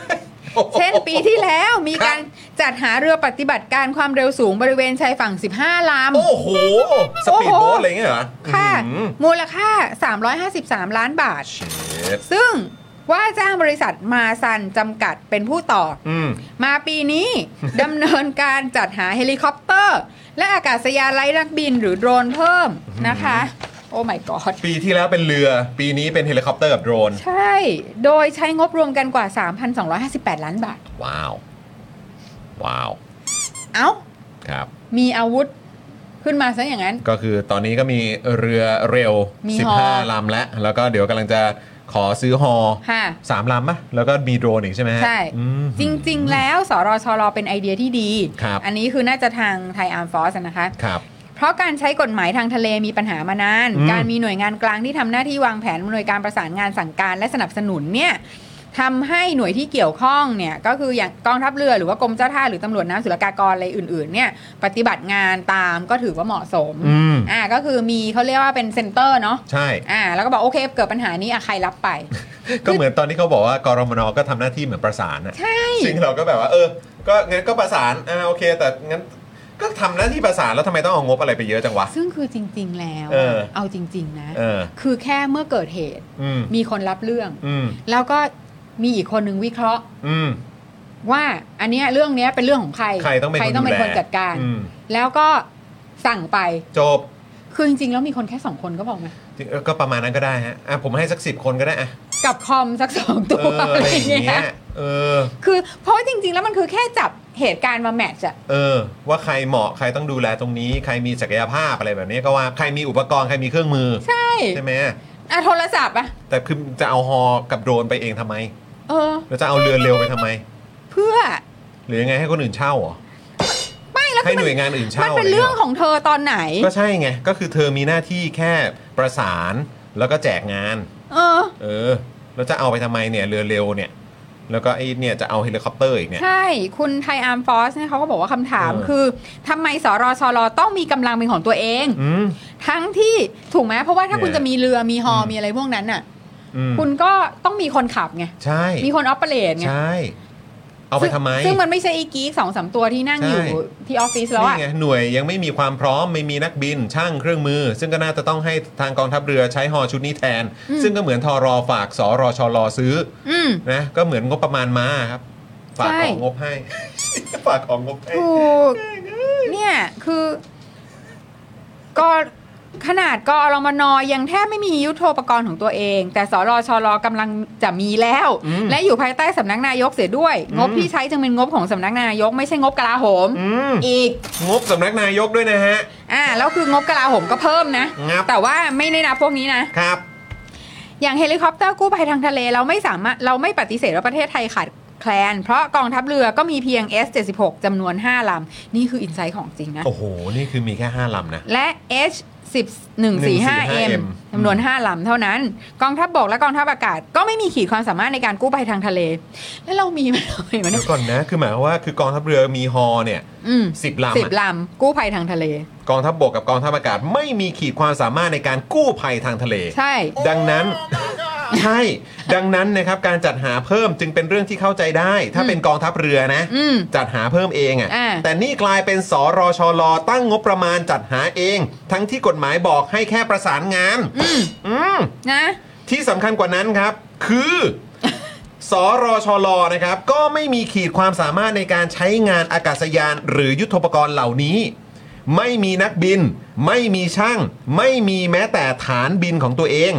Speaker 3: เช่นปีที่แล้วมีการจัดหาเรือปฏิบัติการความเร็วสูงบริเวณชายฝั่ง 15 ล
Speaker 2: โอ้โห สปีดโบ๊ทอะไรเงี้ยเหรอ
Speaker 3: ำ ค่ะ
Speaker 2: อื้อ
Speaker 3: มูลค่า 353 ล้านบาท
Speaker 2: หือเชด
Speaker 3: ซึ่งว่าจ้างบริษัทมาซันจำกัดเป็นผู้ต่อ
Speaker 2: อืม
Speaker 3: มาปีนี้ *laughs* ดำเนินการจัดหาเฮลิคอปเตอร์ และอากาศยานไร้นักบินหรือโดรนเพิ่มนะคะ โอ้ my god
Speaker 2: ปีที่แล้วเป็นเรือ ปีนี้เป็นเฮลิคอปเตอร์กับโดรน
Speaker 3: ใช่ โดยใช้งบรวมกันกว่า 3,258 ล้านบาท
Speaker 2: ว้าว ว้าว
Speaker 3: เอ้า
Speaker 2: ครับ
Speaker 3: มีอาวุธขึ้นมาซะอย่างนั้น
Speaker 2: ก็คือตอนนี้ก็มีเรือเร็ว
Speaker 3: มีฮอ
Speaker 2: 15 ลำแล้ว แล้วก็เดี๋ยวกำลังจะขอซื้อฮอ
Speaker 3: ค่ะ
Speaker 2: สามลำปะแล้วก็มีโดรนอีกใช่ไหมฮะ
Speaker 3: ใช่
Speaker 2: อืม
Speaker 3: จริง ๆ แล้วสรชลเป็นไอเดียที่ดี
Speaker 2: ครับ
Speaker 3: อันนี้คือน่าจะทางไทยอาร์มฟอสนะคะ
Speaker 2: ครับ
Speaker 3: เพราะการใช้กฎหมายทางทะเลมีปัญหามานาน
Speaker 2: อืม
Speaker 3: การมีหน่วยงานกลางที่ทำหน้าที่วางแผนหน่วยการประสานงานสั่งการและสนับสนุนเนี่ยทำให้หน่วยที่เกี่ยวข้องเนี่ยก็คืออย่างกองทัพเรือหรือว่ากรมเจ้าท่าหรือตำรวจน้ำศุลกากรอะไรอื่นๆเนี่ยปฏิบัติงานตามก็ถือว่าเหมาะสม
Speaker 2: อืม
Speaker 3: อ่าก็คือมีเขาเรียกว่าเป็นเซ็นเตอร์เนาะ
Speaker 2: ใช่
Speaker 3: อ่าแล้วก็บอกโอเคเกิดปัญหานี้อ่ะใครรับไป
Speaker 2: ก็เหมือนตอนที่เขาบอกว่ากรมนก็ทำหน้าที่เหมือนประสานอะ
Speaker 3: ใช่
Speaker 2: ซึ่งเราก็แบบว่า เออ ก็งั้นก็ประสาน อ่า โอเค แต่งั้นก็ทำหน้าที่ประสานแล้วทำไมต้องเอางบอะไรไปเยอะจังวะ
Speaker 3: ซึ่งคือจริง ๆ แล้ว
Speaker 2: เออ
Speaker 3: เอาจริง ๆ นะ
Speaker 2: เออ
Speaker 3: คือแค่เมื่อเกิดเหตุ
Speaker 2: อืม
Speaker 3: มีคนรับเรื่อง
Speaker 2: อืม
Speaker 3: แล้วก็มีอีกคนนึงวิเคราะห์
Speaker 2: อืม
Speaker 3: ว่าอันเนี้ยเรื่องเนี้ยเป็นเรื่องของใคร
Speaker 2: ใครต้องเป็น
Speaker 3: เป็น
Speaker 2: คนดูแล
Speaker 3: คนจัดการ
Speaker 2: อืม
Speaker 3: แล้วก็สั่งไป
Speaker 2: จบ
Speaker 3: คือจริง ๆ แล้วมีคนแค่สองคนก็บอกมา
Speaker 2: จริงเออก็ประมาณนั้นก็ได้ฮะ อ่ะ ผมให้สักสิบคนก็ได้อ่ะ
Speaker 3: กับคอมสักสองตั
Speaker 2: เอ
Speaker 3: ว
Speaker 2: อ
Speaker 3: อะ
Speaker 2: อะไร
Speaker 3: ไร
Speaker 2: อย่าง
Speaker 3: เงี้
Speaker 2: เงี้
Speaker 3: ย
Speaker 2: ย เออ
Speaker 3: คือเพราะจริง ๆ แล้วมันคือแค่จับเหตุการณ์มาแมทช์อะ
Speaker 2: เออ ว่าใครเหมาะ ใครต้องดูแลตรงนี้ ใครมีศักยภาพอะไรแบบนี้ก็ว่า ใครมีอุปกรณ์ ใครมีเครื่องมือ
Speaker 3: ใช่
Speaker 2: ใช่ไหม
Speaker 3: อะโทรศัพท์อะ
Speaker 2: แต่คือจะเอาฮอกับโดรนไปเองทำไม
Speaker 3: เออ
Speaker 2: แล้วจะเอาเรือเร็วไปทำไม
Speaker 3: เพื่อ
Speaker 2: หรือยังไงให้คนอื่นเช่าเหรอ
Speaker 3: ไม่แล้ว
Speaker 2: ให้
Speaker 3: คือ
Speaker 2: ห
Speaker 3: มั
Speaker 2: น่วย
Speaker 3: น
Speaker 2: งานอื่นเช่า
Speaker 3: มันเป็นเรื่องของเธอตอนไหน
Speaker 2: ก็ใช่ไง ก็คือเธอมีหน้าที่แค่ประสานแล้วก็แจกงาน
Speaker 3: เออ
Speaker 2: เออ แล้วจะเอาไปทำไมเนี่ยเรือเร็วเนี่ย แล้วก็ไอ้เนี่ยจะเอาเฮลิคอปเตอร์อีกเนี่ย
Speaker 3: ใช่ คุณไทอาร์มฟอสเนี่ยเขาก็บอกว่าคำถาม
Speaker 2: เออ
Speaker 3: คือทำไมสรชลต้องมีกำลังเป็นของตัวเอง
Speaker 2: อืม
Speaker 3: ทั้งที่ถูกไหมเพราะว่าถ้า
Speaker 2: เนี่ย
Speaker 3: คุณจะมีเรือมีฮออ
Speaker 2: ม
Speaker 3: มีอะไรพวกนั้นน่ะ
Speaker 2: อืม
Speaker 3: คุณก็ต้องมีคนขับไง
Speaker 2: ใช่
Speaker 3: มีคนออปเปเรตไง
Speaker 2: ใช่ เอาไปทำไม
Speaker 3: ซึ่งซึ่งมันไม่ใช่ไอีกีสองสามตัวที่นั่ง
Speaker 2: ใช่
Speaker 3: อยู่ที่ออฟฟิศแล้วอะ
Speaker 2: นี่ไงหน่วยยังไม่มีความพร้อมไม่มีนักบิน ช่างเครื่องมือ ซึ่งก็น่าจะต้องให้ทางกองทัพเรือใช้ฮอชุดนี้แทน ซึ่งก็เหมือนทอรอฝากสอรอชอรอซื้อ
Speaker 3: อืม
Speaker 2: นะก็เหมือนงบประมาณมาครับ ฝาก
Speaker 3: ใช่
Speaker 2: ของงบให้ *laughs* ฝากของงบให้
Speaker 3: ถูกเนี่ยคือ ก็ขนาดกอรมนยังแทบไม่มียุทโธปกรณ์ของตัวเอง แต่สรชลกำลังจะมีแล้ว
Speaker 2: อืม
Speaker 3: และอยู่ภายใต้สำนักนายกเสียด้วย งบ
Speaker 2: อืม
Speaker 3: ที่ใช้จึงเป็นงบของสำนักนายก ไม่ใช่งบกลาโหม
Speaker 2: อืม
Speaker 3: อีก
Speaker 2: งบสำนักนายกด้วยนะฮะ
Speaker 3: อ่าแล้วคืองบกลาโหมก็เพิ่มนะ
Speaker 2: งับ
Speaker 3: แต่ว่าไม่ได้นับพวกนี้นะ
Speaker 2: ครับ
Speaker 3: อย่างเฮลิคอปเตอร์กู้ภัยทางทะเลเราไม่สามารถเราไม่ปฏิเสธว่าประเทศไทยขาดแคลน เพราะกองทัพเรือก็มีเพียง S76 จำนวน 5 ลำ นี่คืออินไซต์ของจริงนะ
Speaker 2: โอ้โห นี่คือมีแค่ 5 ลำนะ
Speaker 3: และ H 145M จำนวน 5 ลำเท่านั้น กองทัพบบกและกองทัพอากาศ ก็ไม่มีขีดความสามารถในการกู้ภัยทางทะเล แล้วเรามีไหมเรามีไหม
Speaker 2: เดี๋ยวก่อนนะ คือหมายความว่าคือกองทัพเรือมีฮอเนี่ย
Speaker 3: อืม
Speaker 2: สิบลำ
Speaker 3: สิบ
Speaker 2: อะ
Speaker 3: ลำกู้ภัยทางทะเล
Speaker 2: กองทัพบกกับกองทัพอากาศ ไม่มีขีดความสามารถในการกู้ภัยทางทะเล
Speaker 3: ใช่
Speaker 2: ดังนั้น ใช่ ดังนั้นนะครับการจัดหาเพิ่มจึงเป็นเรื่องที่เข้าใจได้ ถ้าเป็นกองทัพเรือนะ
Speaker 3: อืม
Speaker 2: จัดหาเพิ่มเอง
Speaker 3: อ่า
Speaker 2: อะ่ะ แต่นี่กลายเป็นสรชลตั้งงบประมาณจัดหาเอง ทั้งที่กฎหมายบอกให้แค่ประสานงานอืม
Speaker 3: นะ
Speaker 2: ที่สำคัญกว่านั้นครับ คือ สรชลนะครับ ก็ไม่มีขีดความสามารถในการใช้งานอากาศยานหรือยุทโธปกรณ์เหล่านี้ ไม่มีนักบิน ไม่มีช่าง ไม่มีแม้แต่ฐานบินของตัวเอง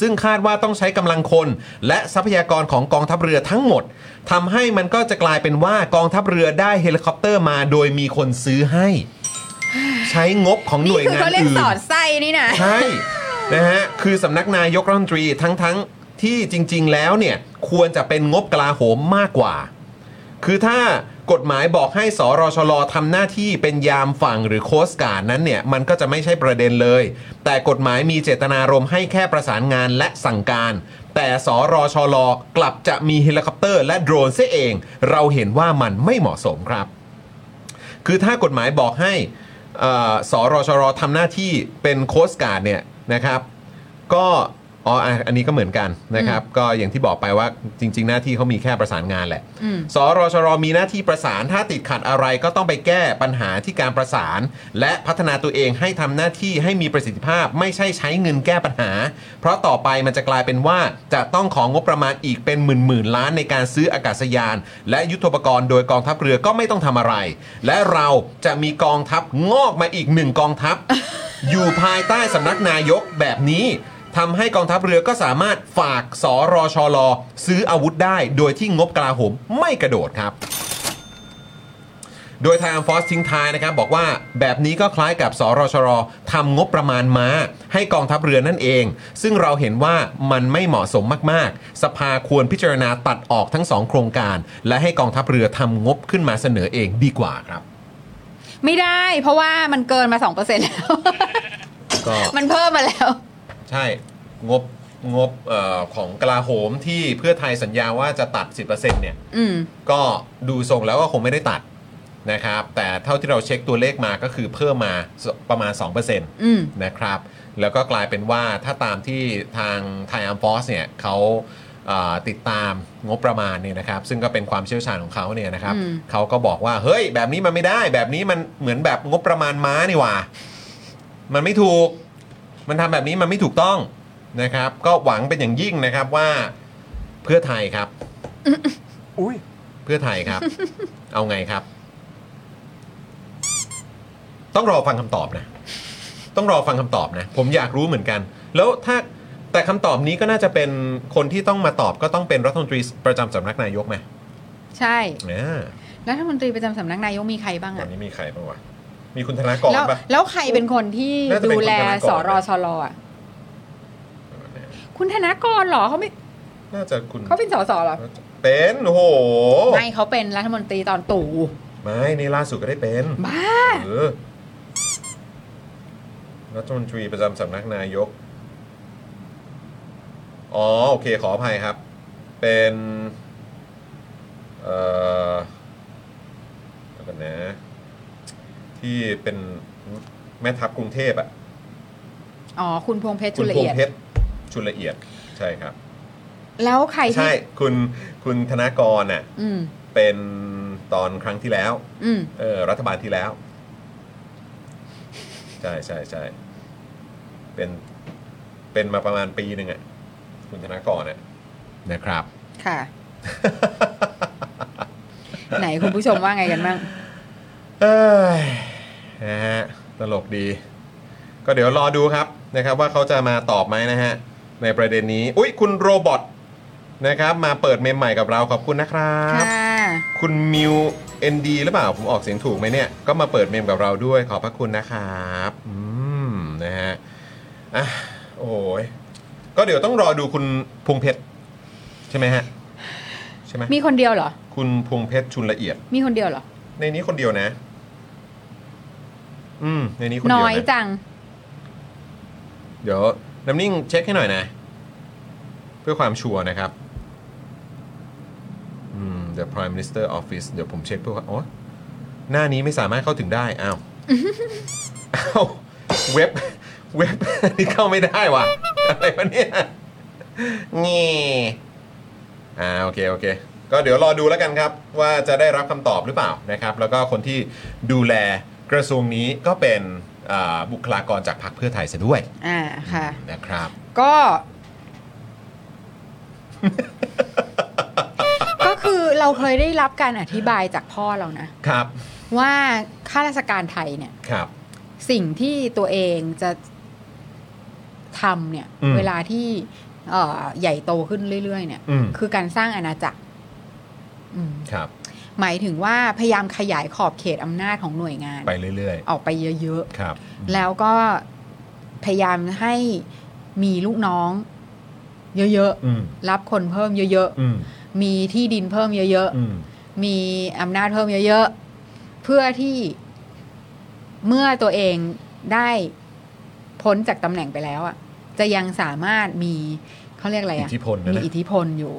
Speaker 2: ซึ่งคาดว่าต้องใช้กำลังคน และทรัพยากรของกองทัพเรือทั้งหมดทำให้มันก็จะกลายเป็นว่ากองทัพเรือได้เฮลิคอปเตอร์มาโดยมีคนซื้อให้ ใช้งบของหน่ว
Speaker 3: คือง
Speaker 2: ยาน
Speaker 3: เขาเรียก
Speaker 2: อื่น
Speaker 3: สอดไส้นี่นะ
Speaker 2: ใช่ นะฮะ คือสำนักนายกรัฐมนตรีทั้งทั้งๆที่จริง ๆ แล้วเนี่ย ควรจะเป็นงบกลาโหมมากกว่า คือถ้ากฎหมายบอกให้สรชลทำหน้าที่เป็นยามฝั่งหรือโคสการดนั้นเนี่ย มันก็จะไม่ใช่ประเด็นเลย แต่กฎหมายมีเจตนารมณ์ให้แค่ประสานงานและสั่งการ แต่สรชลกลับจะมีเฮลิคอปเตอร์และโดรนเสียเอง เราเห็นว่ามันไม่เหมาะสมครับ คือถ้ากฎหมายบอกให้เอ่อสรชรทำหน้าที่เป็นโค้ชการ์ดเนี่ยนะครับ ก็อ๋ออ่ะอันนี้ก็เหมือนกันนะครับ ก็อย่างที่บอกไปว่าจริง ๆ หน้าที่เขามีแค่ประสานงานแหละ
Speaker 3: อืม
Speaker 2: สรชรมีหน้าที่ประสานถ้าติดขัดอะไรก็ต้องไปแก้ปัญหาที่การประสาน และพัฒนาตัวเองให้ทำหน้าที่ให้มีประสิทธิภาพ ไม่ใช่ใช้เงินแก้ปัญหา เพราะต่อไปมันจะกลายเป็นว่าจะต้องของงบประมาณอีกเป็นหมื่นหมื่นๆล้านในการซื้ออากาศยาน และยุทโธปกรณ์โดยกองทัพเรือก็ไม่ต้องทำอะไร และเราจะมีกองทัพงอกมาอีกหนึ่งกองทัพ อยู่ภายใต้สำนักนายกแบบนี้ทำให้กองทัพเรือก็สามารถฝากสรชลซื้ออาวุธได้ โดยที่งบกลาโหมไม่กระโดดครับ โดยทางฟอสทิ้งท้ายนะครับบอกว่าแบบนี้ก็คล้ายกับสรชรทำงบประมาณม้า ให้กองทัพเรือนั่นเอง ซึ่งเราเห็นว่ามันไม่เหมาะสมมาก ๆ สภาควรพิจารณาตัดออกทั้งสองโครงการ และให้กองทัพเรือทำงบขึ้นมาเสนอเองดีกว่าครับ
Speaker 3: ไม่ได้ เพราะว่ามันเกินมาสองเปอร์เซ็นต์แล้ว *laughs*
Speaker 2: ก็
Speaker 3: มันเพิ่มมาแล้ว
Speaker 2: ใช่งบงบเออของกลาโหมที่เพื่อไทยสัญญาว่าจะตัด 10%เนี่ย
Speaker 3: อืม
Speaker 2: ก็ดูทรงแล้วก็คงไม่ได้ตัดนะครับ แต่เท่าที่เราเช็คตัวเลขมาก็คือเพิ่มมาสประมาณ 2%น
Speaker 3: อืม
Speaker 2: ะครับ แล้วก็กลายเป็นว่าถ้าตามที่ทางไทยอัมฟอสเนี่ยเขาเอ่อติดตามงบประมาณเนี่ยนะครับ ซึ่งก็เป็นความเชี่ยวชาญของเขาเนี่ยนะครับ
Speaker 3: อืม
Speaker 2: เขาก็บอกว่า เฮ้ย แบบนี้มันไม่ได้ แบบนี้มันเหมือนแบบงบประมาณม้านี่หว่า มันไม่ถูก มันทำแบบนี้มันไม่ถูกต้องนะครับ ก็หวังเป็นอย่างยิ่งนะครับว่าเพื่อไทยครับ
Speaker 7: อุ้ย
Speaker 2: เพื่อไทยครับ *laughs* เอาไงครับ ต้องรอฟังคำตอบนะ ต้องรอฟังคำตอบนะ ผมอยากรู้เหมือนกัน แล้วถ้าแต่คำตอบนี้ก็น่าจะเป็นคนที่ต้องมาตอบก็ต้องเป็นรัฐมนตรีประจำสำนักนายกไหม
Speaker 3: ใช่
Speaker 2: อ่า
Speaker 3: แล้วรัฐมนตรีประจำสำนักนายกมีใครบ้าง
Speaker 2: วัน
Speaker 3: อะ
Speaker 2: นี้มีใครบ้างวะมีคุณธนากร
Speaker 3: แล้ว
Speaker 2: ปะ
Speaker 3: แล้วใครเป็นคนที่
Speaker 2: น่าจะเป็
Speaker 3: ดู
Speaker 2: นคุณ
Speaker 3: แล
Speaker 2: ธนากร
Speaker 3: สรชลอะคุณธนากรเหรอเขาไม่
Speaker 2: น่าจะคุณ
Speaker 3: เขาเป็นสสเหรอ
Speaker 2: เป็นโอ้โห
Speaker 3: ไม่เขาเป็นรัฐมนตรีตอนตู่
Speaker 2: ไม่นี่ล่าสุดก็ได้เป็น
Speaker 3: บ้า
Speaker 2: เออรัฐมนตรีประจำสำนักนายกอ๋อโอเคขออภัยครับ เป็นเอ่อเดี๋ยวกันนะ ที่เป็นแม่ทัพกรุงเทพอ่ะ
Speaker 3: อ๋อ คุณพวงเพชร
Speaker 2: คุ
Speaker 3: จุ
Speaker 2: ณ
Speaker 3: ล
Speaker 2: พง
Speaker 3: เอียด
Speaker 2: เพชรชุลละเอียด ใช่ครับ
Speaker 3: แล้วใคร
Speaker 2: ใช่
Speaker 3: ที่
Speaker 2: คุณคุณธนากรน่ะ
Speaker 3: อืม
Speaker 2: เป็นตอนครั้งที่แล้ว
Speaker 3: อืม
Speaker 2: เออรัฐบาลที่แล้ว ใช่ใช่ใช่เป็นเป็นมาประมาณปีหนึ่งอะ่ะ คุณธนากรเนี่ยนะครับ
Speaker 3: ค่ะ ไหนคุณผู้ชมว่าไงกันบ้าง
Speaker 2: เอ้ยนะฮะตลกดี ก็เดี๋ยวรอดูครับนะครับ ว่าเขาจะมาตอบไหมนะฮะ ในประเด็นนี้ อุ้ยคุณโรบอทนะครับ มาเปิดเมมใหม่กับเราขอบคุณนะครับ
Speaker 3: ค่ะ
Speaker 2: คุณมิว ND หรือเปล่า ผมออกเสียงถูกไหมเนี่ย ก็มาเปิดเมมกับเราด้วยขอบพระคุณนะครับ อืม นะฮะ อ่ะ โอ้ย ก็เดี๋ยวต้องรอดูคุณพวงเพชรใช่ไหมฮะใช่ไหม
Speaker 3: มีคนเดียวเหรอ
Speaker 2: คุณพวงเพชรชุนละเอียด
Speaker 3: มีคนเดียวเหรอ
Speaker 2: ในนี้คนเดียวนะ อืม ในนี้คนเดียว
Speaker 3: น้อย
Speaker 2: นะ
Speaker 3: จัง
Speaker 2: เดี๋ยวน้ำนิ่งเช็คให้หน่อยนะ เพื่อความชัวร์นะครับ อืม The Prime Minister Office เดี๋ยวผมเช็คเพื่อความอ๋อหน้านี้ไม่สามารถเข้าถึงได้อ้าวอ้าวเว็บ เว็บ นี่เข้าไม่ได้ว่ะ อะไรวะเนี่ยนี่อ่าโอเค โอเค ก็เดี๋ยวรอดูแล้วกันครับ ว่าจะได้รับคำตอบหรือเปล่านะครับ แล้วก็คนที่ดูแลกระทรวงนี้ก็เป็นอ่าบุคลากรจากพรรคเพื่อไทยซะด้วย
Speaker 3: อ่าค่ะ
Speaker 2: นะครับ
Speaker 3: ก็
Speaker 2: *laughs*
Speaker 3: ก็คือเราเคยได้รับการอธิบายจากพ่อเรานะ
Speaker 2: ครับ
Speaker 3: ว่าข้าราชการไทยเนี่ย
Speaker 2: ครับ
Speaker 3: สิ่งที่ตัวเองจะทำเนี่ย
Speaker 2: อืม
Speaker 3: เวลาที่เอ่อใหญ่โตขึ้นเรื่อยๆ เนี่ย
Speaker 2: อืม
Speaker 3: คือการสร้างอาณาจักรอืม
Speaker 2: ครับ
Speaker 3: หมายถึงว่าพยายามขยายขอบเขตอำนาจของหน่วยงาน
Speaker 2: ไปเรื่อย
Speaker 3: ออกไปเยอะ
Speaker 2: ๆ ครับ
Speaker 3: ๆ แล้วก็พยายามให้มีลูกน้อง เยอะ
Speaker 2: อืม
Speaker 3: ๆ รับคนเพิ่มเยอะ
Speaker 2: อืม
Speaker 3: ๆ มีที่ดินเพิ่มเยอะ
Speaker 2: อืม
Speaker 3: ๆ มีอำนาจเพิ่มเยอะๆ เพื่อที่เมื่อตัวเองได้พ้นจากตำแหน่งไปแล้วอ่ะ จะยังสามารถมีเขาเรียกอะไร
Speaker 2: อิ
Speaker 3: อ่ะ
Speaker 2: ทธิพลนะ
Speaker 3: มี
Speaker 2: นะ
Speaker 3: อิทธิพลอยู่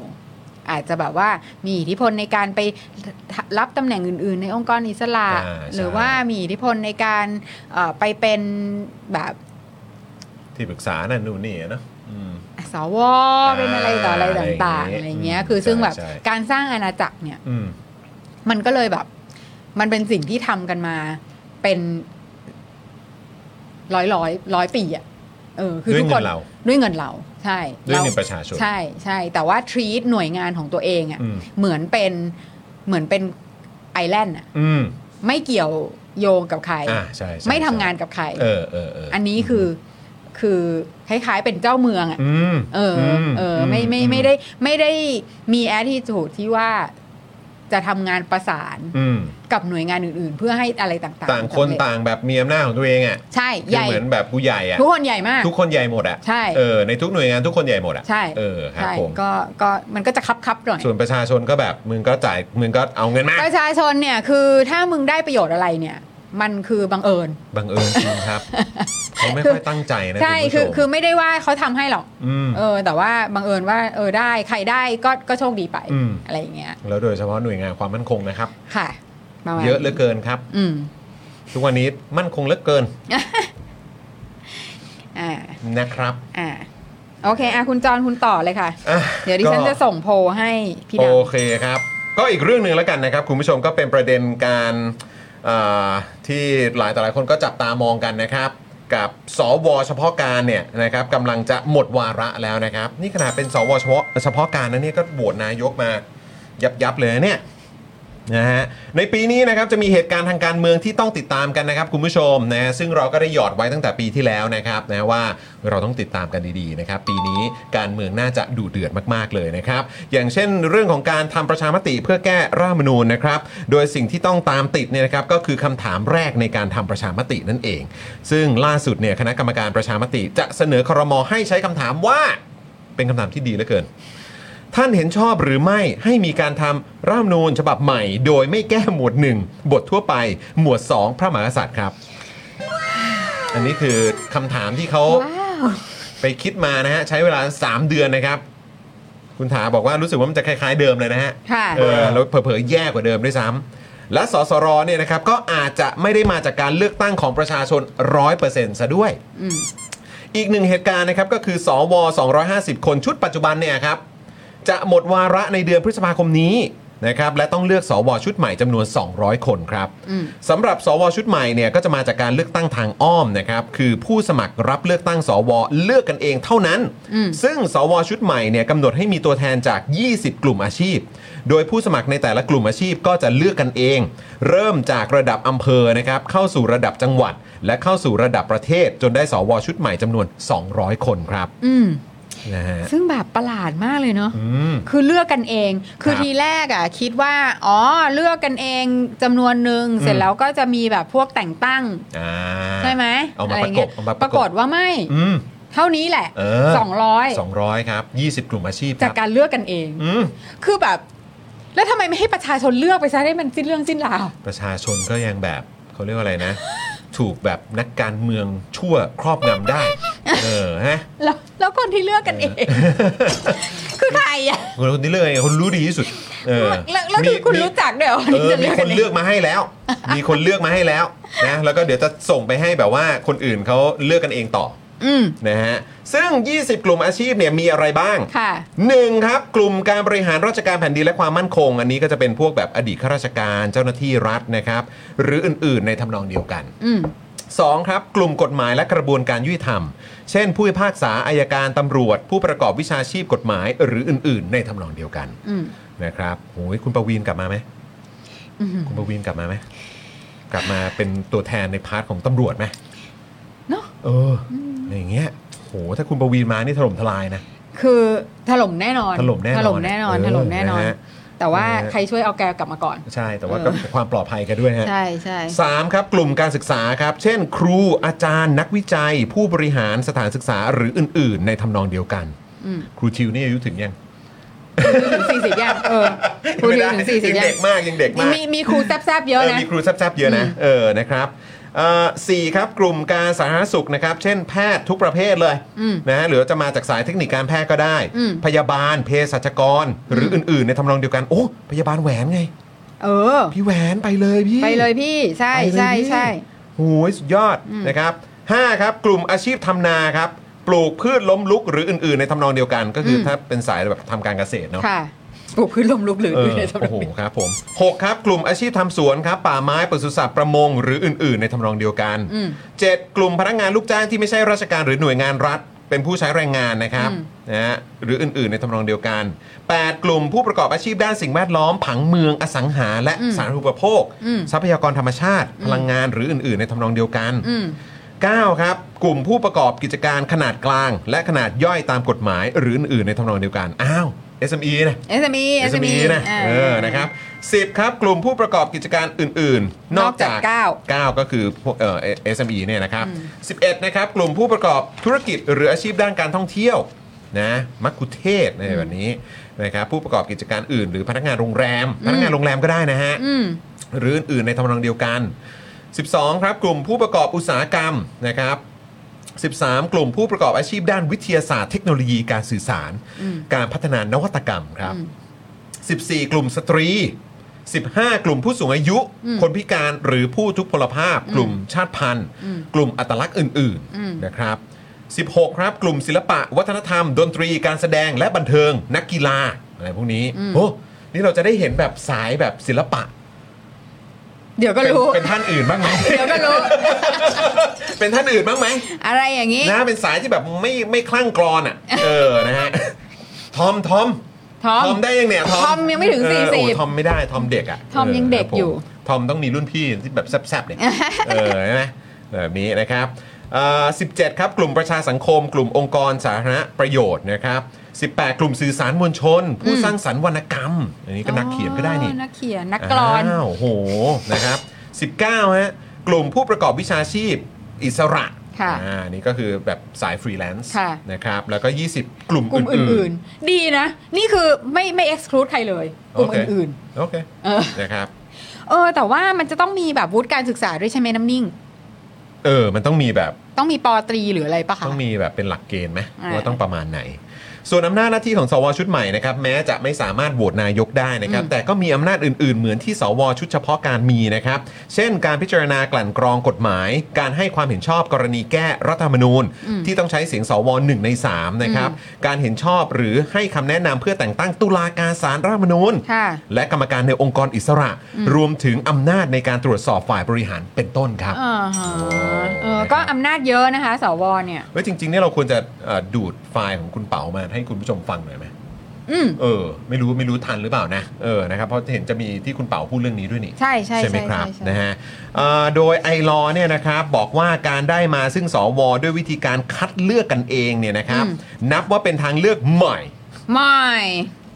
Speaker 3: อาจจะแบบว่ามีอิทธิพลในการไปรับตำแหน่งอื่น ๆ ในองค์กรอิสระ
Speaker 2: าใช่
Speaker 3: หรือว่ามีอิทธิพลในการเอ่อไปเป็นแบบ
Speaker 2: ที่ปรึกษานั่นนู่นนี่อะเนอะอืม
Speaker 3: สวเป็นอะไรต่ออะไรต่างๆ
Speaker 2: อะไรอย่างงี้
Speaker 3: อะไรเงี้ย
Speaker 2: อืม
Speaker 3: คือซึ่งแบบ
Speaker 2: ใช่ใช่
Speaker 3: การสร้างอาณาจักรเนี่ย
Speaker 2: อืม
Speaker 3: มันก็เลยแบบ มันเป็นสิ่งที่ทำกันมาเป็นร้อยร้อยร้อยปีอ่ะเออคือ
Speaker 2: ด้วย
Speaker 3: ทุกคน
Speaker 2: เงินเรา
Speaker 3: ด้วยเงินเรา ใช่
Speaker 2: ด้วย
Speaker 3: เรา
Speaker 2: เงินประชาชน
Speaker 3: ใช่ใช่แต่ว่า ทรีตหน่วยงานของตัวเอง
Speaker 2: อืม
Speaker 3: อะ่ะเหมือนเป็นเหมือนเป็นไอแลนด์อ่ะ
Speaker 2: อืม
Speaker 3: ไม่เกี่ยวโยงกับใคร
Speaker 2: อ่าใช่ใช่
Speaker 3: ไม่ทำ
Speaker 2: ใช่
Speaker 3: งานกับใคร
Speaker 2: เออเออเอออั
Speaker 3: อันนี้คือคือคล้ายๆเป็นเจ้าเมืองอ่ะ
Speaker 2: อืม
Speaker 3: เอออ
Speaker 2: ม
Speaker 3: เออไม่ไม่
Speaker 2: อื
Speaker 3: ไม่ได้ไม่ได้มีแอด i ิจูดที่ว่าจะทำงานประสาน
Speaker 2: อืม
Speaker 3: กับหน่วยงานอื่นๆ เพื่อให้อะไรต่างๆ
Speaker 2: ต่างคน
Speaker 3: สำเร็จ
Speaker 2: ต่างแบบมีอำนาจของตัวเองอ่ะ
Speaker 3: ใช่
Speaker 2: คือ
Speaker 3: ใหญ่
Speaker 2: เหมือนแบบผู้ใหญ่อ่ะ
Speaker 3: ทุกคนใหญ่มาก
Speaker 2: ทุกคนใหญ่หมดอ่ะ
Speaker 3: ใช่
Speaker 2: เออในทุกหน่วยงานทุกคนใหญ่หมดอ่ะ
Speaker 3: ใช่
Speaker 2: เออครับ
Speaker 3: ใช่
Speaker 2: ผม
Speaker 3: ก็ก็มันก็จะคับคับๆหน่อย
Speaker 2: ส่วนประชาชนก็แบบมึงก็จ่ายมึงก็เอาเงินมา
Speaker 3: ประชาชนเนี่ยคือถ้ามึงได้ประโยชน์อะไรเนี่ย มันคือบังเอิญ
Speaker 2: บังเอิญจริงครับเขาไม่ค่อยตั้งใจนะ
Speaker 3: ใช่
Speaker 2: ณผู้
Speaker 3: คือ
Speaker 2: ชม
Speaker 3: คือไม่ได้ว่าเขาทำให้หรอก
Speaker 2: ม
Speaker 3: เออ แต่ว่าบังเอิญว่าเออได้ใครได้ก็ก็โชคดีไป
Speaker 2: อืม
Speaker 3: อะไรอย่างเงี้ย
Speaker 2: แล้วโดยเฉพาะหน่วยงานความมั่นคงนะครับ
Speaker 3: ค่ะประมาณ
Speaker 2: เยอะเหลือเกินครับ
Speaker 3: อืม
Speaker 2: ทุกวันนี้มั่นคงเหลือเกิน
Speaker 3: อ่า
Speaker 2: นะครับ
Speaker 3: อ่าโอเคอ่ะคุณจรคุณต่อเลยค่ะ
Speaker 2: อ่ะ
Speaker 3: เดี๋ยวดิฉัน
Speaker 2: ก็
Speaker 3: จะส่งโพลให้พี่ด
Speaker 2: โอเคครับ ก็อีกเรื่องหนึ่งแล้วกันนะครับ คุณผู้ชมก็เป็นประเด็นการเอ่อที่หลายต่อหลายคนก็จับตามองกันนะครับ กับสวเฉพาะการเนี่ยนะครับกำลังจะหมดวาระแล้วนะครับ นี่ขนาดเป็นสวเฉพาะเฉพาะการนะเนี่ยก็โหวตนายกมายับยับๆเลยนะเนี่ย นะฮะในปีนี้นะครับจะมีเหตุการณ์ทางการเมืองที่ต้องติดตามกันนะครับคุณผู้ชมนะฮะซึ่งเราก็ได้หยอดไว้ตั้งแต่ปีที่แล้วนะครับนะว่าเราต้องติดตามกันดีๆนะครับปีนี้การเมืองน่าจะดูเดือดมากๆเลยนะครับอย่างเช่นเรื่องของการทำประชามติเพื่อแก้รัฐธรรมนูญนะครับโดยสิ่งที่ต้องตามติดเนี่ยนะครับก็คือคำถามแรกในการทำประชามตินั่นเอง ซึ่งล่าสุดเนี่ยคณะกรรมการประชามติ จะเสนอครมให้ใช้คำถามว่าเป็นคำถามที่ดีเหลือเกิน ท่านเห็นชอบหรือไม่ให้มีการทำร่ามนูญฉบับใหม่ โดยไม่แก้หมวด 1 บททั่วไป หมวด 2 พระมหากษัตริย์ครับ อันนี้คือคำถามที่เขา
Speaker 3: ำว้าว
Speaker 2: ไปคิดมานะฮะ ใช้เวลา 3 เดือนนะครับ คุณถาบอกว่ารู้สึกว่ามันจะคล้ายๆเดิมเลยนะฮะ
Speaker 3: ค่ะ
Speaker 2: เออแล้วเผลอๆแย่กว่าเดิมด้วยซ้ำและสสรเนี่ยนะครับก็อาจจะไม่ได้มาจากการเลือกตั้งของประชาชน 100%ซะด้วย
Speaker 3: อืม
Speaker 2: อีกหนึ่งเหตุการณ์นะครับก็คือสว250 คนชุดปัจจุบันเนี่ยครับจะหมดวาระในเดือนพฤษภาคมนี้นะครับและต้องเลือกสวชุดใหม่จำนวน 200 คนครับ
Speaker 3: อืม
Speaker 2: สำหรับสวชุดใหม่เนี่ยก็จะมาจากการเลือกตั้งทางอ้อมนะครับคือผู้สมัครรับเลือกตั้งสวเลือกกันเองเท่านั้น ซึ่งสวชุดใหม่เนี่ยกำหนดให้มีตัวแทนจาก 20 กลุ่มอาชีพ โดยผู้สมัครในแต่ละกลุ่มอาชีพก็จะเลือกกันเอง เริ่มจากระดับอำเภอนะครับเข้าสู่ระดับจังหวัด และเข้าสู่ระดับประเทศ จนได้สวชุดใหม่จำนวน 200 คนครับ
Speaker 3: อืม
Speaker 2: นะฮะ
Speaker 3: ซึ่งแบบประหลาดมากเลยเนาะ
Speaker 2: อืม
Speaker 3: คือเลือกกันเอง คือ
Speaker 2: ครับ
Speaker 3: ทีแรกอ่ะคิดว่า อ๋อ เลือกกันเองจำนวนหนึ่ง
Speaker 2: อืม
Speaker 3: เสร็จแล้วก็จะมีแบบพวกแต่งตั้ง
Speaker 2: อ่า
Speaker 3: ใช่ไหม
Speaker 2: เอามา
Speaker 3: ไรเงี้ย
Speaker 2: ประกบเอามาป
Speaker 3: ประระ
Speaker 2: กบ
Speaker 3: กฏว่าไม่
Speaker 2: อืม
Speaker 3: เท่านี้แหละ
Speaker 2: เออ
Speaker 3: สองร้อย
Speaker 2: 200 ครับ 20 กลุ่มอาชีพค
Speaker 3: จาก
Speaker 2: รับ
Speaker 3: การเลือกกันเอง
Speaker 2: อืม
Speaker 3: คือแบบ แล้วทำไมไม่ให้ประชาชนเลือกไปซะได้มันสิ้นเรื่องสิ้นราว
Speaker 2: ประชาชนก็ยังแบบเขาเรียกว่าอะไรนะ ถูกแบบนักการเมืองชั่วครอบงำได้ เออฮะ
Speaker 3: แล้วแล้วคนที่เลือกกันเอง *laughs* คือใครอ่ะ
Speaker 2: คนคนนี้เลือกไงคนรู้ดีที่สุดเออ
Speaker 3: แล้วแล้วคือ
Speaker 2: มี
Speaker 3: คุณ
Speaker 2: มี
Speaker 3: รู้จักด้วยเหรอ
Speaker 2: เอ
Speaker 3: ที่
Speaker 2: อ
Speaker 3: จะ
Speaker 2: มี
Speaker 3: เลือก
Speaker 2: ค
Speaker 3: กัน
Speaker 2: น
Speaker 3: เอ
Speaker 2: เลือง กมาให้แล้ว มีคนเลือกมาให้แล้วนะ แล้วก็เดี๋ยวจะส่งไปให้แบบว่าคนอื่นเขาเลือกกันเองต่อ
Speaker 3: อืม
Speaker 2: นะฮะ ซึ่ง 20 กลุ่มอาชีพเนี่ยมีอะไรบ้าง
Speaker 3: ค่ะ
Speaker 2: หนึ่งครับกลุ่มการบริหารราชการแผ่นดินและความมั่นคง อันนี้ก็จะเป็นพวกแบบอดีตข้าราชการเจ้าหน้าที่รัฐนะครับ หรืออื่นๆ ในทำนองเดียวกัน
Speaker 3: อืม
Speaker 2: 2ครับกลุ่มกฎหมายและกระบวนการยุติธรรม เช่น ผู้พิพากษาอายการตำรวจ ผู้ประกอบวิชาชีพกฎหมาย หรืออื่น ๆ ในทำนองเดียวกัน
Speaker 3: อืม
Speaker 2: นะครับโอ้ยคุณประวีนกลับมาไหม
Speaker 3: อืม
Speaker 2: คุณประวีนกลับมาไหมกลับมาเป็นตัวแทนในพาร์ทของตำรวจไหม
Speaker 3: เนาะ
Speaker 2: เอออย่างเงี้ยโหถ้าคุณประวีนมานี่ถล่มทลายนะ
Speaker 3: คือถล่มแน่นอน
Speaker 2: ถล่มแน่นอน
Speaker 3: ถล่มแน่นอน
Speaker 2: เออ
Speaker 3: ถล่มแน่นอน
Speaker 2: นะฮะ
Speaker 3: แต่ว่า
Speaker 2: นะฮะ
Speaker 3: ใครช่วยเอาแกกลับมาก่อน
Speaker 2: ใช่แต่ว่าก็ความปลอดภัยกันด้วยฮะ
Speaker 3: ใช่ใช่
Speaker 2: สามครับกลุ่มการศึกษาครับ เช่น ครูอาจารย์ นักวิจัย ผู้บริหารสถานศึกษาหรืออื่น ๆ ในทำนองเดียวกัน
Speaker 3: อืม
Speaker 2: ครูทิวนี่อายุถึงยัง
Speaker 3: ถึงสี่สิบยังเออคุณ
Speaker 2: ไม่
Speaker 3: ถึ
Speaker 2: ได้
Speaker 3: งสี่สิบ
Speaker 2: ยั
Speaker 3: ยัง
Speaker 2: งเด็กมากยังเด็กมาก
Speaker 3: มีมีครูแซบๆเยอะ
Speaker 2: เออ
Speaker 3: นะ
Speaker 2: มีครูแซบๆเยอะนะเออนะครับเอ่อสี่ครับกลุ่มการสาธารณสุขนะครับ เช่นแพทย์ทุกประเภทเลย
Speaker 3: อืม
Speaker 2: นะฮะหรือจะมาจากสายเทคนิคการแพทย์ก็ได้
Speaker 3: อืม
Speaker 2: พยาบาลเภสัชกร หรืออื่น ๆ ในทำนองเดียวกันโอ้พยาบาลแหวนไง
Speaker 3: เออ
Speaker 2: พี่แหวนไปเลยพี่
Speaker 3: ไปเลยพี่ใช่
Speaker 2: ไปเลย
Speaker 3: ใช่
Speaker 2: พี่
Speaker 3: ใช่
Speaker 2: โอ้ยสุดยอดนะครับ5ครับ กลุ่มอาชีพทำนาครับ ปลูกพืชล้มลุกหรืออื่น ๆ ในทำนองเดียวกัน ก็คืออ
Speaker 3: ม
Speaker 2: ถ้าเป็นสายแบบทำการเกษตรเนาะ
Speaker 3: ค่ะปลูกพืชลมลุกหรือ
Speaker 2: เออ
Speaker 3: ในสำหรับ
Speaker 2: โอ้โหครับผมหกครับ กลุ่มอาชีพทำสวนครับ ป่าไม้ปศุสัตว์ประมง หรืออื่น ๆ ในทำนองเดียวกัน
Speaker 3: อืม
Speaker 2: เจ็ดกลุ่มพนักงานลูกจ้างที่ไม่ใช่ราชการหรือหน่วยงานรัฐ เป็นผู้ใช้แรงงานนะครับ
Speaker 3: อืม
Speaker 2: นะฮะหรืออื่น ๆ ในทำนองเดียวกันแปดกลุ่มผู้ประกอบอาชีพด้านสิ่งแวดล้อมผังเมืองอสังหา และสาธารณูปโภค
Speaker 3: อืม
Speaker 2: ทรัพยากรธรรมชาติ พลังงานหรืออื่น ๆ ในทำนองเดียวกัน
Speaker 3: อืม
Speaker 2: 9 ครับ กลุ่มผู้ประกอบกิจการขนาดกลาง และขนาดย่อยตามกฎหมายหรืออื่น ๆ ในทำนองเดียวกัน อ้าว SME นะ
Speaker 3: SME SME
Speaker 2: นะ
Speaker 3: อ่า
Speaker 2: เออนะครับ10 ครับ กลุ่มผู้ประกอบกิจการอื่น ๆ นอกจา
Speaker 3: น
Speaker 2: ก
Speaker 3: อกจากเก้า
Speaker 2: 9 ก็คือพวกเอ่อ SME เนี่ยนะครับ11 นะครับ กลุ่มผู้ประกอบธุรกิจหรืออาชีพด้านการท่องเที่ยวนะมักคุเทศก์ในแบบนี้นะครับผู้ประกอบกิจการอื่น หรือพนักงานโรงแรม พนักงานโรงแรมก็ได้นะฮะ
Speaker 3: อืม
Speaker 2: หรืออื่นๆในทำนองเดียวกัน 12 ครับ กลุ่มผู้ประกอบอุตสาหกรรมนะครับ 13 กลุ่มผู้ประกอบอาชีพด้านวิทยาศาสตร์เทคโนโลยีการสื่อสาร
Speaker 3: อืม
Speaker 2: การพัฒนานวัตกรรมครับ 14 กลุ่มสตรี 15 กลุ่มผู้สูงอายุ คนพิการหรือผู้ทุพพลภาพ กลุ่มชาติพันธุ์ กลุ่มอัตลักษณ์อื่นๆนะครับ 16 ครับ กลุ่มศิลปะ วัฒนธรรม ดนตรีการแสดงและบันเทิง นักกีฬาอะไรพวกนี้โอ้นี่เราจะได้เห็นแบบสายแบบศิลปะ
Speaker 3: เดี๋ยวก็
Speaker 2: เป็น
Speaker 3: รู้
Speaker 2: เป็นท่านอื่นบ้างไหม
Speaker 3: เดี๋ยวก็รู้
Speaker 2: เป็นท่านอื่นบ้างไหม
Speaker 3: อะไรอย่างนี้
Speaker 2: นะเป็นสายที่แบบไม่ไม่คลั่งกรอนอ่ะ เออนะฮะทอมทอม
Speaker 3: ทอม
Speaker 2: ได้ยังเนี่ยทอม
Speaker 3: ทอมยังไม่ถึง
Speaker 2: เออ
Speaker 3: 40
Speaker 2: โอ้ทอมไม่ได้ทอมเด็กอ่ะ
Speaker 3: ทอมยังเด็ก
Speaker 2: ครับผ
Speaker 3: อยู่
Speaker 2: ทอมต้องมีรุ่นพี่ที่แบบแซบๆเนี่ยเออใช่ไหมแบบนี้นะครับเอ่อ17 ครับ กลุ่มประชาสังคม กลุ่มองค์กรสาธารณประโยชน์นะครับ18 กลุ่มสื่อสารมวลชน ผู้สร้างสรรค์วรรณกรรม อันนี้ก็นักเขียนก็ได้นี่
Speaker 3: อ๋อนักเขียน นักกลอน
Speaker 2: อ้าวโหนะครับ 19ฮะกลุ่มผู้ประกอบวิชาชีพอิสระ
Speaker 3: ค่ะ
Speaker 2: อ่านี่ก็คือแบบสายฟรีแลนซ์
Speaker 3: ค่ะ
Speaker 2: นะครับแล้วก็ 20 กลุ่ม
Speaker 3: กลุ่มอ
Speaker 2: อื่
Speaker 3: ื่
Speaker 2: น
Speaker 3: นๆ ดีนะ นี่คือไม่ไม่ exclude ใครเลย
Speaker 2: ๆ
Speaker 3: กลุ่มอื่น
Speaker 2: โอเค
Speaker 3: เออ
Speaker 2: นะครับ
Speaker 3: ๆ เออ แต่ว่ามันจะต้องมีแบบวุฒิการศึกษาด้วยใช่ไหมน้ำนิ่ง
Speaker 2: เออมันต้องมีแบบ
Speaker 3: ต้องมีปอตรีหรืออะไรปะคะ
Speaker 2: ต้องมีแบบเป็นหลักเกณฑ์ไหม
Speaker 3: อ่า
Speaker 2: ว่าต้องประมาณไหน ส่วนอำนาจหน้าที่ของสวชุดใหม่นะครับแม้จะไม่สามารถโหวตนายกได้นะครับ แต่ก็มีอำนาจอื่นๆ เหมือนที่สวชุดเฉพาะการมีนะครับ เช่น การพิจารณากลั่นกรองกฎหมาย การให้ความเห็นชอบกรณีแก้รัฐธรรมนูญ ที่ต้องใช้เสียงสวหนึ่งในสามนะครับการเห็นชอบหรือให้คำแนะนำเพื่อแต่งตั้งตุลาการศาลรัฐธรรมนูญ
Speaker 3: ค่ะ
Speaker 2: และกรรมการในองค์กรอิสระ รวมถึงอำนาจในการตรวจสอบฝ่ายบริหารเป็นต้นครับ
Speaker 3: อ่าฮะเออ
Speaker 2: นะครับ
Speaker 3: ก็อำนาจเยอะนะคะ สวเนี่ย
Speaker 2: เฮ้ยจริงๆเนี่ยเราควรจะเอ่อดูดไฟล์ของคุณเป๋ามาให้คุณผู้ชมฟังหน่อยไหม
Speaker 3: อืม
Speaker 2: เออไม่รู้ไม่รู้ทันหรือเปล่านะเออนะครับเพราะเห็นจะมีที่คุณเป๋าพูดเรื่องนี้ด้วยนี่
Speaker 3: ใช่ใช่
Speaker 2: ไหมครับ
Speaker 3: ใช่ใช่
Speaker 2: นะฮะเอ่อโดยไอรอว์เนี่ยนะครับบอกว่าการได้มาซึ่งสวด้วยวิธีการคัดเลือกกันเองเนี่ยนะครับ นับว่าเป็นทางเลือกใหม่
Speaker 3: ไม่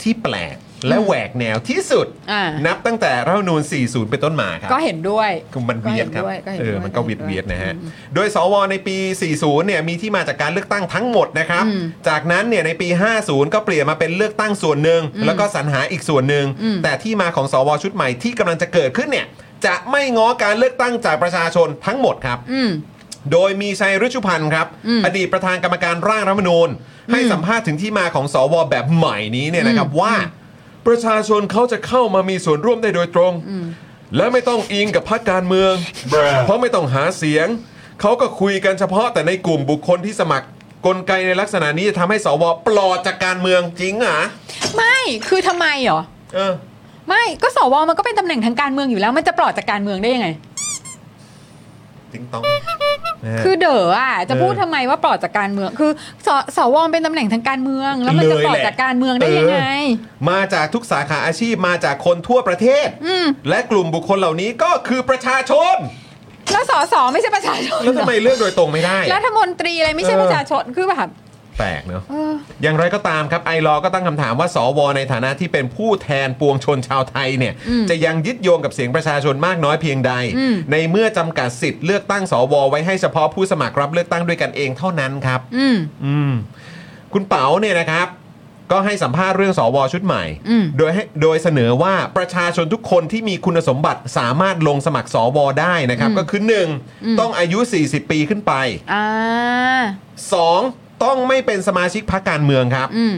Speaker 2: ที่แปลก และแหวกแนวที่สุด
Speaker 3: อ่า
Speaker 2: นับตั้งแต่รัฐธรรมนูญ 40 เป็นต้นมาครับ
Speaker 3: ก็เห็นด้วย
Speaker 2: คือมันเวียดครับ
Speaker 3: ก็เห็นด้วยก็เห็น
Speaker 2: เอ
Speaker 3: ด้วย
Speaker 2: อ มันก็เวียด
Speaker 3: ก็เห็นด้วย
Speaker 2: เวียดนะฮะ โดยสวในปี 40 เนี่ย มีที่มาจากการเลือกตั้งทั้งหมดนะครับ
Speaker 3: อืม
Speaker 2: จากนั้นเนี่ยในปี 50 ก็เปลี่ยนมาเป็นเลือกตั้งส่วนหนึ่ง แล้วก็สรรหาอีกส่วนหนึ่ง
Speaker 3: อืม
Speaker 2: แต่ที่มาของสวชุดใหม่ที่กำลังจะเกิดขึ้นเนี่ย จะไม่ง้อการเลือกตั้งจากประชาชนทั้งหมดครับ
Speaker 3: อืม
Speaker 2: โดยมีชัยรุชุพันธ์ครับ
Speaker 3: อืม
Speaker 2: อดีตประธานกรรมการร่างรัฐธรรมนูญ ให้สัมภาษณ์ถึงที่มาของสวแบบใหม่นี้เนี่ยนะครับว่า ประชาชนเขาจะเข้ามามีส่วนร่วมได้โดยตรง และไม่ต้องอิงกับพรรคการเมือง เพราะไม่ต้องหาเสียง เขาก็คุยกันเฉพาะแต่ในกลุ่มบุคคลที่สมัครกลไกในลักษณะนี้จะทำให้สวปลอดจากการเมืองจริงเหรอ่ะ
Speaker 3: ไม่คือทำไมเหรอ
Speaker 2: เออ
Speaker 3: ไม่ก็สวมันก็เป็นตำแหน่งทางการเมืองอยู่แล้ว มันจะปลอดจากการเมืองได้ยังไง
Speaker 2: จริงต้องนะฮะ
Speaker 3: คือเด๋ออ่ะจะ
Speaker 2: เออ
Speaker 3: พูดทำไมว่าปลอดจากการเมือง คือสสวมันเป็นตำแหน่งทางการเมือง แล้วมันจะ
Speaker 2: เลย
Speaker 3: ปลอด
Speaker 2: แหละ
Speaker 3: จากการเมืองได้ยังไง
Speaker 2: มาจากทุกสาขาอาชีพมาจากคนทั่วประเทศ
Speaker 3: อืม
Speaker 2: และกลุ่มบุคคลเหล่านี้ก็คือประชาชน
Speaker 3: แล้วสสไม่ใช่ประชาชน
Speaker 2: แล้วทำไม
Speaker 3: เหรอ
Speaker 2: เลือกโดยตรงไม่ได้อะ
Speaker 3: รัฐมนตรีอะไรไม่ใช่ประชาชนคือแบบ
Speaker 2: แปลกเนอะ
Speaker 3: เออ
Speaker 2: อย่างไรก็ตามครับไอรอว์ก็ตั้งคำถามว่า สว ในฐานะที่เป็นผู้แทนปวงชนชาวไทยเนี่ย
Speaker 3: อืม
Speaker 2: จะยังยึดโยงกับเสียงประชาชนมากน้อยเพียงใด
Speaker 3: อืม
Speaker 2: ในเมื่อจำกัดสิทธิ์เลือกตั้งสว ไว้ให้เฉพาะผู้สมัครรับเลือกตั้งด้วยกันเองเท่านั้นครับ
Speaker 3: อืม
Speaker 2: อืมคุณเป๋าเนี่ยนะครับ ก็ให้สัมภาษณ์เรื่องสวชุดใหม่
Speaker 3: อืม
Speaker 2: โดยให้โดยเสนอว่าประชาชนทุกคนที่มีคุณสมบัติสามารถลงสมัครสวได้นะครับ ก็คือหนึ่งต้องอายุ 40 ปีขึ้นไป
Speaker 3: อ่า
Speaker 2: 2. ต้องไม่เป็นสมาชิกพรรคการเมืองครับ
Speaker 3: อืม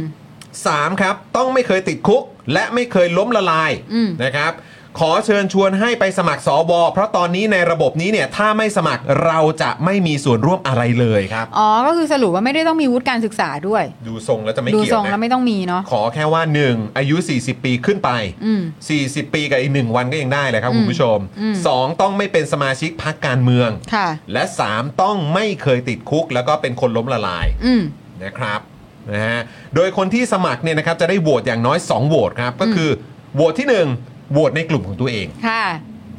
Speaker 2: 3. ครับ ต้องไม่เคยติดคุก และไม่เคยล้มละลาย
Speaker 3: อืม
Speaker 2: นะครับ ขอเชิญชวนให้ไปสมัครสวเพราะตอนนี้ในระบบนี้เนี่ยถ้าไม่สมัครเราจะไม่มีส่วนร่วมอะไรเลยครับ
Speaker 3: อ๋อ ก็คือสรุปว่าไม่ได้ต้องมีวุฒิการศึกษาด้วย
Speaker 2: ดูทรงแล้วจะไม่
Speaker 3: ดู
Speaker 2: เกี่ย
Speaker 3: ท
Speaker 2: ว
Speaker 3: รงแล้ว
Speaker 2: นะ
Speaker 3: ไม่ต้องมีเนาะ
Speaker 2: ขอแค่ว่า 1. อายุ 40 ปีขึ้นไป
Speaker 3: อืม
Speaker 2: 40 ปีกับอีก 1 วันก็ยังได้เลยครับคุณผู้ชม
Speaker 3: อืม
Speaker 2: 2. ต้องไม่เป็นสมาชิกพรรคการเมือง
Speaker 3: ค่ะ
Speaker 2: และ 3. ต้องไม่เคยติดคุก แล้วก็เป็นคนล้มละลาย
Speaker 3: อืม
Speaker 2: นะครับนะฮะโดยคนที่สมัครเนี่ยนะครับจะได้โหวตอย่างน้อย 2 โหวตครับ ก็คือโหวตที่ 1โหวตในกลุ่มของตัวเอง
Speaker 3: ค่ะ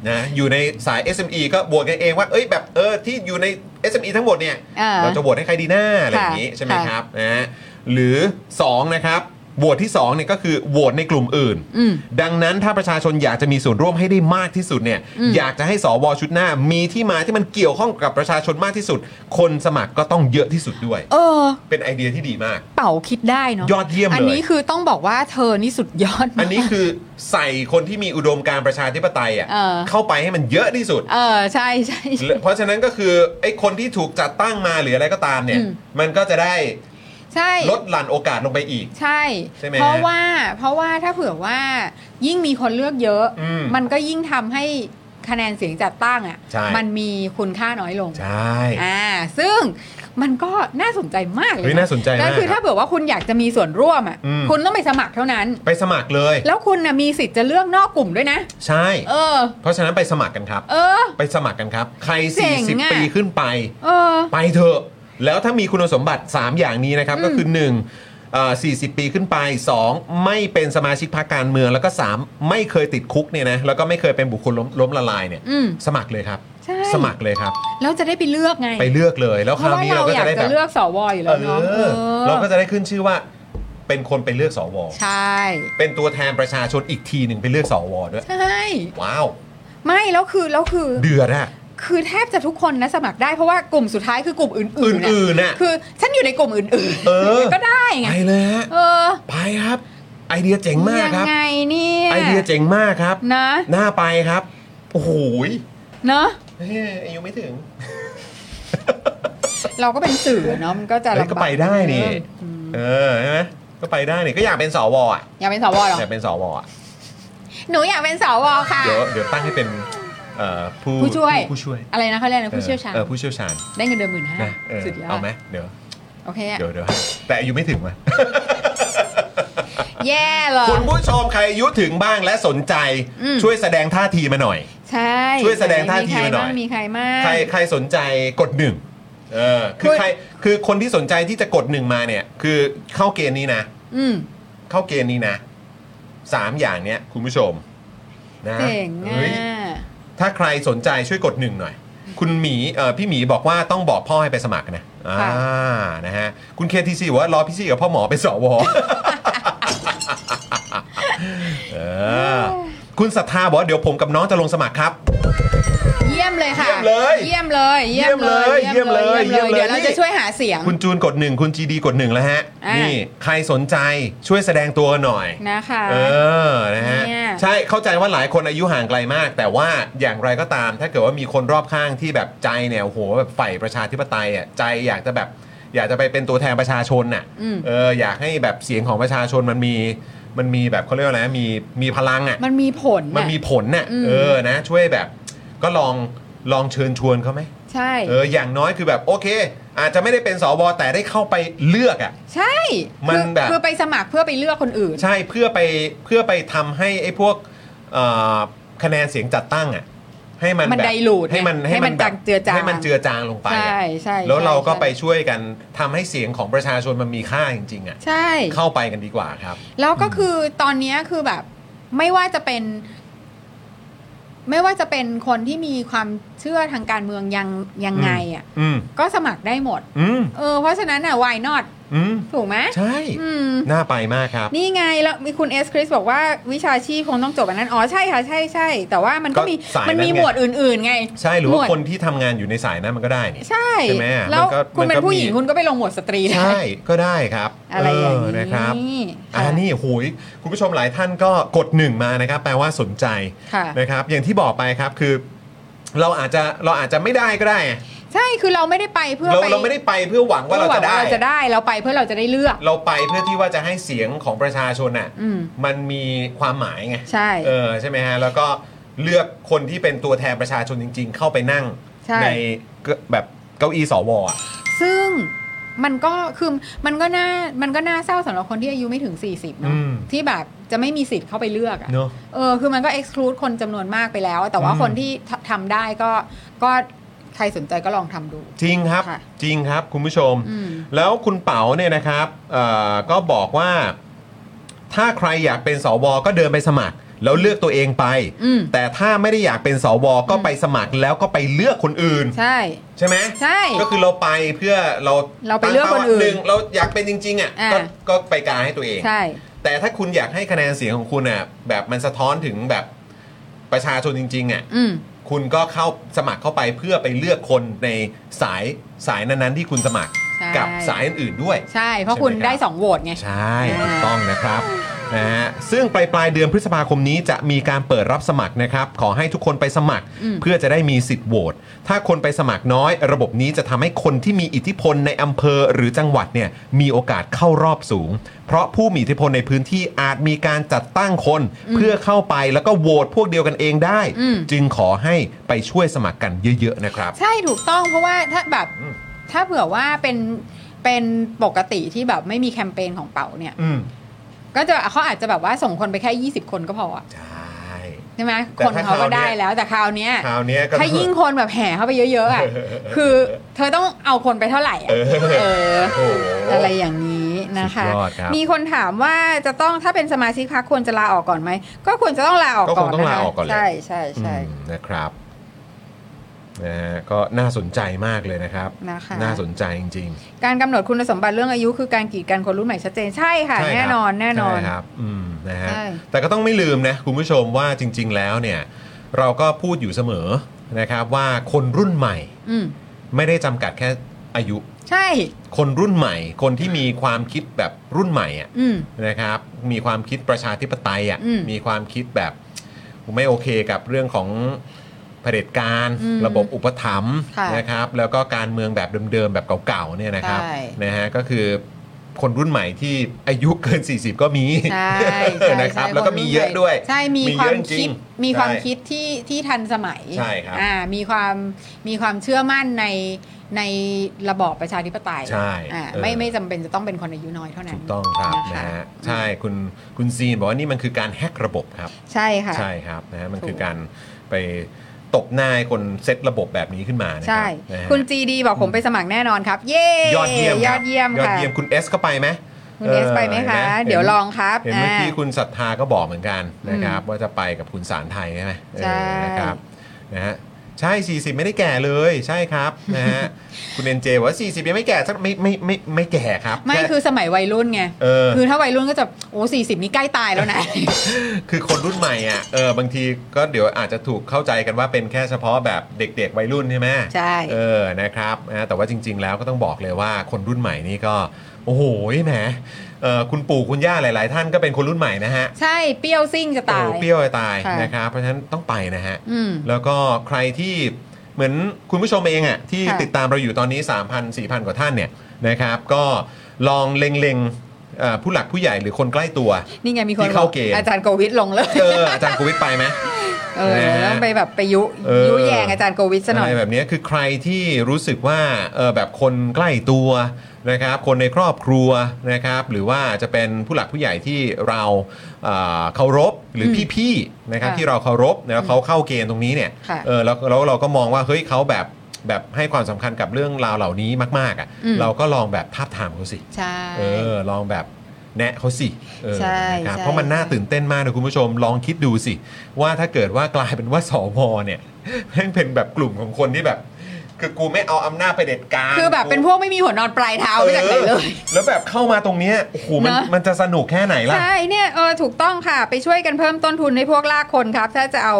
Speaker 2: นะอยู่ในสาย SME ก็โหวตกันเองว่าเอ้ยแบบเออที่อยู่ใน SME ทั้งหมดเนี่ย
Speaker 3: อ่า
Speaker 2: เราจะโหวตให้ใครดีหน้าอะไรอย่างนี้
Speaker 3: ค่ะ
Speaker 2: ใช่ไหม
Speaker 3: ค่ะ
Speaker 2: ครับนะฮะหรือ 2 นะครับโหวตที่2เนี่ยก็คือโหวตในกลุ่มอื่น
Speaker 3: อืม
Speaker 2: ดังนั้นถ้าประชาชนอยากจะมีส่วนร่วมให้ได้มากที่สุดเนี่ย
Speaker 3: อืม
Speaker 2: อยากจะให้สวชุดหน้ามีที่มาที่มันเกี่ยวข้องกับประชาชนมากที่สุด คนสมัครก็ต้องเยอะที่สุดด้วย
Speaker 3: เออ
Speaker 2: เป็นไอเดียที่ดีมาก
Speaker 3: เป่าคิดได้เนาะ
Speaker 2: ยอดเยี่ยมเลย
Speaker 3: อันนี้คือต้องบอกว่าเธอนี่สุดยอดมาก
Speaker 2: อันนี้คือใส่คนที่มีอุดมการณ์ประชาธิปไตยอ่ะ
Speaker 3: เออ
Speaker 2: เข้าไปให้มันเยอะที่สุด
Speaker 3: เออ ใช่ใช่ใช่
Speaker 2: เพราะฉะนั้นก็คือไอ้คนที่ถูกจัดตั้งมาหรืออะไรก็ตามเนี่ย
Speaker 3: อืม
Speaker 2: มันก็จะได้
Speaker 3: ใช่
Speaker 2: ลดหลั่นโอกาสลงไปอีก
Speaker 3: ใช่
Speaker 2: ใช่ไหม
Speaker 3: เพราะว่าเพราะว่าถ้าเผื่อว่ายิ่งมีคนเลือกเยอะ
Speaker 2: อืม
Speaker 3: นก็ยิ่งทำให้คะแนนเสียงจัดตั้งอ่ะ
Speaker 2: ใช่
Speaker 3: มันมีคุณค่าน้อยลง
Speaker 2: ใช่
Speaker 3: อ่าซึ่งมันก็น่าสนใจมากเล
Speaker 2: เฮ้ย
Speaker 3: ย
Speaker 2: น่าสนใจ
Speaker 3: ก็
Speaker 2: มาก
Speaker 3: คือ
Speaker 2: ค
Speaker 3: ถ้า
Speaker 2: รับ
Speaker 3: เผื่อว่าคุณอยากจะมีส่วนร่วมอ่ะ
Speaker 2: อืม
Speaker 3: คุณต้องไปสมัครเท่านั้น
Speaker 2: ไปสมัครเลย
Speaker 3: แล้วคุณนะมีสิทธิ์จะเลือกนอกกลุ่มด้วยนะ
Speaker 2: ใช่
Speaker 3: เออ
Speaker 2: เพราะฉะนั้นไปสมัครกันครับ
Speaker 3: เออ
Speaker 2: ไปสมัครกันครับ ใคร
Speaker 3: เจ๋งอะ
Speaker 2: 40 ปีขึ้นไป
Speaker 3: เออ
Speaker 2: ไปเถอะ แล้วถ้ามีคุณสมบัติ 3 อย่างนี้นะครับ ก็คือ1เอ่อ40 ปีขึ้นไป 2 ไม่เป็นสมาชิกพรรคการเมือง แล้วก็ 3 ไม่เคยติดคุกเนี่ยนะ แล้วก็ไม่เคยเป็นบุคคลล้มล้มละลายเนี่ย
Speaker 3: อืม
Speaker 2: สมัครเลยครับ
Speaker 3: ใช่
Speaker 2: สมัครเลยครับ
Speaker 3: แล้วจะได้ไปเลือกไง
Speaker 2: ไปเลือกเลย แล้ว
Speaker 3: เพ
Speaker 2: ครา
Speaker 3: ราะ
Speaker 2: ว
Speaker 3: ว่า
Speaker 2: นี้
Speaker 3: เรา
Speaker 2: เราก็
Speaker 3: อยา
Speaker 2: จะ
Speaker 3: ก
Speaker 2: ได้
Speaker 3: จะ
Speaker 2: แบบ
Speaker 3: เลือกสวอยู่
Speaker 2: เอ
Speaker 3: แล้วเนาะ
Speaker 2: อ
Speaker 3: เออ
Speaker 2: เราก็จะได้ขึ้นชื่อว่า เป็นคนไปเลือกสว
Speaker 3: ใช่
Speaker 2: เป็นตัวแทนประชาชนอีกทีหนึ่งไปเลือกสวด้วย
Speaker 3: ใช่
Speaker 2: ว้าว
Speaker 3: ไม่แล้วคือแล้วคือ
Speaker 2: เดือดอะ
Speaker 3: คือแทบจะทุกคนนะสมัครได้เพราะว่ากลุ่มสุดท้ายคือกลุ่มอื่นๆ
Speaker 2: อื่นๆน่ะ
Speaker 3: คือฉันอยู่ในกลุ่มอื่น
Speaker 2: เออ
Speaker 3: ก็ได้ไง
Speaker 2: ไปเลยฮะ
Speaker 3: เออ
Speaker 2: ไปครับ ไอเดียเจ๋งมาก
Speaker 3: ยั
Speaker 2: ครับ
Speaker 3: ไงเนี่ย
Speaker 2: ไอเดียเจ๋งมากครับ
Speaker 3: นะ
Speaker 2: หน้าไปครับ โอ้โหย
Speaker 3: เนาะ
Speaker 2: เฮ้ยอายุไม่ถึง
Speaker 3: เราก็เป็นสื่อเนาะมันก็จะ
Speaker 2: เฮ้ย
Speaker 3: ลำ
Speaker 2: ก็
Speaker 3: บาก
Speaker 2: ไปได้นี่
Speaker 3: อืม
Speaker 2: เออใช่ไหมก็ไปได้นี่ก็อยากเป็นสวอ่ะ
Speaker 3: อยากเป็นสวเหรอ
Speaker 2: อยากเป็นสวอ่ะ
Speaker 3: หนูอยากเป็นสวค่ะ
Speaker 2: เดี๋ยวเดี๋ยวตั้งให้เป็นเอ่อผู้
Speaker 3: ผู้ช่วย
Speaker 2: ผู้ช่วย
Speaker 3: อะไรนะเขาเรียกนะผู้เชี่ยวชาญ
Speaker 2: เออผู้เชี่ยวชาญ
Speaker 3: ได้เงินเดือนหมื่นห้า
Speaker 2: นะเออ
Speaker 3: สุดยอ
Speaker 2: เอา
Speaker 3: ด
Speaker 2: ไหมเดี๋ยว
Speaker 3: โอเคอะ
Speaker 2: เดี๋ยวเดี๋ยวแต่อายุไม่ถึงว่ะ
Speaker 3: แย่เหรอ
Speaker 2: คุณผู้ชมใครอายุถึงบ้างและสนใจ
Speaker 3: อืม
Speaker 2: ช่วยแสดงท่าทีมาหน่อย
Speaker 3: ใช่
Speaker 2: ช่วยแสดงท่าทีมาหน่อย
Speaker 3: มีใครบ้างมีใคร
Speaker 2: ใคร
Speaker 3: บ้าง
Speaker 2: ใครสนใจกดหนึ่งเออคือ
Speaker 3: คุณ
Speaker 2: ใครคือคนที่สนใจที่จะกดหนึ่งมาเนี่ยคือเข้าเกณฑ์นี้นะ
Speaker 3: อืม
Speaker 2: เข้าเกณฑ์นี้นะสามอย่างเนี้ยคุณผู้ชมนะ
Speaker 3: เจ๋งอ่
Speaker 2: เฮ้ย
Speaker 3: ะ
Speaker 2: ถ้าใครสนใจช่วยกดหนึ่งหน่อย คุณหมีเอ่อพี่หมีบอกว่าต้องบอกพ่อให้ไปสมัครนะอ่านะฮ *laughs* ะคุณเคทีซีว่ารอพี่ซีกับพ่อหมอไปสว อคุณศรัทธาบอกว่าเดี๋ยวผมกับน้องจะลงสมัครครับ
Speaker 3: เยี่ยมเลยค่ะ
Speaker 2: เยี่ยมเลย
Speaker 3: เยี่ยมเลย
Speaker 2: เยี่ยมเลย
Speaker 3: เยี่ยม
Speaker 2: เยี่ยมเลย
Speaker 3: เลย เดี๋ยวเรา
Speaker 2: นี่
Speaker 3: จะช่วยหาเสียง
Speaker 2: คุณจูนกดหนึ่งคุณจีดีกดหนึ่งแล้วฮะ
Speaker 3: อ่านี่
Speaker 2: นี่ ใครสนใจช่วยแสดงตัวหน่อย
Speaker 3: นะคะ
Speaker 2: เออ นะฮะ
Speaker 3: เนี่ย
Speaker 2: ใช่ เข้าใจว่าหลายคนอายุห่างไกลมาก แต่ว่าอย่างไรก็ตาม ถ้าเกิดว่ามีคนรอบข้างที่แบบใจเนี่ยโอ้โหแบบใฝ่ประชาธิปไตยอ่ะ ใจอยากจะแบบ อยากจะไปเป็นตัวแทนประชาชนน่ะ
Speaker 3: อืม
Speaker 2: เออ อยากให้แบบเสียงของประชาชนมันมี มันมีแบบเขาเรียกว่าอะไรนะมี มีพลังอ่ะ
Speaker 3: มันมีผล
Speaker 2: มัน
Speaker 3: น่ะ
Speaker 2: มีผลน่ะ
Speaker 3: อืม
Speaker 2: เออ นะ ช่วยแบบ ก็ลอง ลองเชิญชวนเขาไหม
Speaker 3: ใช่
Speaker 2: เออ อย่างน้อยคือแบบโอเค อาจจะไม่ได้เป็นสวแต่ได้เข้าไปเลือกอ่ะ
Speaker 3: ใช่
Speaker 2: มัน
Speaker 3: คือ
Speaker 2: แบบ
Speaker 3: คือไปสมัครเพื่อไปเลือกคนอื่น
Speaker 2: ใช่เพื่อไปเพื่อไปทำให้ไอ้พวกเอ่อคะแนนเสียงจัดตั้งอ่ะให้มัน
Speaker 3: มัน
Speaker 2: แบบ
Speaker 3: dilute
Speaker 2: ให้มัน
Speaker 3: ไง
Speaker 2: ให้
Speaker 3: ให้
Speaker 2: มัน
Speaker 3: มันจางเจือจาง
Speaker 2: ให้มันเจือจางลงไปอะ
Speaker 3: ใช่ใช่
Speaker 2: แล้วเราก็
Speaker 3: ใช่
Speaker 2: ไปช่วยกันทำให้เสียงของประชาชนมันมีค่าจริง ๆอ่ะ
Speaker 3: ใช่
Speaker 2: เข้าไปกันดีกว่าครับ
Speaker 3: แล้วก็คือตอนเนี้ยคือแบบไม่ว่าจะเป็น ไม่ว่าจะเป็นคนที่มีความเชื่อทางการเมืองยังยังไงอ่ะ
Speaker 2: อืม
Speaker 3: ก็สมัครได้หมด
Speaker 2: อืม
Speaker 3: เออเพราะฉะนั้นอ่ะ why not
Speaker 2: อืม
Speaker 3: ถูกไหม
Speaker 2: ใช่
Speaker 3: อืม
Speaker 2: น่าไปมากครับ
Speaker 3: นี่ไงแล้วมีคุณเอสคริสบอกว่าวิชาชีพคงต้องจบอันนั้น อ๋อ ใช่ค่ะ ใช่ใช่แต่ว่ามันก็มี
Speaker 2: ก็สายนั้นไง
Speaker 3: มันมีหมวดอื่น ๆ ไง
Speaker 2: ใช่หรื
Speaker 3: ม
Speaker 2: อว่าว
Speaker 3: ด
Speaker 2: คนที่ทำงานอยู่ในสายนั้นมันก็ได้นี่
Speaker 3: ใช่
Speaker 2: ใช่ไหมอ่ะ
Speaker 3: แล้ว
Speaker 2: มันก็
Speaker 3: คุณเป็
Speaker 2: มัน
Speaker 3: น
Speaker 2: ก็
Speaker 3: ผู้หญิง
Speaker 2: มี
Speaker 3: คุณก็ไปลงหมวดสตรีได้
Speaker 2: ใช่ก็ได้ครับ
Speaker 3: อะไรอย่าง
Speaker 2: เนะครับ
Speaker 3: นี้
Speaker 2: อ่า
Speaker 3: ค่ะ
Speaker 2: นี่โหยคุณผู้ชมหลายท่านก็กดหนึ่งมานะครับ แปลว่าสนใจ
Speaker 3: ค่ะ
Speaker 2: นะครับอย่างที่บอกไปครับคือ เราอาจจะเราอาจจะไม่ได้ก็ได้ไง
Speaker 3: ใช่คือเราไม่ได้ไปเพื่อ
Speaker 2: เรา
Speaker 3: ไป
Speaker 2: เราไม่ได้ไปเพื่อหวังว่า
Speaker 3: เพื่
Speaker 2: เรา
Speaker 3: อหวั
Speaker 2: จะ
Speaker 3: งว่า
Speaker 2: ได้
Speaker 3: เราจะได้เราไปเพื่อเราจะได้เลือก
Speaker 2: เราไปเพื่อที่ว่าจะให้เสียงของประชาชนน่ะ
Speaker 3: อืม
Speaker 2: มันมีความหมายไง
Speaker 3: ใช่
Speaker 2: เออใช่ไหมฮะแล้วก็เลือกคนที่เป็นตัวแทนประชาชนจริง ๆ เข้าไปนั่ง
Speaker 3: ใช่
Speaker 2: เก้าแบบเก้าอี้สวอ่ะ
Speaker 3: ซึ่งมันก็คือมันก็น่ามันก็น่าเศร้าสำหรับคนที่อายุไม่ถึง 40เนอะ
Speaker 2: อืม
Speaker 3: ที่แบบจะไม่มีสิทธิ์เข้าไปเลือกอะ
Speaker 2: เนอะ
Speaker 3: เออคือมันก็ exclude คนจำนวนมากไปแล้ว แต่ว่า
Speaker 2: อืม
Speaker 3: คนที่ททำได้ก็ก็ใครสนใจก็ลองทำดู
Speaker 2: จริงครับ
Speaker 3: ค่ะ
Speaker 2: จริงครับคุณผู้ชม
Speaker 3: อืม
Speaker 2: แล้วคุณเป๋าเนี่ยนะครับเอ่อก็บอกว่าถ้าใครอยากเป็นสวก็เดินไปสมัคร แล้วเลือกตัวเองไป
Speaker 3: อืม
Speaker 2: แต่ถ้าไม่ได้อยากเป็นสวก็
Speaker 3: อืม
Speaker 2: ไปสมัครแล้วก็ไปเลือกคนอื่น
Speaker 3: ใช่
Speaker 2: ใช่ไหม
Speaker 3: ใช่
Speaker 2: ก็คือเราไปเพื่อเรา
Speaker 3: เราไปเลือกคนอื่น
Speaker 2: หนึ่งเราอยากเป็นจริงๆอ่ะ
Speaker 3: อ่า
Speaker 2: ก็ก็ไปกาให้ตัวเอง
Speaker 3: ใช่
Speaker 2: แต่ถ้าคุณอยากให้คะแนนเสียงของคุณอ่ะแบบมันสะท้อนถึงแบบประชาชนจริงๆอ่ะ
Speaker 3: อืม
Speaker 2: คุณก็เข้าสมัครเข้าไปเพื่อไปเลือกคนในสายสายนั้นๆที่คุณสมัคร
Speaker 3: ใช่
Speaker 2: กับสายอื่นๆด้วย
Speaker 3: ใช่ เพราะคุณ
Speaker 2: ใช่ไหมครับ
Speaker 3: ได้สองโหวตไง
Speaker 2: ใช่
Speaker 3: อ่า
Speaker 2: ถูกต้องนะครับนะฮะซึ่งปลายปลายๆเดือนพฤษภาคมนี้จะมีการเปิดรับสมัครนะครับ ขอให้ทุกคนไปสมัคร เพื่อจะได้มีสิทธิ์โหวตถ้าคนไปสมัครน้อย ระบบนี้จะทำให้คนที่มีอิทธิพลในอำเภอหรือจังหวัดเนี่ยมีโอกาสเข้ารอบสูง เพราะผู้มีอิทธิพลในพื้นที่อาจมีการจัดตั้งคน เพื่อเข้าไปแล้วก็โหวตพวกเดียวกันเองได้ จึงขอให้ไปช่วยสมัครกันเยอะ ๆ นะครับ
Speaker 3: ใช่ถูกต้องเพราะว่าถ้าแบบ
Speaker 2: อืม
Speaker 3: ถ้าเผื่อว่าเป็นเป็นปกติที่แบบไม่มีแคมเปญของเป๋าเนี่ย
Speaker 2: อืม
Speaker 3: ก็จะเขาอาจจะแบบว่าส่งคนไปแค่ 20 คนก็พออะ
Speaker 2: ใช่
Speaker 3: ใช่ไหม
Speaker 2: แต่
Speaker 3: คน
Speaker 2: ถ้า
Speaker 3: เขา
Speaker 2: ครา
Speaker 3: ก็
Speaker 2: วเนี้ย
Speaker 3: ได้แล้วแต่คราวเนี้ย
Speaker 2: คราวเนี้ยก็
Speaker 3: ถ้ายิ่งคนแบบแห่เข้าไปเยอะๆอะ
Speaker 2: เออ
Speaker 3: คือเธอต้องเอาคนไปเท่าไหร่อะเออ
Speaker 2: โอ้โห
Speaker 3: อะไรอย่างนี้นะคะ
Speaker 2: สุดยอดครับ
Speaker 3: มีคนถามว่าจะต้องถ้าเป็นสมาชิกพรรคควรจะลาออกก่อนไหม ก็ควรจะต้องลาออก
Speaker 2: ก็
Speaker 3: ก่
Speaker 2: ค
Speaker 3: อง น
Speaker 2: ต้อง
Speaker 3: นะ
Speaker 2: ลา
Speaker 3: คะ
Speaker 2: ออกก่อนแหละ
Speaker 3: ใช่ใช่ใช่
Speaker 2: อืมนะครับนะฮะก็น่าสนใจมากเลยนะครับ
Speaker 3: นะคะ
Speaker 2: น่าสนใจจริง
Speaker 3: การกำหนดคุณสมบัติเรื่องอายุคือการกีดกันคนรุ่นใหม่ชัดเจนใช่
Speaker 2: ๆ
Speaker 3: ค่ะ
Speaker 2: ใช่ครับ
Speaker 3: แน่นอนแน่นอน
Speaker 2: ใช่ครับอืมนะฮะ
Speaker 3: ใช่
Speaker 2: แต่ก็ต้องไม่ลืมนะคุณผู้ชมว่าจริง ๆ แล้วเนี่ย เราก็พูดอยู่เสมอนะครับว่าคนรุ่นใหม่
Speaker 3: อืม
Speaker 2: ไม่ได้จำกัดแค่อายุ
Speaker 3: ใช่
Speaker 2: คนรุ่นใหม่ คนที่มีความคิดแบบรุ่นใหม่อะ
Speaker 3: อื
Speaker 2: *laughs*
Speaker 3: ม
Speaker 2: นะครับ มีความคิดประชาธิปไตยอะ
Speaker 3: อืม
Speaker 2: มีความคิดแบบไม่โอเคกับเรื่องของเผด็จการ
Speaker 3: อืม
Speaker 2: ระบบอุปถัมภ์
Speaker 3: ค่ะ
Speaker 2: นะครับ แล้วก็การเมืองแบบเดิมๆแบบเก่าๆเนี่ยนะครับ
Speaker 3: ใช่
Speaker 2: นะฮะก็คือคนรุ่นใหม่ที่อายุเกิน 40 ก็มี
Speaker 3: ใช่ใช่
Speaker 2: นะครับ
Speaker 3: ใช่
Speaker 2: แล้วก็มีเยอะด้วย
Speaker 3: ใช่มี
Speaker 2: มี
Speaker 3: ควา
Speaker 2: เยอะ
Speaker 3: ม
Speaker 2: จริ
Speaker 3: คิ
Speaker 2: ง
Speaker 3: ดมีความ
Speaker 2: ใช่
Speaker 3: คิดที่ที่ทันสมัย
Speaker 2: ใช่ครับ
Speaker 3: อ่ามีความมีความเชื่อมั่นในในระบอบประชาธิปไตย
Speaker 2: ใช่
Speaker 3: อ่า
Speaker 2: เออ
Speaker 3: ไม่ไม่จำเป็นจะต้องเป็นคนอายุน้อยเท่านั้น
Speaker 2: ถูกต้องครับนะฮะใช่คุณคุณซีนบอกว่านี่มันคือการแฮกระบบครับ
Speaker 3: ใช่ค่ะ
Speaker 2: ใช่ครับนะฮะมัน
Speaker 3: ถูก
Speaker 2: คือการไปตบหน้าให้คนเซตระบบแบบนี้ขึ้นมานะค
Speaker 3: ใช่
Speaker 2: รับนะฮะ
Speaker 3: คุณจีดีบอกผมไปสมัครแน่นอนครับ เย้
Speaker 2: ยอดเยี่ยม
Speaker 3: ย
Speaker 2: ค
Speaker 3: อ
Speaker 2: รับ
Speaker 3: ดเยี่ยม
Speaker 2: ยอด
Speaker 3: ค่ะ
Speaker 2: เยี่ยมคุณเอสเข้าไปไหม
Speaker 3: คุณเอสไปไหมคะ
Speaker 2: ห็น
Speaker 3: เดี๋ยวลองครับ
Speaker 2: เห็นเมื่อกี้
Speaker 3: อ่า
Speaker 2: คุณศรัทธาก็บอกเหมือนกันนะครับ
Speaker 3: อืม
Speaker 2: ว่าจะไปกับคุณสารไทยใช่ไหม
Speaker 3: ใช่
Speaker 2: เออนะครับนะฮะ ใช่ 40 ไม่ได้แก่เลยใช่ครับนะฮะ *laughs* คุณเอ็นเจบอกว่า 40 ยังไม่แก่สักไม่ไม่ไม่ไม่แก่ครับ
Speaker 3: ไม่
Speaker 2: แ
Speaker 3: คือสมัยวัยรุ่นไง
Speaker 2: เออ
Speaker 3: คือถ้าวัยรุ่นก็จะโอ้สี่สิบนี่ใกล้ตายแล้วนะ
Speaker 2: คือคนรุ่นใหม่อ่ะเออบางทีก็เดี๋ยวอาจจะถูกเข้าใจกันว่าเป็นแค่เฉพาะแบบเด็กๆวัยรุ่นใช่ไหม
Speaker 3: ใช่
Speaker 2: เออนะครับนะแต่ว่าจริง ๆ แล้วก็ต้องบอกเลยว่าคนรุ่นใหม่นี่ก็โอ้โหแหมเออคุณปู่คุณย่าหลาย ๆ ท่านก็เป็นคนรุ่นใหม่นะฮะ
Speaker 3: ใช่เปรี้ยวซิ่งจะตาย
Speaker 2: โอ้เปรี้ยวจะตาย
Speaker 3: ค่ะ
Speaker 2: นะครับ เพราะฉะนั้นต้องไปนะฮะ
Speaker 3: อืม
Speaker 2: แล้วก็ใครที่เหมือนคุณผู้ชมเองอะ่ะที่
Speaker 3: ค่ะ
Speaker 2: ติดตามเราอยู่ตอนนี้ 3,000 4,000 กว่าท่านเนี่ยนะครับ ก็ลองเล็งๆเอ่อผู้หลักผู้ใหญ่หรือคนใกล้ตัว
Speaker 3: นี่ไงมีคน
Speaker 2: ที่เข้า
Speaker 3: บอก
Speaker 2: เกณฑ์
Speaker 3: อาจารย์โกวิทลงเลย
Speaker 2: เอออาจารย์โควิดไปไหม
Speaker 3: เออ
Speaker 2: นะฮะ
Speaker 3: ต้องไปแบบไปยุ
Speaker 2: เออ
Speaker 3: ยุแยงอาจารย์โกวิทซะหน่อย
Speaker 2: ไรแบบเนี้ยคือใครที่รู้สึกว่าเออแบบคนใกล้ตัวนะครับ คนในครอบครัวนะครับ หรือว่าจะเป็นผู้หลักผู้ใหญ่ที่เราเอ่อเคารพหรืออพี่ๆนะครับ
Speaker 3: ค่ะ
Speaker 2: ที่เราเคารพแล้วเขาเข้าเกณฑ์ตรงนี้เนี่ย
Speaker 3: ค่ะ
Speaker 2: เออแล้วแล้วเราก็มองว่าเฮ้ยเขาแบบแบบให้ความสำคัญกับเรื่องราวเหล่านี้มากๆอ่ะ
Speaker 3: อืม
Speaker 2: เราก็ลองแบบทาบทามเขาสิ
Speaker 3: ใช่
Speaker 2: เออลองแบบแนะเขาสิเออ
Speaker 3: ใช่
Speaker 2: นะครับ
Speaker 3: ใช่
Speaker 2: เพราะมันน่า
Speaker 3: ใช่
Speaker 2: ตื่นเต้นมากนะคุณผู้ชมลองคิดดูสิ ว่าถ้าเกิดว่ากลายเป็นว่าสวเนี่ย *laughs* แม่งเป็นแบบกลุ่มของคนที่แบบ คือกูไม่เอาอำนาจไปเด็ดการ
Speaker 3: คือแบบเป็นพวกไม่มีหัวนอนปลายเท้าไม่จากไหนเลย
Speaker 2: ออแล้วแบบเข้ามาตรงเนี้ยโอ้โหมัน
Speaker 3: นะ
Speaker 2: มันจะสนุกแค่ไหนล่ะ
Speaker 3: ใช่เนี่ยเออถูกต้องค่ะ ไปช่วยกันเพิ่มต้นทุนให้พวกลากคนครับ ถ้าจะเอา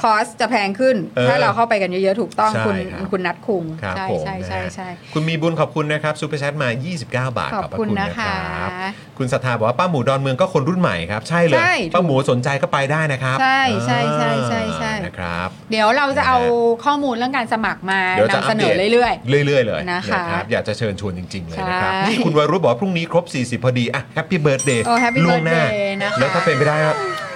Speaker 3: คอสจะแพงขึ้น
Speaker 2: เออ
Speaker 3: ถ้าเราเข้าไปกันเยอะๆ ถูกต้อง
Speaker 2: ใช่
Speaker 3: คุณ
Speaker 2: ครับ
Speaker 3: คุณนัดคุง
Speaker 2: ครับ
Speaker 3: ใช่
Speaker 2: ผม
Speaker 3: ใช่
Speaker 2: นะ
Speaker 3: ใช่
Speaker 2: ฮะ
Speaker 3: ใช่
Speaker 2: คุณมีบุญขอบคุณนะครับซูเปอร์แชทมา 29 บาท
Speaker 3: ขอบ
Speaker 2: พร
Speaker 3: คุณนะคะ
Speaker 2: รับคุณศรัทธาบอกว่าป้าหมูดอนเมืองก็คนรุ่นใหม่ครับ ใช่เลย
Speaker 3: ใช่
Speaker 2: ป้าหมูสนใจก็ไปได้นะครับ
Speaker 3: ใช่ใช่ใช่ใช่ใช่
Speaker 2: อ่านะครับ
Speaker 3: เดี๋ยวเราจะเอาข้อมูลเรื่องการสมัครมา
Speaker 2: เดี๋ยวจะ
Speaker 3: นำเสนอเรื่อย
Speaker 2: ๆเรื่อยๆเลย
Speaker 3: นะคะ
Speaker 2: รับอยากจะเชิญชวนจริง ๆ เลยนะครับ
Speaker 3: ใช่
Speaker 2: นี่คุณวรุษบอกว่าพรุ่งนี้ครบ 40 พอดี อ่ะแฮปปี้เบิร์ดเดย์
Speaker 3: โอ้ Happy
Speaker 2: ล่วงหน้า
Speaker 3: Birthday นะคะ
Speaker 2: แล้วถ้าเป็นไปได้ก็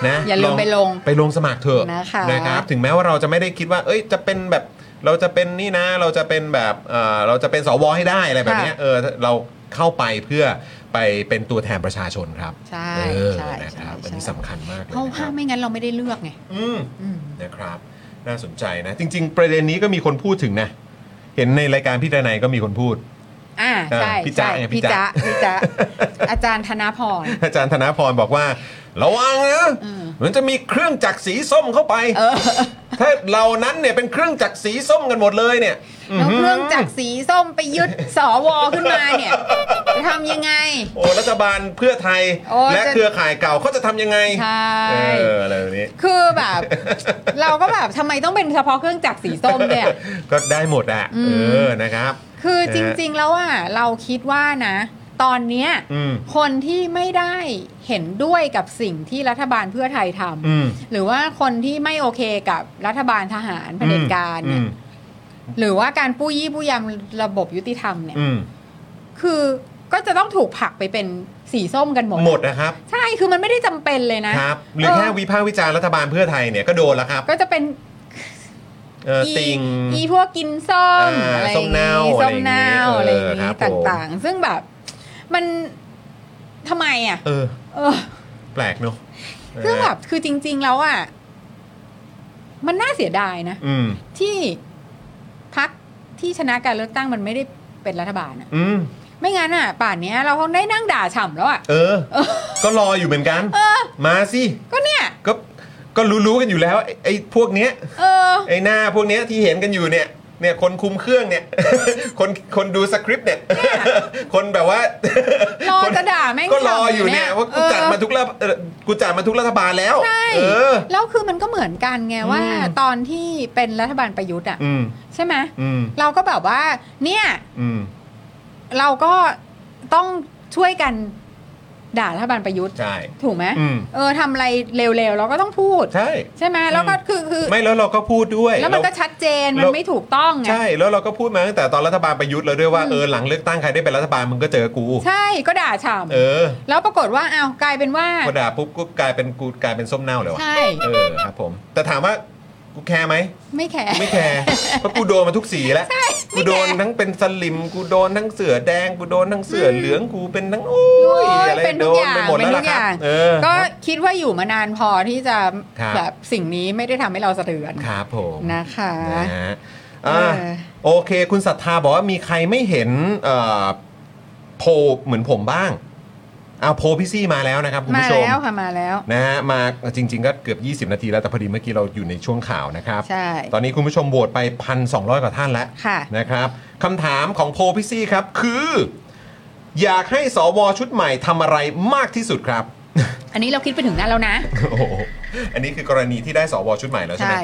Speaker 2: นะ
Speaker 3: อย่าลืมไปลง
Speaker 2: ไปลงสมัครเถอะ
Speaker 3: นะคะ
Speaker 2: ครับถึงแม้ว่าเราจะไม่ได้คิดว่า เอ้ยจะเป็นแบบเราจะเป็นนี่นะ เราจะเป็นแบบเอ่อเราจะเป็นสวให้ได้อะไรแบบเนี้ย
Speaker 3: ค่ะ
Speaker 2: เออเราเข้าไปเพื่อไปเป็นตัวแทนประชาชนครับ
Speaker 3: ใช่
Speaker 2: เออ
Speaker 3: ใช่
Speaker 2: นะครับ
Speaker 3: ใช่
Speaker 2: อันนี้สำคัญมาก
Speaker 3: ๆ
Speaker 2: เลย
Speaker 3: เพราะ
Speaker 2: นะค
Speaker 3: ว่า
Speaker 2: รับ
Speaker 3: ไม่งั้นเราไม่ได้เลือกไง
Speaker 2: อืม
Speaker 3: อืม
Speaker 2: นะครับน่าสนใจนะ จริง ๆ ประเด็นนี้ก็มีคนพูดถึงนะ เห็นในรายการพี่ดนัยก็มีคนพูด
Speaker 3: อ่าใช่
Speaker 2: เออพี่จ๊ะ
Speaker 3: ใช่
Speaker 2: ไงพี่
Speaker 3: พี่
Speaker 2: จ๊ะ
Speaker 3: จ๊ะพี่จ๊ะ
Speaker 2: *laughs*
Speaker 3: อาจารย์ธนาพร
Speaker 2: อาจารย์ธนาพรบอกว่า ระวังนะ
Speaker 3: อืม
Speaker 2: มันจะมีเครื่องจักรสีส้มเข้าไป
Speaker 3: เออ
Speaker 2: ถ้าเหล่านั้นเนี่ยเป็นเครื่องจักรสีส้มกันหมดเลยเนี่ย
Speaker 3: แล้วเครื่องจักรสีส้มไปยึดสวขึ้นมาเนี่ยจะทำยังไง
Speaker 2: โอ้รัฐบาลเพื่อไทย
Speaker 3: โอ้
Speaker 2: และ
Speaker 3: จะ
Speaker 2: เครือข่ายเก่าเขาจะทำยังไง
Speaker 3: ใช่
Speaker 2: เอออะไรแบบนี้
Speaker 3: คือแบบ เราก็แบบทำไมต้องเป็นเฉพาะเครื่องจักรสีส้มเนี่ย
Speaker 2: ก็ได้หมดอะ
Speaker 3: อืม
Speaker 2: เออนะครับ
Speaker 3: คือจ
Speaker 2: นะฮะ
Speaker 3: ริง ๆ แล้วอ่ะเราคิดว่านะ ตอนเนี้ย
Speaker 2: อืม
Speaker 3: คนที่ไม่ได้เห็นด้วยกับสิ่งที่รัฐบาลเพื่อไทยทำ
Speaker 2: อืม
Speaker 3: หรือว่าคนที่ไม่โอเคกับรัฐบาลทหารเผด็จการ
Speaker 2: อื
Speaker 3: เนี่ย
Speaker 2: ม
Speaker 3: หรือว่าการปู้ยี่ปู้ยำระบบยุติธรรมเนี่ย
Speaker 2: อืม
Speaker 3: คือก็จะต้องถูกผลักไปเป็นสีส้มกันหมด
Speaker 2: หมดนะครับ
Speaker 3: ใช่คือมันไม่ได้จำเป็นเลยนะ
Speaker 2: ครับ หรือ
Speaker 3: เออ
Speaker 2: แค่วิพากษ์วิจารณ์รัฐบาลเพื่อไทยเนี่ยก็โดนแล้วครับ
Speaker 3: ก็จะเป็น
Speaker 2: เออติง
Speaker 3: อีพวกกินส้ม
Speaker 2: อ่า
Speaker 3: อะไรอย่งงี้
Speaker 2: ส้
Speaker 3: ส้
Speaker 2: ม
Speaker 3: ม
Speaker 2: เน่า
Speaker 3: เน่า
Speaker 2: อะ
Speaker 3: อะไร ไรอย่
Speaker 2: อา
Speaker 3: ย่างง
Speaker 2: งี้
Speaker 3: งี้
Speaker 2: ครับผม
Speaker 3: ต่างๆ ซึ่งแบบมันทำไมอ่ะ
Speaker 2: เออ
Speaker 3: เออ
Speaker 2: แปลกเนอะ
Speaker 3: คือแบบคือจริง ๆ แล้วอ่ะมันน่าเสียดายนะ
Speaker 2: อืม
Speaker 3: ที่พักที่ชนะการเลือกตั้งมันไม่ได้เป็นรัฐบาลอ่ะ
Speaker 2: อืม
Speaker 3: ไม่งั้นอ่ะ ป่านเนี้ยเราคงได้นั่งด่าฉ่ำแล้วอ่ะ
Speaker 2: เออ ก็รออยู่เหมือนกัน มาสิ
Speaker 3: ก็เนี่ย
Speaker 2: ก็ ก็รู้ๆกันอยู่แล้ว ไอ้ไอ้พวกเนี้ย
Speaker 3: เออ
Speaker 2: ไอ้หน้าพวกเนี้ยที่เห็นกันอยู่เนี่ย เนี่ยคนคุมเครื่องเนี่ย *laughs* คนคนดูสคริปต์เนี่ย *laughs* คนแบบว่า
Speaker 3: รอ
Speaker 2: *laughs*
Speaker 3: จะด่าแม่ง
Speaker 2: ก็รออยู่เนี่ย
Speaker 3: ฉ่ำ
Speaker 2: ว่ากูจัดมาทุกรัฐเอ่อกูจัดมาทุกรัฐบาลแล้ว
Speaker 3: ใช่
Speaker 2: เออ
Speaker 3: แล้วคือมันก็เหมือนกันไงว่า ตอนที่เป็นรัฐบาลประยุทธ์อ่ะ
Speaker 2: อืม
Speaker 3: ใช่ไหม
Speaker 2: อืม
Speaker 3: เราก็แบบว่า เนี่ย
Speaker 2: อืม
Speaker 3: เราก็ต้องช่วยกันด่ารัฐบาลประยุทธ์
Speaker 2: ใช่
Speaker 3: ถูกไหม
Speaker 2: อืม
Speaker 3: เออทำอะไรเร็วๆเราก็ต้องพูด
Speaker 2: ใช่
Speaker 3: ใช่ไหมแล้วก็คือคือ
Speaker 2: ไม่แล้วเราก็พูดด้วย
Speaker 3: แล้วมันก็ชัดเจนมัน
Speaker 2: เรา
Speaker 3: ไม่ถูกต้องไง
Speaker 2: ใช่แล้วเราก็พูดมาตั้งแต่ตอนรัฐบาลประยุทธ์แล้วด้วยว่าเออหลังเลือกตั้งใครได้เป็นรัฐบาลมึงก็เจอกู
Speaker 3: ใช่ก็ด่าฉ่
Speaker 2: เออ
Speaker 3: ำแล้วปรากฏว่าอ้าวกลายเป็นว่า *laughs*
Speaker 2: พอด่าปุ๊บก็กลายเป็นกูกลายเป็นส้มเน่าเลยวะ
Speaker 3: ใช่
Speaker 2: เออครับผม แต่ถามว่ากูแคร์ไหม
Speaker 3: ไม่แคร์
Speaker 2: ไม่แค
Speaker 3: *laughs*
Speaker 2: ร์เพราะกูโดนมาทุกสีแล้วกูโดนทั้งเป็นสลิมกูโดนทั้งเสือแดงกูโดนทั้งเสือเหลืองกูเป็นทั้งโอ้
Speaker 3: โอ้
Speaker 2: ย
Speaker 3: ย
Speaker 2: อะไร
Speaker 3: เป็น
Speaker 2: โด
Speaker 3: ทุก
Speaker 2: น
Speaker 3: อย่าง
Speaker 2: ไปหมด
Speaker 3: เป็
Speaker 2: แล้ว
Speaker 3: นทุกอ
Speaker 2: ล่ะครับ
Speaker 3: ย่าง
Speaker 2: เออ
Speaker 3: ก็คิดว่าอยู่มานานพอที่จะ
Speaker 2: ครับ
Speaker 3: แบบสิ่งนี้ไม่ได้ทำให้เราสะเทือน
Speaker 2: ครับผม
Speaker 3: นะคะ
Speaker 2: นะฮะอ่ะ
Speaker 3: เออ
Speaker 2: โอเค คุณศรัทธาบอกว่ามีใครไม่เห็นเอ่อโพลเหมือนผมบ้าง เอาโพลพี่ซี่มาแล้วนะครับคุณ
Speaker 3: มา
Speaker 2: ผู้ชม
Speaker 3: แล้วค่ะมาแล้ว
Speaker 2: นะฮะมาจริง ๆ ก็เกือบ 20 นาทีแล้วแต่พอดีเมื่อกี้เราอยู่ในช่วงข่าวนะครับ
Speaker 3: ใช่
Speaker 2: ตอนนี้คุณผู้ชมโหวตไป 1,200 กว่าท่านแล้ว
Speaker 3: ค่ะ
Speaker 2: นะครับคำถามของโพลพี่ซี่ครับคือ อยากให้สวชุดใหม่ทำอะไรมากที่สุดครับ *laughs*
Speaker 3: อันนี้เราคิดไปถึงนั้นแล้วนะ
Speaker 2: โอ้โหอันนี้คือกรณีที่ได้สวชุดใหม่แล้วใช่ไหม
Speaker 3: ใช่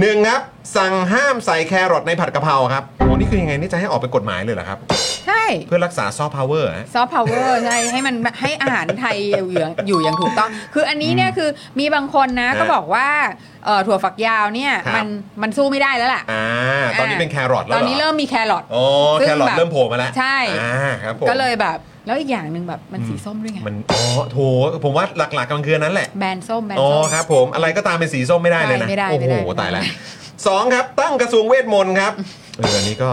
Speaker 2: หนึ่งครับ สั่งห้ามใส่แครอทในผัดกะเพราครับโอ้นี่คือยังไงนี่จะให้ออกเป็นกฎหมายเลยเหรอครับ
Speaker 3: ใช่
Speaker 2: เพื่อรักษาซอฟต์พาวเวอร์ฮะ
Speaker 3: ซอฟต์พาวเวอร์ใช่ให้มันให้อาหารไทยอยู่อย่างอยู่อย่างถูกต้อง คืออันนี้เนี่ยคือมีบางคนนะ
Speaker 2: ฮะ
Speaker 3: ก็บอกว่าเอ่อถั่วฝักยาวเนี่ย
Speaker 2: ครับ
Speaker 3: มันมันสู้ไม่ได้แล้วล่ะ
Speaker 2: อ่าตอนนี้เป็นแครอท
Speaker 3: ต
Speaker 2: แล้ว
Speaker 3: อน
Speaker 2: ห
Speaker 3: นี้เริ่มมีแครอท
Speaker 2: โอ้
Speaker 3: ซึ่ง
Speaker 2: แครอท
Speaker 3: แบบ
Speaker 2: เริ่มโผล่มาแล้ว
Speaker 3: ใช่
Speaker 2: อ่าครับผม
Speaker 3: ก็เลยแบบ แล้วอีกอย่างหนึ่งแบบมันสีส้มด้วยไง
Speaker 2: มันอ๋อโถผมว่าหลักๆกมันคืออันนั้นแหละ
Speaker 3: แบรนด์ส้มแบรนด์
Speaker 2: อ๋อ
Speaker 3: ส้ม
Speaker 2: ครับผมอะไรก็ตามเป็นสีส้มไม่ได้เลยนะ
Speaker 3: ใช่ไม่ได้
Speaker 2: โอ้โห
Speaker 3: ไม่ได้
Speaker 2: ตายแล้ว
Speaker 3: ไม่ได้
Speaker 2: สองครับ ตั้งกระทรวงเวทมนต์ครับเอออันนี้ก็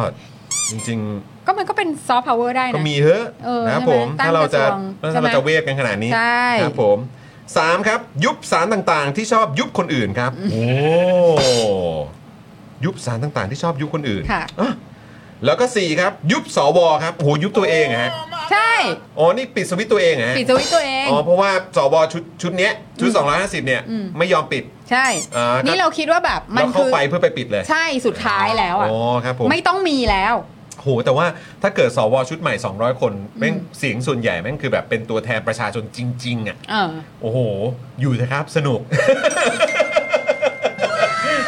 Speaker 2: จริง
Speaker 3: ก็มันก็เป็นซอฟต์พาวเวอร์ได้
Speaker 2: ๆ ก็
Speaker 3: นะ
Speaker 2: มีเถอะ
Speaker 3: เออ
Speaker 2: นะครับ
Speaker 3: ใช่ไหม
Speaker 2: ผม
Speaker 3: ตั้ง
Speaker 2: ถ้าเราจะ
Speaker 3: กระทรวง
Speaker 2: ถ้า
Speaker 3: ใช่
Speaker 2: เรา
Speaker 3: ไหม
Speaker 2: จะเวทกันขนาดนี้
Speaker 3: ใช่
Speaker 2: ครับผมสามครับ ยุบสารต่างๆ ที่ชอบยุบคนอื่นครับโอ้ยุบสารต่างๆ ที่ชอบยุบคนอื่น
Speaker 3: ค่ะ
Speaker 2: อ่ะแล้วก็สี่ครับ ยุบสวครับโอ้โหยุบตัวเองอะฮะ
Speaker 3: ใช่
Speaker 2: อ๋อนี่ปิดสวิตช์ตัวเองอะฮะ
Speaker 3: ปิดสวิตช์ตัวเอง
Speaker 2: อ๋อเพราะว่าสวชุดชุดเนี้ยชุด250เนี่ย
Speaker 3: อืม
Speaker 2: ไม่ยอมปิด
Speaker 3: ใช่
Speaker 2: อ่าก็
Speaker 3: นี่เราคิดว่าแบบมั
Speaker 2: เรา
Speaker 3: น
Speaker 2: เข้า
Speaker 3: คือ
Speaker 2: ไปเพื่อไปปิดเลย
Speaker 3: ใช่สุดท้ายแล้วอ่ะ
Speaker 2: อ๋อครับผม
Speaker 3: ไม่ต้องมีแล้ว
Speaker 2: โหแต่ว่าถ้าเกิดสวชุดใหม่ 200 คนแม่งเสียงส่วนใหญ่แม่งคือแบบเป็นตัวแทนประชาชนจริง ๆ อ่ะ
Speaker 3: เออ
Speaker 2: โอ้โห อยู่นะครับ สนุก *laughs*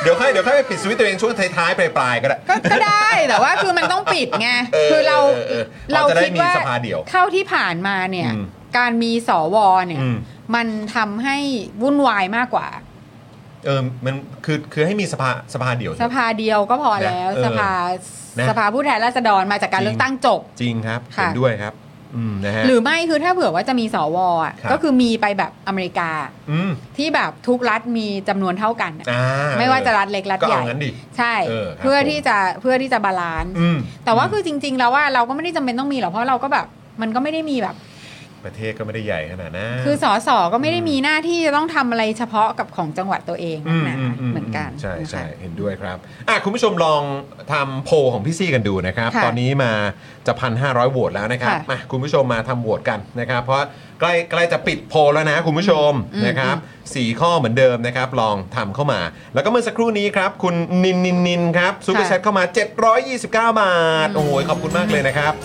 Speaker 2: เดี๋ยวค่อยเดี๋ยวค่อยไปปิดสวิตช์ตัวเองช่วงท้าย ๆ ปลาย ๆ ก็ได้
Speaker 3: ก็ก็ได้ แต่ว่าคือมันต้องปิดไง
Speaker 2: เออ
Speaker 3: คือเรา
Speaker 2: เออเออ
Speaker 3: เรา
Speaker 2: เราจะได้
Speaker 3: คิดว่า
Speaker 2: มีสภาเดี่ยว
Speaker 3: เท่าที่ผ่านมาเนี่ย
Speaker 2: อืม
Speaker 3: การมีสวเนี่ย
Speaker 2: อืม
Speaker 3: มันทำให้วุ่นวายมากกว่า
Speaker 2: เออมันคือคือให้มีสภาสภาเดี่ยว
Speaker 3: สภาเดียวก็พอแล้ว
Speaker 2: นะเออ
Speaker 3: สภา
Speaker 2: นะ
Speaker 3: สภาผู้แทนราษฎรมาจากการ
Speaker 2: จริง
Speaker 3: เลือกตั้งจบ
Speaker 2: จริงครับ
Speaker 3: ค่ะ
Speaker 2: เห็นด้วยครับ อืมนะฮะ
Speaker 3: หรือไม่คือถ้าเผื่อว่าจะมีสวอ่ะ
Speaker 2: ครับ
Speaker 3: ก็คือมีไปแบบอเมริกา
Speaker 2: อืม
Speaker 3: ที่แบบทุกรัฐมีจำนวนเท่ากันอะ
Speaker 2: อ่า
Speaker 3: ไม่ว่าจะ
Speaker 2: เออ
Speaker 3: รัฐเล็กรัฐ
Speaker 2: ก็
Speaker 3: ใหญ่
Speaker 2: เอางั้นดิ
Speaker 3: ใช่
Speaker 2: เออครับ
Speaker 3: เพื่อ
Speaker 2: ผม
Speaker 3: ที่จะเพื่อที่จะบาลานซ์
Speaker 2: อืม
Speaker 3: แต่ว่าคือจริง ๆ แล้วว่าเราก็ไม่ได้จำเป็นต้องมีหรอกเพราะเราก็แบบมันก็ไม่ได้มีแบบ
Speaker 2: ประเทศก็ไม่ได้ใหญ่ขนาดนั้น
Speaker 3: คือสสก็ไม่ได้มีหน้าที่จะต้องทำอะไรเฉพาะกับของจังหวัดตัวเอง
Speaker 2: อืม
Speaker 3: นะ
Speaker 2: อืมอืม
Speaker 3: เหมือนกัน
Speaker 2: ใช่ใช่
Speaker 3: นะคะ
Speaker 2: เห็นด้วยครับอ่ะคุณผู้ชมลองทำโพลของพี่ซี่กันดูนะครับ
Speaker 3: ค่ะ
Speaker 2: ตอนนี้มาจะพันห้าร้อยโหวตแล้วนะครับ
Speaker 3: ค่ะ
Speaker 2: มาคุณผู้ชมมาทำโหวตกันนะครับ เพราะใกล้ใกล้จะปิดโพลแล้วนะคุณผู้ชม
Speaker 3: อืม
Speaker 2: นะครับ
Speaker 3: อื
Speaker 2: สี่ข้อเหมือนเดิมนะครับ ลองทำเข้ามา แล้วก็เมื่อสักครู่นี้ครับ คุณนินนินนินครับซูเปอร์แชทเข้ามา 729 บาท โอ้โหขอบคุณมากเลยนะครับ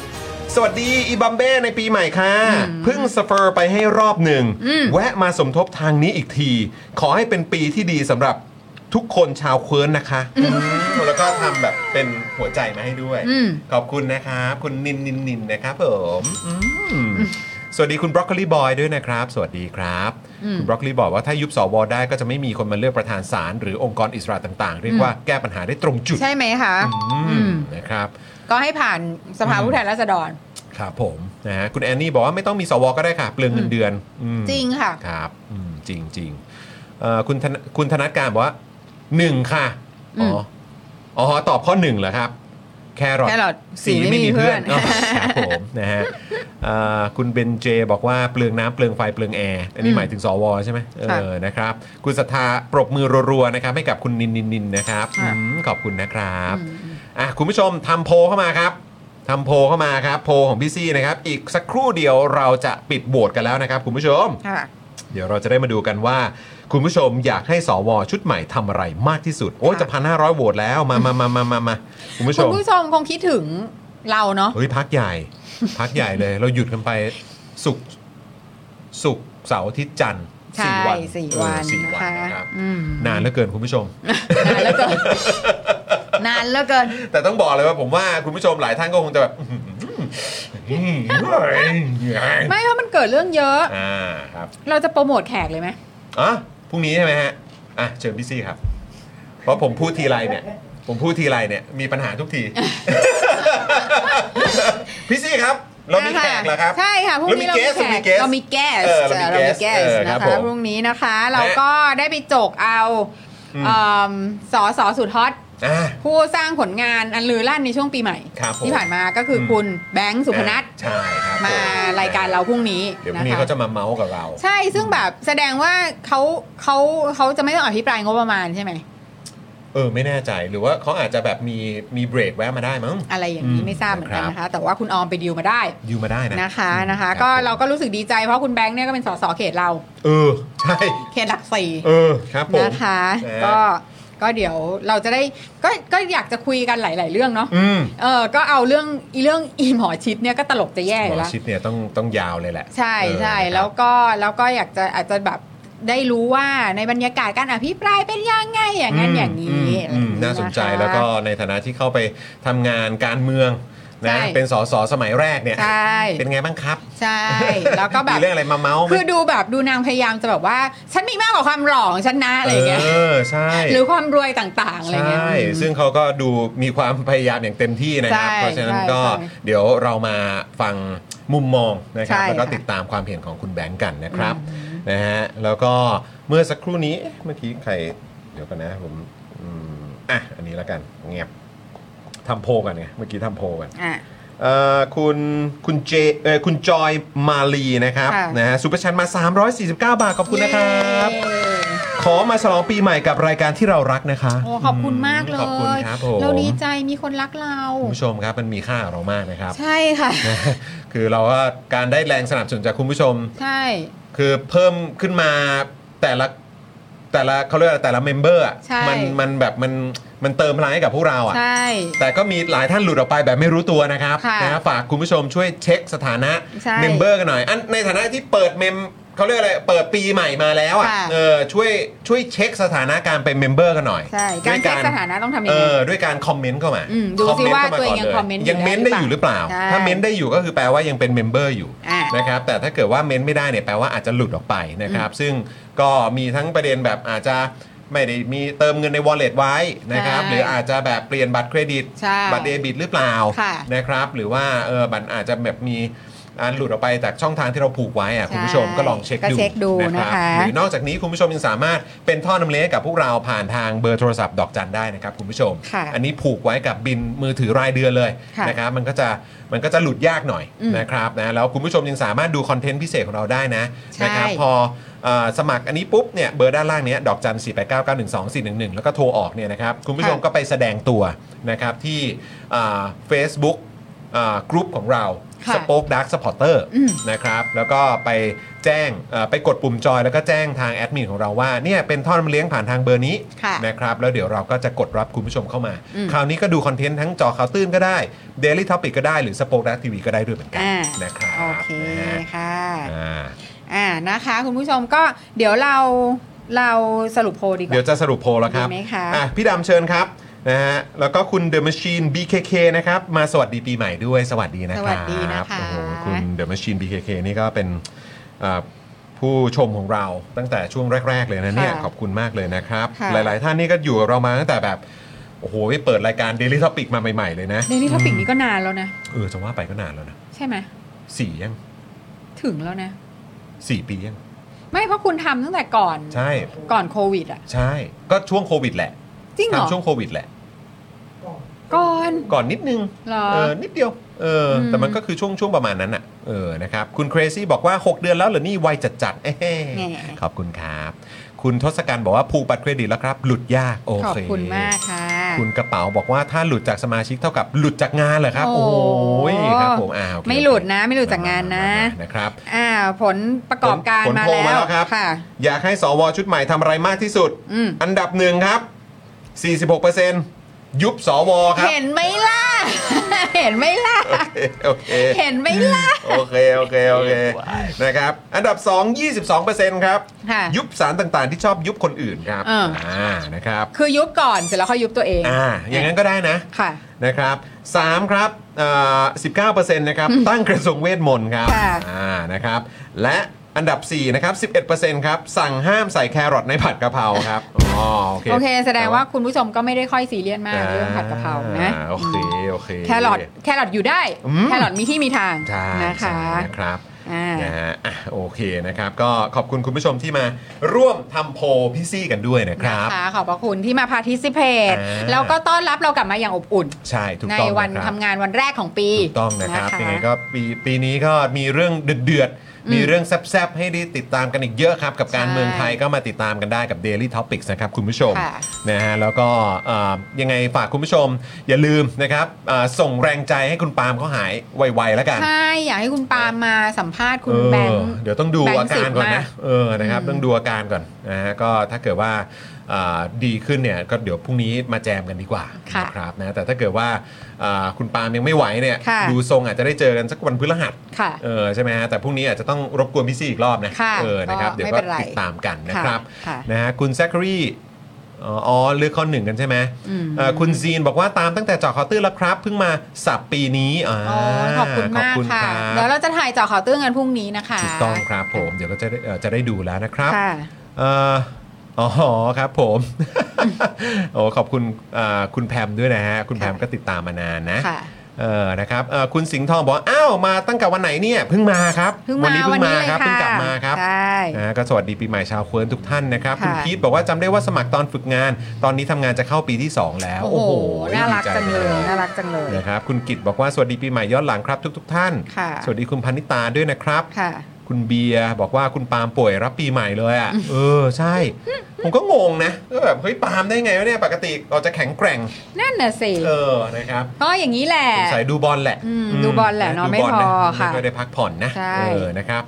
Speaker 2: สวัสดีอีบัมเบ้ในปีใหม่ค่ะเพิ่งสเฟอร์ไปให้รอบหนึ่ง แวะมาสมทบทางนี้อีกที ขอให้เป็นปีที่ดีสำหรับทุกคนชาวเควิร์นนะคะ แล้วก็ทำแบบเป็นหัวใจมาให้ด้วย
Speaker 3: อืม
Speaker 2: ขอบคุณนะครับ คุณนินนินนินนะครับผมอืมสวัสดีคุณบรอกโคลีบอยด้วยนะครับ สวัสดีครับ คุณบรอกโคลีบอกว่าถ้ายุบสวได้ก็จะไม่มีคนมาเลือกประธานศาลหรือองค์กรอิสระต่างๆ เรียกว่าแก้ปัญหาได้ตรงจุด
Speaker 3: ใช่ไหมคะ
Speaker 2: อืม
Speaker 3: อืม
Speaker 2: นะครับ
Speaker 3: ก็ให้ผ่านสภาผู้แทนราษฎร
Speaker 2: ครับผมนะฮะคุณแอนนี่บอกว่าไม่ต้องมีสวก็ได้ค่ะ เปลืองเงินเดือนอืม
Speaker 3: จริงค่ะ
Speaker 2: ครับอืมจริงจริงเอ่อคุณธนคุณธนัทการบอกว่าหนึ่งค่ะอ๋อออ๋อตอบข้อหนึ่งเหรอครับ แครอท
Speaker 3: แครอท
Speaker 2: สีไม่มีเพื่อน
Speaker 3: สีไม่มีเพื่อน
Speaker 2: อ๋อครับผมนะฮะเอ่อคุณเบนเจบอกว่าเปลืองน้ำเปลืองไฟเปลืองแอร์อันนี้หมายถึงสวใช่ไหมเออนะครับ คุณศรัทธาปรบมือรัวๆนะครับให้กับคุณนินนินนินนะครับอืมขอบคุณนะครับ อ่ะคุณผู้ชมทำโพลเข้ามาครับทำโพลเข้ามาครับ โพลของพี่ซี่นะครับ อีกสักครู่เดียวเราจะปิดโหวตกันแล้วนะครับ คุณผู้ชม
Speaker 3: ค่ะ
Speaker 2: เดี๋ยวเราจะได้มาดูกันว่า คุณผู้ชมอยากให้สวชุดใหม่ทำอะไรมากที่สุด โอ้ย
Speaker 3: ค่ะ
Speaker 2: จะพันห้าร้อยโหวตแล้วมามามามามามาคุณผู้ช
Speaker 3: คุณ
Speaker 2: ม
Speaker 3: ผู้ชมคงคิดถึงเราเนาะ
Speaker 2: เฮ้ยพักใหญ่ พักใหญ่เลย เราหยุดกันไปสุกร์สุกร์เสาร์อาทิตย์จันทร์
Speaker 3: ใช่
Speaker 2: สี่วัน
Speaker 3: สี่
Speaker 2: เออ
Speaker 3: วันนะ
Speaker 2: สี่วัน
Speaker 3: คะ
Speaker 2: นะครับ
Speaker 3: อืม
Speaker 2: นานเหลือเกินคุณผู้ชม
Speaker 3: นานแล้วเกินนานแล้วเกิน
Speaker 2: แต่ต้องบอกเลยว่าผมว่าคุณผู้ชมหลายท่านก็คงจะแบบ *laughs* อื้อหือ
Speaker 3: ไม่เพราะมันเกิดเรื่องเยอะ
Speaker 2: อ่าครับ
Speaker 3: เราจะโปรโมทแขกเลยไหม
Speaker 2: อ่ะพรุ่งนี้ใช่ไหมฮะอ่ะเชิญพี่ซี่ครับ เพราะผมพูดทีไรเนี่ย ผมพูดทีไรเนี่ยมีปัญหาทุกที *laughs* พี่ซี่ครับ เรามีแขกเหรอครับ
Speaker 3: ใช่ค่ะพรุ่งนี้เรามีแขก
Speaker 2: เรา
Speaker 3: เรา
Speaker 2: มี
Speaker 3: มีแกส
Speaker 2: เออเรามี
Speaker 3: เรามีแกส
Speaker 2: เออครั
Speaker 3: นะ
Speaker 2: บผ
Speaker 3: คะ
Speaker 2: ม
Speaker 3: พรุ่งนี้นะคะ เราก็ได้ไปจกเอา
Speaker 2: อืม
Speaker 3: เอิ่มสอสอสุดฮอต
Speaker 2: อ่ะ
Speaker 3: ผู้สร้างผลงานอันลือลั่นในช่วงปีใหม่
Speaker 2: ครับผม
Speaker 3: ที่ผ่านมาก็คืออ
Speaker 2: ม
Speaker 3: คุณแบงค์สุพนัท
Speaker 2: ใช่ครับผม
Speaker 3: มารายการเราพรุ่งนี้
Speaker 2: เดี๋ยวพรุ่
Speaker 3: นะ
Speaker 2: งนี้
Speaker 3: คะ
Speaker 2: เขาจะมาเมาส์กับเรา
Speaker 3: ใช่ซึ่งแบบแสดงว่าเขาเขาเขาจะไม่ต้องอภิปรายงบประมาณใช่ไหม
Speaker 2: เออไม่แน่ใจหรือว่าเขาอาจจะแบบมีมีเบรกแวะมาได้มั้ง
Speaker 3: อะไรอย่างนี้ไม่ทราบเหมือนกันนะคะ แต่ว่าคุณออมไปดีลมาได้
Speaker 2: ยูมาได้นะ
Speaker 3: นะคะนะคะ
Speaker 2: รับ
Speaker 3: ก็เราก็รู้สึกดีใจเพราะคุณแบงค์เนี่ยก็เป็นสสเขตเรา
Speaker 2: เออ ใช่
Speaker 3: เขตหลักสี่
Speaker 2: เออครับผม
Speaker 3: นะคะ
Speaker 2: เออ
Speaker 3: ก็ก็เดี๋ยวเราจะได้ก็ก็อยากจะคุยกันหลาย ๆ เรื่องเนาะ
Speaker 2: อืม
Speaker 3: เออก็เอาเรื่องอีเรื่องอีหมอชิดเนี่ยก็ตลกจะแย่อ
Speaker 2: หม
Speaker 3: ยู่
Speaker 2: อ
Speaker 3: แล้ว
Speaker 2: ชิดเนี่ยต้องต้องยาวเลยแหละ
Speaker 3: ใช่ใช่
Speaker 2: เออ
Speaker 3: แล้วก็แล้วก็อยากจะอาจจะแบบได้รู้ว่าในบรรยากาศการอภิปรายเป็นยังไงอย่างนั้นอย่างนี้
Speaker 2: อืมอืมน่าสนใจแล้วก็
Speaker 3: ะคะ
Speaker 2: ในฐานะที่เข้าไปทำงานการเมืองนะ
Speaker 3: ใช่
Speaker 2: เป็นสสสมัยแรกเนี่ย
Speaker 3: ใช่
Speaker 2: เป็นไงบ้างครับ
Speaker 3: ใช่
Speaker 2: *laughs*
Speaker 3: แล้วก็แบบ
Speaker 2: มีเรื่องอะไรมาเมาส์ไหม
Speaker 3: คือดูแบบดูนางพยายามจะแบบว่า ฉันมีมากกว่าความหล่อของฉันนะอะไรอย่างเงี้ย
Speaker 2: เออใช่
Speaker 3: หรือความรวยต่าง ๆอะไร
Speaker 2: ใช
Speaker 3: เงี้ย
Speaker 2: ่ ซึ่งเขาก็ดูมีความพยายามอย่างเต็มที่นะครับ
Speaker 3: ใช่
Speaker 2: เพราะฉะนั้น
Speaker 3: ใช่
Speaker 2: ก็
Speaker 3: ใช่
Speaker 2: เดี๋ยวเรามาฟังมุมมองนะครับ
Speaker 3: ใช่
Speaker 2: แล้วก็
Speaker 3: ค่ะ
Speaker 2: ติดตามความเห็นของคุณแบงก์กันนะครับนะฮะแล้วก็เมื่อสักครู่นี้เอ๊ะเมื่อกี้ใครเดี๋ยวกันนะผมอืมอ่ะอันนี้แล้วกันเงียบทำโพลกันไงเมื่อกี้ทำโพลกัน
Speaker 3: อ่ะ
Speaker 2: เอ่อคุณคุณเจเอ่อคุณจอยมาลีนะครับ
Speaker 3: ค่ะ
Speaker 2: นะฮะซูเปอร์ชันมา 349 บาท ขอบคุณนะครับ ขอมาฉลองปีใหม่กับรายการที่เรารักนะคะ
Speaker 3: โอ้ขอบคุณมากเลย
Speaker 2: ขอบคุณครับผม
Speaker 3: เราดีใจมีคนรักเรา
Speaker 2: คุณผู้ชมครับมันมีค่ากับเรามากนะครับ *laughs*
Speaker 3: ใช่ค่ะ
Speaker 2: คือเราว่าการได้แรงสนับสนุนจากคุณผู้ชม
Speaker 3: ใช่
Speaker 2: คือเพิ่มขึ้นมาแต่ละแต่ละเขาเรียกว่าแต่ละเมมเบอร์อ่ะ
Speaker 3: ใช่
Speaker 2: มันมันแบบมันมันเติมพลังให้กับพวกเราอ่ะ
Speaker 3: ใช่
Speaker 2: แต่ก็มีหลายท่านหลุดออกไปแบบไม่รู้ตัวนะครับ
Speaker 3: ค่ะ
Speaker 2: นะฮะฝากคุณผู้ชมช่วยเช็คสถานะ
Speaker 3: ใช่
Speaker 2: เมมเบอร์กันหน่อย อันในฐานะที่เปิดเมมเขาเรียกอะไรเปิดปีใหม่มาแล้วอ่ะ
Speaker 3: ค่ะ
Speaker 2: เออช่วยช่วยเช็คสถานะการเป็นเมมเบอร์กันหน่อย
Speaker 3: ใช่ การ
Speaker 2: ด้วย
Speaker 3: เช็คสถานะต้องทำยั
Speaker 2: เอง
Speaker 3: ไง
Speaker 2: อด้วยการคอมเมนต์เข้ามา
Speaker 3: อืมดูสิ
Speaker 2: คอมเมนต์
Speaker 3: ว่า
Speaker 2: ข้ม
Speaker 3: ตัวเองยัง
Speaker 2: ก่ล
Speaker 3: คอมเมนต์อยู่
Speaker 2: ยังเมนต์ได้อยู่หรือเปล่า
Speaker 3: ใช่
Speaker 2: ถ้าเมนต์ได้อยู่ก็คือแปลว่ายังเป็นเมมเบอร์อยู่
Speaker 3: อ่าน
Speaker 2: นะครับแต่ถ้าเกิดว่าเมนต์ไม่ได้เนี่ยแปลว่าอาจจะหลุดออกไปนะครับซึ่งก็มีทั้งประเด็นแบบอาจจะไม่ได้มีเติมเงินใน wallet ไว้นะครับ
Speaker 3: ใช่
Speaker 2: หรืออาจจะแบบเปลี่ยนบัตรเครดิต
Speaker 3: ใช่
Speaker 2: บัตรเดบิตหรือเปล่า
Speaker 3: ค่ะ
Speaker 2: นะครับ หรือว่าเออบัตรอาจจะแบบมีอันหลุดออกไปจากช่องทางที่เราผูกไว้อะ
Speaker 3: ใช่
Speaker 2: คุณผู้ชมก็ลองเช็ค
Speaker 3: ก็
Speaker 2: ดู
Speaker 3: เช็คดู
Speaker 2: รับ
Speaker 3: นะคะ
Speaker 2: หรือนอกจากนี้คุณผู้ชมยังสามารถเป็นท่อนำเลี้ยงให้กับพวกเราผ่านทางเบอร์โทรศัพท์ดอกจันได้นะครับคุณผู้ชม
Speaker 3: ค่ะ
Speaker 2: อันนี้ผูกไว้กับบินมือถือรายเดือนเลย
Speaker 3: ค่ะ
Speaker 2: นะครับมันก็จะมันก็จะหลุดยากหน่อย
Speaker 3: อืม
Speaker 2: นะครับนะแล้วคุณผู้ชมยังสามารถดูคอนเทนต์พิเศษของเราได้นะ
Speaker 3: ใช่
Speaker 2: นะครับพอ เอ่อสมัครอันนี้ปุ๊บเนี่ยเบอร์ด้านล่างเนี้ยดอกจัน 4 8 9 9 1 2 4 1 1 แล้วก็โทรออกเนี่ยนะครับคุณผู้ชม
Speaker 3: ค่ะ
Speaker 2: ก็ไปแสดงตัวนะครับที่เฟซบุ๊กกรุ๊ปของเรา
Speaker 3: ค่ะ
Speaker 2: สป็อคดักสปอร์เตอร์
Speaker 3: อืม
Speaker 2: นะครับแล้วก็ไปแจ้งเอ่อไปกดปุ่มจอยแล้วก็แจ้งทางแอดมินของเราว่าเนี่ยเป็นท่อนำเลี้ยงผ่านทางเบอร์นี้
Speaker 3: ค่ะ
Speaker 2: นะครับแล้วเดี๋ยวเราก็จะกดรับคุณผู้ชมเข้ามา
Speaker 3: อืม
Speaker 2: คราวนี้ก็ดูคอนเทนต์ทั้งจอข่าวตื้นก็ได้ Daily Topic ก็ได้หรือสป็อคดักทีวีก็ได้ด้วยเหมือนกัน
Speaker 3: อ่าน
Speaker 2: นะครับ
Speaker 3: โอเค
Speaker 2: นะฮะ
Speaker 3: ค่ะ
Speaker 2: อ่า
Speaker 3: อ่านะคะ คุณผู้ชมก็เดี๋ยวเราเราสรุปโพลดีก
Speaker 2: เดี๋ยว
Speaker 3: ว่า
Speaker 2: จะสรุปโพลแล้วครับ
Speaker 3: ดีไหมคะ
Speaker 2: อ่พี่ดำเชิญครับนะฮะ แล้วก็คุณ The Machine BKK นะครับ มาสวัสดีปีใหม่ด้วย สวัสดีนะครับ
Speaker 3: สวัสดีนะคะ
Speaker 2: โอ้โหคุณ The Machine BKK นี่ก็เป็นเอ่อผู้ชมของเราตั้งแต่ช่วงแรก ๆ เลยนะเนี่ย
Speaker 3: ค่ะ
Speaker 2: ขอบคุณมากเลยนะครับ
Speaker 3: ค่ะ
Speaker 2: หลาย ๆ ท่านนี่ก็อยู่กับเรามาตั้งแต่แบบ โอ้โหไปเปิดรายการ Daily Topic มาใหม่ ๆ เลยนะ
Speaker 3: เดลี่ท็อปิกนี้ก็นานแล้วนะ
Speaker 2: เออ จะว่าไปก็นานแล้วนะ
Speaker 3: ใช่ไหม
Speaker 2: สี่ยัง
Speaker 3: ถึงแล้วนะ
Speaker 2: สี่ปียัง
Speaker 3: ไม่เพราะคุณทำตั้งแต่ก่อน
Speaker 2: ใช่
Speaker 3: ก่อนโควิดอ่ะ
Speaker 2: ใช่ ก็ช่วงโควิดแหละ
Speaker 3: จริงเหรอ
Speaker 2: ทำช่วงโควิดแหละ
Speaker 3: ก่อน
Speaker 2: ก่อนนิดนึง
Speaker 3: เหรอ
Speaker 2: เออนิดเดียวเอออ
Speaker 3: ม
Speaker 2: แต่มันก็คือช่วงช่วงประมาณนั้นอ่ะเออนะครับคุณเครซี่บอกว่า 6 เดือนแล้วเหรอนี่ไวจัดจัดๆเอ้
Speaker 3: แหม
Speaker 2: ขอบคุณครับ คุณทศกัณฐ์บอกว่าผูกบัตรเครดิตแล้วครับ หลุดยากโอ
Speaker 3: ขอบ
Speaker 2: เค
Speaker 3: คุณมากค่ะ
Speaker 2: คุณกระเป๋าบอกว่าถ้าหลุดจากสมาชิกเท่ากับหลุดจากงานเหรอครับ
Speaker 3: โอ้
Speaker 2: โอ้
Speaker 3: โห
Speaker 2: ยครับผมอ้าวโอเค
Speaker 3: ไม่หลุดนะ ไม่หลุดจากงานนะ
Speaker 2: มาๆนะครับ
Speaker 3: อ่าผลประกอบการ
Speaker 2: ผล
Speaker 3: มา
Speaker 2: โพล
Speaker 3: แล้
Speaker 2: มาว แล้วครับ
Speaker 3: ค่ะ
Speaker 2: อยากให้สวชุดใหม่ทำอะไรมากที่สุด
Speaker 3: อืม
Speaker 2: อันดับหนึ่งครับ 46%ยุบสวครับ
Speaker 3: เห็นไหมล่ะ *laughs* เห็นไหมล่ะ
Speaker 2: โอเค
Speaker 3: เห็นไหมล่ะ
Speaker 2: โอเค โอเค โอเค นะครับ อันดับ 2 22 ครับ
Speaker 3: ค่ะ
Speaker 2: ยุบสารต่างๆ ที่ชอบยุบคนอื่นครับ
Speaker 3: เอออ่
Speaker 2: นะครับ
Speaker 3: คือยุบก่อนเสร็จแล้วค่อยยุบตัวเอง
Speaker 2: อ่า อย่างนั้นก็ได้นะ
Speaker 3: ค่ะ
Speaker 2: นะครับ3ครับเอ่อ19%นะครับ ตั้งกระทรวงเวทมนต์ครับ
Speaker 3: ค่ะ
Speaker 2: อ่า นะครับ และอันดับ 4 นะครับ 11%ครับ สั่งห้ามใส่แครอทในผัดกะเพราครับ อ๋อ โอเค
Speaker 3: โอเค แสดงว่าคุณผู้ชมก็ไม่ได้ค่อยซีเรียสมากเรื่องผัดกะเพรานะ
Speaker 2: อ่าโอเค โอเค
Speaker 3: แครอทแครอทอยู่ได้
Speaker 2: อืม
Speaker 3: แครอทมีที่มีทาง
Speaker 2: ใช่
Speaker 3: นะ
Speaker 2: ใช่
Speaker 3: คะ
Speaker 2: นะครับ
Speaker 3: อ่า
Speaker 2: นะฮะอ่ะโอเคนะครับ ก็ขอบคุณคุณผู้ชมที่มาร่วมทำโพลพี่ซี่กันด้วยนะครับ
Speaker 3: นะคะขอบพระคุณที่มาพาทิสิเพต
Speaker 2: อ่า
Speaker 3: แล้วก็ต้อนรับเรากลับมาอย่างอบอุ่น
Speaker 2: ใช่ถูก
Speaker 3: ใน
Speaker 2: ต้อง
Speaker 3: วัน
Speaker 2: นะครับ
Speaker 3: ทำงานวันแรกของปี
Speaker 2: ถูกต้องนะครับ
Speaker 3: ะะ
Speaker 2: ยังไงก็ปีปีนี้ก็มีเรื่องเดือด มีเรื่องแซ่บๆให้ได้ติดตามกันอีกเยอะครับกับการ
Speaker 3: ใช่
Speaker 2: เมืองไทยก็มาติดตามกันได้กับ Daily Topics นะครับคุณผู้ชม
Speaker 3: ค่ะ
Speaker 2: นะฮะแล้วก็เอ่อยังไงฝากคุณผู้ชม อย่าลืมนะครับเอ่อส่งแรงใจให้คุณปาล์มเขาหายไวๆแล้วกัน
Speaker 3: ใช่อยากให้คุณปาล์มมาสัมภาษณ์คุณ
Speaker 2: เออ
Speaker 3: แบงค์
Speaker 2: เดี๋ยวต้องดู
Speaker 3: แบงค์
Speaker 2: อาการก่อนนะ
Speaker 3: สิบมาก
Speaker 2: เออนะครับต้องดูอาการก่อนนะฮะก็ถ้าเกิดว่าอ่าดีขึ้นเนี่ยก็เดี๋ยวพรุ่งนี้มาแจมกันดีกว่า
Speaker 3: ค่ะ
Speaker 2: นะครับนะแต่ถ้าเกิดว่าอ่าคุณปาล์มยังไม่ไหวเนี่ย
Speaker 3: ค่ะ
Speaker 2: ดูทรงอาจจะได้เจอกันสักวันพฤหัส
Speaker 3: ค่ะ
Speaker 2: เออใช่ไหมฮะแต่พรุ่งนี้อาจจะต้องรบกวนพี่ซี่อีกรอบนะ
Speaker 3: ค่ะ
Speaker 2: เออนะครับ
Speaker 3: ก็
Speaker 2: เดี๋ยว
Speaker 3: ไม่
Speaker 2: ก็
Speaker 3: เป็นไร
Speaker 2: ติดตามกันนะครับ
Speaker 3: ค่ะค่ะ
Speaker 2: นะฮะคุณแซคคารีอ๋ออ๋อเลือกข้อหนึ่งกันใช่ไหม
Speaker 3: อืม
Speaker 2: เอ่อคุณซีนบอกว่าตามตั้งแต่เจอคอตื้นแล้วครับเพิ่งมาสับปีนี้า
Speaker 3: อ๋อขอบคุณมากค่ะ
Speaker 2: รับ
Speaker 3: เดี๋ยวเราจะถ่ายเจาะข่าวตื้นกันพรุ่งนี้นะคะ
Speaker 2: ถูกต้องครับผมเดี๋ยวก็จะได้เอ่อจะได้ดูแล้วนะครับ
Speaker 3: ค่ะ
Speaker 2: เอ่ออ๋อครับผม *laughs* โอ้ขอบคุณอ่าคุณแพมด้วยนะฮะ คุณแพมก็ติดตามมานานนะ
Speaker 3: ค่ะ
Speaker 2: เออนะครับเอ่อคุณสิงห์ทองบอกว่าอ้าวมาตั้งแต่วันไหนเนี่ยเพิ่งมาครับ
Speaker 3: เพิ่งมา
Speaker 2: นี้เพิ่
Speaker 3: วัน
Speaker 2: ง
Speaker 3: นี้
Speaker 2: มา
Speaker 3: เลย
Speaker 2: ครั
Speaker 3: ค่ะ
Speaker 2: เพิ่งกลับมาครับ
Speaker 3: ใช่
Speaker 2: นะฮะก็สวัสดีปีใหม่ชาวเควิร์นทุกท่านนะครับ คุณ
Speaker 3: ค่ะ
Speaker 2: พีทบอกว่าจำได้ว่าสมัครตอนฝึกงาน ตอนนี้ทำงานจะเข้าปีที่สองแล้ว
Speaker 3: โอ้โหน่ารัก
Speaker 2: ดีใ
Speaker 3: จังเลย
Speaker 2: มาก
Speaker 3: น่ารักจังเลย
Speaker 2: นะครับคุณกิตบอกว่าสวัสดีปีใหม่ย้อนหลังครับทุกทกๆท่าน
Speaker 3: ค่ะ
Speaker 2: สวัสดีคุณพันิตาด้วยนะครับ
Speaker 3: ค่ะ
Speaker 2: คุณเบียร์บอกว่าคุณปาล์มป่วยรับปีใหม่เลยอ่ะ เออใช่ ผมก็งงนะก็แบบเฮ้ยปาล์มได้ไงวะเนี่ยปกติเราจะแข็งแกร่ง
Speaker 3: นั่นน่ะสิ
Speaker 2: เออนะครับ
Speaker 3: ก็อย่างนี้แหละ
Speaker 2: สงสัยดูบอลแหละ
Speaker 3: อืม
Speaker 2: ม
Speaker 3: ดูบอลแหละเนอะ
Speaker 2: ดู
Speaker 3: ไม่
Speaker 2: บล
Speaker 3: พอค่ะ
Speaker 2: ไม่อยได้พักผ่อนนะ
Speaker 3: ใช่
Speaker 2: เออนะครับ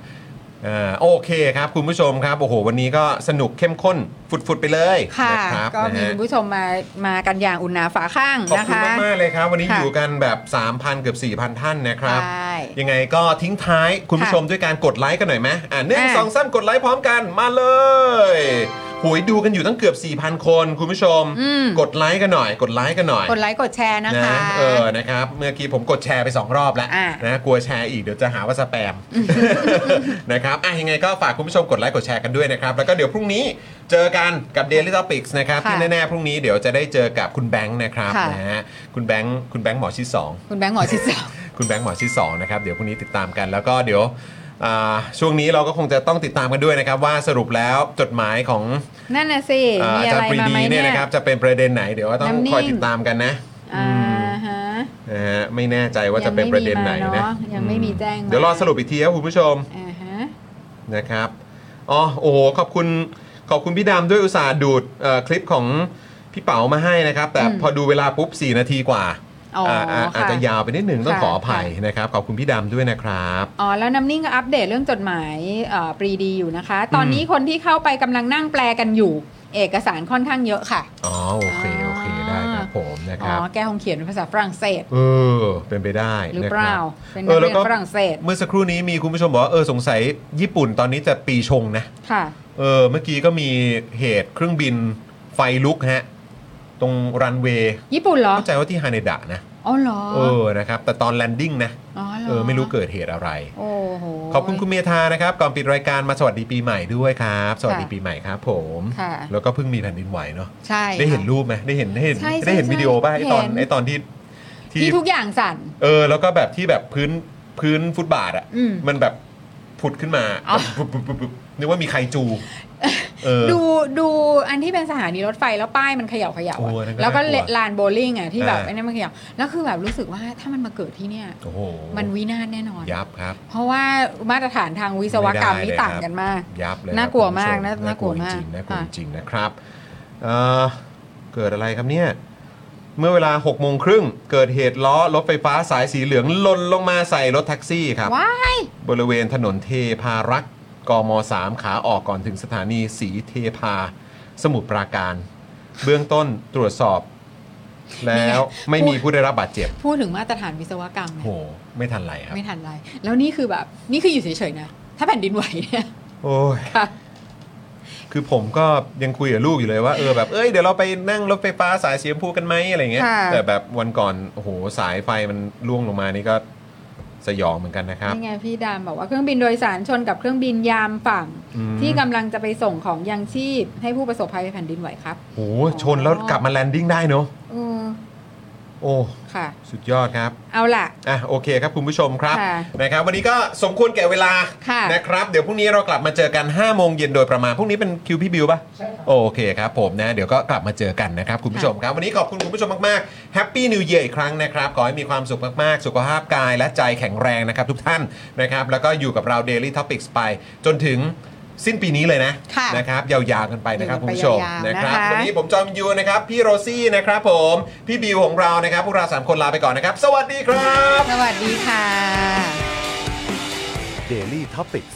Speaker 2: เออโอเคครับคุณผู้ชมครับโอ้โหวันนี้ก็สนุกเข้มข้นฟุดๆไปเลย
Speaker 3: ค่ะ
Speaker 2: นะครับ
Speaker 3: ก็มี
Speaker 2: นะฮะ
Speaker 3: คุณผู้ชมมามากันอย่างอุ่นหนาฝาข้าง
Speaker 2: ขอบ
Speaker 3: นะ
Speaker 2: คุณ
Speaker 3: คะ
Speaker 2: มาก ๆ เลยครับ วันนี้
Speaker 3: ค่ะ
Speaker 2: อยู่กันแบบ 3,000 เกือบ 4,000 ท่านนะครับ
Speaker 3: ใช่
Speaker 2: ยังไงก็ทิ้งท้ายคุณผู้ชมด้วยการกดไลค์กันหน่อยไหมอ่าหนึ่ง
Speaker 3: อ่ะ
Speaker 2: สองสามกดไลค์พร้อมกันมาเลยโหยดูกันอยู่ตั้งเกือบ 4,000 คนคุณผู้ชม
Speaker 3: อืม
Speaker 2: กดไลค์กันหน่อย กดไลค์กันหน่อย
Speaker 3: กดไลค์กดแชร์นะคะ
Speaker 2: เออนะครับ เมื่อกี้ผมกดแชร์ไป 2 รอบแล้ว
Speaker 3: อ่ะ
Speaker 2: นะกลัวแชร์อีกเดี๋ยวจะหาว่าสแป
Speaker 3: *laughs*
Speaker 2: ม นะครับอ่ะยังไงก็ฝากคุณผู้ชมกดไลค์กดแชร์กันด้วยนะครับ แล้วก็เดี๋ยวพรุ่งนี้เจอกันกับ Daily Topics นะครับ
Speaker 3: ค่ะ
Speaker 2: ที่แน่ ๆ พรุ่งนี้เดี๋ยวจะได้เจอกับคุณแบงค์นะครับ
Speaker 3: ค่ะ
Speaker 2: นะฮะคุณแบงค์คุณแบงค์หมอชิดสอง
Speaker 3: คุณแบงค์หมอชิดสอง
Speaker 2: คุณแบงค์หมอชิดสองนะครับ เดี๋ยวพรุ่งนี้ติดตามกันแล้วก็เดี๋ยวอ่าช่วงนี้เราก็คงจะต้องติดตามกันด้วยนะครับ ว่าสรุปแล้วจดหมายของ
Speaker 3: นั่นน่ะสิ
Speaker 2: อ่า
Speaker 3: มี
Speaker 2: อา
Speaker 3: อะ
Speaker 2: จาร
Speaker 3: ไร
Speaker 2: ย์ปรี
Speaker 3: มา
Speaker 2: ดี
Speaker 3: ไหม
Speaker 2: เนี่
Speaker 3: เนี่ย ย
Speaker 2: นะครับจะเป็นประเด็นไหนเดี๋ยวก็ต้อง
Speaker 3: น้ำนิ่ง
Speaker 2: คอยติดตามกันนะ
Speaker 3: อ่าฮะ
Speaker 2: นะฮะไม่แน่ใจว่าจะเป็นประเด็นไหนนะ
Speaker 3: ยังไม่มีแจ้งมา
Speaker 2: เดี๋ยวรอสรุปอีกทีครับคุณผู้ชม
Speaker 3: อ่าฮะ
Speaker 2: นะครับ อ๋อ โอ้โห ขอบคุณ ขอบคุณพี่ดำด้วยอุตส่าห์ดูดเอ่อคลิปของพี่เป๋ามาให้นะครับ แต่
Speaker 3: อืม
Speaker 2: พอดูเวลาปุ๊บ 4 นาทีกว่า
Speaker 3: อ๋ออ่
Speaker 2: าา
Speaker 3: ค่ะ
Speaker 2: อาจจะยาวไปนิดหนึ่งต้อง
Speaker 3: ค่ะ
Speaker 2: ขออภัยนะครับ ขอบคุณพี่ดำด้วยนะครับ
Speaker 3: อ๋อแล้วน้ำนิ่งก็อัปเดตเรื่องจดหมายเอ่อปรีดีอยู่นะคะ ตอนนี้คนที่เข้าไปกำลังนั่งแปลกันอยู่ เอกสารค่อนข้างเยอะค่ะ
Speaker 2: อ๋อ โอเค โอเค
Speaker 3: อ่า
Speaker 2: ได้ครับผมนะค
Speaker 3: อ๋
Speaker 2: รับ
Speaker 3: อแกคงเขียนเป็นภาษาฝรั่งเศส
Speaker 2: เออ เป็นไปได้
Speaker 3: หรือ
Speaker 2: นะ
Speaker 3: เป
Speaker 2: ครั
Speaker 3: ล่า
Speaker 2: บ
Speaker 3: เป็นนั
Speaker 2: เอ
Speaker 3: ก
Speaker 2: อแล้ว
Speaker 3: เรีย
Speaker 2: ก็
Speaker 3: นฝรั่งเศส
Speaker 2: เมื่อสักครู่นี้มีคุณผู้ชมบอกว่า เออ สงสัยญี่ปุ่นตอนนี้จะปีชงนะ
Speaker 3: ค่ะ
Speaker 2: เออ เมื่อกี้ก็มีเหตุเครื่องบินไฟลุกฮะ ตรงรันเวย์
Speaker 3: ญี่ปุ่นเหรอ
Speaker 2: เข้าใจว่าที่ฮาเนดะนะ
Speaker 3: อ๋อเหรอ
Speaker 2: เออ นะครับ แต่ตอนแลนดิ้งนะ
Speaker 3: อ๋อห
Speaker 2: เออไม่รู้เกิดเหตุอะไร
Speaker 3: โอ้โห
Speaker 2: ขอบคุณคุณเมธานะครับ ก่อนปิดรายการมาสวัสดีปีใหม่ด้วยครับ สวัสดี
Speaker 3: ค่ะ
Speaker 2: ปีใหม่ครับผม
Speaker 3: ค่ะ
Speaker 2: แล้วก็เพิ่งมีแผ่นดินไหวเนาะ
Speaker 3: ใช่
Speaker 2: ได้เห็น
Speaker 3: ค่ะ
Speaker 2: รูปไหมได้เห็นได้เห็น
Speaker 3: ใช่ใช่
Speaker 2: ได้เห็น
Speaker 3: ใช่
Speaker 2: วิดีโอป่ะไอตอน
Speaker 3: เห็น
Speaker 2: ไอตอนที่
Speaker 3: ที่ทุกอย่างสั่น
Speaker 2: เออแล้วก็แบบที่แบบพื้นพื้นฟุตบาทอ่ะ
Speaker 3: อืม
Speaker 2: มันแบบผุดขึ้นมา
Speaker 3: อ๋อ
Speaker 2: แบบปุ๊บปุ๊บปุ๊บปุ๊บนึกว่ามีใครจูเออ
Speaker 3: ดูดูอันที่เป็นสถานีรถไฟแล้วป้ายมันเขย่าเขย่า
Speaker 2: โอ้
Speaker 3: อะ
Speaker 2: นั่นก็
Speaker 3: แล้วก็
Speaker 2: น่ากลัว
Speaker 3: ลานโบลิ่งอ่ะที่แบบ
Speaker 2: อ่า
Speaker 3: ไอ้นั่นมันเขย่าแล้วคือแบบรู้สึกว่าถ้ามันมาเกิดที่เนี่ย
Speaker 2: โอ้โห
Speaker 3: มันวินาศแน่นอน
Speaker 2: ยับครับ
Speaker 3: เพราะว่ามาตรฐานทางวิศวกรรมนี่
Speaker 2: ไม่ได้เลย
Speaker 3: ต่างกันมาก
Speaker 2: ยับเลยครับ
Speaker 3: น่ากลัวมาก
Speaker 2: คุณผู้ช
Speaker 3: น่ากลัวมาก
Speaker 2: จริงๆน่ากลัว
Speaker 3: ค่ะ
Speaker 2: จริงๆนะครับเอ่อเกิดอะไรครับเนี่ย เมื่อเวลา6กโมงครึ่งเกิดเหตุล้อรถไฟฟ้าสายสีเหลืองหล่นลงมาใส่รถแท็กซี่ครับ
Speaker 3: ว้าย
Speaker 2: บริเวณถนนเทพารักษ์กม 3 ขาออกก่อนถึงสถานีสีเทพา สมุทรปราการ เบื้องต้นตรวจสอบ แล้วไม่มีผู้ได้รับบาดเจ็บ
Speaker 3: พูดถึงมาตรฐานวิศวกรรมเนี่ย
Speaker 2: โห ไม่ทันไรครับ
Speaker 3: ไม่ทันไร แล้วนี่คือแบบ นี่คืออยู่เฉยๆนะ ถ้าแผ่นดินไหวเนี่ย
Speaker 2: โอ้ย
Speaker 3: ค่ะ
Speaker 2: คือผมก็ยังคุยกับลูกอยู่เลยว่าเออแบบเอ้ยเดี๋ยวเราไปนั่งรถไฟฟ้าสายสีชมพูกันไหมอะไรเงี้ย
Speaker 3: ค่ะ
Speaker 2: แต่แบบวันก่อนโอ้โหสายไฟมันล่วงลงมานี่ก็สยองเหมือนกันนะครับ
Speaker 3: นี่ไงพี่ดามบอกว่าเครื่องบินโดยสารชนกับเครื่องบินยามฝั่ง
Speaker 2: อืม
Speaker 3: ที่กำลังจะไปส่งของยังชีพ ให้ผู้ประสบภัยแผ่นดินไหวครับ
Speaker 2: โอ้โหชนแล้วกลับมาแลนดิ้งได้เนอะ
Speaker 3: เออ
Speaker 5: โอ้
Speaker 2: ค่ะ
Speaker 5: สุดยอดครับ
Speaker 2: เอาล่ะ
Speaker 5: อ่ะโอเคครับคุณผู้ชมครับ
Speaker 2: ค่ะ
Speaker 5: นะครับ วันนี้ก็สมควรแก่เวลา
Speaker 2: ค่ะ
Speaker 5: นะครับ เดี๋ยวพรุ่งนี้เรากลับมาเจอกัน 5 โมงเย็นโดยประมาณพรุ่งนี้เป็นคิวพี่บิวป่ะใช่โอเคครับผมนะ เดี๋ยวก็กลับมาเจอกันนะครับคุณผู้ชมครับ วันนี้ขอบคุณคุณผู้ชมมากๆแฮปปี้นิวเยียร์อีกครั้งนะครับ ขอให้มีความสุขมากๆ สุขภาพกายและใจแข็งแรงนะครับทุกท่านนะครับ แล้วก็อยู่กับเรา Daily Topics ไป จนถึงสิ้นปีนี้เลยนะ
Speaker 2: ค่ะ
Speaker 5: นะครับยาวๆกันไปนะครับ
Speaker 2: อยู่
Speaker 5: คุ
Speaker 2: กั
Speaker 5: ณผู้ช
Speaker 2: นไป
Speaker 5: ม
Speaker 2: ยาวๆ
Speaker 5: นะ
Speaker 2: นะคะ
Speaker 5: ครับวันนี้ ผมจอมยูนะครับ พี่โรซี่นะครับผม พี่บิวของเรานะครับ พวกเรา 3 คนลาไปก่อนนะครับ สวัสดีครับ
Speaker 2: สวัสดีค่ะ
Speaker 8: Daily Topics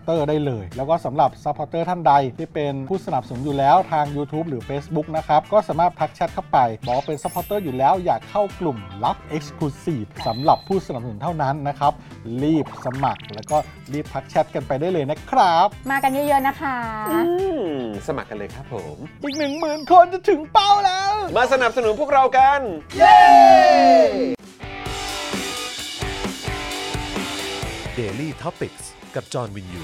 Speaker 7: ได้เลย แล้วก็สำหรับ Supporter ท่านใดที่เป็นผู้สนับสนุนอยู่แล้วทาง YouTube หรือ Facebook นะครับ ก็สามารถทักแชทเข้าไป บอกว่าเป็น Supporter อยู่แล้วอยากเข้ากลุ่มลับ Exclusive สำหรับผู้สนับสนุนเท่านั้นนะครับ รีบสมัคร แล้วก็รีบทักแชทกันไปได้เลยนะครับ
Speaker 3: มากันเยอะๆนะคะ
Speaker 5: อืมสมัครกันเลยครับผม
Speaker 7: อีก 1 0,000 คนจะถึงเป้าแล้ว
Speaker 5: มาสนับสนุนพวกเรากัน
Speaker 8: Daily Topics กับจอห์นวินยู